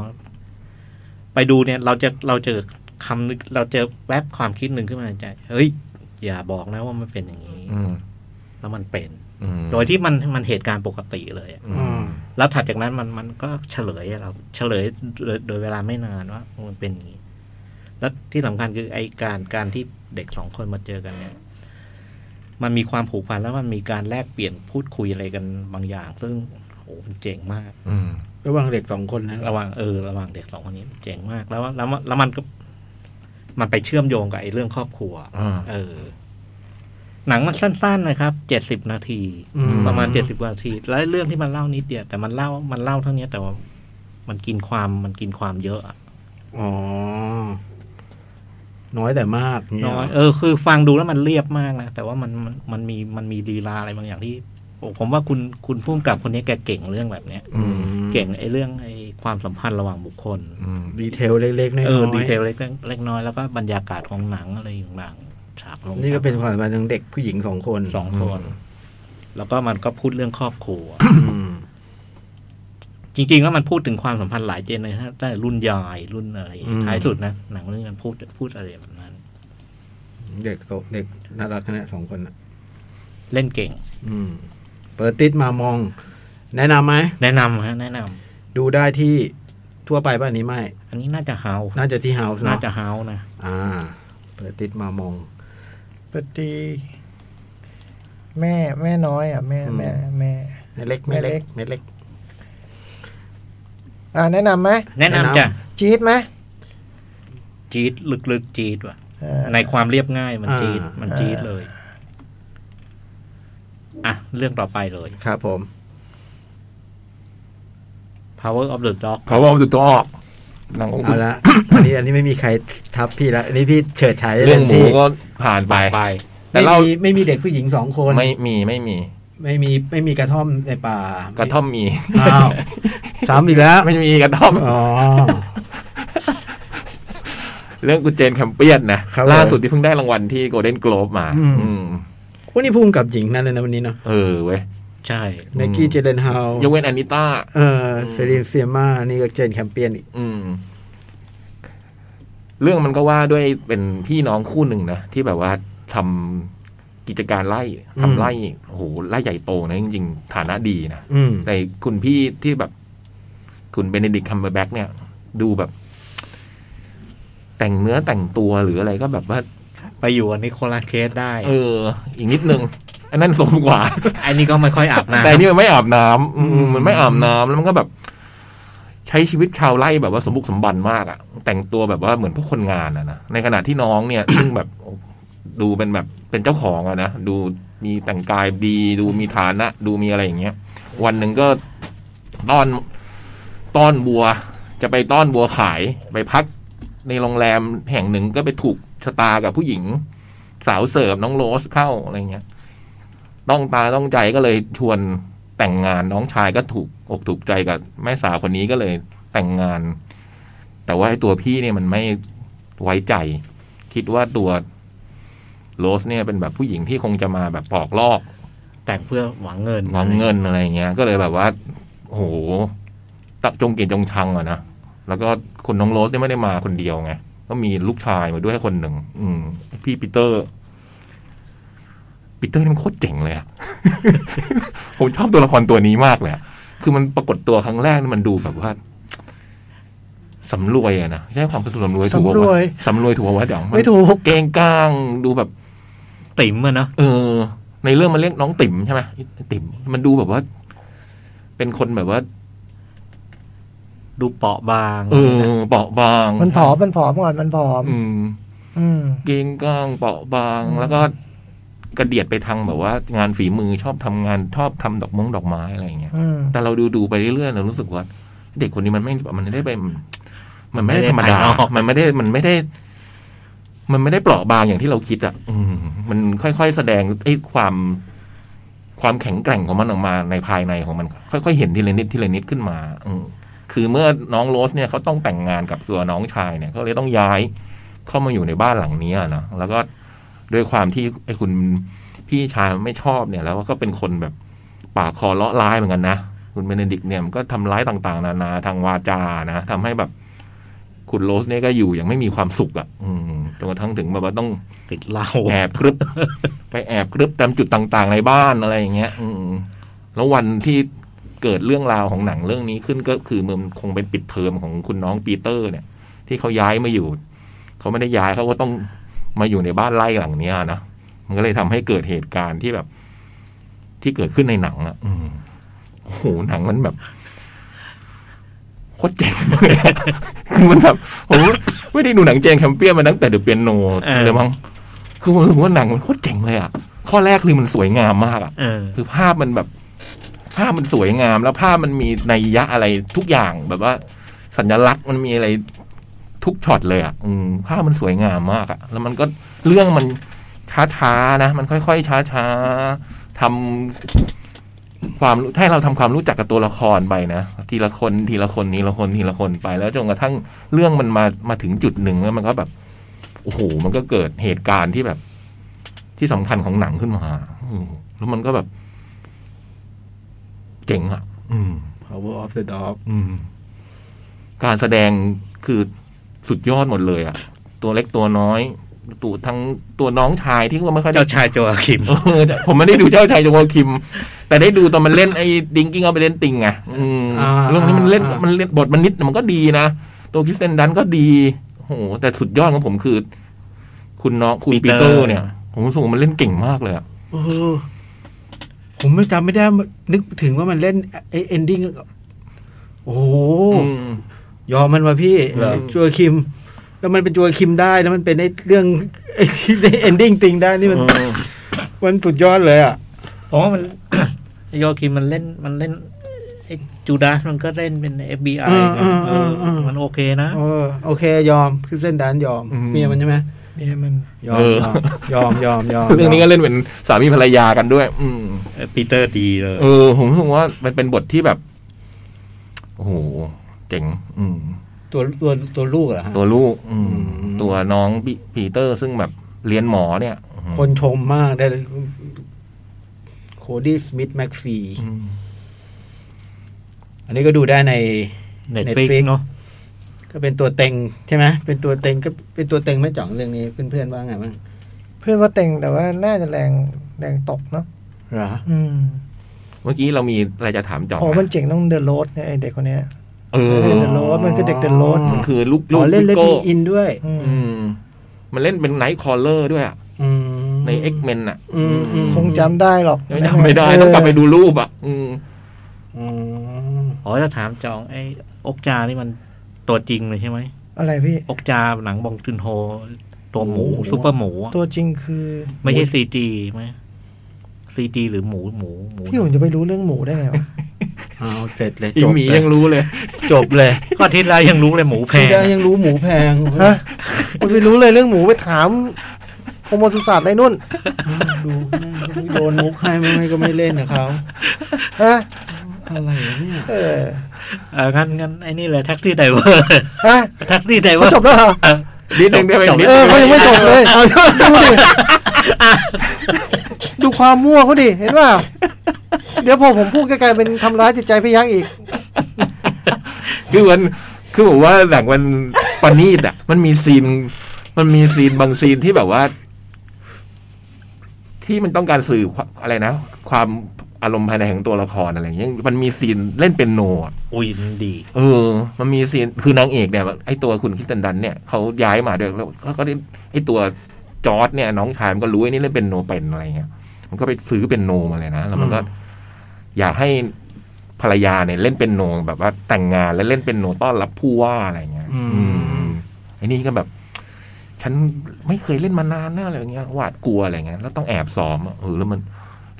[SPEAKER 4] ไปดูเนี่ย เราจะเราเจอคำนึกเราเจอแวบความคิดหนึ่งขึ้นมาในใจเฮ้ย อย่าบอกนะว่ามันเป็นอย่างนี้
[SPEAKER 3] อืม
[SPEAKER 4] แล้วมันเป็น
[SPEAKER 3] อืม
[SPEAKER 4] โดยที่มันมันเหตุการณ์ปกติเลยอะ
[SPEAKER 3] อืม
[SPEAKER 4] แล้วถัดจากนั้นมันมันก็เฉลยให้เราเฉลยโดยโดยเวลาไม่นานว่ามันเป็นอย่างนี้ แล้วที่สำคัญคือไอการการที่เด็กสองคนมาเจอกันเนี่ย มันมีความผูกพันแล้วมันมีการแลกเปลี่ยนพูดคุยอะไรกันบางอย่าง ซึ่งโอ้มันเจ๋งมาก
[SPEAKER 3] อืม
[SPEAKER 5] ระหว่างเด็กสองคนนะ
[SPEAKER 4] ระหว่างเออระหว่างเด็กสองคนนี้เจ๋งมากแล้วแล้วแล้วมันก็มันไปเชื่อมโยงกับไอเรื่องครอบครัว
[SPEAKER 3] อ่า
[SPEAKER 4] เออ หนังมันสั้น ๆ นะครับ เจ็ดสิบนาที
[SPEAKER 5] อืม
[SPEAKER 4] ประมาณเจ็ดสิบนาที แล้วเรื่องที่มันเล่านิดเดียวแต่มันเล่ามันเล่าเท่านี้แต่ว่ามันกินความมันกินความเยอะอะ
[SPEAKER 5] อ๋อ น้อยแต่มากเ
[SPEAKER 4] น้อยเออคือฟังดูแล้วมันเรียบมากนะแต่ว่ามันมันมันมีมันมีลีลาอะไรบางอย่างที่โอ้ผมว่าคุณคุณพุ่มกับคนนี้แกเก่งเรื่องแบบเนี้ย
[SPEAKER 3] อืม
[SPEAKER 4] เก่งไอ้เรื่องไอ้ความสัมพันธ์ระหว่างบุคคล
[SPEAKER 3] อืม
[SPEAKER 5] ดีเทลเล็กๆน้อยๆ
[SPEAKER 4] เออดีเทลเล็กๆเล็กน้อยแล้วก็บรรยากาศของหนังอะไรต่างๆฉากลง
[SPEAKER 5] นี่ก็เป็นความสัมพันธ์ของเด็กผู้หญิงสองคน
[SPEAKER 4] สองคน แล้วก็มันก็พูดเรื่องครอบครัว
[SPEAKER 5] อืม
[SPEAKER 4] จริงๆแล้วมันพูดถึงความสัมพันธ์หลายเจนเลยนะได้รุ่นยายรุ่นอะไร
[SPEAKER 5] อืม
[SPEAKER 4] ท้ายสุดนะหนังเรื่องนี้มันพูดพูดอะไรแบบนั้น
[SPEAKER 5] เด็กโตเด็กน่ารักนะสองคนน่ะ
[SPEAKER 4] เล่นเก่ง
[SPEAKER 5] อืม เปิดติดมามอง แนะนำไหม
[SPEAKER 4] แนะนำฮะแนะนำ
[SPEAKER 5] ดูได้ที่ทั่วไปป่ะอันนี้ไม่
[SPEAKER 4] อันนี้น่าจะเฮา
[SPEAKER 5] น่าจะที่เฮาส์
[SPEAKER 4] น่า
[SPEAKER 5] เนาะ
[SPEAKER 4] จะเฮานะ
[SPEAKER 5] อ่า เปิดติดมามอง
[SPEAKER 6] ปฏิแม่แม่น้อยอ่ะ แม่แม่แม่
[SPEAKER 5] ไม่เล็กไม่เล็กไม่เล็ก
[SPEAKER 6] อ่าแนะนำไหม
[SPEAKER 4] แนะนำ
[SPEAKER 5] แนะนำ
[SPEAKER 4] จ้ะ
[SPEAKER 6] จี๊ดไหม
[SPEAKER 4] จี๊ดลึกๆจี๊ดว่ะ
[SPEAKER 6] เออ
[SPEAKER 4] ในความเรียบง่ายมัน
[SPEAKER 5] อ่า
[SPEAKER 4] จี๊ดมันจี๊ดเลย อ่ะ เรื่องต่อไปเลย
[SPEAKER 5] ครับผม
[SPEAKER 4] Power of the Dog
[SPEAKER 3] เขาบอกจุดตัวออกหนังของคุ
[SPEAKER 5] เอา
[SPEAKER 3] ณ
[SPEAKER 5] ละ อันนี้อันนี้ไม่มีใครทับพี่ละอันนี้พี่เฉิดฉาย
[SPEAKER 3] เรื่องหมู
[SPEAKER 5] ที่
[SPEAKER 3] ก็ผ่านไป
[SPEAKER 4] ไป
[SPEAKER 3] แต่
[SPEAKER 5] ไม่
[SPEAKER 3] เรา
[SPEAKER 5] มีไม่มีเด็กผู้หญิงสองคน
[SPEAKER 3] ไม่มีไม่มี
[SPEAKER 5] ไม่มีไม่มีกระท่อมในป่าก ก
[SPEAKER 3] ระท่อมมี
[SPEAKER 5] อ้าวซ้ำอีกแล้ว
[SPEAKER 3] ไม่มีกระท่อม
[SPEAKER 5] อ๋อ
[SPEAKER 3] เรื่องคุณเจนแคมเปียนนะครับ ล่าสุดที่เพิ่งได้รางวัลที่โกลเด้นโกลบมา
[SPEAKER 5] อืม
[SPEAKER 3] อืม
[SPEAKER 5] วันนี้พุ่มกับหญิงนั่นเลยนะวันนี้เนาะ
[SPEAKER 3] เออเว้ย
[SPEAKER 4] ใช่
[SPEAKER 5] เนกี้เจเลนฮาวย
[SPEAKER 3] กเว้นอนิต้า
[SPEAKER 5] เออเซรีนเซียมานี่ก็เจนแคมเปียนอีก
[SPEAKER 3] อืม เรื่องมันก็ว่าด้วยเป็นพี่น้องคู่หนึ่งนะ ที่แบบว่าทำกิจการไร่ทำไร่โอ้โหไร่ใหญ่โตนะ จริงๆ ฐานะดีนะ
[SPEAKER 5] อืม
[SPEAKER 3] แต่คุณพี่ที่แบบ คุณเบเนดิกคัมเบอร์แบ็กเนี่ย ดูแบบ แต่งเนื้อแต่งตัวหรืออะไรก็แบบว่า
[SPEAKER 4] ไปอยู่อันนี้โคลาเคสได้
[SPEAKER 3] เออ อีกนิดนึง อันนั้นสมกว่า
[SPEAKER 4] ไอ้นี่ก็ไม่ค่อยอาบน้ำ
[SPEAKER 3] แต่อันนี่มันไม่อาบน้ำอื
[SPEAKER 5] อื
[SPEAKER 3] ม
[SPEAKER 5] ม
[SPEAKER 3] มันไม่อาบน้ำแล้วมันก็แบบ ใช้ชีวิตชาวไร่แบบว่าสมบุกสมบันมากอะแต่งตัวแบบว่าเหมือนพวกคนงานอะนะในขณะที่น้องเนี่ย ซึ่งแบบดูเป็นแบบเป็นเจ้าของอะนะดูมีแต่งกายดี ดูมีฐานะ ดูมีอะไรอย่างเงี้ย วันหนึ่งก็ต้อนต้อนบัว จะไปต้อนบัวขายไปพัก ในโรงแรมแห่งหนึ่งก็ไปถูกชะตากับผู้หญิง สาวเสิร์ฟน้องโรสเข้าอะไรเงี้ย ต้องตาต้องใจก็เลยชวนแต่งงานน้องชายก็ถูกอกถูกใจกับแม่สาวคนนี้ก็เลยแต่งงาน แต่ว่าไอ้ตัวพี่เนี่ยมันไม่ไว้ใจ คิดว่าตัวโรสเนี่ยเป็นแบบผู้หญิงที่คงจะมาแบบปอกลอก
[SPEAKER 4] แต่งเพื่อหวังเงิน
[SPEAKER 3] หวังเงินอะไรอย่างเงี้ย ก็เลยแบบว่าโอ้โหตะจงเกลียดจงชังอะนะ แล้วก็คนน้องโรสเนี่ยไม่ได้มาคนเดียวไง ก็มีลูกชายมาด้วยคนหนึ่ง อืม พี่ปีเตอร์ ปีเตอร์นี่มันโคตรเจ๋งเลยอะ ผมชอบตัวละครตัวนี้มากเลยอะคือมันปรากฏตัวครั้งแรกนี่มันดูแบบว่าสำรวยอะนะใช่ความสำรวยถูกปะ
[SPEAKER 6] สำรว
[SPEAKER 3] วะ
[SPEAKER 6] ย
[SPEAKER 3] สำรวยถูกปะวะเดี๋ยว
[SPEAKER 6] ไม่ถูก
[SPEAKER 3] เกรงกล้างดูแบบ
[SPEAKER 4] ติ่มอะเนาะ
[SPEAKER 3] เออ ในเรื่องมันเรียกน้องติ๋มใช่ไหมติ๋มมันดูแบบว่า เป็นคนแบบว่า
[SPEAKER 4] ดูเปราะบาง
[SPEAKER 3] เออเปราะบาง
[SPEAKER 6] มันผอมมันผอมก่อนมันผอม
[SPEAKER 3] อืม
[SPEAKER 6] อืม
[SPEAKER 3] เกรงกล้างเปราะบาง แล้วก็กระเดียดไปทางแบบว่า งานฝีมือชอบทำงานชอบทำดอกมงดอกไม้อะไรอย่างเงี้ย
[SPEAKER 6] อืม
[SPEAKER 3] แต่เราดูดูไปเรื่อยๆเรารู้สึกว่า เด็กคนนี้มันไม่มันไม่ได้ไปมันไม่ได้ธรรมดามันไม่ได้มันไม่ได้ มันไม่ได้เปราะบางอย่างที่เราคิดอ่ะอืมมันค่อยๆแสดงไอ้ความ ความแข็งแกร่งของมันออกมาในภายในของมัน ค่อยๆเห็นทีละนิดทีละนิดขึ้นมา อืมคือเมื่อน้องโรสเนี่ยเขาต้องแต่งงานกับตัวน้องชายเนี่ยเขาเลยต้องย้ายเข้ามาอยู่ในบ้านหลังเนี้ยนะแล้วก็ด้วยความที่ไอ้คุณ พี่ชายไม่ชอบเนี่ยแล้วก็เป็นคนแบบปากคอเลาะร้ายเหมือนกันนะ คุณเบเนดิกต์เนี่ยมันก็ทำร้ายต่างๆ นานาทางวาจานะทำให้แบบ คุณโรสเนี่ยก็อยู่อย่างไม่มีความสุขอะ่ะ อืมจนกระทั่งถึงแบบว่าต้อง
[SPEAKER 4] ติดเหล้า
[SPEAKER 3] แอบกรึบ ไปแอบกรึบตามจุดต่างๆ ในบ้านอะไรอย่างเงี้ย อืมแล้ววันที่เกิดเรื่องราวของหนังเรื่องนี้ขึ้นก็คือมันคงเป็นปิดเทอมของคุณน้องปีเตอร์ เนี่ย ที่เขาย้ายมาอยู่ เขาไม่ได้ย้ายเขาก็ต้องมาอยู่ในบ้านไร่หลังเนี้ยนะมันก็เลยทำให้เกิดเหตุการณ์ที่แบบ ที่เกิดขึ้นในหนังอ่ะ อืมโอ้โหหนังมันแบบโคตรเจ๋งเลยอะ คือมันแบบผมไม่ได้ดูหนังเจนแคมเปี้ยนมาตั้งแต่เดอะเปียโนเลยมั้ง คือผมรู้สึกว่าหนังมันโคตรเจ๋งเลยอ่ะ ข้อแรกคือมันสวยงามมากอ่ะ
[SPEAKER 4] เออ
[SPEAKER 3] คือภาพมันแบบ ภาพมันสวยงาม แล้วภาพมันมีนัยยะอะไรทุกอย่างแบบว่า สัญลักษณ์มันมีอะไรทุกช็อตเลยอ่ะอืมภาพมันสวยงามมากอ่ะ แล้วมันก็เรื่องมันช้าๆนะ มันค่อยๆช้าๆทำความให้เราทำความรู้จักกับตัวละครไปนะทีละคนทีละคนทีละคนทีละคนไป แล้วจนกระทั่งเรื่องมันมามาถึงจุดหนึ่งแล้วมันก็แบบโอ้โหมันก็เกิดเหตุการณ์ที่แบบ ที่สำคัญของหนังขึ้นมาอืมแล้วมันก็แบบ เจ๋งอ่ะ อืม
[SPEAKER 5] power of the dog
[SPEAKER 3] อืม การแสดงคือสุดยอดหมดเลยอ่ะ ตัวเล็กตัวน้อย ตัวทั้งตัวน้องชายที่ก็ไม่ค่อยได้
[SPEAKER 4] เจ้าชายโจอาคิม
[SPEAKER 3] เออแต่ผมไม่ได้ดูเจ้าชายโจโมคิม แต่ได้ดูตอนมันเล่นไอ้ดิงกิ้งเอาไปเล่นติงไงอืม
[SPEAKER 5] อ่า
[SPEAKER 3] เรื่องนี้มันเล่น
[SPEAKER 5] อ่ามั
[SPEAKER 3] มันเล่นบทมันนิดมันก็ดีนะ ตัวคริสเตนดันก็ดีโอ้โหแต่สุดยอดของผมคือ คุณน้องคุณปี
[SPEAKER 4] Peter
[SPEAKER 3] เตอร์เนี่ย ผมรู้สึกว่ามันเล่นเก่งมากเลยอะ
[SPEAKER 5] เออผมไม่จำไม่ได้นึกถึงว่ามันเล่นไอเอนดิ้งโอ้โห
[SPEAKER 3] อืม
[SPEAKER 5] ยอมมันมาพี่
[SPEAKER 3] เหรอ
[SPEAKER 5] จัวคิม แล้วมันเป็นจัวคิมได้แล้วมันเป็นไอ้เรื่องไอ้เอนดิ้งติงได้นี่มัน
[SPEAKER 3] เออ
[SPEAKER 5] มันสุดยอดเลยอ่ะ
[SPEAKER 4] ผมว่ามัน โยอาคิมมันเล่นมันเล่นไอ้จูดาสมันก็เล่นเป็น FBI
[SPEAKER 5] อืม
[SPEAKER 4] เออเออ
[SPEAKER 5] อืมอืม
[SPEAKER 4] มันโอเคนะ
[SPEAKER 5] เออโอเค ยอมคือเส้นดานยอม
[SPEAKER 3] อืม
[SPEAKER 5] เมียมันใช่ไหม
[SPEAKER 2] เนี่ยมัน
[SPEAKER 5] ยอม
[SPEAKER 3] เออ
[SPEAKER 5] ยอมยอมยอมยม
[SPEAKER 3] เรื่องนี้ก็เล่นเป็นสามีภรรยากันด้วย อืม
[SPEAKER 4] ปีเตอร์ดีเลย
[SPEAKER 3] เออ ผมรู้สึกว่ามันเป็นบทที่แบบโอ้โหเจ๋งอืม
[SPEAKER 5] ตัวตัวตัวลูกเหรอฮะ
[SPEAKER 3] ตัวลูก อืม
[SPEAKER 5] อืม
[SPEAKER 3] ตัวน้องปีปีเตอร์ซึ่งแบบเรียนหมอเนี่ยอืม
[SPEAKER 5] คนชมมากได้เลยโคดี้สมิธแม็กฟี
[SPEAKER 3] อืม
[SPEAKER 5] อันนี้ก็ดูได้ใน
[SPEAKER 4] เน็ต
[SPEAKER 5] Netflix
[SPEAKER 4] ฟิกเนาะ
[SPEAKER 5] ก็เป็นตัวเต็งใช่ไหมเป็นตัวเต็งก็เป็นตัวเต็งไหม่จ่องเรื่องนี้เพื่อนๆว่าไงบ้าง
[SPEAKER 2] เพื่อนว่าเต็งแต่ว่าน่าจะแรงแรงตกเนาะ
[SPEAKER 5] เหรอ
[SPEAKER 2] อืม
[SPEAKER 3] เมื่อกี้เรามีอะไรจะถามจ่อง
[SPEAKER 2] โอ้
[SPEAKER 3] ไหม
[SPEAKER 2] มันเจ๋งต้องเดินโรดเนี่ยไอเด็กคนเนี้ย
[SPEAKER 3] เออ
[SPEAKER 2] เล่นเดอะโรสมันคือเด็กเดอะโรส
[SPEAKER 3] มันคือลูก
[SPEAKER 5] อ๋
[SPEAKER 3] ลู
[SPEAKER 5] อก เล่นเล่น
[SPEAKER 3] โก้
[SPEAKER 5] อินด้วย
[SPEAKER 2] อืม
[SPEAKER 3] อืม มันเล่นเป็นไนท์คอลเลอร์ด้วยอะ
[SPEAKER 5] อืม
[SPEAKER 3] ในเอ็กเมนอ่ะ
[SPEAKER 5] อืมอืม
[SPEAKER 2] คงจำได้หรอก
[SPEAKER 3] ไม่ได้ไม่ได้ต้องกลับไปดูรูปอ่ะ อืม
[SPEAKER 5] อืม
[SPEAKER 4] อ๋อจะถามจองไอ้อกจานี่มันตัวจริงเลยใช่ไหม
[SPEAKER 2] อะไรพี่
[SPEAKER 4] อกจาหนังบองจุนโฮ ตัวหมูซูเปอร์หมูอะ
[SPEAKER 2] ตัวจริงคือ
[SPEAKER 4] ไม่ใช่ซีจีไหมซีจีหรือหมูหมูหมู
[SPEAKER 2] พี่ผมจะไปรู้เรื่องหมูได้ไงวะ
[SPEAKER 5] เอาเสร็จเลย
[SPEAKER 3] อี
[SPEAKER 5] จบ
[SPEAKER 3] หมี
[SPEAKER 5] เล
[SPEAKER 3] ยังรู้เลย
[SPEAKER 4] จบเลย ก็อาทิตย์แรกยังรู้เลยหมูแพ
[SPEAKER 5] พี่
[SPEAKER 4] ง
[SPEAKER 5] แดงยังรู้หมูแพง
[SPEAKER 2] ฮะคุณไปรู้เลยเรื่องหมูไปถามโคมสุศาสตร์ได้นุ่น
[SPEAKER 5] ดูโดนมุกให้ไม่ไม่ก็ไม่เล่นนะเขา
[SPEAKER 2] ฮะ
[SPEAKER 5] อะไรวะเนี่ย
[SPEAKER 2] เออ
[SPEAKER 4] เอองั้นงั้นไอ้นี่เลยแท็กซี่ไดเวอร์
[SPEAKER 2] ฮะ
[SPEAKER 4] แท็กซี่ไดเวอร์
[SPEAKER 2] เขาจบแล้วเหรอ
[SPEAKER 3] นิดนึงได้ไหม
[SPEAKER 4] จบ
[SPEAKER 3] นิด
[SPEAKER 2] เออ
[SPEAKER 3] นึ
[SPEAKER 2] ง เขายังไม่จบเลยเอาดูดิดูความมั่วเขาดิเห็นว่า เดี๋ยวพอผมพูดกลายเป็นทำร้ายจิตใจพี่ยักษ์อีก
[SPEAKER 3] คือมันคือผมว่าหนังมันปานีดอ่ะ มันมีซีน มันมีซีนบางซีนที่แบบว่า ที่มันต้องการสื่อความอะไรนะ ความอารมณ์ภายในของตัวละครอะไรอย่างเงี้ยมันมีซีนเล่นเป็นโนอะ
[SPEAKER 4] อุ้ยมันดี
[SPEAKER 3] เออ มันมีซีน คือนางเอกเนี่ย ไอตัวคุณคิสตันดันเนี่ยเขาย้ายมาด้วยแล้วเขาก็ได้ไอตัวจอร์ดเนี่ย น้องชายมันก็รู้ไอ้นี่เล่นเป็นโนเป็นอะไรเงี้ย มันก็ไปซื้อเป็นโนมาเลยนะ แล้วมันก็ อยากให้ภรรยาเนี่ยเล่นเป็นโนแบบว่าแต่งงานแล้วเล่นเป็นโนต้อนรับผู้ว่าอะไรเงี้ย
[SPEAKER 5] อืม
[SPEAKER 3] มไอ้นี่ก็แบบ ฉันไม่เคยเล่นมานานนะอะไรอย่างเงี้ยหวาดกลัวอะไรเงี้ยแล้วต้องแอบซ้อมอะเออแล้วมัน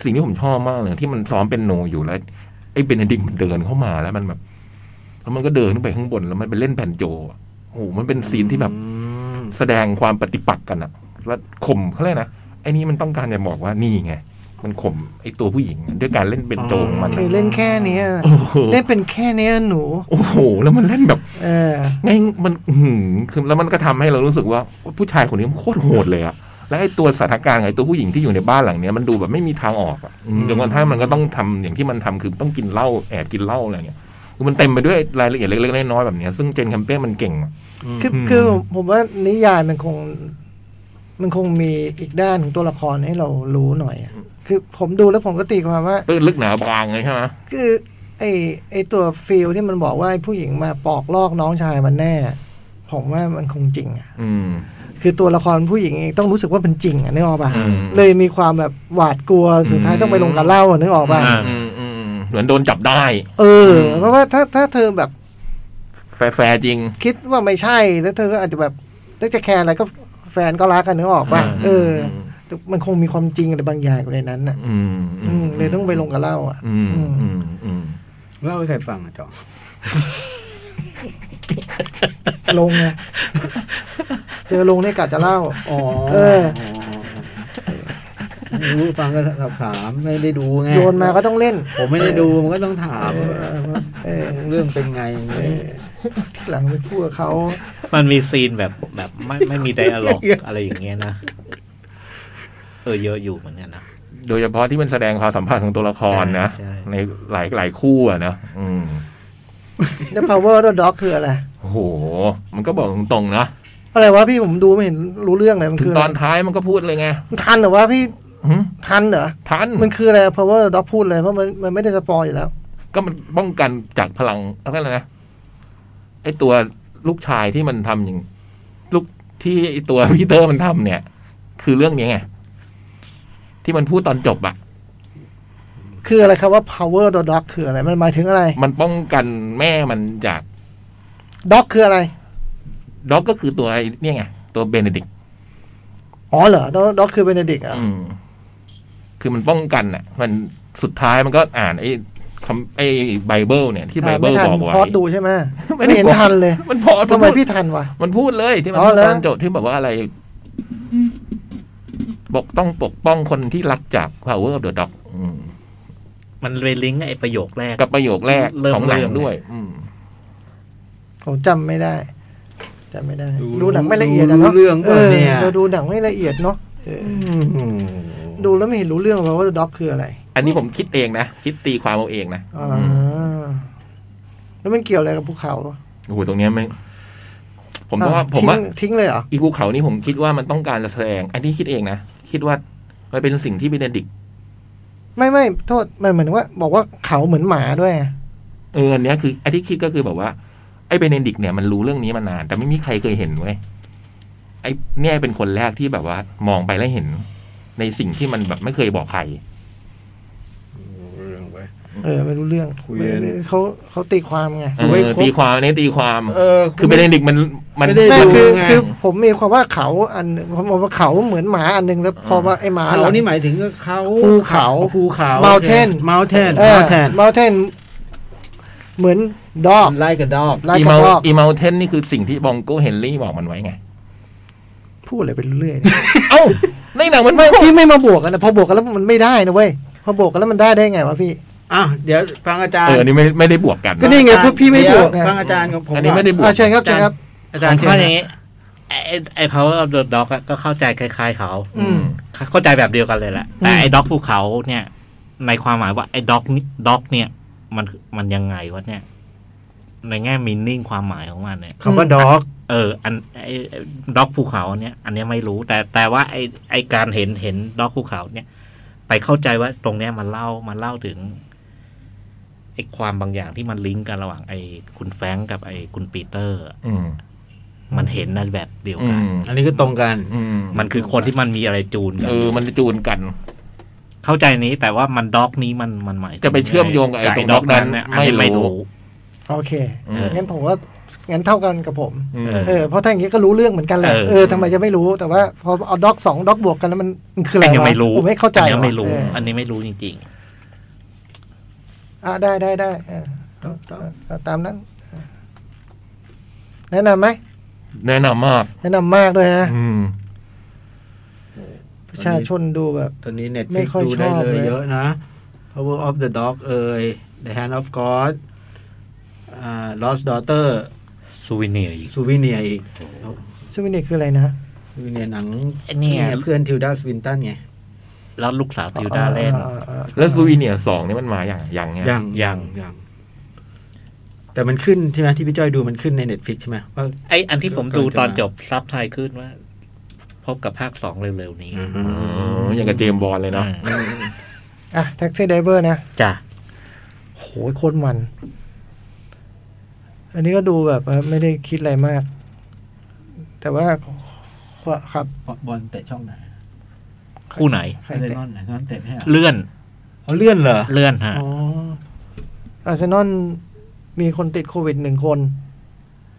[SPEAKER 3] สิ่งที่ผมชอบมากเลยที่มันซ้อมเป็นโนอยู่แล้วไอ้เบนดิกต์มันเดินเข้ามาแล้วมันแบบแล้วมันก็เดินขึ้นไปข้างบนแล้วมันไปเล่นแผ่นโจอะโอ้โหมันเป็นซีนที่แบบ
[SPEAKER 5] อืม
[SPEAKER 3] แสดงความปฏิปักษ์กันอะแล้วข่มเขาเลยกนะไอ้นี่มันต้องการจะบอกว่านี่ไง มันข่มไอ้ตัวผู้หญิงอะด้วยการเล่นเป็นโจของมัน
[SPEAKER 2] เค
[SPEAKER 3] อะ
[SPEAKER 2] ยเล่นแค่เนี้ย
[SPEAKER 3] โอ้โห
[SPEAKER 2] เล่นเป็นแค่เนี้ยหนู
[SPEAKER 3] โอ้โห แล้วมันเล่นแบบ
[SPEAKER 2] เออ
[SPEAKER 3] ง่ายมันอื้อหือคือแล้วมันก็ทำให้เรารู้สึกว่า ผู้ชายคนนี้มันโคตรโหดเลยอะ และไอ้ตัวสถานการณ์ไอ้ตัวผู้หญิงที่อยู่ในบ้านหลังเนี้ยมันดูแบบไม่มีทางออกอะจนกระทั่งมันก็ต้องทำอย่างที่มันทำคือต้องกินเหล้าแอบกินเหล้าอะไรเงี้ยคือมันเต็มไปด้วยรายละเอียดเล็กๆน้อยๆแบบเนี้ยซึ่งเจนแคมเป้มันเก่งอะ
[SPEAKER 6] คือ
[SPEAKER 3] อืม
[SPEAKER 6] คือผมผมว่านิยายมันคง มันคงมีอีกด้านของตัวละครให้เรารู้หน่อยอะคือผมดูแล้วผมก็ตีความว่า
[SPEAKER 3] ตื้นลึกหนาบางเลยใช่ไหม
[SPEAKER 6] คือ ไอไอตัวฟิลที่มันบอกว่าไอ้ผู้หญิงมาปอกลอกน้องชายมันแน่ ผมว่ามันคงจริงอะ
[SPEAKER 3] อืม
[SPEAKER 6] คือตัวละครผู้หญิงเองต้องรู้สึกว่าเป็นจริงอะนึกออกป่ะ
[SPEAKER 3] อืม
[SPEAKER 6] เลยมีความแบบหวาดกลัวสุดท้ายต้องไปลงกับเหล้าอะนึกออกป่ะ
[SPEAKER 4] อ่า
[SPEAKER 3] อืมอืมอืมเหมือนโดนจับได้
[SPEAKER 6] เออเพราะว่าถ้าถ้าเธอแบบ
[SPEAKER 3] แฟร์ๆจริง
[SPEAKER 6] คิดว่าไม่ใช่แล้วเธอก็อาจจะแบบแล้วจะแคร์อะไรก็แฟนก็รักกันนึกออกป่ะ
[SPEAKER 3] อืม
[SPEAKER 6] เออแต่มันคงมีความจริงอะไรบางอย่างอยู่ในนั้นน่ะ
[SPEAKER 3] อืม
[SPEAKER 6] อืมเลยต้องไปลงกับเหล่าอ่ะ
[SPEAKER 3] อืมอืมอืม
[SPEAKER 5] เล่าให้ใครฟังอะจอง
[SPEAKER 6] ลงไงเจอลงเนี่ยกะจะเล่า
[SPEAKER 5] อ๋อ
[SPEAKER 6] เออ
[SPEAKER 5] ไม่รู้ฟังก็ถามไม่ได้ดูไง
[SPEAKER 6] โยนมาก็ต้องเล่น
[SPEAKER 5] ผมไม่ได้ดูมันก็ต้องถามว่า
[SPEAKER 6] เออ
[SPEAKER 5] เรื่องเป็นไง
[SPEAKER 6] เออที่หลังไปพูดกับเขา
[SPEAKER 4] มันมีซีนแบบแบบไม่ไม่มีไดอะล็อกอะไรอย่างเงี้ยนะเออเยอะอยู่เหมือนกันนะ
[SPEAKER 3] โดยเฉพาะที่มันแสดงความสัมพันธ์ของตัวละครนะ
[SPEAKER 4] ใช่
[SPEAKER 3] ในหลายหลายคู่อะนะอืม
[SPEAKER 6] The Power of the Dog คืออะไร
[SPEAKER 3] โอ้โห มันก็บอกตรงๆนะ
[SPEAKER 6] อะไรวะพี่ผมดูไม่เห็นรู้เรื่องเลยมัน
[SPEAKER 3] ถึ
[SPEAKER 6] คื
[SPEAKER 3] ง
[SPEAKER 6] ออะ
[SPEAKER 3] ตอ
[SPEAKER 6] ไร
[SPEAKER 3] นท้ายมันก็พูดเลยไง
[SPEAKER 6] มันทันเหรอวะพี่
[SPEAKER 3] หึ
[SPEAKER 6] ทันเหรอ
[SPEAKER 3] ทัน
[SPEAKER 6] มันคืออะไร Power of the Dog พูดเลยเพราะมันมันไม่ได้สปอยอยู่แล้ว
[SPEAKER 3] ก็มันป้องกันจากพลังอะไรนะไอตัวลูกชายที่มันทำอย่างลูกที่ไอตัวพีเตอร์มันทำเนี่ย คือเรื่องนี้ไงที่มันพูดตอนจบอะ
[SPEAKER 6] คืออะไรครับว่า Power of the Dog คืออะไร มันหมายถึงอะไร
[SPEAKER 3] มันป้องกันแม่มันจาก
[SPEAKER 6] ด็อกคืออะไร
[SPEAKER 3] ด็อกก็คือตัวไอ้เนี่ยไง ตัวเบเนดิกต์
[SPEAKER 6] อ๋อเหรอ ด็อกด็อกคือเบนเดิกต์เหรอ่ะ
[SPEAKER 3] อืมคือมันป้องกันน่ะ มันสุดท้ายมันก็อ่านไอ้คำไอ้ไบเบิลเนี่ยที่ไบเบิล
[SPEAKER 6] ทัน
[SPEAKER 3] บอกไว้
[SPEAKER 6] พอดดูใช่ไหม
[SPEAKER 3] ไม่
[SPEAKER 6] ไม่
[SPEAKER 3] ได้
[SPEAKER 6] เห็น
[SPEAKER 3] บอก
[SPEAKER 6] ทันเลย
[SPEAKER 3] มันพอ
[SPEAKER 6] ทำไม
[SPEAKER 3] พูด
[SPEAKER 6] พี่ทันวะ
[SPEAKER 3] มันพูดเลยที่มัน
[SPEAKER 6] อ๋อ
[SPEAKER 3] พูด
[SPEAKER 6] เหรอ
[SPEAKER 3] ตอนจบที่แบบว่าอะไร บอกต้องปกป้องคนที่รักจาก power of the dog อืม
[SPEAKER 4] มันไปลิงก์ไอ้ประโยคแรก
[SPEAKER 3] กับประโยคแรก
[SPEAKER 4] เริ่ม
[SPEAKER 3] ของหนัง
[SPEAKER 4] เริ่ม
[SPEAKER 3] ด้วย อืม
[SPEAKER 6] ผมจำไม่ได้จำไม่ได้
[SPEAKER 5] ดู
[SPEAKER 6] ดูหนังไม่ละเอียดนะ
[SPEAKER 5] รู้
[SPEAKER 6] เนาะ
[SPEAKER 5] เรื่อง
[SPEAKER 6] เอ
[SPEAKER 5] ป่ะ
[SPEAKER 6] อ
[SPEAKER 5] เนี่ย
[SPEAKER 6] เราดูหนังไม่ละเอียดเนาะเออดูแล้วไม่เห็นรู้เรื่องเลยว่าด็อกคืออะไร
[SPEAKER 3] อันนี้ผมคิดเองนะ คิดตีความเอาเองนะ
[SPEAKER 6] อ่า
[SPEAKER 3] อืม
[SPEAKER 6] แล้วมันเกี่ยวอะไรกับภูเขา
[SPEAKER 3] โอ้โหตรงเนี้ยไม่ผมต้องว่า
[SPEAKER 6] อ่ะ
[SPEAKER 3] ผมว่า
[SPEAKER 6] ทิ้งทิ้งเลยเหรอ
[SPEAKER 3] อีภูเขานี่ผมคิดว่ามันต้องการจะแสดง อันนี้คิดเองนะ คิดว่ามันเป็นสิ่งที่เบเนดิกต์
[SPEAKER 6] ไม่ไม่โทษมันเหมือนว่า บอกว่าเขาเหมือนหมาด้วย
[SPEAKER 3] เอออันเนี้ยคืออันที่คิดก็คือแบบว่า ไอ้เบเนดิกต์เนี่ยมันรู้เรื่องนี้มานาน แต่ไม่มีใครเคยเห็นเว้ยไอ้เนี่ยเป็นคนแรกที่แบบว่า มองไปแล้วเห็น ในสิ่งที่มันแบบไม่เคยบอกใคร
[SPEAKER 6] เออ ไม่รู้เรื่อง
[SPEAKER 5] คุยกัน
[SPEAKER 6] ไม่เขาเขาตีความไง
[SPEAKER 3] เออตีความอันนี้ตีความ
[SPEAKER 5] เออ
[SPEAKER 3] คือเบเนดิกต์มันมัน
[SPEAKER 5] ไม่ได้
[SPEAKER 6] ไม่คือ
[SPEAKER 5] ไง
[SPEAKER 6] คือผมมีความว่าเขาอันหนึ่งผมบอกว่าเขาเหมือนหมาอันหนึ่งแล้วพอว่าไอ้หมาหลั
[SPEAKER 5] เขา
[SPEAKER 6] ง
[SPEAKER 5] นี่หมายถึงเขา
[SPEAKER 6] ภูเขา
[SPEAKER 5] ภูเขา
[SPEAKER 6] Mountain
[SPEAKER 5] เมาเทน
[SPEAKER 6] เอ
[SPEAKER 5] เมา
[SPEAKER 6] อ
[SPEAKER 5] เทน
[SPEAKER 6] มาเทนเหมือนดอก
[SPEAKER 5] ไล่กับดอก
[SPEAKER 6] ลาย
[SPEAKER 3] อี
[SPEAKER 6] กระ
[SPEAKER 3] เมา
[SPEAKER 6] ดอก
[SPEAKER 3] อีเมาเทนนี่คือสิ่งที่บองโกเฮนรี่บอกมันไว้ไง
[SPEAKER 6] พูดอะไรไปเรื่อยเนี่ย
[SPEAKER 3] เอ้าในหนังมันไม่บอก
[SPEAKER 6] พี่ไม่มาบวกกันนะพอบวกกันแล้วมันไม่ได้นะเว้ยพอบวกกันแล้วมันได้ได้ไงวะพี่
[SPEAKER 5] อ่ะเดี๋ยวฟังอาจารย์
[SPEAKER 3] เอออันนี้ไม่ไม่ได้บวกกัน
[SPEAKER 6] ก็นี่ ไงพวกพี่ไม่
[SPEAKER 5] เดี๋
[SPEAKER 6] บวกไง
[SPEAKER 5] ฟังอาจารย์ของผม
[SPEAKER 3] อันนี้ไม่ได้บวก
[SPEAKER 6] อ่าเชิญครับเชิญครับ
[SPEAKER 5] อา
[SPEAKER 4] ข
[SPEAKER 5] จาร
[SPEAKER 4] อง
[SPEAKER 5] ย์
[SPEAKER 4] เขาอ
[SPEAKER 5] เชิญ
[SPEAKER 4] ย่างนี้ไอ้ไอ้ power of the dog อะก็เข้าใจคล้าย ๆ เขา
[SPEAKER 6] อืม
[SPEAKER 4] เข้าใจแบบเดียวกันเลยแหละ แต่ไอ้ด็อกภูเขาเนี่ย ในความหมายว่าไอ้ด็อกด็อกเนี่ย มันมันยังไงวะเนี่ย ในแง่มินนิ่งความหมายของมันเนี่ย
[SPEAKER 5] คำว่าดอก
[SPEAKER 4] เออ อันไอ้ไอ้ด็อกภูเขาเนี่ย อันเนี้ยไม่รู้ แต่แต่ว่าไอ้ไอ้การเห็นเห็นด็อกภูเขาเนี่ย ไปเข้าใจว่าตรงเนี้ยมันเล่ามันเล่าถึงไอ้ความบางอย่างที่มันลิงก์กันระหว่างไอ้คุณแฟรงก์กับไอ้คุณปีเตอร์
[SPEAKER 3] อืม
[SPEAKER 4] มันเห็นในแบบเดียว
[SPEAKER 3] อื
[SPEAKER 4] กัน
[SPEAKER 3] ม
[SPEAKER 5] อันนี้ก็ตรงกัน
[SPEAKER 3] อืม
[SPEAKER 4] มันคือคนที่มันมีอะไรจูนกั
[SPEAKER 3] เอน อ มันจะจูนกัน
[SPEAKER 4] เข้าใจนี้แต่ว่ามันด็อกนี้มันมันหมายถึ
[SPEAKER 3] จะไปเชื่อมโยงกับไอ้ตรงด็อกนั้น
[SPEAKER 4] เนี่ยอันนี้
[SPEAKER 3] ไม่
[SPEAKER 4] ไม่
[SPEAKER 3] รู้
[SPEAKER 4] รู้
[SPEAKER 6] โอเค
[SPEAKER 3] อืม
[SPEAKER 6] งั้นผมว่างั้นเท่ากันกับผม
[SPEAKER 3] อืม
[SPEAKER 4] เออ
[SPEAKER 6] เออเพราะถ้าอย่างงี้ก็รู้เรื่องเหมือนกันแหละ
[SPEAKER 4] เออ
[SPEAKER 6] เออทำไมจะไม่รู้แต่ว่าพอเอาด็อกสองด็อกบวกกันแล้วมันมันคืออะไร
[SPEAKER 4] อันนี้
[SPEAKER 6] วะ
[SPEAKER 4] ไม่รู้
[SPEAKER 6] ผมไม่เข้าใจ
[SPEAKER 4] อันนี้ไม่รู้
[SPEAKER 6] เออ
[SPEAKER 4] อันนี้ไม่รู้จริง
[SPEAKER 6] อ่ะได้ได้ได้เออ ตามนั้น แนะนำไหม
[SPEAKER 3] แนะนำมาก
[SPEAKER 6] แนะนำมากด้วยฮะ
[SPEAKER 3] อืม
[SPEAKER 6] ประชาชนดูแบบ
[SPEAKER 5] ตอนนี้เน็ต
[SPEAKER 6] ไม่
[SPEAKER 5] ฟิก
[SPEAKER 6] ค่อย
[SPEAKER 5] ดูได้
[SPEAKER 6] ชอบ
[SPEAKER 5] เล
[SPEAKER 6] เลยย
[SPEAKER 5] เยอะนะ Power of the Dog เอ่ย The Hand of God อ่า Lost Daughter
[SPEAKER 4] ๆซูวิเนียร์อีก
[SPEAKER 5] Souvenir อีก
[SPEAKER 6] ซึ่งวินิจคืออะไรนะ
[SPEAKER 5] เอ คือเนี่ยหนัง
[SPEAKER 4] ไอ้เนี่ย
[SPEAKER 5] เพื่อนทิวดาสวินตันไง
[SPEAKER 4] แล้วลูกสาวติวดาเล่น
[SPEAKER 5] อ่าอ่า
[SPEAKER 3] แล้วซูวีเนียร์สองนี่มันมาอย่างอย่างเนี้ย
[SPEAKER 5] ยัง
[SPEAKER 4] ยัง
[SPEAKER 5] ยังแต่มันขึ้นใช่ไหมที่พี่จ้อยดูมันขึ้นในเน็ตฟิกใช่ไหมว่า
[SPEAKER 4] ไออันที่ผมดูตอนจบซับไทยขึ้นว่า พบกับภาคสองเร็วๆนี้
[SPEAKER 3] อ๋ออย่างกับเจมส์บอลเลยเนาะ
[SPEAKER 4] อืม
[SPEAKER 6] อ่ะแท็กซี่ไดเวอร์นะ
[SPEAKER 4] จ้ะ
[SPEAKER 6] โหยโคตรมัน อันนี้ก็ดูแบบว่าไม่ได้คิดอะไรมาก แต่ว่าครับ
[SPEAKER 7] บอลเตะช่องไหน
[SPEAKER 4] คู่ไหน
[SPEAKER 6] ใคร
[SPEAKER 7] ไอเล
[SPEAKER 6] เตะ
[SPEAKER 7] นอนไหนนอนเตะให้อ่ะ
[SPEAKER 4] เลื่อน
[SPEAKER 5] เอาเลื่อนเหรอ
[SPEAKER 4] เลื่อนฮะ
[SPEAKER 6] อ๋ออาร์เซนอลมีคนติดโควิดหนึ่งคน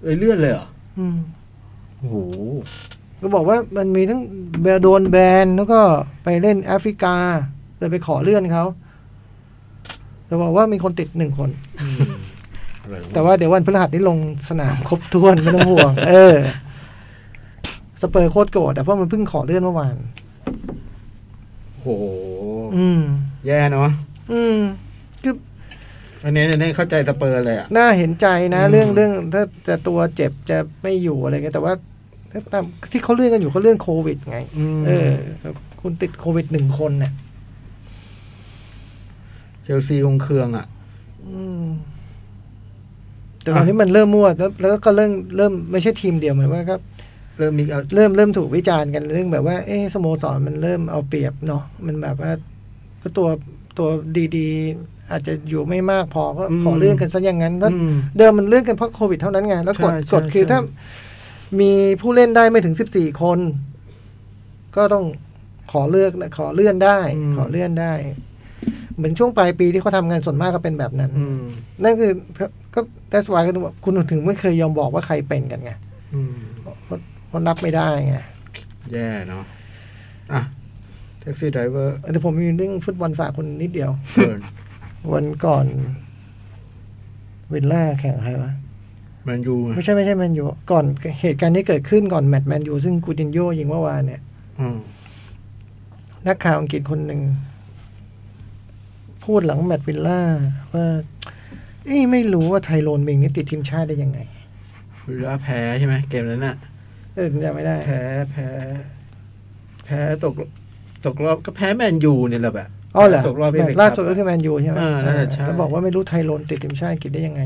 [SPEAKER 7] เอ้ยเลื่อนเลยเหรอ
[SPEAKER 6] อืม
[SPEAKER 5] โอ้โห
[SPEAKER 6] ก็บอกว่ามันมีทั้งแบโดนแบนแล้วก็ไปเล่นแอฟริกาเลยไปขอเลื่อนเขาแต่บอกว่ามีคนติดหนึ่งคน แต่ว่าเดี๋ยววันพฤหัสนี้ลงสนามครบถ้วนไม่ต้องห่ว ง เออ สเปอร์โคตรโกรธแต่เพราะมันเพิ่งขอเลื่อนเมื่อวาน
[SPEAKER 5] โห
[SPEAKER 6] อืม
[SPEAKER 5] แย่เนาะ
[SPEAKER 6] อืม คือ
[SPEAKER 5] อันนี้อันนี้เข้าใจสเปอร์เลยอ่ะ
[SPEAKER 6] น่าเห็นใจนะ
[SPEAKER 5] อืม
[SPEAKER 6] เรื่องเรื่องถ้าจะตัวเจ็บจะไม่อยู่อะไรเงี้ยแต่ว่าถ้าตามที่เขาเลื่อนกันอยู่เขาเลื่อนโควิดไง เออครับคุณติดโควิดหนึ่งคนเนี่ย
[SPEAKER 5] เชลซีคงเคืองอ่ะ
[SPEAKER 6] อืม แต่ตอนนี้มันเริ่มมั่วแล้วแล้วก็เริ่มเริ่มไม่ใช่ทีมเดียวเหมือนว่าก็
[SPEAKER 5] เริ่มมีเอา
[SPEAKER 6] เริ่มเริ่มถูกวิจารณ์กันเรื่องแบบว่า เออสโมสรมันเริ่มเอาเปรียบเนาะมันแบบว่าก็ตัวตัวดีๆ อาจจะอยู่ไม่มากพอก็ขอเลื่อนกันซะอย่างนั้นแล้ว
[SPEAKER 5] อืม
[SPEAKER 6] เดิมมันเลื่อนกันเพราะโควิดเท่านั้นไง แล้วกฎ
[SPEAKER 5] ใช่
[SPEAKER 6] กฎคือ
[SPEAKER 5] ใช่
[SPEAKER 6] ถ้ามีผู้เล่นได้ไม่ถึงสิบสี่คน ก็ต้องขอเลือกขอเลื่อนได้ ขอเลื่อนได้ เหมือนช่วงปลายปีที่เขาทำงานส่วนมากก็เป็นแบบนั้น
[SPEAKER 5] อืม
[SPEAKER 6] นั่นคือก็ that's why ก็ถึงบอกคุณถึงไม่เคยยอมบอกว่าใครเป็นกันไง
[SPEAKER 5] อืม
[SPEAKER 6] เพราะเพราะรับไม่ได้ไง
[SPEAKER 5] แย่เนาะ อ่ะ แท็กซี่ไดรเวอร์
[SPEAKER 6] แต่ผมมีเรื่องฟุตบอลฝากคุณนิดเดียว
[SPEAKER 5] เกิน
[SPEAKER 6] วันก่อนวิลล่าแข่งกับใครวะ
[SPEAKER 5] แมนยู
[SPEAKER 6] ไม่ใช่ไม่ใช่แมนยูก่อนเหตุการณ์ที่เกิดขึ้นก่อนแมตช์แมนยูซึ่งกูตินโยยิงเมื่อวานเนี่ย
[SPEAKER 5] อืม
[SPEAKER 6] นักข่าวอังกฤษคนหนึ่ง พูดหลังแมตช์วิลล่าว่าเอ้ยไม่รู้ว่าไทโรนมิงนี่ติดทีมชาติได้ยังไง
[SPEAKER 5] วิลล่าแพ้ใช่ไหม เกมนั้นน่ะ
[SPEAKER 6] เออจำไม่ได้
[SPEAKER 5] แพ้แพ้ แพ้ตก ตกรอบก็แพ้แมนยูเนี่ยแหละแบบ
[SPEAKER 6] อ๋อเหรอ
[SPEAKER 5] ตกรอบ
[SPEAKER 6] แม
[SPEAKER 5] FA
[SPEAKER 6] ตช์ล่าสุดก็คือแมนยูใช่ไหม
[SPEAKER 5] อ่าน่าจะใช่
[SPEAKER 6] จะบอกว่าไม่รู้ไทโรนติดทีมชาติอังกฤษได้ยังไง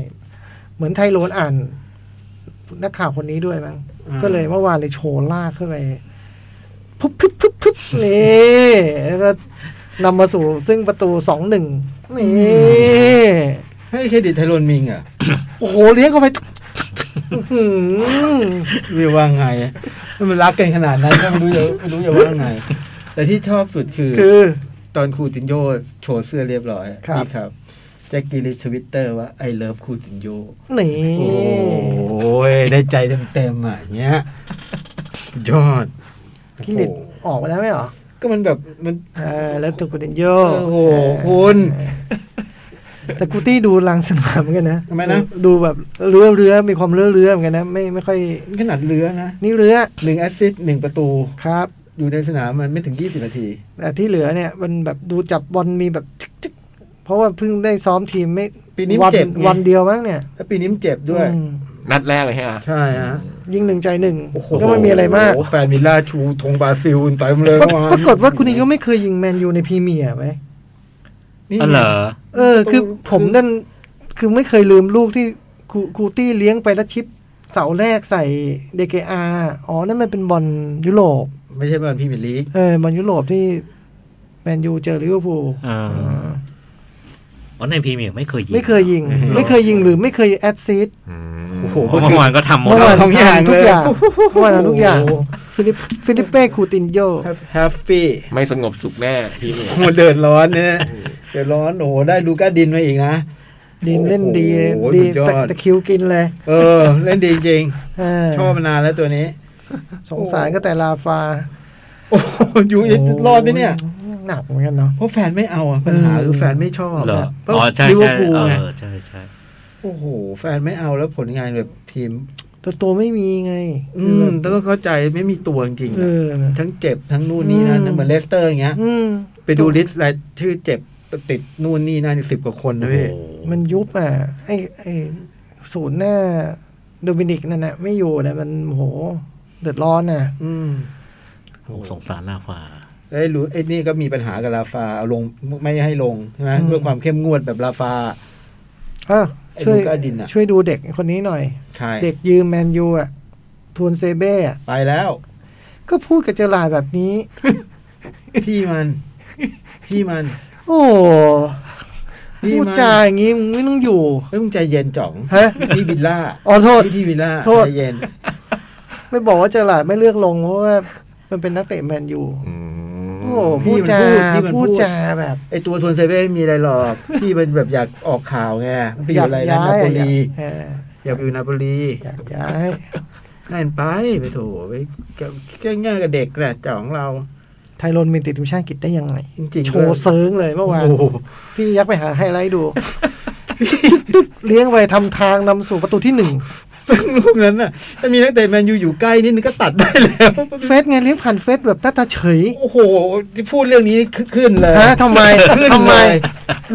[SPEAKER 6] เหมือนไทโรนอ่าน นักข่าวคนนี้ด้วยมั้ง ก็เลยเมื่อวานเลยโชว์ลากขึ้นไปพุบพุบพุบพุบนี่แล้วก็นำมาสู่ซึ่งประตูสองหนึ่งนี่
[SPEAKER 5] ให้เครดิตไทโรนมิงอ่ะ
[SPEAKER 6] โอ้โหเลี้ยงเข้าไปอื้อหือ
[SPEAKER 5] วิวว่าไงอะมันรักกันขนาดนั้นก็ไม่รู้จะไม่รู้จะว่าไง แต่ที่ชอบสุดคือ
[SPEAKER 6] คือ
[SPEAKER 5] ตอนคูตินโยโชว์เสื้อเรียบร้อย
[SPEAKER 6] ครับ
[SPEAKER 5] นี่ครับแจ็คกี้ลิสทวิตเตอร์ว่า I love คูตินโย
[SPEAKER 6] นี่
[SPEAKER 5] โอ้ยได้ใจเต็มๆอ่ะอย่างเงี้ยยอด
[SPEAKER 6] กิลิต
[SPEAKER 5] โอ้โห
[SPEAKER 6] ออกไปแล้วไหมเหรอ
[SPEAKER 5] ก็มันแบบมัน
[SPEAKER 6] เออแล้วถูกกูเดนโย
[SPEAKER 5] โอ้โหคุณ
[SPEAKER 6] แต่กูตี้ดูลังสนามเหมือนกันนะ
[SPEAKER 5] ทำไมนะ
[SPEAKER 6] ดูแบบเรือเรือมีความเรือเรือเหมือนกันนะ ไม่ไม่ค่อย
[SPEAKER 5] ขนาดเรือนะ
[SPEAKER 6] นี่เรือ
[SPEAKER 5] หนึ่งแอสซิสต์หนึ่งประตู
[SPEAKER 6] ครับ
[SPEAKER 5] อยู่ในสนามมันไม่ถึง 20 นาที
[SPEAKER 6] แต่ที่เหลือเนี่ยมันแบบดูจับบอลมีแบบจึ๊กจึ๊กเพราะว่าเพิ่งได้ซ้อมทีมไม่
[SPEAKER 5] ปีนี้
[SPEAKER 6] วั
[SPEAKER 5] เจ็บไง
[SPEAKER 6] วันเดียวมั้งเนี่ย
[SPEAKER 5] แล้วปีนี้มันเจ็บด้วย
[SPEAKER 6] อืม
[SPEAKER 3] นัดแรกเลยฮะ
[SPEAKER 5] ใช่ฮะ
[SPEAKER 6] ยิงหนึ่งใจหนึ่ง
[SPEAKER 5] โอ้โห
[SPEAKER 6] ก็ไม่มีอะไรมาก
[SPEAKER 5] แฟนมิลล่าชูธงบราซิลเต็มเลย
[SPEAKER 6] ปรา
[SPEAKER 5] เมื่อวาน
[SPEAKER 6] ปรากฏว่าคุณนิโยไม่เคยยิงแมนยูในพรีเมียร์ไหม
[SPEAKER 5] นี่
[SPEAKER 4] อ๋อเหรอ
[SPEAKER 6] เออ คือ
[SPEAKER 5] คือ
[SPEAKER 6] ผมนั่นคือไม่เคยลืมลูกที่ครูครูตี้เลี้ยงไปแล้วชิปเสาแรกใส่เดเกอาอ๋อ นั่นมันเป็นบอลยุโรป
[SPEAKER 5] ไม่ใช่บอลพรีเมียร์ลีก
[SPEAKER 6] เออบอลยุโรปที่แมนยูเจอลิเวอร์พูล
[SPEAKER 4] อ่า อ๋อในพรีเมียร์ไม่เคยยิง
[SPEAKER 6] ไม่เคยยิง ไม่เคยยิงหรือไม่เคยแอดซิด
[SPEAKER 4] โอ้โหเมื่อวานก็ทำหมด
[SPEAKER 6] เมื่อ
[SPEAKER 4] แล้ว
[SPEAKER 6] วาน
[SPEAKER 5] สองอย่าง
[SPEAKER 6] ทุกอย่าง
[SPEAKER 5] เลย
[SPEAKER 6] เมื่อวานทุกอย่างฟิลิปฟิลิปเป้คูตินโย
[SPEAKER 5] แฮปปี้
[SPEAKER 3] ไม่สงบสุขแน่ทีนี้
[SPEAKER 5] โหเดินร้อนเนี่ยเดินร้อนโอ้โหได้ลูก้าดินมาอีกนะ
[SPEAKER 6] ดีนเล่นดีเลย
[SPEAKER 5] โอ้โห
[SPEAKER 6] ดี
[SPEAKER 5] สุดยอด
[SPEAKER 6] แต่แต่คิวกินเลย
[SPEAKER 5] เออ เล่นดีจริง
[SPEAKER 6] เออ
[SPEAKER 5] ชอบมานานแล้วตัวนี้
[SPEAKER 6] สงสารก็แต่ลาฟา
[SPEAKER 5] โอ้โหอยู่ยังรอดไหมเนี่ย
[SPEAKER 6] หนักเหมือนกันเนาะ
[SPEAKER 5] เพราะแฟนไม่เอาอ่ะปัญหา
[SPEAKER 6] เออ
[SPEAKER 5] คือแฟนไม่ชอบ
[SPEAKER 4] เหรอ
[SPEAKER 5] เพราะ
[SPEAKER 4] อ๋อ ใช่
[SPEAKER 5] ลิเวอ
[SPEAKER 4] ใช่
[SPEAKER 5] ร์พูล
[SPEAKER 4] เอ
[SPEAKER 5] ไง
[SPEAKER 4] อใช่ใช่
[SPEAKER 5] โอ้โห แฟนไม่เอาแล้วผลงานแบบทีม
[SPEAKER 6] ตัวตัวไม่มีไง
[SPEAKER 5] อื
[SPEAKER 6] คือ
[SPEAKER 5] ม
[SPEAKER 6] แบบ
[SPEAKER 5] ต้องเข้าใจไม่มีตัวจริงๆ
[SPEAKER 6] เอ
[SPEAKER 5] อะ
[SPEAKER 6] อ
[SPEAKER 5] ทั้งเจ็บทั้งนู่นนี่นั่น
[SPEAKER 6] อืม
[SPEAKER 5] เหมือนเลสเตอร์อย่างเงี้ย
[SPEAKER 6] อืม
[SPEAKER 5] ไปดูลิสต์รายชื่อเจ็บติดนู่นนี่นั่นสิบกว่าคนนะพี่
[SPEAKER 6] มันยุบอ่ะ ไอไอศูนย์หน้าโดมินิกนั่นนะไม่อยู่นะมันโหเดือดร้อนน่ะ
[SPEAKER 5] อืม
[SPEAKER 4] โอ้สงสารลาฟา
[SPEAKER 5] ไอ้ยรู้ไอ้นี่ก็มีปัญหากับลาฟาเอาลงไม่ให้ลงใช่ไหม
[SPEAKER 6] อืม
[SPEAKER 5] เพื่อความเข้มงวดแบบลาฟา
[SPEAKER 6] เออ
[SPEAKER 5] ไอ้
[SPEAKER 6] ช่วย
[SPEAKER 5] ลูก้าดินอะ
[SPEAKER 6] ช่วยดูเด็กคนนี้หน่อย
[SPEAKER 5] ใช่
[SPEAKER 6] เด็กยืมแมนยูอ่ะทูนเซเบ้อะ
[SPEAKER 5] ไปแล้ว
[SPEAKER 6] ก็พูดกับเจอราร์ดแบบนี้
[SPEAKER 5] พี่มัน พี่มัน
[SPEAKER 6] โอ้โห
[SPEAKER 5] พี่
[SPEAKER 6] พูด
[SPEAKER 5] มัน
[SPEAKER 6] จาอย่างงี้มึงไม่ต้องอยู่
[SPEAKER 5] เฮ้ยมึงใจเย็นจ่อง
[SPEAKER 6] ฮะ
[SPEAKER 5] พี่บิลล่า
[SPEAKER 6] อ๋อโทษ
[SPEAKER 5] พี่ที่บิลล่า
[SPEAKER 6] โทษ
[SPEAKER 5] ใจเย็น
[SPEAKER 6] ไม่บอกว่าเจอราร์ดไม่เลือกลงเพราะว่ามันเป็นนักเตะแมนยู
[SPEAKER 3] อืม
[SPEAKER 6] โอ้โห
[SPEAKER 5] พี่
[SPEAKER 6] พูด
[SPEAKER 5] มัน
[SPEAKER 6] จา
[SPEAKER 5] พูดพี่มันพู
[SPEAKER 6] พู
[SPEAKER 5] ด
[SPEAKER 6] ดจาแบบ
[SPEAKER 5] ไอตัวทวนเซเว่นไม่มีอะไรหรอก พี่มันแบบอยากออกข่าวไงไปอยู่อะไรนะนาโปลี
[SPEAKER 6] เออ
[SPEAKER 5] อยากไปอยู่นาโปลี
[SPEAKER 6] อยากย้าย
[SPEAKER 5] นั่นไปไปโถไปแก้ง่ายๆกับเด็กแหละจ่องเรา
[SPEAKER 6] ไทยรอนมีติดทีมชาติอังกฤษได้ยังไง
[SPEAKER 5] จริงๆ
[SPEAKER 6] โชว์เซิร์งเลยเมื่อวาน
[SPEAKER 5] โอ้โห
[SPEAKER 6] พี่ยักษ์ไปหาไฮไลท์ดู ตึ๊กตึ๊กเลี้ยงไปทำทางนำสู่ประตูที่หนึ่ง
[SPEAKER 5] ลูกนั้นน่ะถ้ามีนักเตะแมนยูอยู่ใกล้นิดนึงก็ตัดได้แล้ว
[SPEAKER 6] เฟสไงเลี้ยงผ่านเฟสแบบหน้าตาเฉย
[SPEAKER 5] โอ้โหที่พูดเรื่องนี้คือขึ้นเลย
[SPEAKER 6] ฮะทำไม
[SPEAKER 5] ขึ้น
[SPEAKER 6] ทำไม
[SPEAKER 5] เลย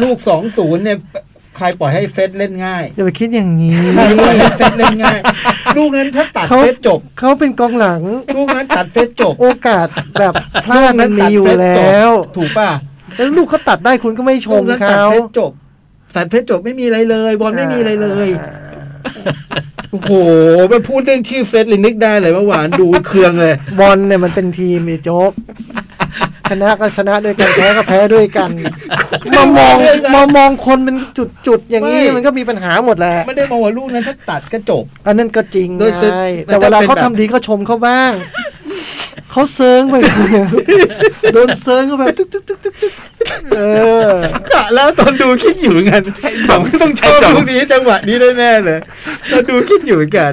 [SPEAKER 5] ลูกสองศูนย์เนี่ยใครปล่อยให้เฟสเล่นง่าย
[SPEAKER 6] อย่าไปคิดอย่างนี้
[SPEAKER 5] ใครปล่อยให้เฟสเล่นง่าย ลูกนั้นถ้าตัด
[SPEAKER 6] เขา
[SPEAKER 5] เฟสจบ
[SPEAKER 6] เขาเป็นกองหลัง
[SPEAKER 5] ลูกนั้นตัดเฟสจบ
[SPEAKER 6] โอกาสแบบพลาดมันมีอยู่แล้ว
[SPEAKER 5] ถูกป่ะ
[SPEAKER 6] แล้วลูกเขาตัดได้คุณก็ไม่ช
[SPEAKER 5] ลู
[SPEAKER 6] ม
[SPEAKER 5] กนั้นตัด
[SPEAKER 6] เขา
[SPEAKER 5] เฟสจบตัดเฟสจบไม่มีอะไรเลยบอลไม่มีอะไรเลย
[SPEAKER 6] อ่า
[SPEAKER 5] โอ้โหไปพูดเรื่องชื่อเฟสเลยนึกได้เลยเมื่อวานดูเครืองเลย
[SPEAKER 6] บอลเนี่ยมันเป็นทีมไอ้โจ๊กชนะก็ชนะด้วยกันแพ้ก็แพ้ด้วยกัน มามองมามองคนเป็นจุดๆอย่างนี้
[SPEAKER 5] ไม่
[SPEAKER 6] มันก็มีปัญหาหมดแหละ
[SPEAKER 5] ไม่ได้มองว่าลูกนั้นถ้าตัดก็จบ
[SPEAKER 6] อันนั้นก็จริง
[SPEAKER 5] โดยจะ
[SPEAKER 6] ไง
[SPEAKER 5] แต่
[SPEAKER 6] แต่เวลา
[SPEAKER 5] ถ้าเป็น
[SPEAKER 6] เขาทำดีก็ชมเขาบ้าง เขาเซิร์งไปเนี่ยโดนเซิร์งเข้าไปตึ๊กตึ๊กตึ๊กตึ๊กตึ๊กเออ
[SPEAKER 5] กะแล้วตอนดูคิดอยู่เหมือนกันผมต้องชอบลูกนี้จังหวะนี้แน่ๆเลยตอนดูคิดอยู่เหมือนกัน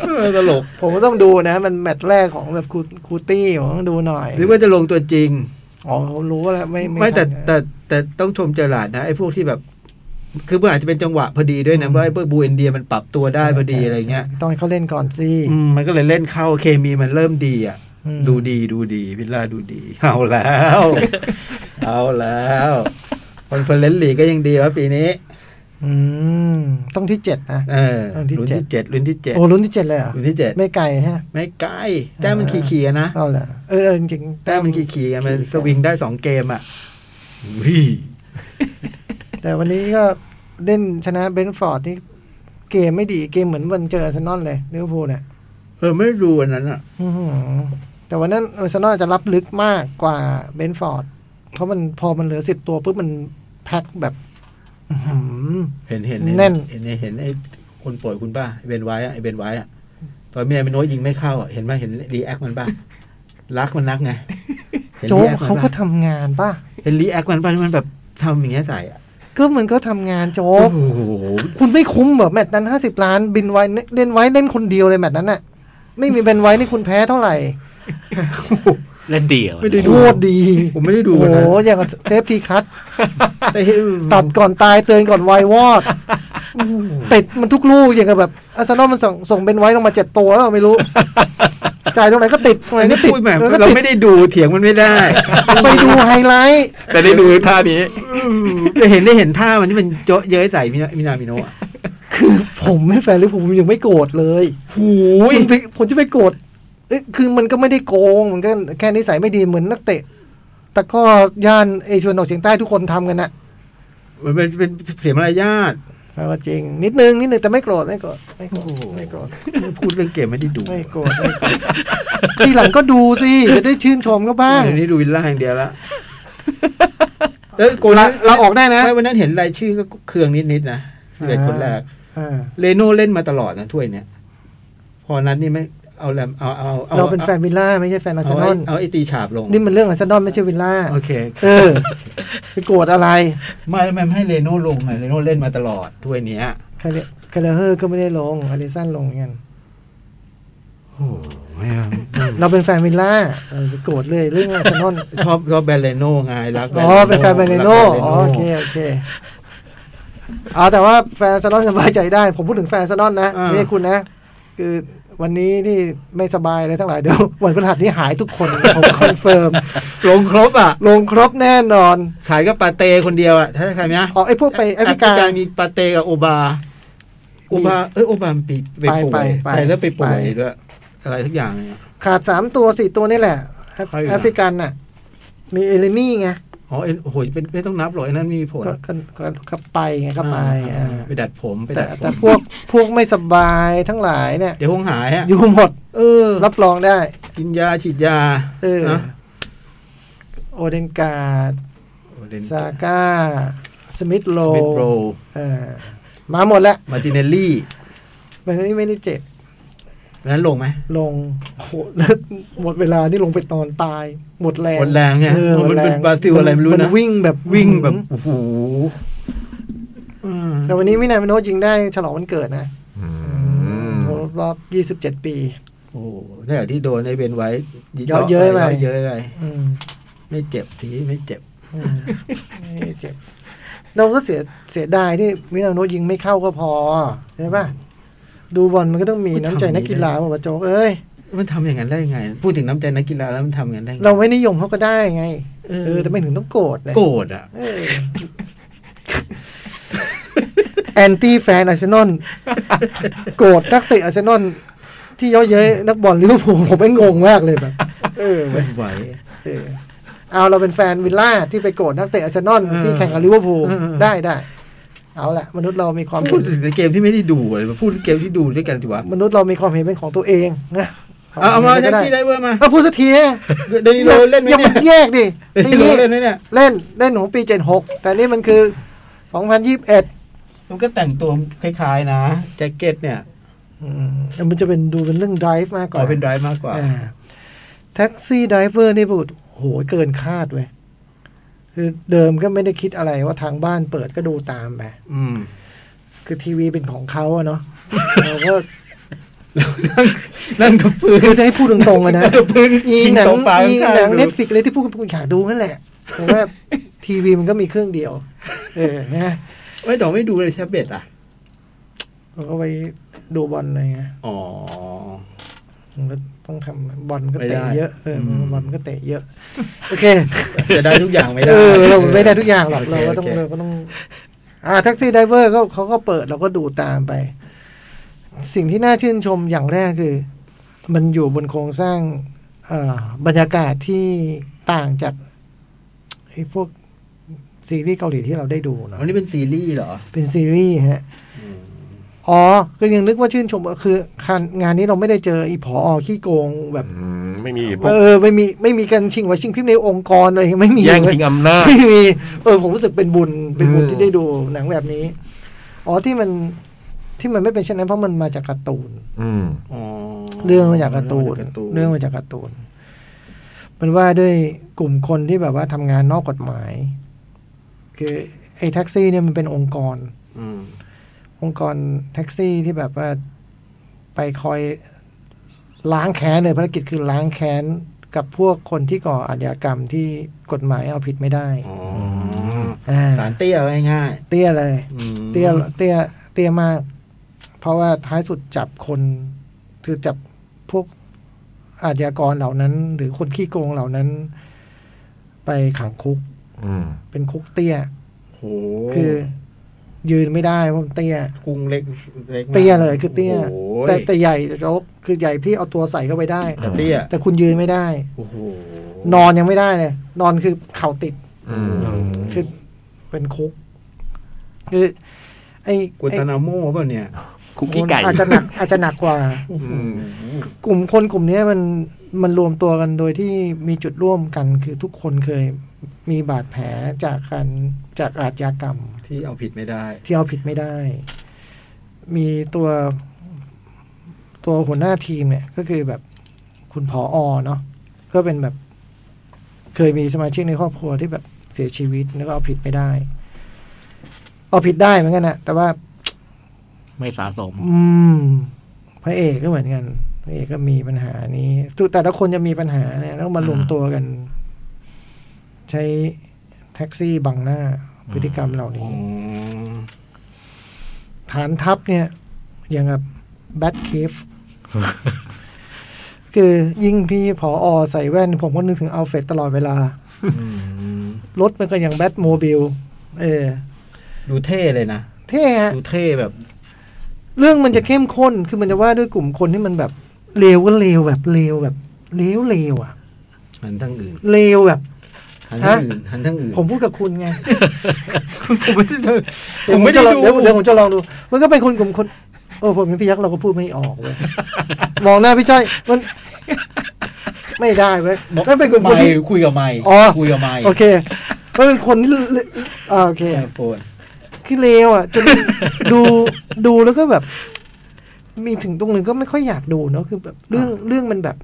[SPEAKER 5] เออตลก
[SPEAKER 6] ผมก็ต้องดูนะ มันแมตช์แรกของแบบครูครูตี้ผมต้องดูหน่อย
[SPEAKER 5] หรือว่าจะลงตัวจริง
[SPEAKER 6] อ๋อเขารู้แล้วไม่
[SPEAKER 5] ไม่
[SPEAKER 6] ทั
[SPEAKER 5] แต่
[SPEAKER 6] นนะ
[SPEAKER 5] แต่แต่แต่ต้องชมเจอหลาดนะไอ้พวกที่แบบ คือมันอาจจะเป็นจังหวะพอดีด้วยนะ
[SPEAKER 6] อืม
[SPEAKER 5] ว่าไอ้พวกบูเอนเดียมันปรับตัวได้พอดีอะไรเงี้ย
[SPEAKER 6] ต้องให้เขาเล่นก่อนสิ
[SPEAKER 5] อืมมันก็เลยเล่นเข้าเคมีมันเริ่มดีอ่ะ
[SPEAKER 6] อืม
[SPEAKER 5] ดูดีดูดีวิลล่าดูดี เอาแล้ว เอาแล้วคอนเฟอเรนซ์ลีกก็ยังดีวะปีนี้
[SPEAKER 6] อืมต้องที่เจ็ดนะ
[SPEAKER 5] เออ
[SPEAKER 6] รุ่นที่
[SPEAKER 5] รุ่น
[SPEAKER 6] เจ็ด
[SPEAKER 5] ที่เจ็ดรุ่นที่เจ็ด
[SPEAKER 6] โอ้ลุ้นที่เจ็ดเลยเหรอ
[SPEAKER 5] รุ่นที่เจ็ด
[SPEAKER 6] ไม่ไกลฮะ
[SPEAKER 5] ไม่ไกลแต้มมัน
[SPEAKER 6] อ่า
[SPEAKER 5] ขี่ๆอะนะ
[SPEAKER 6] เอาเหรอเออเออจริงๆ
[SPEAKER 5] แต้มมันขี่ๆอะมันสวิงได้สองเกมอ่ะวิ
[SPEAKER 6] แต่วันนี้ก็เล่นชนะเบนฟอร์ดนี่เกมไม่ดีเกมเหมือนวันเจออาร์เซนอลเลยลิเวอร์พูลเนี่ย
[SPEAKER 5] เออไม่รู้อันนั้นอ่ะ
[SPEAKER 6] อื้อหือแต่วันนั้นอาร์เซนอลจะรับลึกมากกว่าเบนฟอร์ด เพราะมันพอมันเหลือสิบตัวปุ๊บมันแพ็คแบบ อื้อหือ
[SPEAKER 5] เห็นเห็นเห็
[SPEAKER 6] แน่น
[SPEAKER 5] เห็นเห็นไอ้คนป่วยคุณป้าไอ้เบนไว้อะไอ้เบนไว้อะตอนเมียเป็นโน้ตยิงไม่เข้าอะเห็นไหมเห็นรีแอคมันป่ะรักมันนักไงเห็น
[SPEAKER 6] โจ๊
[SPEAKER 5] รี
[SPEAKER 6] ก
[SPEAKER 5] แอค
[SPEAKER 6] เขา
[SPEAKER 5] มัน
[SPEAKER 6] ก็
[SPEAKER 5] ป่ะ
[SPEAKER 6] ทำงานป่ะ
[SPEAKER 5] เห็นรีแอคมันป่ะที่มันแบบทำอย่างเงี้ยใส่อะ
[SPEAKER 6] ก็มันก็ทำงานโจ๊
[SPEAKER 5] โอ้
[SPEAKER 6] ก
[SPEAKER 5] โห
[SPEAKER 6] คุณไม่คุ้มเหรอแมตช์นั้นห้าสิบล้านบินไว้เล่นไว้เล่นคนเดียวเลยแมตช์นั้นน่ะ ไม่มีเบนไว้นี่คุณแพ้เท่าไหร่
[SPEAKER 4] เล่นเดี่ยว
[SPEAKER 5] ไม่ได้
[SPEAKER 6] โค
[SPEAKER 5] ดู
[SPEAKER 6] ตรดี
[SPEAKER 5] ผมไม่ได้ดู
[SPEAKER 6] โอ้
[SPEAKER 5] วัน
[SPEAKER 6] โห
[SPEAKER 5] นั้น
[SPEAKER 6] อย่างกับเซฟทีคัต
[SPEAKER 5] แต่เห็น
[SPEAKER 6] ตัดก่อนตายเตือนก่อนไววอดติดมันทุกลูกอย่างกับแบบอาร์เซนอลมันส่งส่งเบนไว้ลงมาเจ็ดตัวแล้วไม่ รู้ จ่ายตรงไหนก็ติดตรงไหน
[SPEAKER 5] อัน
[SPEAKER 6] ก็
[SPEAKER 5] นี้
[SPEAKER 6] ติด
[SPEAKER 5] พูดแบบ
[SPEAKER 6] ตรงไหนก็
[SPEAKER 5] เรา
[SPEAKER 6] ติด
[SPEAKER 5] ไม่ได้ดูเถียงมันไม่ได้
[SPEAKER 6] ไปดูไฮไลท์
[SPEAKER 3] แต่ได้ดูท่านี้
[SPEAKER 5] จะเห็นได้เห็นท่ามันที่มันเจาะเย้ยใส่มินามินามิโนะอะ
[SPEAKER 6] คือผมเป็นแฟนลิเวอร์พูลผมยังไม่โกรธเลย
[SPEAKER 5] หูย
[SPEAKER 6] มันไปผมจะไปโกรธเอ้ยคือมันก็ไม่ได้โกง มันก็แค่นิสัยไม่ดีเหมือนนักเตะตะกร้อย่านเอเชยตะวันออกเฉียงใต้ทุกคนทำกันนะ
[SPEAKER 5] มันเป็นเป็นเสียมารยาท
[SPEAKER 6] แปลว่าจริง นิดนึงนิดนึงแต่ไม่โกรธไม่โกรธไม่โกรธไม่โกรธ
[SPEAKER 5] พูดเรื่องเกมไม่ได้ดู
[SPEAKER 6] ไม่โกรธไม่โกรธทีหลังก็ดูสิจะได้ชื่นชมก็บ้าง
[SPEAKER 5] เดี๋ยวนี้ดูวิลล่าอย่างเดียวละแล้วโกลา
[SPEAKER 6] เราออกได้นะ
[SPEAKER 5] ใช่วันนั้นเห็นรายชื่อก็เคืองนิดๆนะสิบเอ็ดคนแรก
[SPEAKER 6] อ่า
[SPEAKER 5] เรโน่เล่นมาตลอดนะถ้วยเนี้ยพอนั้นนี่ไม่เอาแลมเอาเอาเอา
[SPEAKER 6] เราเป็นแฟนวิลล่าไม่ใช่แฟนอาร์เซ
[SPEAKER 5] เอา
[SPEAKER 6] นอล
[SPEAKER 5] ไอ้เอาไอตีฉาบลง
[SPEAKER 6] นี่มันเรื่องอาร์เซนอลไม่ใช่วิลล่า
[SPEAKER 5] โอเค
[SPEAKER 6] เออไปโกรธอะไร
[SPEAKER 5] ไม่แล้วมันให้เรโน่ลงไงเรโน่เล่นมาตลอดถ้วยเนี้ย
[SPEAKER 6] คาเลคาเลเฮอร์ก็ไม่ได้ลงอลิสันลงเหมือนกัน
[SPEAKER 5] โอ้ไม่เอา
[SPEAKER 6] เราเป็นแฟนวิลล่าเออไปโกรธเลยเรื่องอาร์เซ นอล
[SPEAKER 5] ชอบชอบแบรนด์เรโน่ไงรัก
[SPEAKER 6] อ๋อเป็นแฟนเบเนโนอ๋อโอเคโอเคเอาแต่ว่าแฟนอาร์เซนอลสบายใจได้ ผมพูดถึงแฟนอาร์เซนอลนะไม่ใช่คุณนะ คือวันนี้ที่ไม่สบายเลยทั้งหลายเดี๋ยววันพฤหัสนี้หายทุกคนผมคอนเฟิร์ ม
[SPEAKER 5] ลงครบอ่ะ
[SPEAKER 6] ลงครบแน่นอน
[SPEAKER 5] ขายก็ปาเต้คนเดียวอ่ะ ถ้าใครไหมนะ
[SPEAKER 6] อ๋อไอ้พวกไปแอฟริกา
[SPEAKER 5] มีปาเต้กับโอบา โอบา เอ้ยโอบามันปีไปป่วย
[SPEAKER 6] ไปไปไป
[SPEAKER 5] แล้วไปป่วย
[SPEAKER 6] ไป
[SPEAKER 5] ด้วย อะไรทุกอย่างเนี่ย
[SPEAKER 6] ขาดสามตัวสี่ตัวนี่แหละ แอฟแอฟริกันน่ะ มีเอเลนี่ไง
[SPEAKER 5] อ๋อเอ็นโอ้โหเป็นไม่ต้องนับหรอกไอ้นั่นไมมีผล
[SPEAKER 6] ก็ก็ก็ก็ไปไงก็ไป
[SPEAKER 5] อ่า
[SPEAKER 6] อ่า
[SPEAKER 5] ไปดัดผมไป
[SPEAKER 6] แต่
[SPEAKER 5] ดัดผม
[SPEAKER 6] แต่พวกพวกไม่สบายทั้งหลายเนี่ย
[SPEAKER 5] เดี๋ยวคงหายอ่ะ
[SPEAKER 6] อยู่หมด
[SPEAKER 5] เออ
[SPEAKER 6] รับรองได้
[SPEAKER 5] กินยาฉีดยา
[SPEAKER 6] เออ
[SPEAKER 5] นะ
[SPEAKER 6] โอเดนการ์ด
[SPEAKER 5] โอ้เดน
[SPEAKER 6] ซาก้า สมิธโล
[SPEAKER 5] เมดโร
[SPEAKER 6] เออมาหมดแล้ว
[SPEAKER 5] มาติเนลลี่
[SPEAKER 6] วันนี้ไม่ได้เจ็บ
[SPEAKER 5] นั้นลงไหม
[SPEAKER 6] ลง โหแล้วหมดเวลานี่ลงไปนอนตาย หมดแรง
[SPEAKER 5] หมดแรงไง
[SPEAKER 6] เออหม
[SPEAKER 5] มั
[SPEAKER 6] ด
[SPEAKER 5] น
[SPEAKER 6] แร
[SPEAKER 5] เป็น
[SPEAKER 6] ง
[SPEAKER 5] บราซิลอะไรไม่รู้นะ
[SPEAKER 6] วิ่งแบบ
[SPEAKER 5] วิ่งแบบโอ้โหอืม
[SPEAKER 6] แต่วันนี้วินัยมโนจริงได้ฉลองวันเกิดนะ
[SPEAKER 3] อืม
[SPEAKER 6] ครบรอบยี่สิบเจ็ดปี
[SPEAKER 5] โอ้โหนี่อย่างที่โดนไอ้เบนไว้
[SPEAKER 6] เยอะเยอะไป
[SPEAKER 5] เยอะเยอะไป
[SPEAKER 6] อืม
[SPEAKER 5] ไม่เจ็บทีนี้ไม่เจ็บ
[SPEAKER 6] อืมนี่เจ็บเราก็เสียเสียดายที่วินัยมโนยิงไม่เข้าก็พอใช่ป่ะดูบอลมันก็ต้องมีน้ำใจนักกีฬาบอกว่าโจ๊กเอ้ย
[SPEAKER 5] มันทำอย่างนั้นได้ยังไง พูดถึงน้ำใจนักกีฬาแล้วมันทำอย่างนั้นได้ยังง
[SPEAKER 6] เราไม่นิยมเขาก็ได้ไง
[SPEAKER 5] เออ
[SPEAKER 6] เออแต่ไม่ถึงต้องโกรธเลย
[SPEAKER 5] โกรธอ่ะ
[SPEAKER 6] แอนตี้แฟนอาร์เซนอล โกรธนักเตะอาร์เซนอลที่เย่อเย้ยนักบอลลิเวอร์พูลผมไม่งงมากเลยแบบ เออ
[SPEAKER 5] ไม่ไหว
[SPEAKER 6] เออเอาเราเป็นแฟนวิลล่าที่ไปโกรธนักเตะอาร์เซนอล
[SPEAKER 5] เออ
[SPEAKER 6] ที่แข่งกับลิเวอร์พูล
[SPEAKER 5] เออเออ
[SPEAKER 6] ได้ได้ เอาละมนุษย์เรามีความ
[SPEAKER 5] พู
[SPEAKER 6] เห็
[SPEAKER 5] ด
[SPEAKER 6] น
[SPEAKER 5] ถึงในเกมที่ไม่ได้ดูเลยมาพูดถึงเกมที่ดูด้วยกันสิวะ
[SPEAKER 6] มนุษย์เรามีความเห็นเป็นของตัวเองนะ
[SPEAKER 5] เอาเอามา
[SPEAKER 6] ขงตัว
[SPEAKER 5] แท็ก
[SPEAKER 6] ง
[SPEAKER 5] ซี่ได้เวอร์มา
[SPEAKER 6] ก็พูดสักที
[SPEAKER 5] เดนิโลเล่นไหม
[SPEAKER 6] อย่า
[SPEAKER 5] เนี่ย
[SPEAKER 6] มาแยกดิ
[SPEAKER 5] เดนิโล
[SPEAKER 6] นี่
[SPEAKER 5] เล่นไหมเนี่ย
[SPEAKER 6] เล่นเล่นของปี 76 แต่นี่มันคือ 2021
[SPEAKER 5] มันก็แต่งตัวคล้ายๆนะแจ็คเก็ตเนี่ย
[SPEAKER 6] แต่มันจะเป็นดูเป็นเรื่องไดฟ์มากก
[SPEAKER 5] ก่อ
[SPEAKER 6] ว่า
[SPEAKER 5] เป็นไดรฟ์มากกว่า
[SPEAKER 6] อ่าแท็กซี่ไดเวอร์นี่พูดโหเกินคาดเว้ยคือเดิมก็ไม่ได้คิดอะไรว่าทางบ้านเปิดก็ดูตามไป
[SPEAKER 5] อืม
[SPEAKER 6] คือทีวีเป็นของเขาอะเนาะเราก็
[SPEAKER 5] นั่นกับปืน
[SPEAKER 6] คือจะให้พูดตรงๆ อะนะ
[SPEAKER 5] กับปืน
[SPEAKER 6] อี
[SPEAKER 5] ยิ
[SPEAKER 6] หนัง
[SPEAKER 5] โซฟา
[SPEAKER 6] อี
[SPEAKER 5] ข้า
[SPEAKER 6] หนั
[SPEAKER 5] ง
[SPEAKER 6] ง
[SPEAKER 5] ๆ
[SPEAKER 6] เน็ตฟิกเลยที่พูดกับคุณอยากดูนั่นแหละแต่ว่าทีวีมันก็มีเครื่องเดียว เออนะ
[SPEAKER 5] ไม่ต่อไม่ดูเลยแท็บเล็ตอ่ะ
[SPEAKER 6] เราก็ไปดูบอลอะไรเงี้ย
[SPEAKER 5] อ๋อ
[SPEAKER 6] มันก็ต้องทำบอลมันก็
[SPEAKER 5] ไม่
[SPEAKER 6] เตะ
[SPEAKER 5] ได้
[SPEAKER 6] เยอะเอออ
[SPEAKER 5] ม
[SPEAKER 6] บอลมันก็เตะเยอะ โอเค
[SPEAKER 5] จะได้ทุกอย่างไม่ได้
[SPEAKER 6] เออเราไม่ได้ทุกอย่างหรอกเราก็ต้อง
[SPEAKER 5] โค
[SPEAKER 6] เราก็ต้อง อ่าแท็กซี่ไดเวอร์ก็เขาก็เปิดเราก็ดูตามไป สิ่งที่น่าชื่นชมอย่างแรกคือ มันอยู่บนโครงสร้าง เอ่อบรรยากาศที่ต่างจากไอ้พวกซีรีส์เกาหลีที่เราได้ดูเน
[SPEAKER 5] อัน
[SPEAKER 6] อะ
[SPEAKER 5] นี้เป็นซีรีส์เหรอ
[SPEAKER 6] เป็นซีรีส์ฮะอ๋อก็ยังนึกว่าชื่นชมว่าคือการงานนี้เราไม่ได้เจออีผออขี้โกงแบบ
[SPEAKER 3] อืมไม่มีพว
[SPEAKER 6] เอก อไม่มีไม่มีการชิงไว้ชิงพริบในองค์กรอะไรไม่มี
[SPEAKER 3] แย่งชิงอำนาจ
[SPEAKER 6] ไม่มีเออผมรู้สึกเป็นบุญเป็นบุญ
[SPEAKER 3] อืม
[SPEAKER 6] ที่ได้ดูหนังแบบนี้ อ๋อที่มันที่มันไม่เป็นเช่นนั้นเพราะมันมาจากการ์ตูน
[SPEAKER 3] อืม
[SPEAKER 5] อ๋อ
[SPEAKER 6] เรื่องมาจากการ์ตูนเรื่
[SPEAKER 5] เรื่
[SPEAKER 6] อ
[SPEAKER 5] อง ง
[SPEAKER 6] มาจากการ์ตูนมันว่าด้วยกลุ่มคนที่แบบว่าทำงานนอกกฎหมาย คือไอ้แท็กซี่เนี่ยมันเป็นองค์กร
[SPEAKER 5] อืม
[SPEAKER 6] องค์กรแท็กซี่ที่แบบว่าไปคอยล้างแค้นเลยภารกิจคือล้างแค้นกับพวกคนที่ก่ออาชญากรรมที่กฎหมายเอาผิดไม่ได้
[SPEAKER 5] อ๋อ
[SPEAKER 6] อ่า
[SPEAKER 5] สารเตี้ยว่าง่าย
[SPEAKER 6] เตี้ยเลย
[SPEAKER 5] ๆอืม
[SPEAKER 6] เตี้ยเตี้ยเตี้ยมาก เพราะว่าท้ายสุดจับคนคือจับพวกอาชญากรเหล่านั้น หรือคนขี้โกงเหล่านั้น ไปขังคุก
[SPEAKER 3] อืม
[SPEAKER 6] เป็นคุกเตี้ย
[SPEAKER 5] โห
[SPEAKER 6] คือ ยืนไม่ได้เพราะมันเตี้ย
[SPEAKER 5] กรุงเล็กเล็กมาก
[SPEAKER 6] เตี้ยเลยคือเตี้ย
[SPEAKER 5] โอ้โห
[SPEAKER 6] แต่แต่ใหญ่รกคือใหญ่ที่เอาตัวใส่เข้าไปได้
[SPEAKER 5] แต่เตี้ย
[SPEAKER 6] แต่คุณยืนไม่ได้
[SPEAKER 5] โอ้โห
[SPEAKER 6] นอนยังไม่ได้เลยนอนคือเข่าติด
[SPEAKER 3] อืม
[SPEAKER 6] คือเป็นคุก คือ ไอ้
[SPEAKER 5] กุน
[SPEAKER 6] ไอ้
[SPEAKER 5] ตานาโม่ป่ะเนี่ย
[SPEAKER 3] คุกกี้ไก่
[SPEAKER 6] อาจจะหนัก อาจจะหนักกว่า
[SPEAKER 3] อืม
[SPEAKER 6] กลุ่มคนกลุ่มเนี้ยมันมันรวมตัวกันโดยที่มีจุดร่วมกัน คือทุกคนเคยมีบาดแผลจากการจากอาชญากรรม
[SPEAKER 5] ที่เอาผิดไม่ได้
[SPEAKER 6] ที่เอาผิดไม่ได้ มีตัวตัวหัวหน้าทีมเนี่ย ก็คือแบบคุณผออเนาะ ก็เป็นแบบ เคยมีสมาชิกในครอบครัวที่แบบเสียชีวิตแล้วก็เอาผิดไม่ได้ เอาผิดได้เหมือนกันนะแต่ว่า
[SPEAKER 4] ไม่สะสม
[SPEAKER 6] อืม พระเอกก็เหมือนกัน พระเอกก็มีปัญหานี้ทุกแต่ละคนจะมีปัญหาเนี่ยแล้วมารวมตัวกัน ใช้แท็กซี่บังหน้า พฤติกรรมเหล่านี้ ฐานทัพเนี่ย อย่างกับแบทคิฟ คือยิ่งพี่ผออใส่แว่น ผมก็นึกถึงอัลเฟรดตลอดเวลา รถมันก็อย่างแบทโมบิลเออ
[SPEAKER 5] ดูเท่เลยนะ
[SPEAKER 6] เท่ฮะ
[SPEAKER 5] ดูเท่แบบ
[SPEAKER 6] เรื่องมันจะเข้มข้น คือมันจะว่าด้วยกลุ่มคนที่มันแบบเลวก็เลวแบบเลวแบบเลวเลวอ่ะ
[SPEAKER 5] หันทางอื่น
[SPEAKER 6] เลวแบบ
[SPEAKER 5] หันทางอื่นหันทางอื่น
[SPEAKER 6] ผมพูดกับคุณไง
[SPEAKER 5] ผมไม่ได้
[SPEAKER 6] เยวจะ
[SPEAKER 5] ดู
[SPEAKER 6] ลองเดี๋ยวเดี๋ยวผมจะลองดู มันก็เป็นคนกลุ่มคน โอ้ผมเป็นพี่ยักษ์เราก็พูดไม่ออกเว้ยมองหน้าพี่จ้อยมัน ไม่ได้เว้ยมันเป็นกลุ่มคน
[SPEAKER 7] ไม่
[SPEAKER 6] ที่
[SPEAKER 7] คุยกับไม่
[SPEAKER 6] อ๋อ
[SPEAKER 7] คุยกับไม่
[SPEAKER 6] โอเคมันเป็นคนที่เลอ่าโอเค
[SPEAKER 7] ไอโฟน
[SPEAKER 6] คือเลวอ่ะจ นดูดูแล้วก็แบบ มีถึงตรงหนึ่งก็ไม่ค่อยอยากดูเนาะคือแบบเรื่องเรื่องมันแบบ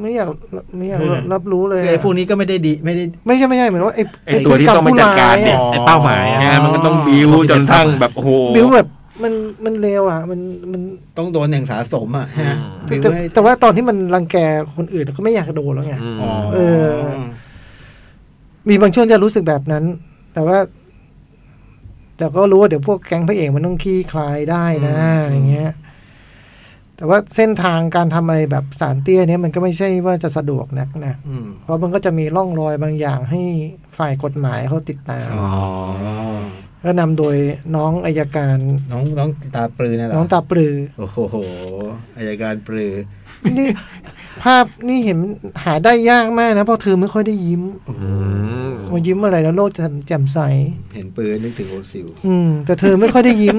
[SPEAKER 6] ไม่อยากไม่อยากรับรู้เลย
[SPEAKER 7] ไอพวกนี้ก็ไม่ได้ดีไม่ได้
[SPEAKER 6] ไม่ใช่ไม่ใช่เหมือนว่าไอ้
[SPEAKER 3] ไอตัวที่ต้องมาจัดการเนี่ย
[SPEAKER 6] ไอ้
[SPEAKER 3] ไอเป้าหมายอะมันก็ต้องบิวจนทั้งแบบโอ้โห
[SPEAKER 6] กรรมผู้ร้ายอะบิวแบบ มันมันเลวอ่ะ มันมัน
[SPEAKER 5] ต้องโดนอย่างสาสมอ่ะฮะ
[SPEAKER 6] แต่
[SPEAKER 5] บิว
[SPEAKER 6] แต่
[SPEAKER 5] ให้
[SPEAKER 6] แต่ว่าตอนที่มันรังแกคนอื่นก็ไม่อยากดูแล้วไง
[SPEAKER 3] อืม
[SPEAKER 7] อ๋อ
[SPEAKER 6] เออ มีบางช่วงจะรู้สึกแบบนั้น แต่ว่า แต่ก็รู้ว่าเดี๋ยวพวกแก๊งพระเอกมันต้องขี้คลายได้นะ
[SPEAKER 3] อืม
[SPEAKER 6] อะไรเงี้ย แต่ว่าเส้นทางการทำอะไรแบบสารเตี้ยเนี้ยมันก็ไม่ใช่ว่าจะสะดวกนักนะ
[SPEAKER 5] อืม
[SPEAKER 6] เพราะมันก็จะมีร่องรอยบางอย่างให้ฝ่ายกฎหมายเขาติดตาม
[SPEAKER 5] อ๋อ
[SPEAKER 6] ก็นำโดยน้องอายการ
[SPEAKER 5] น้องน้องตาปลือเนี่ยเหรอ
[SPEAKER 6] น้องตาปลือ
[SPEAKER 5] โอ้โหอายการปลือ
[SPEAKER 6] นี่ ภาพนี่เห็นหาได้ยากมากนะเพราะเธอไม่ค่อยได้ยิ้ม
[SPEAKER 3] อืม
[SPEAKER 6] มายิ้มอะไรแล้วโลกจะแจ่มใส
[SPEAKER 5] เห็นปืนนึกถึงโอซิล
[SPEAKER 6] อืม แต่เธอไม่ค่อยได้ยิ้ม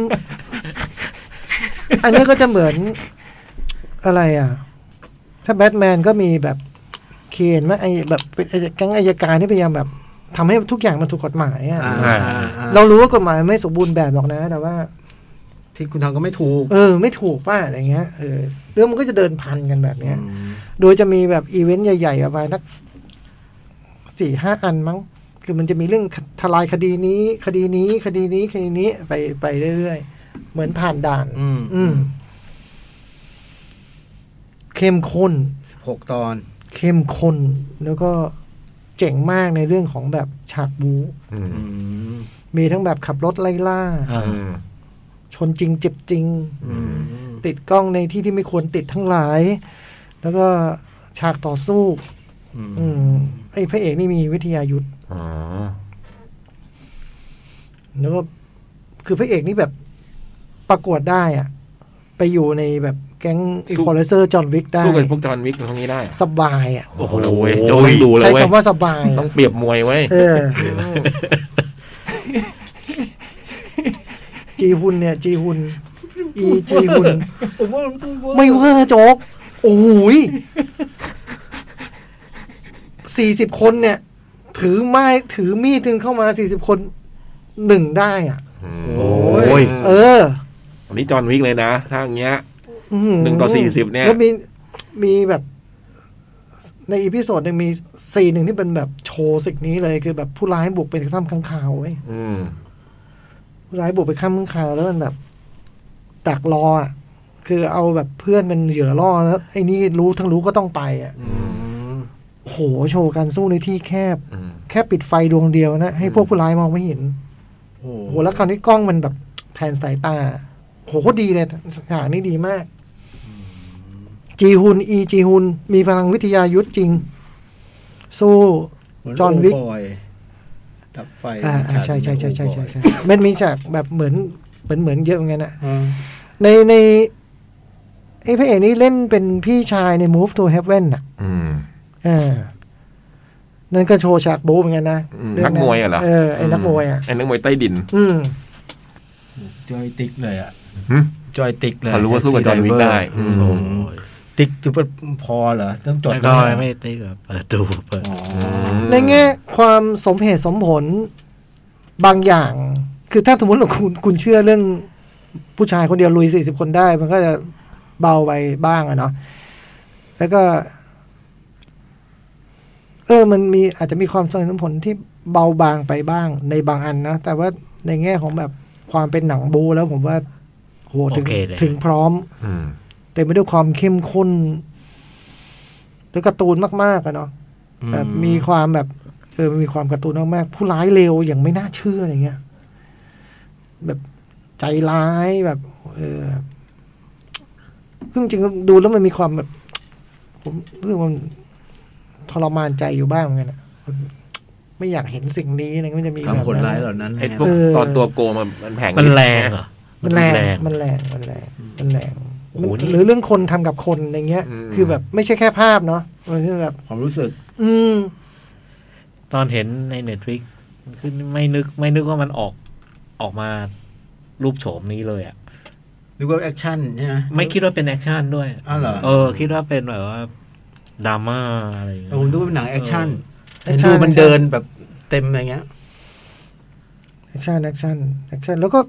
[SPEAKER 6] อันนี้ก็จะเหมือนอะไรอ่ะ ถ้าแบทแมนก็มีแบบเคนไหมไอ้แบบเป็นไอ้แก๊งอายการที่พยายามแบบทำให้ทุกอย่างมันถูกกฎหมายอ่ะ
[SPEAKER 5] อ่า
[SPEAKER 6] เรารู้ว่ากฎหมายไม่สมบูรณ์แบบหรอกนะ แต่ว่า
[SPEAKER 5] ที่คุณทำก็ไม่ถูก
[SPEAKER 6] เออ ไม่ถูกป่ะอะไรเงี้ยเออเรื่องมันก็จะเดินพันกันแบบเนี้ย โดยจะมีแบบอีเวนต์ใหญ่ๆประมาณนักสี่ห้าอันมั้ง คือมันจะมีเรื่องทลายคดีนี้ คดีนี้ คดีนี้ คดีนี้ ไปไปเรื่อยๆ เหมือนผ่านด่าน
[SPEAKER 5] อืม
[SPEAKER 6] อืม เข้มข้น
[SPEAKER 5] สิบหกตอน
[SPEAKER 6] เข้มข้น แล้วก็เจ๋งมากในเรื่องของแบบฉากบู
[SPEAKER 3] อืม
[SPEAKER 5] อืม
[SPEAKER 6] มีทั้งแบบขับรถไล่ล่า
[SPEAKER 4] อ่า
[SPEAKER 3] อืม
[SPEAKER 6] ชนจริงเจ็บจริง
[SPEAKER 5] อืม
[SPEAKER 6] ติดกล้องในที่ที่ไม่ควรติดทั้งหลาย แล้วก็ฉากต่อสู้
[SPEAKER 5] อืม
[SPEAKER 6] อืมไอ้พระเอกนี่มีวิทยายุทธ
[SPEAKER 3] อ๋อ
[SPEAKER 6] แล้วก็คือพระเอกนี่แบบประกวดได้อะไปอยู่ในแบบแก๊งอีควอไลเซอร์จอห์นวิกได้
[SPEAKER 3] สู้กับพวกจอห์นวิกพวกนี้ได้
[SPEAKER 6] สบายอ่ะ
[SPEAKER 3] โอ้โหเว้ยโดนดูแล้
[SPEAKER 6] ใช้
[SPEAKER 3] วเว้ย
[SPEAKER 6] คำว่าสบาย
[SPEAKER 3] ต้อ ง
[SPEAKER 6] อะ
[SPEAKER 3] เปรียบมวยเว้ย
[SPEAKER 6] เออจีฮุนเนี่ย จีฮุนอีจีฮุน
[SPEAKER 7] ผมว่ามันดูเวอร์
[SPEAKER 6] ไม่เวอร์โจ๊กโอ้โหสี่สิบคนเนี่ย ถือไม้ถือมีดกันเข้ามาสี่สิบคนหนึ่งได้อ่ะ
[SPEAKER 3] โอ้ย
[SPEAKER 6] เออ
[SPEAKER 3] อันนี้จอห์นวิกเลยนะถ้าอย่างเงี้ย
[SPEAKER 6] อื้ออ
[SPEAKER 3] หนึ่งต่อ40เนี่ย
[SPEAKER 6] แล้วมีมีแบบในอีพิโซดหนึ่งมีซีนหนึ่งที่เป็นแบบโชว์สิ่งนี้เลยคือแบบผู้ร้ายบุกไปที่ถ้ำข้างคาวเว้ย
[SPEAKER 3] อืม
[SPEAKER 6] ผู้ร้ายบุกไปข้ามข้างคาวแล้วมันแบบดักรออ่ะคือเอาแบบเพื่อนเป็นเหยื่อล่อแล้วไอ้นี่รู้ทั้งรู้ก็ต้องไปอ่ะ
[SPEAKER 3] อืม
[SPEAKER 6] โอ้โหโชว์การสู้ในที่แคบ
[SPEAKER 3] อืม
[SPEAKER 6] แค่ปิดไฟดวงเดียวนะ ให้พวกผู้ร้ายมองไม่เห็น
[SPEAKER 5] โอ้
[SPEAKER 6] โอ้โหแล้วคราวนี้กล้องมันแบบแทนสายตาโอ้โหโคตรดีเลยฉากนี้ดีมาก จีฮุนอีจีฮุนมีพลังวิทยายุทธจริง สู้
[SPEAKER 5] เหมื
[SPEAKER 6] จอห์นวิก
[SPEAKER 5] โบอยดับไฟ
[SPEAKER 6] อ่าอ่าใช่ใช่ใช่ใช่ใช่ใช่มันมีฉากแบบเหมือนเหมือนเหมือนเยอะเหมือนกันอะ
[SPEAKER 5] อ่า
[SPEAKER 6] ในในไอ้พระเอกนี่เล่นเป็นพี่ชายใน Move to Heaven อ่ะ
[SPEAKER 3] อืม
[SPEAKER 6] อ่านั่นก็โชว์ฉากบู๊เหมือนกันนะ
[SPEAKER 3] อืม
[SPEAKER 6] เรื่
[SPEAKER 3] นั
[SPEAKER 6] ง
[SPEAKER 3] กมวยอะเหรอ
[SPEAKER 6] เออไอ้นักมวยอ่ะ
[SPEAKER 3] ไอ้นักมวยใต้ดิน
[SPEAKER 6] อืม
[SPEAKER 7] จอยติ๊กเลยอ่ะ
[SPEAKER 3] หึ
[SPEAKER 5] จอยติกเลย
[SPEAKER 3] พอรู้ว่าสู้กับจอห์นวิกได้อืม
[SPEAKER 5] โอ้
[SPEAKER 4] โอ้
[SPEAKER 5] ย
[SPEAKER 4] ย
[SPEAKER 5] ติกจะพอเหรอต้องจด
[SPEAKER 4] ไม่ก็ไม่ได้แบบเปิดดูเปิด
[SPEAKER 5] อ๋อ
[SPEAKER 6] ในแง่ความสมเหตุสมผลบางอย่าง คือถ้าสมมติว่าคุณคุณเชื่อเรื่องผู้ชายคนเดียวลุยสี่สิบคนได้ มันก็จะเบาไปบ้างอะเนาะแล้วก็ เออ มันมีอาจจะมีความสมเหตุสมผลที่เบาบางไปบ้าง ในบางอันนะ แต่ว่าในแง่ของแบบความเป็นหนังบูแล้วผมว่าโหถึง
[SPEAKER 4] โอเคเลย
[SPEAKER 6] ถึงพร้อม
[SPEAKER 3] อืม
[SPEAKER 6] เต็ไมไปด้วยความเข้มข้นแล้วการ์ตูนมากๆอะเนาะ แบบมีความแบบเออมันมีความการ์ตูนมากๆผู้ร้ายเร็วอย่างไม่น่าเชื่ออะไรเงี้ย แบบใจร้ายแบบ เออซึ่งจริงๆดูแล้วมันมีความแบบ ผมรู้สึกว่ามันทรมานใจอยู่บ้างเหมือนกันอะไม่อยากเห็นสิ่งนี้อะไรเงี้ยมันจะมีแบบ
[SPEAKER 5] คำผล
[SPEAKER 6] นั้น
[SPEAKER 5] ร้ายเห
[SPEAKER 6] อะ
[SPEAKER 5] ล่านั้น
[SPEAKER 3] ไอ้พวก
[SPEAKER 6] เออ
[SPEAKER 3] ตอนตัวโกมันมันแผง
[SPEAKER 4] มันแรงเหรอ
[SPEAKER 6] มันแรง มันแรง มันแรง มันแรง
[SPEAKER 4] โอ้โหนี่
[SPEAKER 6] หรือเรื่องคนทำกับคนอะไรเงี้ย คือแบบไม่ใช่แค่ภาพเนาะ มันคือแบบ
[SPEAKER 7] ความรู้สึก
[SPEAKER 6] อืม
[SPEAKER 4] ตอนเห็นในเน็ตฟลิกคือไม่นึกไม่นึกว่ามันออกออกมารูปโฉมนี้เลยอ่ะ
[SPEAKER 7] หรือว่าแอคชั่นใช่ไหม
[SPEAKER 4] ไม่คิดว่าเป็นแอคชั่นด้วย
[SPEAKER 7] อ้าวเหรอ
[SPEAKER 4] เออ คิดว่าเป็นแบบว่าดราม่าอะไรอย่างเงี้ย
[SPEAKER 7] ผมดูว่าเป็นหนังแอคชั่น
[SPEAKER 6] เออ
[SPEAKER 7] เห็นดูมันเดินแบบเต็มอะไรเงี้ย
[SPEAKER 6] แอคชั่นแอคชั่นแอคชั่นแล้วก็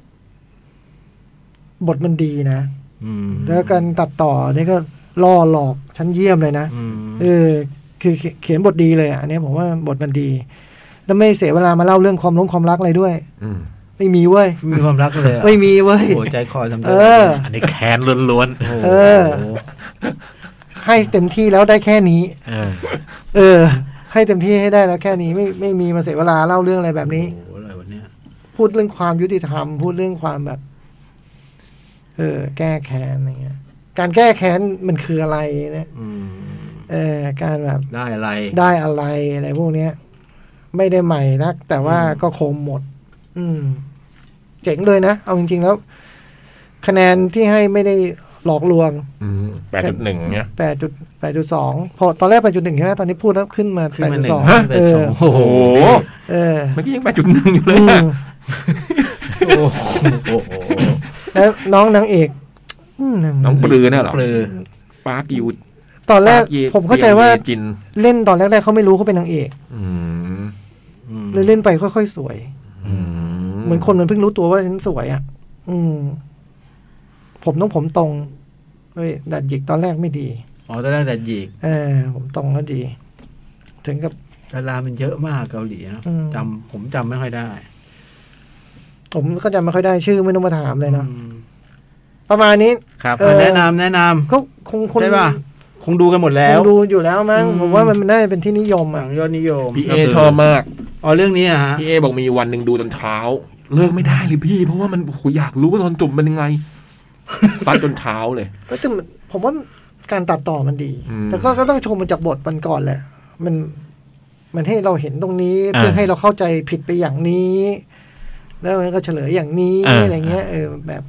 [SPEAKER 6] บทมันดีนะ
[SPEAKER 5] อืม
[SPEAKER 6] แล้วการตัดต่อนี่ก็ล่อหลอกชั้นเยี่ยมเลยนะ
[SPEAKER 5] อืม
[SPEAKER 6] เออ คือเขเขียนบทดีเลยอ่ะอันเนี้ยผมว่าบทมันดี แล้วไม่เสียเวลามาเล่าเรื่องความลงความรักอะไรด้วย
[SPEAKER 3] อืม
[SPEAKER 6] ไม่มีเว้ย
[SPEAKER 7] มีความรักเลยอะ
[SPEAKER 6] ไม่มีเว้ย
[SPEAKER 7] โหัวใจคอทำได้
[SPEAKER 6] เออ
[SPEAKER 4] อันนี้แค้นล้วน
[SPEAKER 7] โอ้โห
[SPEAKER 6] เออ ให้เต็มที่แล้วได้แค่นี้
[SPEAKER 4] ๆเออ
[SPEAKER 6] เออ ให้เต็มที่ให้ได้แล้วแค่นี้ไม่ไม่มีมาเสียเวลาเล่าเรื่องอะไรแบบนี้
[SPEAKER 7] โอ้โหอะไรวันเนี้ย
[SPEAKER 6] พูดเรื่องความยุติธรรม พูดเรื่องความแบบ เออ แก้แค้นอะไรเงี้ย การแก้แค้นมันคืออะไรเนี่ย
[SPEAKER 7] อืม
[SPEAKER 6] เออ การแบบ
[SPEAKER 7] ได้อะไร
[SPEAKER 6] ได้อะไรอะไรพวกเนี้ย ไม่ได้ใหม่นัก แต่ว่าก็คมหมด อืม เจ๋งเลยนะ เอาจริง ๆ แล้ว คะแนนที่ให้ไม่ได้หลอกลวง
[SPEAKER 3] อืมแปดจุดหนึ่งเนี่ย
[SPEAKER 6] แปดจุดแปดจุดสองพอตอนแรกแปดจุดหนึ่งใช่ไหมตอนนี้พูดแล้วขึ้นมา
[SPEAKER 7] ขึ้น
[SPEAKER 6] แปด
[SPEAKER 7] มาห
[SPEAKER 6] จุด
[SPEAKER 7] นึ่
[SPEAKER 6] ส
[SPEAKER 7] ง
[SPEAKER 6] อง
[SPEAKER 7] แป
[SPEAKER 6] เอ
[SPEAKER 7] ดสอ
[SPEAKER 6] อ
[SPEAKER 7] ง
[SPEAKER 3] โอ้โห
[SPEAKER 6] เออ
[SPEAKER 3] เมื่อกี้ยังแปดจุดหนึ่งอยู่เลย
[SPEAKER 6] อื
[SPEAKER 3] อะ
[SPEAKER 6] ม
[SPEAKER 7] โอ้โห
[SPEAKER 6] แล้วน้องนางเอกอืม
[SPEAKER 3] น้องปลือเนี่ยเหรอ
[SPEAKER 7] เปลือ
[SPEAKER 3] ปาร์กยู
[SPEAKER 6] ตอนแรก
[SPEAKER 3] ปายู
[SPEAKER 6] ผมเข้าใจว่า
[SPEAKER 3] เยจิน
[SPEAKER 6] เล่นตอนแรกๆเขาไม่รู้เขาเป็นนางเอก
[SPEAKER 3] อืม
[SPEAKER 6] เลยเล่นไปค่อยๆสวย
[SPEAKER 3] อื
[SPEAKER 6] เหมือนคนมันเพิ่งรู้ตัวว่าฉันสวยอ่ะ อืม ผมต้องผมตรงเฮ้ยดัดหยิกตอนแรกไม่ดี
[SPEAKER 7] อ๋อตอนแรกดัดหยิก
[SPEAKER 6] เออ ผมตรงแล้วดี ถึงกับ
[SPEAKER 7] ดารามันเยอะมากเกาหลีนะ
[SPEAKER 6] อืม
[SPEAKER 7] จำผมจำไม่ค่อยได้
[SPEAKER 6] ผมก็จำไม่ค่อยได้ชื่อไม่ต้องมาถามเลยเนาะ
[SPEAKER 7] อืม
[SPEAKER 6] ประมาณนี้
[SPEAKER 4] ครับ
[SPEAKER 6] เออ
[SPEAKER 7] แนะนำแนะน
[SPEAKER 6] ก็คงค
[SPEAKER 7] ำ
[SPEAKER 6] น
[SPEAKER 7] ได้ป่ะ คงดูกันหมดแล้ว
[SPEAKER 6] คงดูอยู่แล้วมั้ง
[SPEAKER 7] อืม
[SPEAKER 6] ผมว่ามันน่าจะเป็นที่นิยม
[SPEAKER 7] หนั
[SPEAKER 6] อ่ะ
[SPEAKER 7] งยอดนิยม
[SPEAKER 3] พี่
[SPEAKER 4] ก็
[SPEAKER 3] เอ
[SPEAKER 4] คือ
[SPEAKER 3] ชอบมาก
[SPEAKER 7] อ๋อเรื่องนี้นะฮะ
[SPEAKER 3] พี่เอบอกมีวันหนึ่งดูตอนเช้า เลิกไม่ได้เลยพี่ เพราะว่ามันโอ้โหอยากรู้ว่าตอนจบมันยังไงซัดจนเช้าเลย
[SPEAKER 6] ก็จะมันผมว่าการตัดต่อมันดี
[SPEAKER 3] อืม
[SPEAKER 6] แต่ก็ก็ต้องชมมันจากบทมันก่อนแหละ มันมันให้เราเห็นตรงนี้
[SPEAKER 4] อ่า
[SPEAKER 6] เพื่อให้เราเข้าใจผิดไปอย่างนี้ แล้วมันก็เฉลยอย่างนี้
[SPEAKER 4] อ่า
[SPEAKER 6] อะไรเงี้ยเออแบบ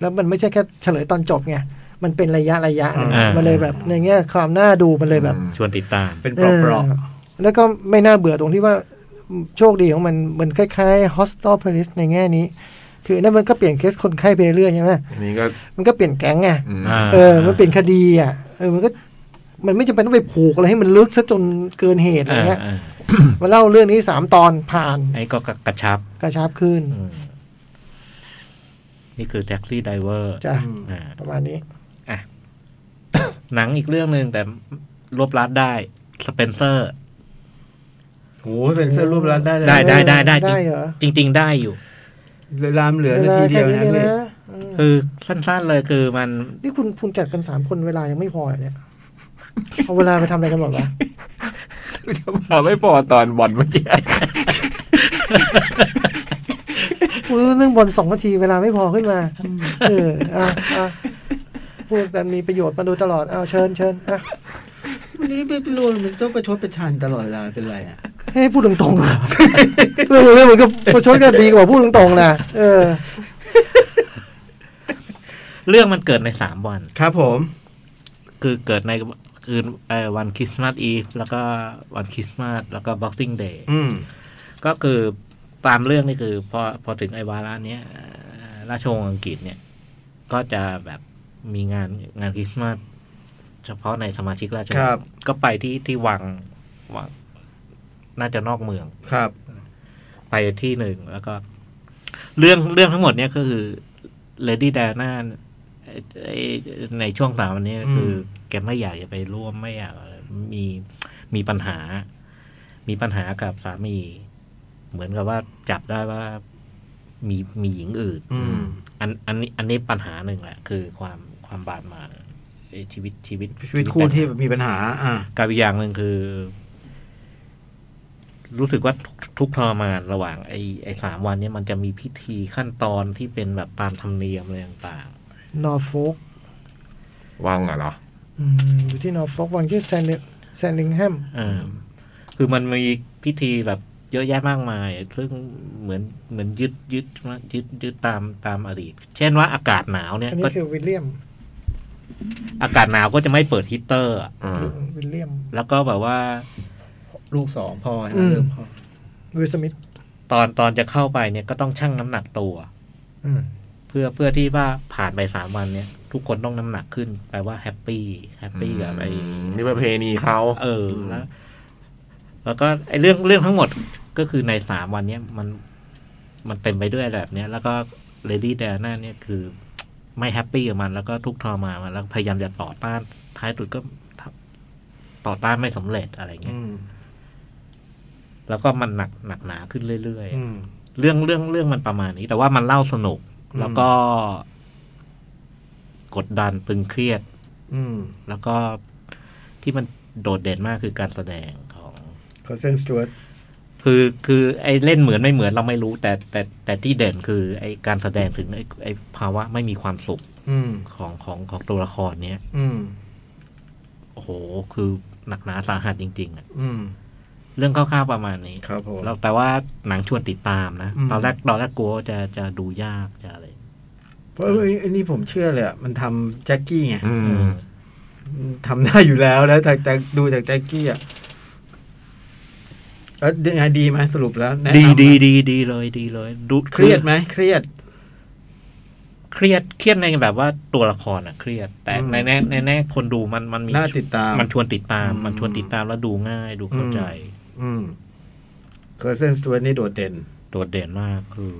[SPEAKER 6] แล้วมันไม่ใช่แค่เฉลยตอนจบไงมันเป็นระยะระยะ
[SPEAKER 4] อ่ามั
[SPEAKER 6] มันเลยแบบในแง่ความน่าดูมันเลยแบบ
[SPEAKER 4] ชวนติดตาม
[SPEAKER 7] เป็นปลอกปลอก
[SPEAKER 6] เออแล้วก็ไม่น่าเบื่อตรงที่ว่าโชคดีของมันมันคล้ายๆ Hostel Police ในแง่นี้ คือนั่นมันก็เปลี่ยนเคสคนไข้ไปเรื่อยใช่ไหม
[SPEAKER 3] อันนี้ก็
[SPEAKER 6] มันก็เปลี่ยนแก๊งไง
[SPEAKER 3] อืม
[SPEAKER 4] อ่า
[SPEAKER 6] เออ มันเปลี่ยนคดีอ่ะ เออ มันก็ มันไม่จำเป็นต้องไปผูกอะไรให้มันลึกซะจนเกินเหตุอะไรเงี้ย
[SPEAKER 4] อ่า
[SPEAKER 6] มาเล่าเรื่องนี้สามตอนผ่าน
[SPEAKER 4] ๆไอ้ก็กระชับ
[SPEAKER 6] กระชับขึ้น
[SPEAKER 4] อืมนี่คือแท็กซี่ไดเวอร์
[SPEAKER 6] จ้ะ
[SPEAKER 4] อ่า
[SPEAKER 6] ประมาณนี้
[SPEAKER 4] หนังอีกเรื่องหนึ่งแต่รวบรัดได้สเปนเซอร์
[SPEAKER 7] โอ้โหเป็นเสื้อรูปรัดได้เลย
[SPEAKER 4] ได้ได้ได้ได้
[SPEAKER 6] ได้เหรอ
[SPEAKER 4] จริงจริง ๆ ได้อยู่
[SPEAKER 7] เวลามันเหลือ
[SPEAKER 6] เว
[SPEAKER 7] นา
[SPEAKER 6] ลา
[SPEAKER 7] ทีเดี
[SPEAKER 6] แค่
[SPEAKER 7] ยว
[SPEAKER 6] นี้
[SPEAKER 7] นะ
[SPEAKER 6] เลย
[SPEAKER 7] พี่
[SPEAKER 6] นะเออ
[SPEAKER 4] คือสั้นๆเลยคือมัน
[SPEAKER 6] นี่คุณคุณจัดกันสามคนเวลายังไม่พอเนี่ย เอาเวลาไปทำอะไรกันหมดวะ
[SPEAKER 3] เราไม่พอตอนบอลเมื่อกี้
[SPEAKER 6] พูดเรื่องบอลสองนาทีเวลาไม่พอขึ้นมา เอออ่ะอ่ะพูดแต่มีประโยชน์มาโดยตลอด เอาวเชิญเชิญอ่ะ
[SPEAKER 7] วันนี้เป็นรวมมันต้องประชดประชันตลอดเวลาเป็นไรอ่ะ
[SPEAKER 6] ให้พูดตรงๆเหรอเรื่องเรื่องมันก็ประชดก็ดีกว่าพูดตรงๆนะเออ
[SPEAKER 4] เรื่องมันเกิดในสามวัน
[SPEAKER 7] ครับผม
[SPEAKER 4] คือเกิดในคืนเอ่อวันคริสต์มาสอีฟแล้วก็วันคริสต์มาสแล้วก็ Boxing Day
[SPEAKER 7] อืม
[SPEAKER 4] ก็คือตามเรื่องนี่คือพอพอถึงไอวาระเนี้ยเอ่อราชวงศ์อังกฤษเนี่ย ก็จะแบบมีงานงานคริสต์มาสเฉพาะในสมาชิกราชวงศ์ก็ไปที่ที่วังวังน่าจะนอกเมือง
[SPEAKER 7] ครับ
[SPEAKER 4] ไปที่หนึ่งแล้วก็ เรื่องเรื่องทั้งหมดเนี่ยก็คือเลดี้ดาน่าในช่วงสามวันนี้
[SPEAKER 7] อืม
[SPEAKER 4] คือ แกไม่อยากจะไปร่วมไม่อยากอะไรมีมีปัญหา มีปัญหากับสามี เหมือนกับว่าจับได้ว่ามีมีหญิงอื่น
[SPEAKER 7] อืม
[SPEAKER 4] อันอันนี้อันนี้ปัญหาหนึ่งแหละคือความความบาดหมางเอ่อชีวิตชีวิต
[SPEAKER 7] ชีวิตคู่
[SPEAKER 4] แต่ง
[SPEAKER 7] ที่มีปัญหา อ่ะ
[SPEAKER 4] กับอีกอย่างหนึ่งคือ รู้สึกว่าทุกทุกข์ทรมานระหว่างไอ้ไอ้สามวันเนี้มันจะมีพิธีขั้นตอนที่เป็นแบบตามธรรมเนียมอะไรต่าง
[SPEAKER 6] นอร์โฟก
[SPEAKER 3] วางอ่ะเหรอ
[SPEAKER 6] อยู่ที่นอร์โฟกวังที่แซนแซนลิงแฮม
[SPEAKER 4] ๆเออคือมันมีพิธีแบบเยอะแยะมากมาย ซึ่งเหมือนเหมือนยึดยึดยึดยึดตามตามอดีต เช่นว่าอากาศหนาวเนี่ย
[SPEAKER 6] อันนี้
[SPEAKER 4] ก็
[SPEAKER 6] คือวิลเลียม
[SPEAKER 4] อากาศหนาวก็จะไม่เปิดฮีตเตอร์อะ
[SPEAKER 3] อืม
[SPEAKER 2] วิลเลียม
[SPEAKER 4] แล้วก็แบบว่า
[SPEAKER 5] ลูกสองพ่อใช่ไห
[SPEAKER 6] อืม
[SPEAKER 5] มเริ่มพ่อ
[SPEAKER 2] วิลสมิธ
[SPEAKER 4] ตอนตอนจะเข้าไปเนี่ยก็ต้องชั่งน้ำหนักตัว
[SPEAKER 5] อืม
[SPEAKER 4] เพื่อเพื่อที่ว่าผ่านไปสามวันเนี่ย ทุกคนต้องน้ำหนักขึ้นแปลว่าแฮปปี้แฮปปี้กับไอ้
[SPEAKER 3] นี่ประเพณีเขา
[SPEAKER 4] เออแล้วแล้วก็ไอ้เรื่องเรื่องทั้งหมดก็คือในสามวันเนี้ยมันมันเต็มไปด้วยแบบเนี้ย แล้วก็เลดี้เดน่าเนี่ยคือ ไม่แฮปปี้กับมัน แล้วก็ทุกข์ทรมานมันแล้วพยายามจะต่อต้าน ท้ายสุดก็ทำต่อต้านไม่สำเร็จอะไรเงี้ย
[SPEAKER 5] อืม
[SPEAKER 4] แล้วก็มันหนักหนักหนาขึ้นเรื่อยๆ
[SPEAKER 5] อืม
[SPEAKER 4] เรื่องเรื่องเรื่องมันประมาณนี้ แต่ว่ามันเล่าสนุก
[SPEAKER 5] อืม
[SPEAKER 4] แล้วก็ กดดันตึงเครียด
[SPEAKER 5] อืม
[SPEAKER 4] แล้วก็ที่มันโดดเด่นมากคือการแสดงของ
[SPEAKER 5] คอนเซนสจวต
[SPEAKER 4] คือคือไอ้เล่นเหมือนไม่เหมือนเราไม่รู้ แต่แต่แต่ที่เด่นคือ ไอ้การแสดงถึงไอ้ไอ้ภาวะไม่มีความสุข
[SPEAKER 5] อืม
[SPEAKER 4] ของของของตัวละครเนี้ย
[SPEAKER 5] อืม
[SPEAKER 4] โอ้โห คือหนักหนาสาหัสจริงๆอะ
[SPEAKER 5] อืม
[SPEAKER 4] เรื่องคร่าวๆประมาณนี้
[SPEAKER 5] ครับผม
[SPEAKER 4] แล้วแต่ว่าหนังชวนติดตามนะ
[SPEAKER 5] อืม
[SPEAKER 4] ตอนแรกตอนแรกกลัวว่าจะจะดูยากจะอะไร
[SPEAKER 5] เพราะว่าอันนี้ผมเชื่อเลยอะมันทำแจ็คกี้ไง
[SPEAKER 3] อืม
[SPEAKER 5] ทำได้อยู่แล้วแล้วแต่แต่ดูจากแจ็คกี้อ่ะเออยังไงดีไหมสรุปแล้วแนะนำ
[SPEAKER 4] ดี
[SPEAKER 5] ไหม
[SPEAKER 4] ดีดีดีเลยดีเลย ดู
[SPEAKER 5] เครียดไหมเครียด
[SPEAKER 4] เครียดเครียดในแบบว่าตัวละครอะเครียด แต่
[SPEAKER 5] อืม
[SPEAKER 4] ในแน่ในแน่คนดูมันมันมี
[SPEAKER 5] น่าติดตาม
[SPEAKER 4] มันชวนติดตาม
[SPEAKER 5] อืม
[SPEAKER 4] มันชวนติดตามแล้วดูง่ายดูเข้า
[SPEAKER 5] อืม
[SPEAKER 4] ใจ
[SPEAKER 5] อืมเคอร์เซนสตูดนี่โดดเด่น
[SPEAKER 4] โดดเด่นมากคือ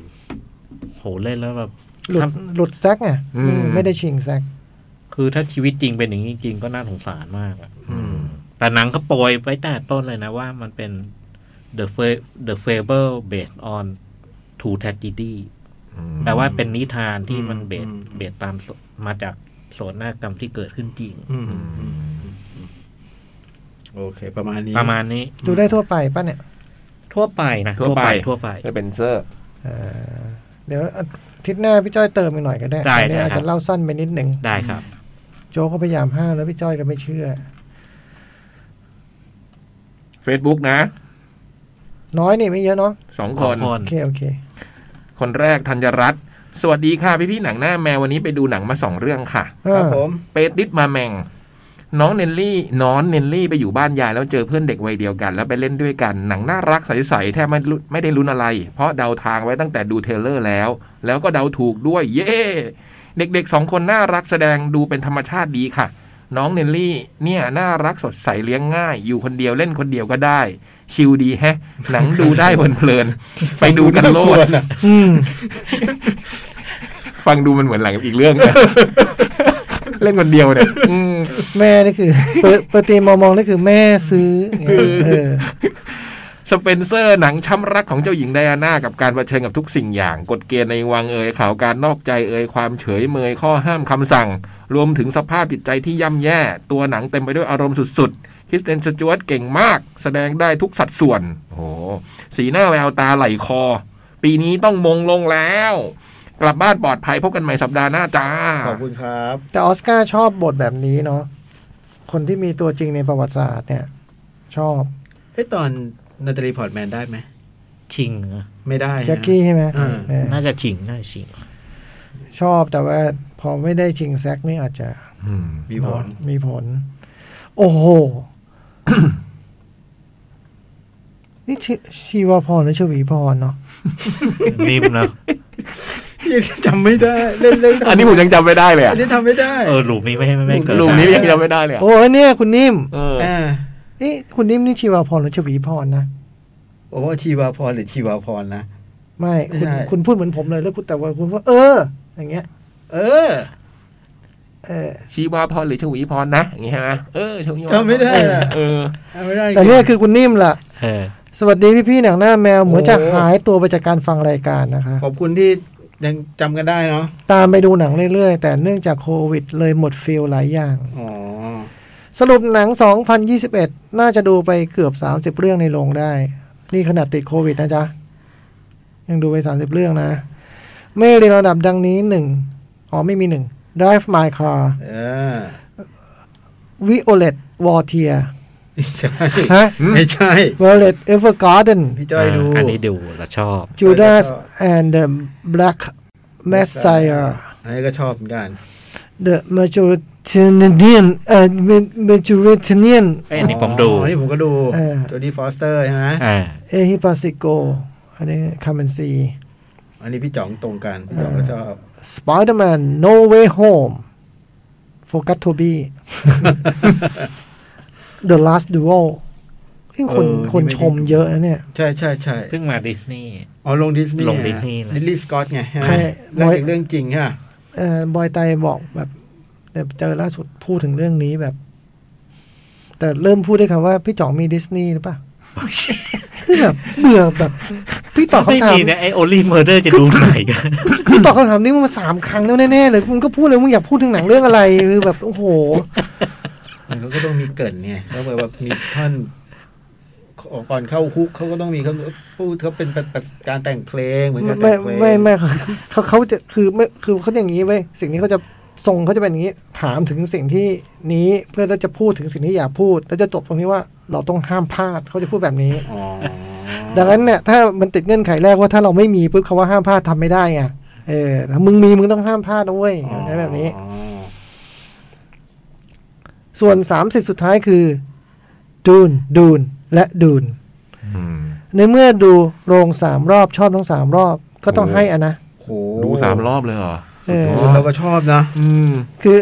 [SPEAKER 4] โหเล่นแล้วแบบ
[SPEAKER 6] หลุด
[SPEAKER 4] ถ้า
[SPEAKER 6] หลุดแซกไง
[SPEAKER 3] อืม
[SPEAKER 6] ไม่ได้ชิงแซก
[SPEAKER 4] คือถ้าชีวิตจริงเป็นอย่างนี้จริงๆก็น่าสงสารมากอะ
[SPEAKER 5] อืม
[SPEAKER 4] แต่หนังก็โปรยไว้แต่ต้นเลยนะว่ามันเป็น the Fa- the fable based on true tragedy แปลว่าเป็นนิทานที่มัน
[SPEAKER 5] อืม
[SPEAKER 4] เบส
[SPEAKER 5] อืม
[SPEAKER 4] เบสตามโศมาจากโศนากรรมที่เกิดขึ้นจริง
[SPEAKER 5] อืมอืมโอเค ประมาณนี้
[SPEAKER 4] ประมาณนี้
[SPEAKER 6] ดูได้ทั่วไปป่ะเนี่ย
[SPEAKER 4] ทั่วไปนะ
[SPEAKER 3] ทั่วไป
[SPEAKER 4] ทั่วไป
[SPEAKER 3] จะเป็นเซอร์
[SPEAKER 6] เอ่อเดี๋ยวอาทิตย์หน้าพี่จ้อยเติมอีกหน่อยก็ได้
[SPEAKER 4] ได้
[SPEAKER 6] อันนี้
[SPEAKER 4] ได้
[SPEAKER 6] อาจ
[SPEAKER 4] ครับ
[SPEAKER 6] จะเล่าสั้นไปนิดหนึ่ง
[SPEAKER 4] ได้ครับ
[SPEAKER 6] โจกก็พยายามห้ามแล้วพี่จ้อยก็ไม่เชื่อ
[SPEAKER 3] Facebook นะ
[SPEAKER 6] น้อยนี่ไม่เยอะเนาะ
[SPEAKER 3] สอง
[SPEAKER 4] ข
[SPEAKER 3] ค
[SPEAKER 4] อบ
[SPEAKER 3] น
[SPEAKER 4] คน
[SPEAKER 6] โอเคโอเค
[SPEAKER 3] คนแรกธัญรัตน์สวัสดีค่ะพี่พี่ๆหนังหน้าแมววันนี้ไปดูหนังมาสองเรื่องค่ะ
[SPEAKER 5] ครับผม
[SPEAKER 3] เปตติดมาแมง น้องเนลลี่น้องเนลลี่ไปอยู่บ้านยายแล้วเจอเพื่อนเด็กวัยเดียวกัน แล้วไปเล่นด้วยกันหนังน่ารักใสๆแทบไม่รู้ไม่ได้ลุ้นอะไร เพราะเดาทางไว้ตั้งแต่ดูเทรลเลอร์แล้ว แล้วก็เดาถูกด้วย เย้เด็กๆสองคนน่ารักแสดงดูเป็นธรรมชาติดีค่ะ น้องเนลลี่เนี่ยน่ารักสดใสเลี้ยงง่าย อยู่คนเดียวเล่นคนเดียวก็ได้ ชิลดีแฮะ หนังดูได้เพลิน ๆไปดูกันโลด
[SPEAKER 6] อืม
[SPEAKER 3] ฟังดูมันเหมือนหลังอีกเรื่องนะ เล่นคนเดียวเนี่ยอืม
[SPEAKER 6] แม่นี่คือ เปิดเปิดตีมองมองนี่คือแม่ซื้อเออ
[SPEAKER 3] สเปนเซอร์หนังช้ำรักของเจ้าหญิงไดอาน่ากับการเผชิญกับทุกสิ่งอย่าง กฎเกณฑ์ในวังเอ่ยข่าวการนอกใจเอ่ยความเฉยเมยข้อห้ามคำสั่ง รวมถึงสภาพจิตใจที่ย่ำแย่ ตัวหนังเต็มไปด้วยอารมณ์สุดๆคริสเตนสจวตเก่งมาก แสดงได้ทุกสัดส่วน โอ้โหสีหน้าแววตาไหลคอ ปีนี้ต้องมงลงแล้ว กลับบ้านปลอดภัยพบกันใหม่สัปดาห์หน้าจ้า
[SPEAKER 5] ขอบคุณครับ
[SPEAKER 6] แต่ออสการ์ชอบบทแบบนี้เนาะคนที่มีตัวจริงในประวัติศาสตร์เนี่ย ชอบ
[SPEAKER 5] เอ้ยตอนนาตาลีพอร์ตแมนได้ไหม
[SPEAKER 4] ชิงนะ
[SPEAKER 5] ไม่ได้นะ
[SPEAKER 6] แจ็คกี้ใช่ไหม
[SPEAKER 5] อ่า
[SPEAKER 6] เออ
[SPEAKER 4] น่าจะชิงน่าจะชิง
[SPEAKER 6] ชอบแต่ว่าพอไม่ได้ชิงแซกนี่อาจจะ
[SPEAKER 5] มีผล
[SPEAKER 6] มีผล โอ้โห นี่ชื่อชีวพรหรือชวีพรเนาะ
[SPEAKER 4] นิ่มเนอะ
[SPEAKER 5] จำไม่ได้เล่นเล่น
[SPEAKER 3] อันนี้ผมยังจำไม่ได้เลย
[SPEAKER 5] อันนี้ทำไม่ได้
[SPEAKER 4] เออหลุมนี้ไม่ไม่ไม่เกิด
[SPEAKER 3] ลุมนี้ยังจำไม่ได้เลย
[SPEAKER 6] โอ้ยเนี่ยคุณนิ่ม
[SPEAKER 3] เออ
[SPEAKER 5] อ่า
[SPEAKER 6] นี่คุณนิ่มนี่ชีวพรหรือชวีพรนะ
[SPEAKER 5] ผมว่าชีวาพรหรือชีวาพรนะ
[SPEAKER 6] ไม่คุณ
[SPEAKER 5] ไม่ใช่
[SPEAKER 6] คุณพูดเหมือนผมเลยแล้วคุณแต่ว่าคุณว่าเออ อย่างเงี้ย
[SPEAKER 5] เออ
[SPEAKER 6] เออ
[SPEAKER 3] ชีวาพรหรือชวีพรนะอย่างงี้ใช่ไหมเออชวีพร
[SPEAKER 5] จำไม่ได้อะ
[SPEAKER 3] เออ
[SPEAKER 5] จำไม่ได้จริง
[SPEAKER 6] แต่เนี่ยคือคุณนิ่มล่ะ
[SPEAKER 4] เออ
[SPEAKER 6] สวัสดีพี่พี่ๆหนังหน้าแมวเหมือนจะ
[SPEAKER 5] โอ้
[SPEAKER 6] หายตัวไปจากการฟังรายการนะคะ
[SPEAKER 5] ขอบคุณที่ยังจำกันได้เนาะ
[SPEAKER 6] ตามไปดูหนังเรื่อยๆ แต่เนื่องจากโควิดเลยหมดฟิลหลายอย่าง
[SPEAKER 5] อ๋อ
[SPEAKER 6] สรุปหนัง 2021 น่าจะดูไปเกือบ 30 เรื่องในโรงได้ นี่ขนาดติดโควิดนะจ๊ะ ยังดูไป 30 เรื่องนะ ไม่เรียงระดับดังนี้หนึ่งอ๋อไม่มีหนึ่ง Drive My Car
[SPEAKER 5] เออ
[SPEAKER 6] Violet War Tear
[SPEAKER 5] ไม่ใช่
[SPEAKER 6] ฮะ
[SPEAKER 5] ไม่ใช่
[SPEAKER 6] Violet Evergarden
[SPEAKER 5] พี่จ้อยดู
[SPEAKER 4] อันนี้ดูแล้วชอบ
[SPEAKER 6] Judas and the Black Messiah
[SPEAKER 5] อันนี้ก็ชอบเหมือนกัน
[SPEAKER 6] The Majority เทเนเดียนเอ่อเมจูเรเทเนียน
[SPEAKER 4] เอ้ยอันนี้ผมดู
[SPEAKER 5] อ๋อนี่ผมก็ดู
[SPEAKER 6] เออ
[SPEAKER 5] ตัวนี้ฟอสเตอร์ใช่ไหม
[SPEAKER 4] อ่า
[SPEAKER 6] เอฮิปาซิโกอันนี้คาเมนซี
[SPEAKER 5] อันนี้พี่จ๋องตรงกันพี่จ๋องก็ชอบ
[SPEAKER 6] Spider-Man No Way Home โฟกัสโทบี้ The Last Duel เฮ้ยคน
[SPEAKER 5] เออนี่
[SPEAKER 6] คน
[SPEAKER 5] ไม่ได้
[SPEAKER 6] ชม
[SPEAKER 5] ดู
[SPEAKER 6] เยอะนะเนี่ย
[SPEAKER 5] ใช่ใช่ใช่
[SPEAKER 4] เพิ่งมาดิสนีย์
[SPEAKER 5] อ๋อลงดิสนีย์
[SPEAKER 4] ลง Disney เลย
[SPEAKER 5] ดิสนีย์สกอตไงใช่ไหม
[SPEAKER 6] ใช่
[SPEAKER 5] เรื่องจากเรื่องจริงใช่ไหม
[SPEAKER 6] เอ่อบอยไตบอกแบบแบบเจอล่าสุดพูดถึงเรื่องนี้แบบ แต่เริ่มพูดด้วยคำว่าพี่จ๋องมีดิสนีย์หรือเปล่า คือแบบเบื่อแบบ พี่ตอบ
[SPEAKER 4] ไม่
[SPEAKER 6] คำถาม
[SPEAKER 4] มีเนี่ยไอโอลี่เมอร์เดอร์จะดูไหนกัน
[SPEAKER 6] พี่ตอบคำถามนี้มันมาสามครั้งแล้วแน่ๆเลยมึงก็พูดเลยมึงอยากพูดถึงหนังเรื่องอะไรคือแบบโอ้โห
[SPEAKER 5] มันก็ต้องมีเกรินไงแล้วแบบมีท่อนก่อนเข้าคุกเขาก็ต้องมีเขาพูดเขาเป็นแบบการแต่งเพลงเหมือนการ
[SPEAKER 6] ไม่
[SPEAKER 5] แต่งเพลง
[SPEAKER 6] ไม่ไม่เขาเขาเขาจะคือไม่คือเขาอย่างนี้เว้ยสิ่งนี้เขาจะทรงเขาจะเป็นอย่างนี้ ถามถึงสิ่งที่นี้เพื่อแล้วจะพูดถึงสิ่งที่อยากพูด แล้วจะจบตรงที่ว่าเราต้องห้ามพลาดเขาจะพูดแบบนี้
[SPEAKER 5] อ๋อ
[SPEAKER 6] ดังนั้นเนี่ยถ้ามันติดเงื่อนไขแรกว่าถ้าเราไม่มีปุ๊บเขาว่าห้ามพลาดทำไม่ได้ไงเออถ้ามึงมีมึงต้องห้ามพลาดนะเว้ย
[SPEAKER 5] อ๋อ
[SPEAKER 6] อะไรแบบนี้ ส่วนสามสิทธิ์สุดท้ายคือ ดูนดูนและดูน
[SPEAKER 3] อืม
[SPEAKER 6] ในเมื่อดูโรงสามรอบชอบทั้งสามรอบ ก็ต้อง
[SPEAKER 3] โอ้
[SPEAKER 6] ให้อะนะ
[SPEAKER 5] โห
[SPEAKER 3] ดูสามรอบเลยเหรอ
[SPEAKER 6] เออ
[SPEAKER 3] สุดยด
[SPEAKER 5] เราก็ชอบนะ
[SPEAKER 3] อืม
[SPEAKER 6] คือ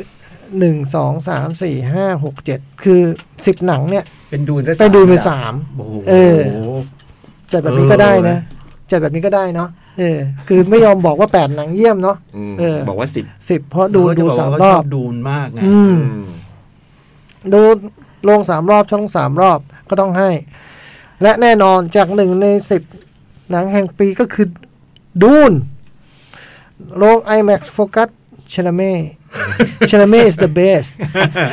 [SPEAKER 6] หนึ่งสองสามสี่ห้าหกเจ็ดคือสิบหนังเนี่ย
[SPEAKER 5] เป็นดูนซะ
[SPEAKER 6] ไปดูไป
[SPEAKER 5] ระดับ
[SPEAKER 6] สาม
[SPEAKER 5] โอ้โห
[SPEAKER 6] เออ จัดแบบนี้ก็ได้นะจัดแบบนี้ก็ได้เนาะเออ คือไม่ยอมบอกว่าแปดหนังเยี่ยมเนาะ
[SPEAKER 3] อืม
[SPEAKER 6] เออ
[SPEAKER 3] บอกว่าสิบ
[SPEAKER 6] สิบเพราะดู
[SPEAKER 5] เขจะ
[SPEAKER 6] ดู
[SPEAKER 5] บกว่
[SPEAKER 6] สาม
[SPEAKER 5] เข
[SPEAKER 6] รอ
[SPEAKER 5] ช
[SPEAKER 6] บ
[SPEAKER 5] ดูนมากไง
[SPEAKER 6] อืม
[SPEAKER 3] อืม
[SPEAKER 6] ดูลงสามรอบช่องสามรอบก็ต้องให้ และแน่นอนจากหนึ่งในสิบหนังแห่งปีก็คือดูนลง IMAX Focus ชลเม่ ชลเม่ is the best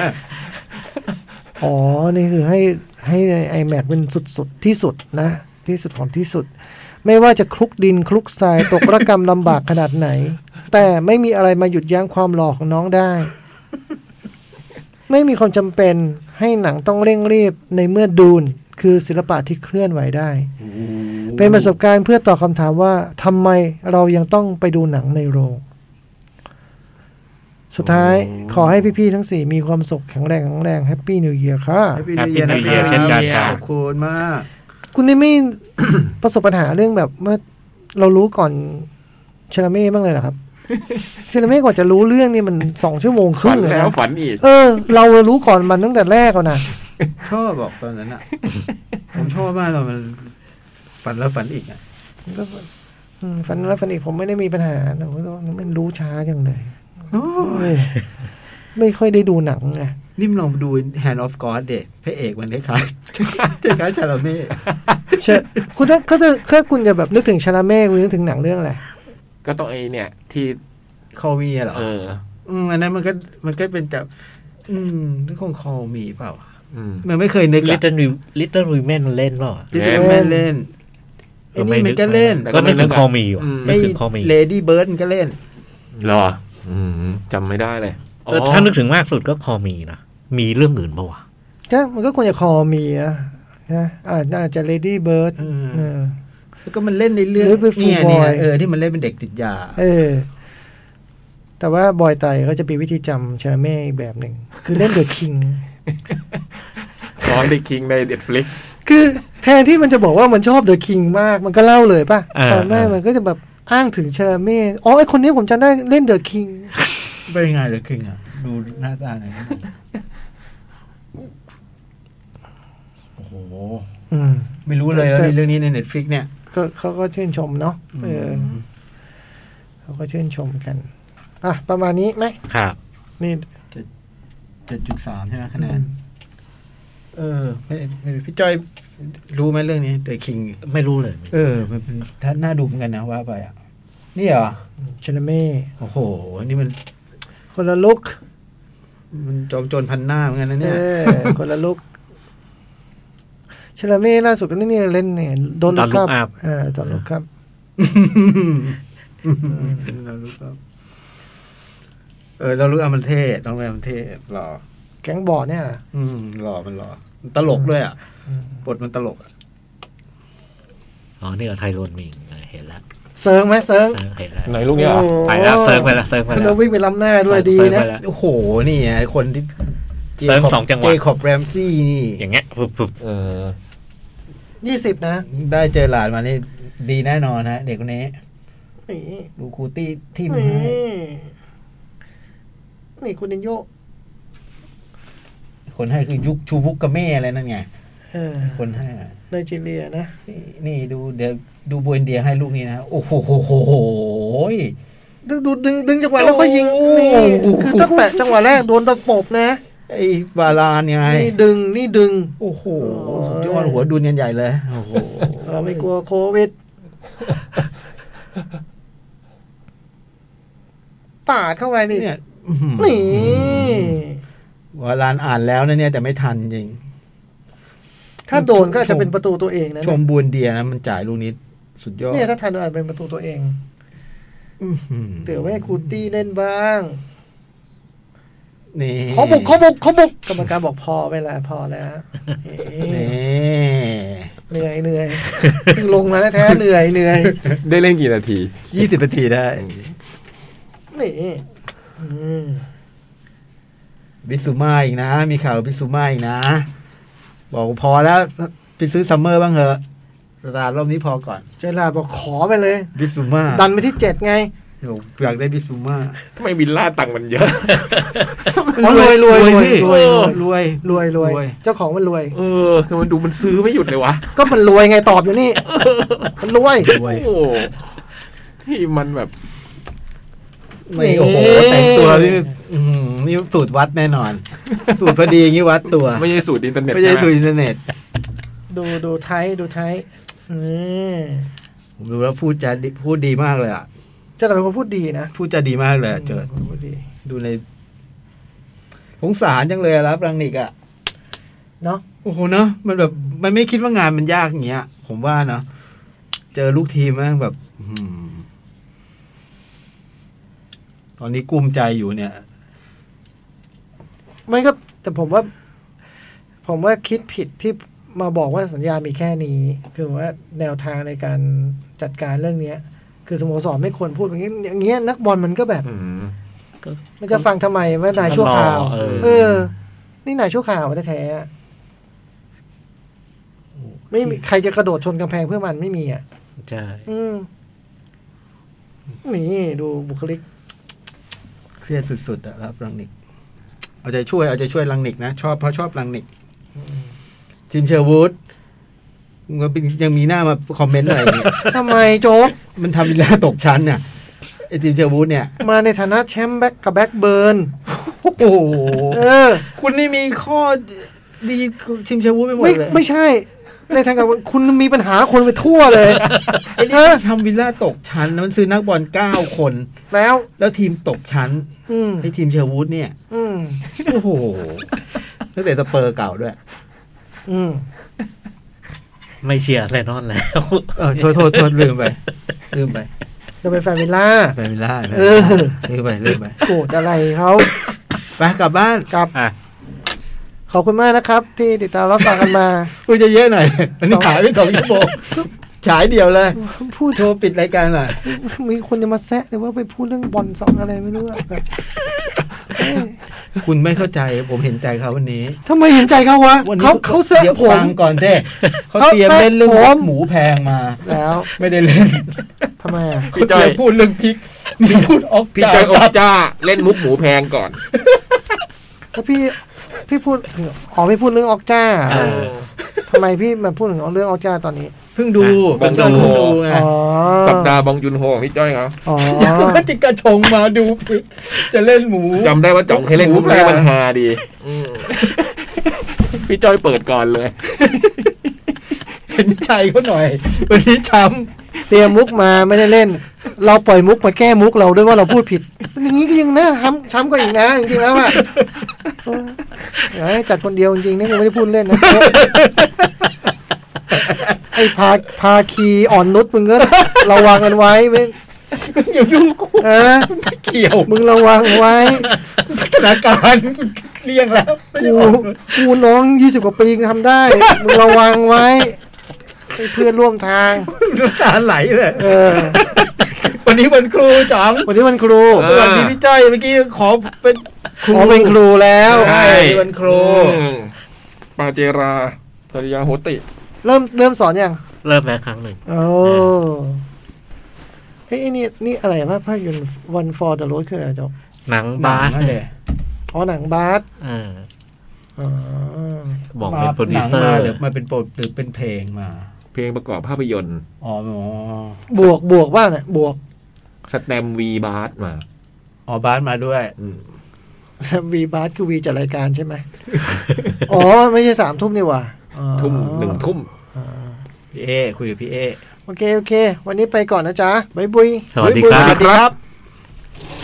[SPEAKER 6] อ๋อ นี่คือให้ให้ใน iMac เป็นสุดสุดๆที่สุดนะ ที่สุดของที่สุด ไม่ว่าจะคลุกดินคลุกทรายตกระกรรมลำบากขนาด ไหน แต่ไม่มีอะไรมาหยุดยั้งความหล่อของน้องได้ ไม่มีความจำเป็นให้หนังต้องเร่งรีบในเมื่อดูน คือศิลปะที่เคลื่อนไหว ได้ เป็นประสบการณ์เพื่อตอบคำถามว่าทำไมเรายังต้องไปดูหนังในโรง สุดท้าย
[SPEAKER 3] โอ้
[SPEAKER 6] ขอให้พี่ๆทั้งสี่มีความสุขแข็งแรงแข็งแรงแฮปปี้นิวเยียร์ค่ะ
[SPEAKER 5] Happy
[SPEAKER 4] Happy
[SPEAKER 5] New Year
[SPEAKER 4] New
[SPEAKER 5] นะครับ
[SPEAKER 4] Year เช่นกันครับ
[SPEAKER 5] ขอบคุณมาก
[SPEAKER 6] คุณนี่ไม่ ประสบปัญหาเรื่องแบบว่าเรารู้ก่อนเชลเม่บ้างเลยเห รอครับ เชลเม่กว่าจะรู้เรื่องนี่มันสองชั่วโมงครึ่
[SPEAKER 3] ฝั
[SPEAKER 6] ง
[SPEAKER 3] น
[SPEAKER 6] เลย
[SPEAKER 3] แล้ว
[SPEAKER 6] นะ
[SPEAKER 3] ฝันอีก
[SPEAKER 6] เออ เรารู้ก่อนมันตั้งแต่แรกแล้วนะ
[SPEAKER 5] ชอบบอกตอนนั้นอ่ ะ ผมชอบมากตอนมันฝันแล้วฝันอีกอ่ะ
[SPEAKER 6] อืมฟันแล้วฟันอีกผมไม่ได้มีปัญหาแต่ว่ามันรู้ช้าจังเลย
[SPEAKER 5] โอ้ย
[SPEAKER 6] ไม่ค่อยได้ดูหนังไง
[SPEAKER 5] นี่มนลองดู Hand of God เด็พระเอกมันคล้าย ๆคล้ายๆชาลาเม่
[SPEAKER 6] เชอคุณถ้าถ้าถ้าถ้าคุณจะแบบนึกถึงชาลาเม่คุณนึกถึงหนังเรื่องอะไร
[SPEAKER 3] ก็ต้องไอ้เนี่ย ที่
[SPEAKER 5] คอมีเหรอ
[SPEAKER 3] เออ
[SPEAKER 5] อืมอันนั้นมันก็มันก็เป็นแต่อืมนี่คงคอมีเปล่า
[SPEAKER 3] อืม
[SPEAKER 5] มันไม่เคยนึก
[SPEAKER 4] ลิ
[SPEAKER 5] อะ
[SPEAKER 4] ตเติ้ลลิตเติ้ลวีแมนมันเล่นเปล่า
[SPEAKER 5] ที่ตัวแม่เล่นไอ้นี่มันก็เล่น
[SPEAKER 3] แต่
[SPEAKER 4] ก็นึกถึงคอมีว่ะ
[SPEAKER 3] อืม
[SPEAKER 4] นึ
[SPEAKER 5] ไอ้
[SPEAKER 4] กถึงคอมี
[SPEAKER 5] เลดี้เบิร์ดก็เล่น
[SPEAKER 3] เหรออืมจำไม่ได้เลย
[SPEAKER 4] เออถ้านึกถึงมากสุดก็คอมีนะมีเรื่องอื่นเปล่าวะ
[SPEAKER 6] ใช่มันก็ควรจะคอมีอะนะอ่าอาจจะ Lady Bird
[SPEAKER 5] อืม
[SPEAKER 6] เออ
[SPEAKER 5] แล้วก็มันเล่นในเรื่อง
[SPEAKER 6] หรือไปฟูล
[SPEAKER 5] เนี่ย
[SPEAKER 6] บ
[SPEAKER 5] เนี่
[SPEAKER 6] อย ย
[SPEAKER 5] เออที่มันเล่นเป็นเด็กติดยา
[SPEAKER 6] เออ แต่ว่าบอยไตก็จะมีวิธีจำชาลาเม่อีกแบบหนึ่ง คือเล่นเดอะคิง
[SPEAKER 3] ร้อนในคิงในเด็ดฟลิกซ์
[SPEAKER 6] คือแทนที่มันจะบอกว่ามันชอบเดอะคิงมาก มันก็เล่าเลยป่ะ
[SPEAKER 4] า
[SPEAKER 6] แต่แม่มันก็จะแบบอ้างถึงชาลาเม่อ๋อไอคนนี้ผมจำได้เล่นเดอะคิง
[SPEAKER 5] เป็นยังไงเหรือคิงอ่ะ ดูหน้าตาหน่อยครับผมโอ้โห
[SPEAKER 6] อืม
[SPEAKER 5] ไม่รู้เลยว่า
[SPEAKER 6] แต่
[SPEAKER 5] มีเรื่องนี้ในเน็ตฟลิกเนี่ย
[SPEAKER 6] ก็เขาก็ชื่นชมเนาะเอออ
[SPEAKER 5] ม
[SPEAKER 6] เขาก็ชื่นชมกัน อ่ะ ประมาณนี้ไหม
[SPEAKER 4] ครับ
[SPEAKER 6] นี่
[SPEAKER 5] เจ็ดจุดสามใช่ไหมคะแนน เออไม่ไม่พี่จอยรู้ไหมเรื่องนี้เดอะคิง
[SPEAKER 4] ไม่รู้เลย
[SPEAKER 5] เออ มันเป็นท่าน่าดูเหมือนกันนะว่าไปอ่ะ นี่เหรอ
[SPEAKER 6] ชาลาเม่
[SPEAKER 5] โอ้โห นี่มัน
[SPEAKER 6] คนละลุก
[SPEAKER 5] มันจอมโจรพันหน้าเหมือนกันนะ
[SPEAKER 6] เอ
[SPEAKER 5] เนี่ย
[SPEAKER 6] อ คนละลุกชาลาเม่ล่าสุดก็นี่เล่นเนี่ยโดนลุก
[SPEAKER 4] Don't Look
[SPEAKER 6] ครับ
[SPEAKER 4] Up
[SPEAKER 6] เออโดนลุกครับ
[SPEAKER 5] เรารู้ครับ เออ เรารู้อามันเท่น้องแรมมันเท่หล่อ
[SPEAKER 6] แก๊งบอร์ดเนี่ยเหรอ
[SPEAKER 5] อืมหล่อมันหล่อมันตลกด้วยอ่ะบทมันตลกอ่ะ
[SPEAKER 4] อ๋อนี่ก็ไทยโรนมิงเออเห็นแล้ว
[SPEAKER 6] เซิร์งไหมเซิร์ง
[SPEAKER 4] เออเห็นแล้ว
[SPEAKER 3] ไหนลูกเนี่ยเหรอ
[SPEAKER 4] ไปแล้วเซิร์ฟไปแล้วเซิร์ฟไป
[SPEAKER 6] มัน
[SPEAKER 4] แล้
[SPEAKER 6] จะ
[SPEAKER 4] ว
[SPEAKER 6] วิ่งไปล้ำหน้าด้วยดีนะ
[SPEAKER 5] โอ้โห นี่ไงคนที่
[SPEAKER 4] เซิร์ฟสองจังหวะ
[SPEAKER 5] เจคอบแรมซี่นี่
[SPEAKER 4] อย่างเงี้ยปุ๊บปุ๊บ
[SPEAKER 3] เออ
[SPEAKER 6] ยี่สิบนะ
[SPEAKER 5] ได้เจอหลานมานี่ดีแน่นอนฮะ เด็กคนนี้
[SPEAKER 6] นี่
[SPEAKER 5] ดูครูตี้ที่มน
[SPEAKER 6] นี่
[SPEAKER 5] ให้
[SPEAKER 6] นี่คุณนินโย
[SPEAKER 5] คนให้คือยุคชูบุกกาเม่อะไรนั่นไง
[SPEAKER 6] เออ
[SPEAKER 5] คนให้อะ
[SPEAKER 6] ไนจีเรียนะ
[SPEAKER 5] นี่นี่ดูเดี๋ยวดูบัวอินเดียให้ลูกนี้นะ โอ้โหโหโหโหย
[SPEAKER 6] ดึงดูดึงดึงจังหวะแล้วก็ยิง
[SPEAKER 5] โอ้
[SPEAKER 6] นี่
[SPEAKER 5] โอ้โห
[SPEAKER 6] คือถ้าแปะจังหวะแรกโดนตะปบนะ
[SPEAKER 5] ไอ้บาลานไง
[SPEAKER 6] นี่ดึงนี่ดึง
[SPEAKER 5] โอ้โห
[SPEAKER 6] โอ้ย
[SPEAKER 5] สุดยอดหัวดุนยันใหญ่เลยโอ้โห
[SPEAKER 6] เราไม่กลัวโควิด ปาดเข้าไปนี่
[SPEAKER 5] เนี่ยอื้อหือ
[SPEAKER 6] นี่
[SPEAKER 5] บาลานอ่านแล้วนะเนี่ยแต่ไม่ทันจริง
[SPEAKER 6] ถ้าโดนก็อาจจะเป็นประตูตัวเองนะ
[SPEAKER 5] ชมบูนเดียนะมันจ่ายลูกนี้สุดยอด
[SPEAKER 6] เนี่ยถ้าทันอาจเป็นประตูตัวเอง
[SPEAKER 5] อื้อหือ
[SPEAKER 6] เดี๋ยวให้คูตี้เล่นบ้าง
[SPEAKER 5] นี่
[SPEAKER 6] ขอบุกขอบุกขอบุกกรรมการบอกพอเวลาพอแล้วเอ๊
[SPEAKER 5] นี่
[SPEAKER 6] ะเหนื่อยเหนื่อยเพิ่งลงมาแท้ๆเหนื่อยเหนื่อย
[SPEAKER 3] ได้เล่นกี่นาที
[SPEAKER 5] ยี่สิบนาทีได้
[SPEAKER 6] นี่อืม
[SPEAKER 5] บิสซูมาอีกนะ มีข่าวบิสซูมาอีกนะ บอกพอแล้วไปซื้อซัมเมอร์บ้างเหอะตลาดรอบนี้พอก่อน
[SPEAKER 6] เจลาร์ดบอกขอไปเลย
[SPEAKER 5] บิสซูมา
[SPEAKER 6] ดันไปที่เจ็ดไง
[SPEAKER 5] เดี๋ยวอยากได้บิสซูมา
[SPEAKER 3] ทำไมวิลล่าตังค์มันเยอะ
[SPEAKER 6] อ๋อรวยรวยรวย
[SPEAKER 5] พี่
[SPEAKER 6] ร
[SPEAKER 5] ร
[SPEAKER 6] ว
[SPEAKER 5] วยย
[SPEAKER 6] รวย
[SPEAKER 5] รวย
[SPEAKER 6] รวยรวย
[SPEAKER 5] รวย
[SPEAKER 6] เจ้าของมันรวย
[SPEAKER 3] เออทำไมดูมันซื้อไม่หยุดเลยวะ
[SPEAKER 6] ก็มันรวยไงตอบอยู่นี่ มันรวย
[SPEAKER 5] รวย
[SPEAKER 3] โอ้โหที่มันแบบ
[SPEAKER 5] นี่โอ้โหแต่งตัวนี่อื้อหือนี่สูตรวัดแน่นอน สูตรพอดีอย่างนี้วัดตัว
[SPEAKER 3] ไม่ใช่สูตรอินเทอร์เน็ต
[SPEAKER 5] ไม่ใช่
[SPEAKER 3] ใช่ไหม
[SPEAKER 5] ดูอินเทอร์เน็ต
[SPEAKER 6] ดูดูไทยดูไทยอืม
[SPEAKER 5] ผมดูแล้วพูดจาดีพูดดีมากเลยอ่ะ
[SPEAKER 6] เจ้าหน้าเป็นคนพูดดีนะ
[SPEAKER 5] พูดจาดีมากเลยอะเจิด
[SPEAKER 6] เป็นคนพูดดี
[SPEAKER 5] ดูในสงสารจังเลยอะรับรังนิกอ่ะ
[SPEAKER 6] เนาะ
[SPEAKER 5] โอ้โหเนอะมันแบบมันไม่คิดว่างานมันยากอย่างเงี้ย ผมว่าเนอะเจอลูกทีมแม่งแบบ อืมตอนนี้กลุ้มใจอยู่เนี่ย
[SPEAKER 6] มันก็แต่ผมว่า ผมว่าคิดผิดที่มาบอกว่าสัญญามีแค่นี้ คือว่าแนวทางในการจัดการเรื่องเนี้ย คือสโมสรไม่ควรพูดอย่างนี้อย่างเงี้ยนักบอลมันก็แบบ
[SPEAKER 3] อืม
[SPEAKER 6] มันจะฟังทำไมว่านายชั่วคราว
[SPEAKER 4] เออ
[SPEAKER 6] เออ นี่นายชั่วคราวแท้ๆอะไม่มีใครจะกระโดดชนกำแพงเพื่อมันไม่มีอ่ะ
[SPEAKER 4] ใช่
[SPEAKER 6] อืมนี่ดูบุคลิก
[SPEAKER 5] เครียดสุดๆอะรับรังนิก เอาใจช่วยเอาใจช่วยรังนิกนะ ชอบเพราะชอบรังนิกทีมเชอร์วูดมันก็เป็นยังมีหน้ามาคอมเมนต์หน่อยเนี่ย
[SPEAKER 6] ทำไมโจ๊ก
[SPEAKER 5] มันทำวิลล่าตกชั้นน่ะไอทีมเชอร์วูดเนี่ย
[SPEAKER 6] มาในฐานะแชมป์แบ็กกับแบ็กเบิร์น
[SPEAKER 5] โอ้โห
[SPEAKER 6] เออ
[SPEAKER 5] คุณนี่มีข้อดีทีมเชอร์วูดไปหมด
[SPEAKER 6] ไม่
[SPEAKER 5] เลย
[SPEAKER 6] ไม่ใช่ ในทางการคุณมีปัญหาคนไปทั่วเลย
[SPEAKER 5] ไอ้นี่มันทำวิลล่าตกชั้นแล้วมันซื้อนักบอลเก้าคน
[SPEAKER 6] แล้ว
[SPEAKER 5] แล้วทีมตกชั้น
[SPEAKER 6] อืม
[SPEAKER 5] ไอทีมเชอร์วูดเนี่ย
[SPEAKER 6] อืม
[SPEAKER 5] โอ้โหตั้งแต่สเปอร์เก่าด้วย
[SPEAKER 6] อืม
[SPEAKER 4] ไม่เชียร์แน่นอนแล้ว
[SPEAKER 5] เออโทษโทษโทษลืมไป ลืมไป
[SPEAKER 6] จะเป็นแฟนวิลล่า
[SPEAKER 5] ไปวิลล่า
[SPEAKER 6] เออ
[SPEAKER 5] ลืมไปลืมไป
[SPEAKER 6] โกรธอะไรเขา
[SPEAKER 5] ไปกลับบ้าน
[SPEAKER 6] กับ
[SPEAKER 4] อ่ะ
[SPEAKER 6] ขอบคุณมากนะครับ ที่ติดตามรับฟังกัน มา
[SPEAKER 5] คุยจะเยอะๆหน่อยวันนี้ขายไป สองชั่วโมงฉายเดียวเลย
[SPEAKER 6] พูด
[SPEAKER 5] โทรปิดรายการหน่อย
[SPEAKER 6] มีคนจะมาแซะเลยว่าไปพูดเรื่องบอลสองอะไรไม่รู้อะแบบเอ้ย
[SPEAKER 5] คุณไม่เข้าใจผมเห็นใจเขาวันนี้
[SPEAKER 6] ทำไมเห็นใจเขาวะ
[SPEAKER 5] วันนี้
[SPEAKER 6] เขาเขาแซะ
[SPEAKER 5] ดี๋ยว
[SPEAKER 6] ผม
[SPEAKER 5] ฟังก่อนเด้เขา
[SPEAKER 6] เขา
[SPEAKER 5] เตรียม
[SPEAKER 6] แซะ
[SPEAKER 5] เล่นเรื่อง
[SPEAKER 6] ผม
[SPEAKER 5] หมูแพงมา
[SPEAKER 6] แล้ว
[SPEAKER 5] ไม่ได้เล่น
[SPEAKER 6] ทำไมอะ
[SPEAKER 3] พี่จ้อย
[SPEAKER 5] เขาเตรีมพูดเรื่องพริกมีพูดออก
[SPEAKER 3] พี่จอยโอจ้า เล่นมุกหมูแพงก่อน
[SPEAKER 6] แล้วพี่พี่พูดถึงอ๋อพี่พูดเรื่องออกจ้า
[SPEAKER 4] เออ
[SPEAKER 6] ทำไมพี่มาพูดถึงเรื่องออกจ้าตอนนี้
[SPEAKER 5] เพิ่งดู
[SPEAKER 4] เพิ่งดู
[SPEAKER 5] เพิ่งดูไง
[SPEAKER 6] อ๋อ
[SPEAKER 3] สัปดาห์บองยุนโฮของพี่จ้อยเขา
[SPEAKER 6] อ๋อ
[SPEAKER 5] ก็ติกระชงมาดูพริกจะเล่นหมู
[SPEAKER 3] จำได้ว่าจ่องเคยเล่นมุกนี้
[SPEAKER 5] หมูแพง
[SPEAKER 3] มันฮาดีอืมพี่จ้อยเปิดก่อนเลย
[SPEAKER 5] เห็นใจเขาหน่อย วันนี้ช้
[SPEAKER 6] เตรียมมุกมาไม่ได้เล่น เราปล่อยมุกมาแก้มุกเราด้วยว่าเราพูดผิดอย่างนี้ก็ยังนะช้ำช้ำกว่าอีกนะจริงๆแล้วอะเออเดี๋ยวให้จัดคนเดียวจริงๆนี่ยังไม่ได้พูดเล่นนะ ไอ้พาพาคีอ่อนนุชมึงก็ ระวังกันไว้เว้ย
[SPEAKER 5] ำอย่ายุ่งกู
[SPEAKER 6] เออ
[SPEAKER 5] ไม่เกี่ยว
[SPEAKER 6] มึงระวังไว้
[SPEAKER 5] พัฒนาการเลี่ยงแล้วไม่ได้
[SPEAKER 6] กู
[SPEAKER 5] บอก
[SPEAKER 6] กูน้องยี่สิบกว่าปีทำได้ มึงระวังไว้ไอ้เพื่อนร่วมทาง
[SPEAKER 5] น้ำตาไหลเลย
[SPEAKER 6] เออ
[SPEAKER 4] วันนี้วันครูจ๋อง
[SPEAKER 6] วันนี้วันครู
[SPEAKER 3] เอ
[SPEAKER 4] ส
[SPEAKER 3] อ
[SPEAKER 4] วัสดีพี่จ้อยเมื่อกี้ขอเป็นครู
[SPEAKER 6] อ๋อเป็นครูแล้ว
[SPEAKER 4] ใช่
[SPEAKER 3] ใช่
[SPEAKER 4] วันครู
[SPEAKER 3] อืมปาเจราปริยาโหติ
[SPEAKER 6] เริ่มเริ่มสอนอยัง
[SPEAKER 8] เริ่มแล้วครั้งหนึ่ง
[SPEAKER 6] โอ้เฮ้ยไอ้นี่นี่อะไรวะภาพยนตร์วันฟอร์เดอะโรสคืออะไรจ๊อบ
[SPEAKER 8] หนังบาส
[SPEAKER 7] นั่นแหละ
[SPEAKER 6] อ๋อหนังบาส
[SPEAKER 8] เออ
[SPEAKER 6] อ๋อ
[SPEAKER 8] บอกเป็นโปรดิวเซอ
[SPEAKER 5] หนัง
[SPEAKER 8] ร์
[SPEAKER 5] มาหรือมาเป็นโปรดหรือเป็นเพลงมา
[SPEAKER 3] เพลงประกอบภาพยนตร์
[SPEAKER 5] อ๋ออ๋อบ
[SPEAKER 6] วกบวกบ้างเนี่ยบวก
[SPEAKER 3] สแตมวีบาร์สมา
[SPEAKER 5] อ๋อบาสมาด้วย
[SPEAKER 3] อืม
[SPEAKER 6] วีบาสคือวีจัดรายการ ใช่ไหม อ๋อ ไม่ใช่สามทุ่มนี่หว่าอ๋อ
[SPEAKER 3] ทุ่มหนึ่งทุ่ม
[SPEAKER 6] อ๋อ
[SPEAKER 5] พี่เอคุยกับพี่เอ
[SPEAKER 6] โอเค โอเค วันนี้ไปก่อนนะจ๊ะบ๊ายบุย
[SPEAKER 8] สวัสดีครับ
[SPEAKER 3] ครับ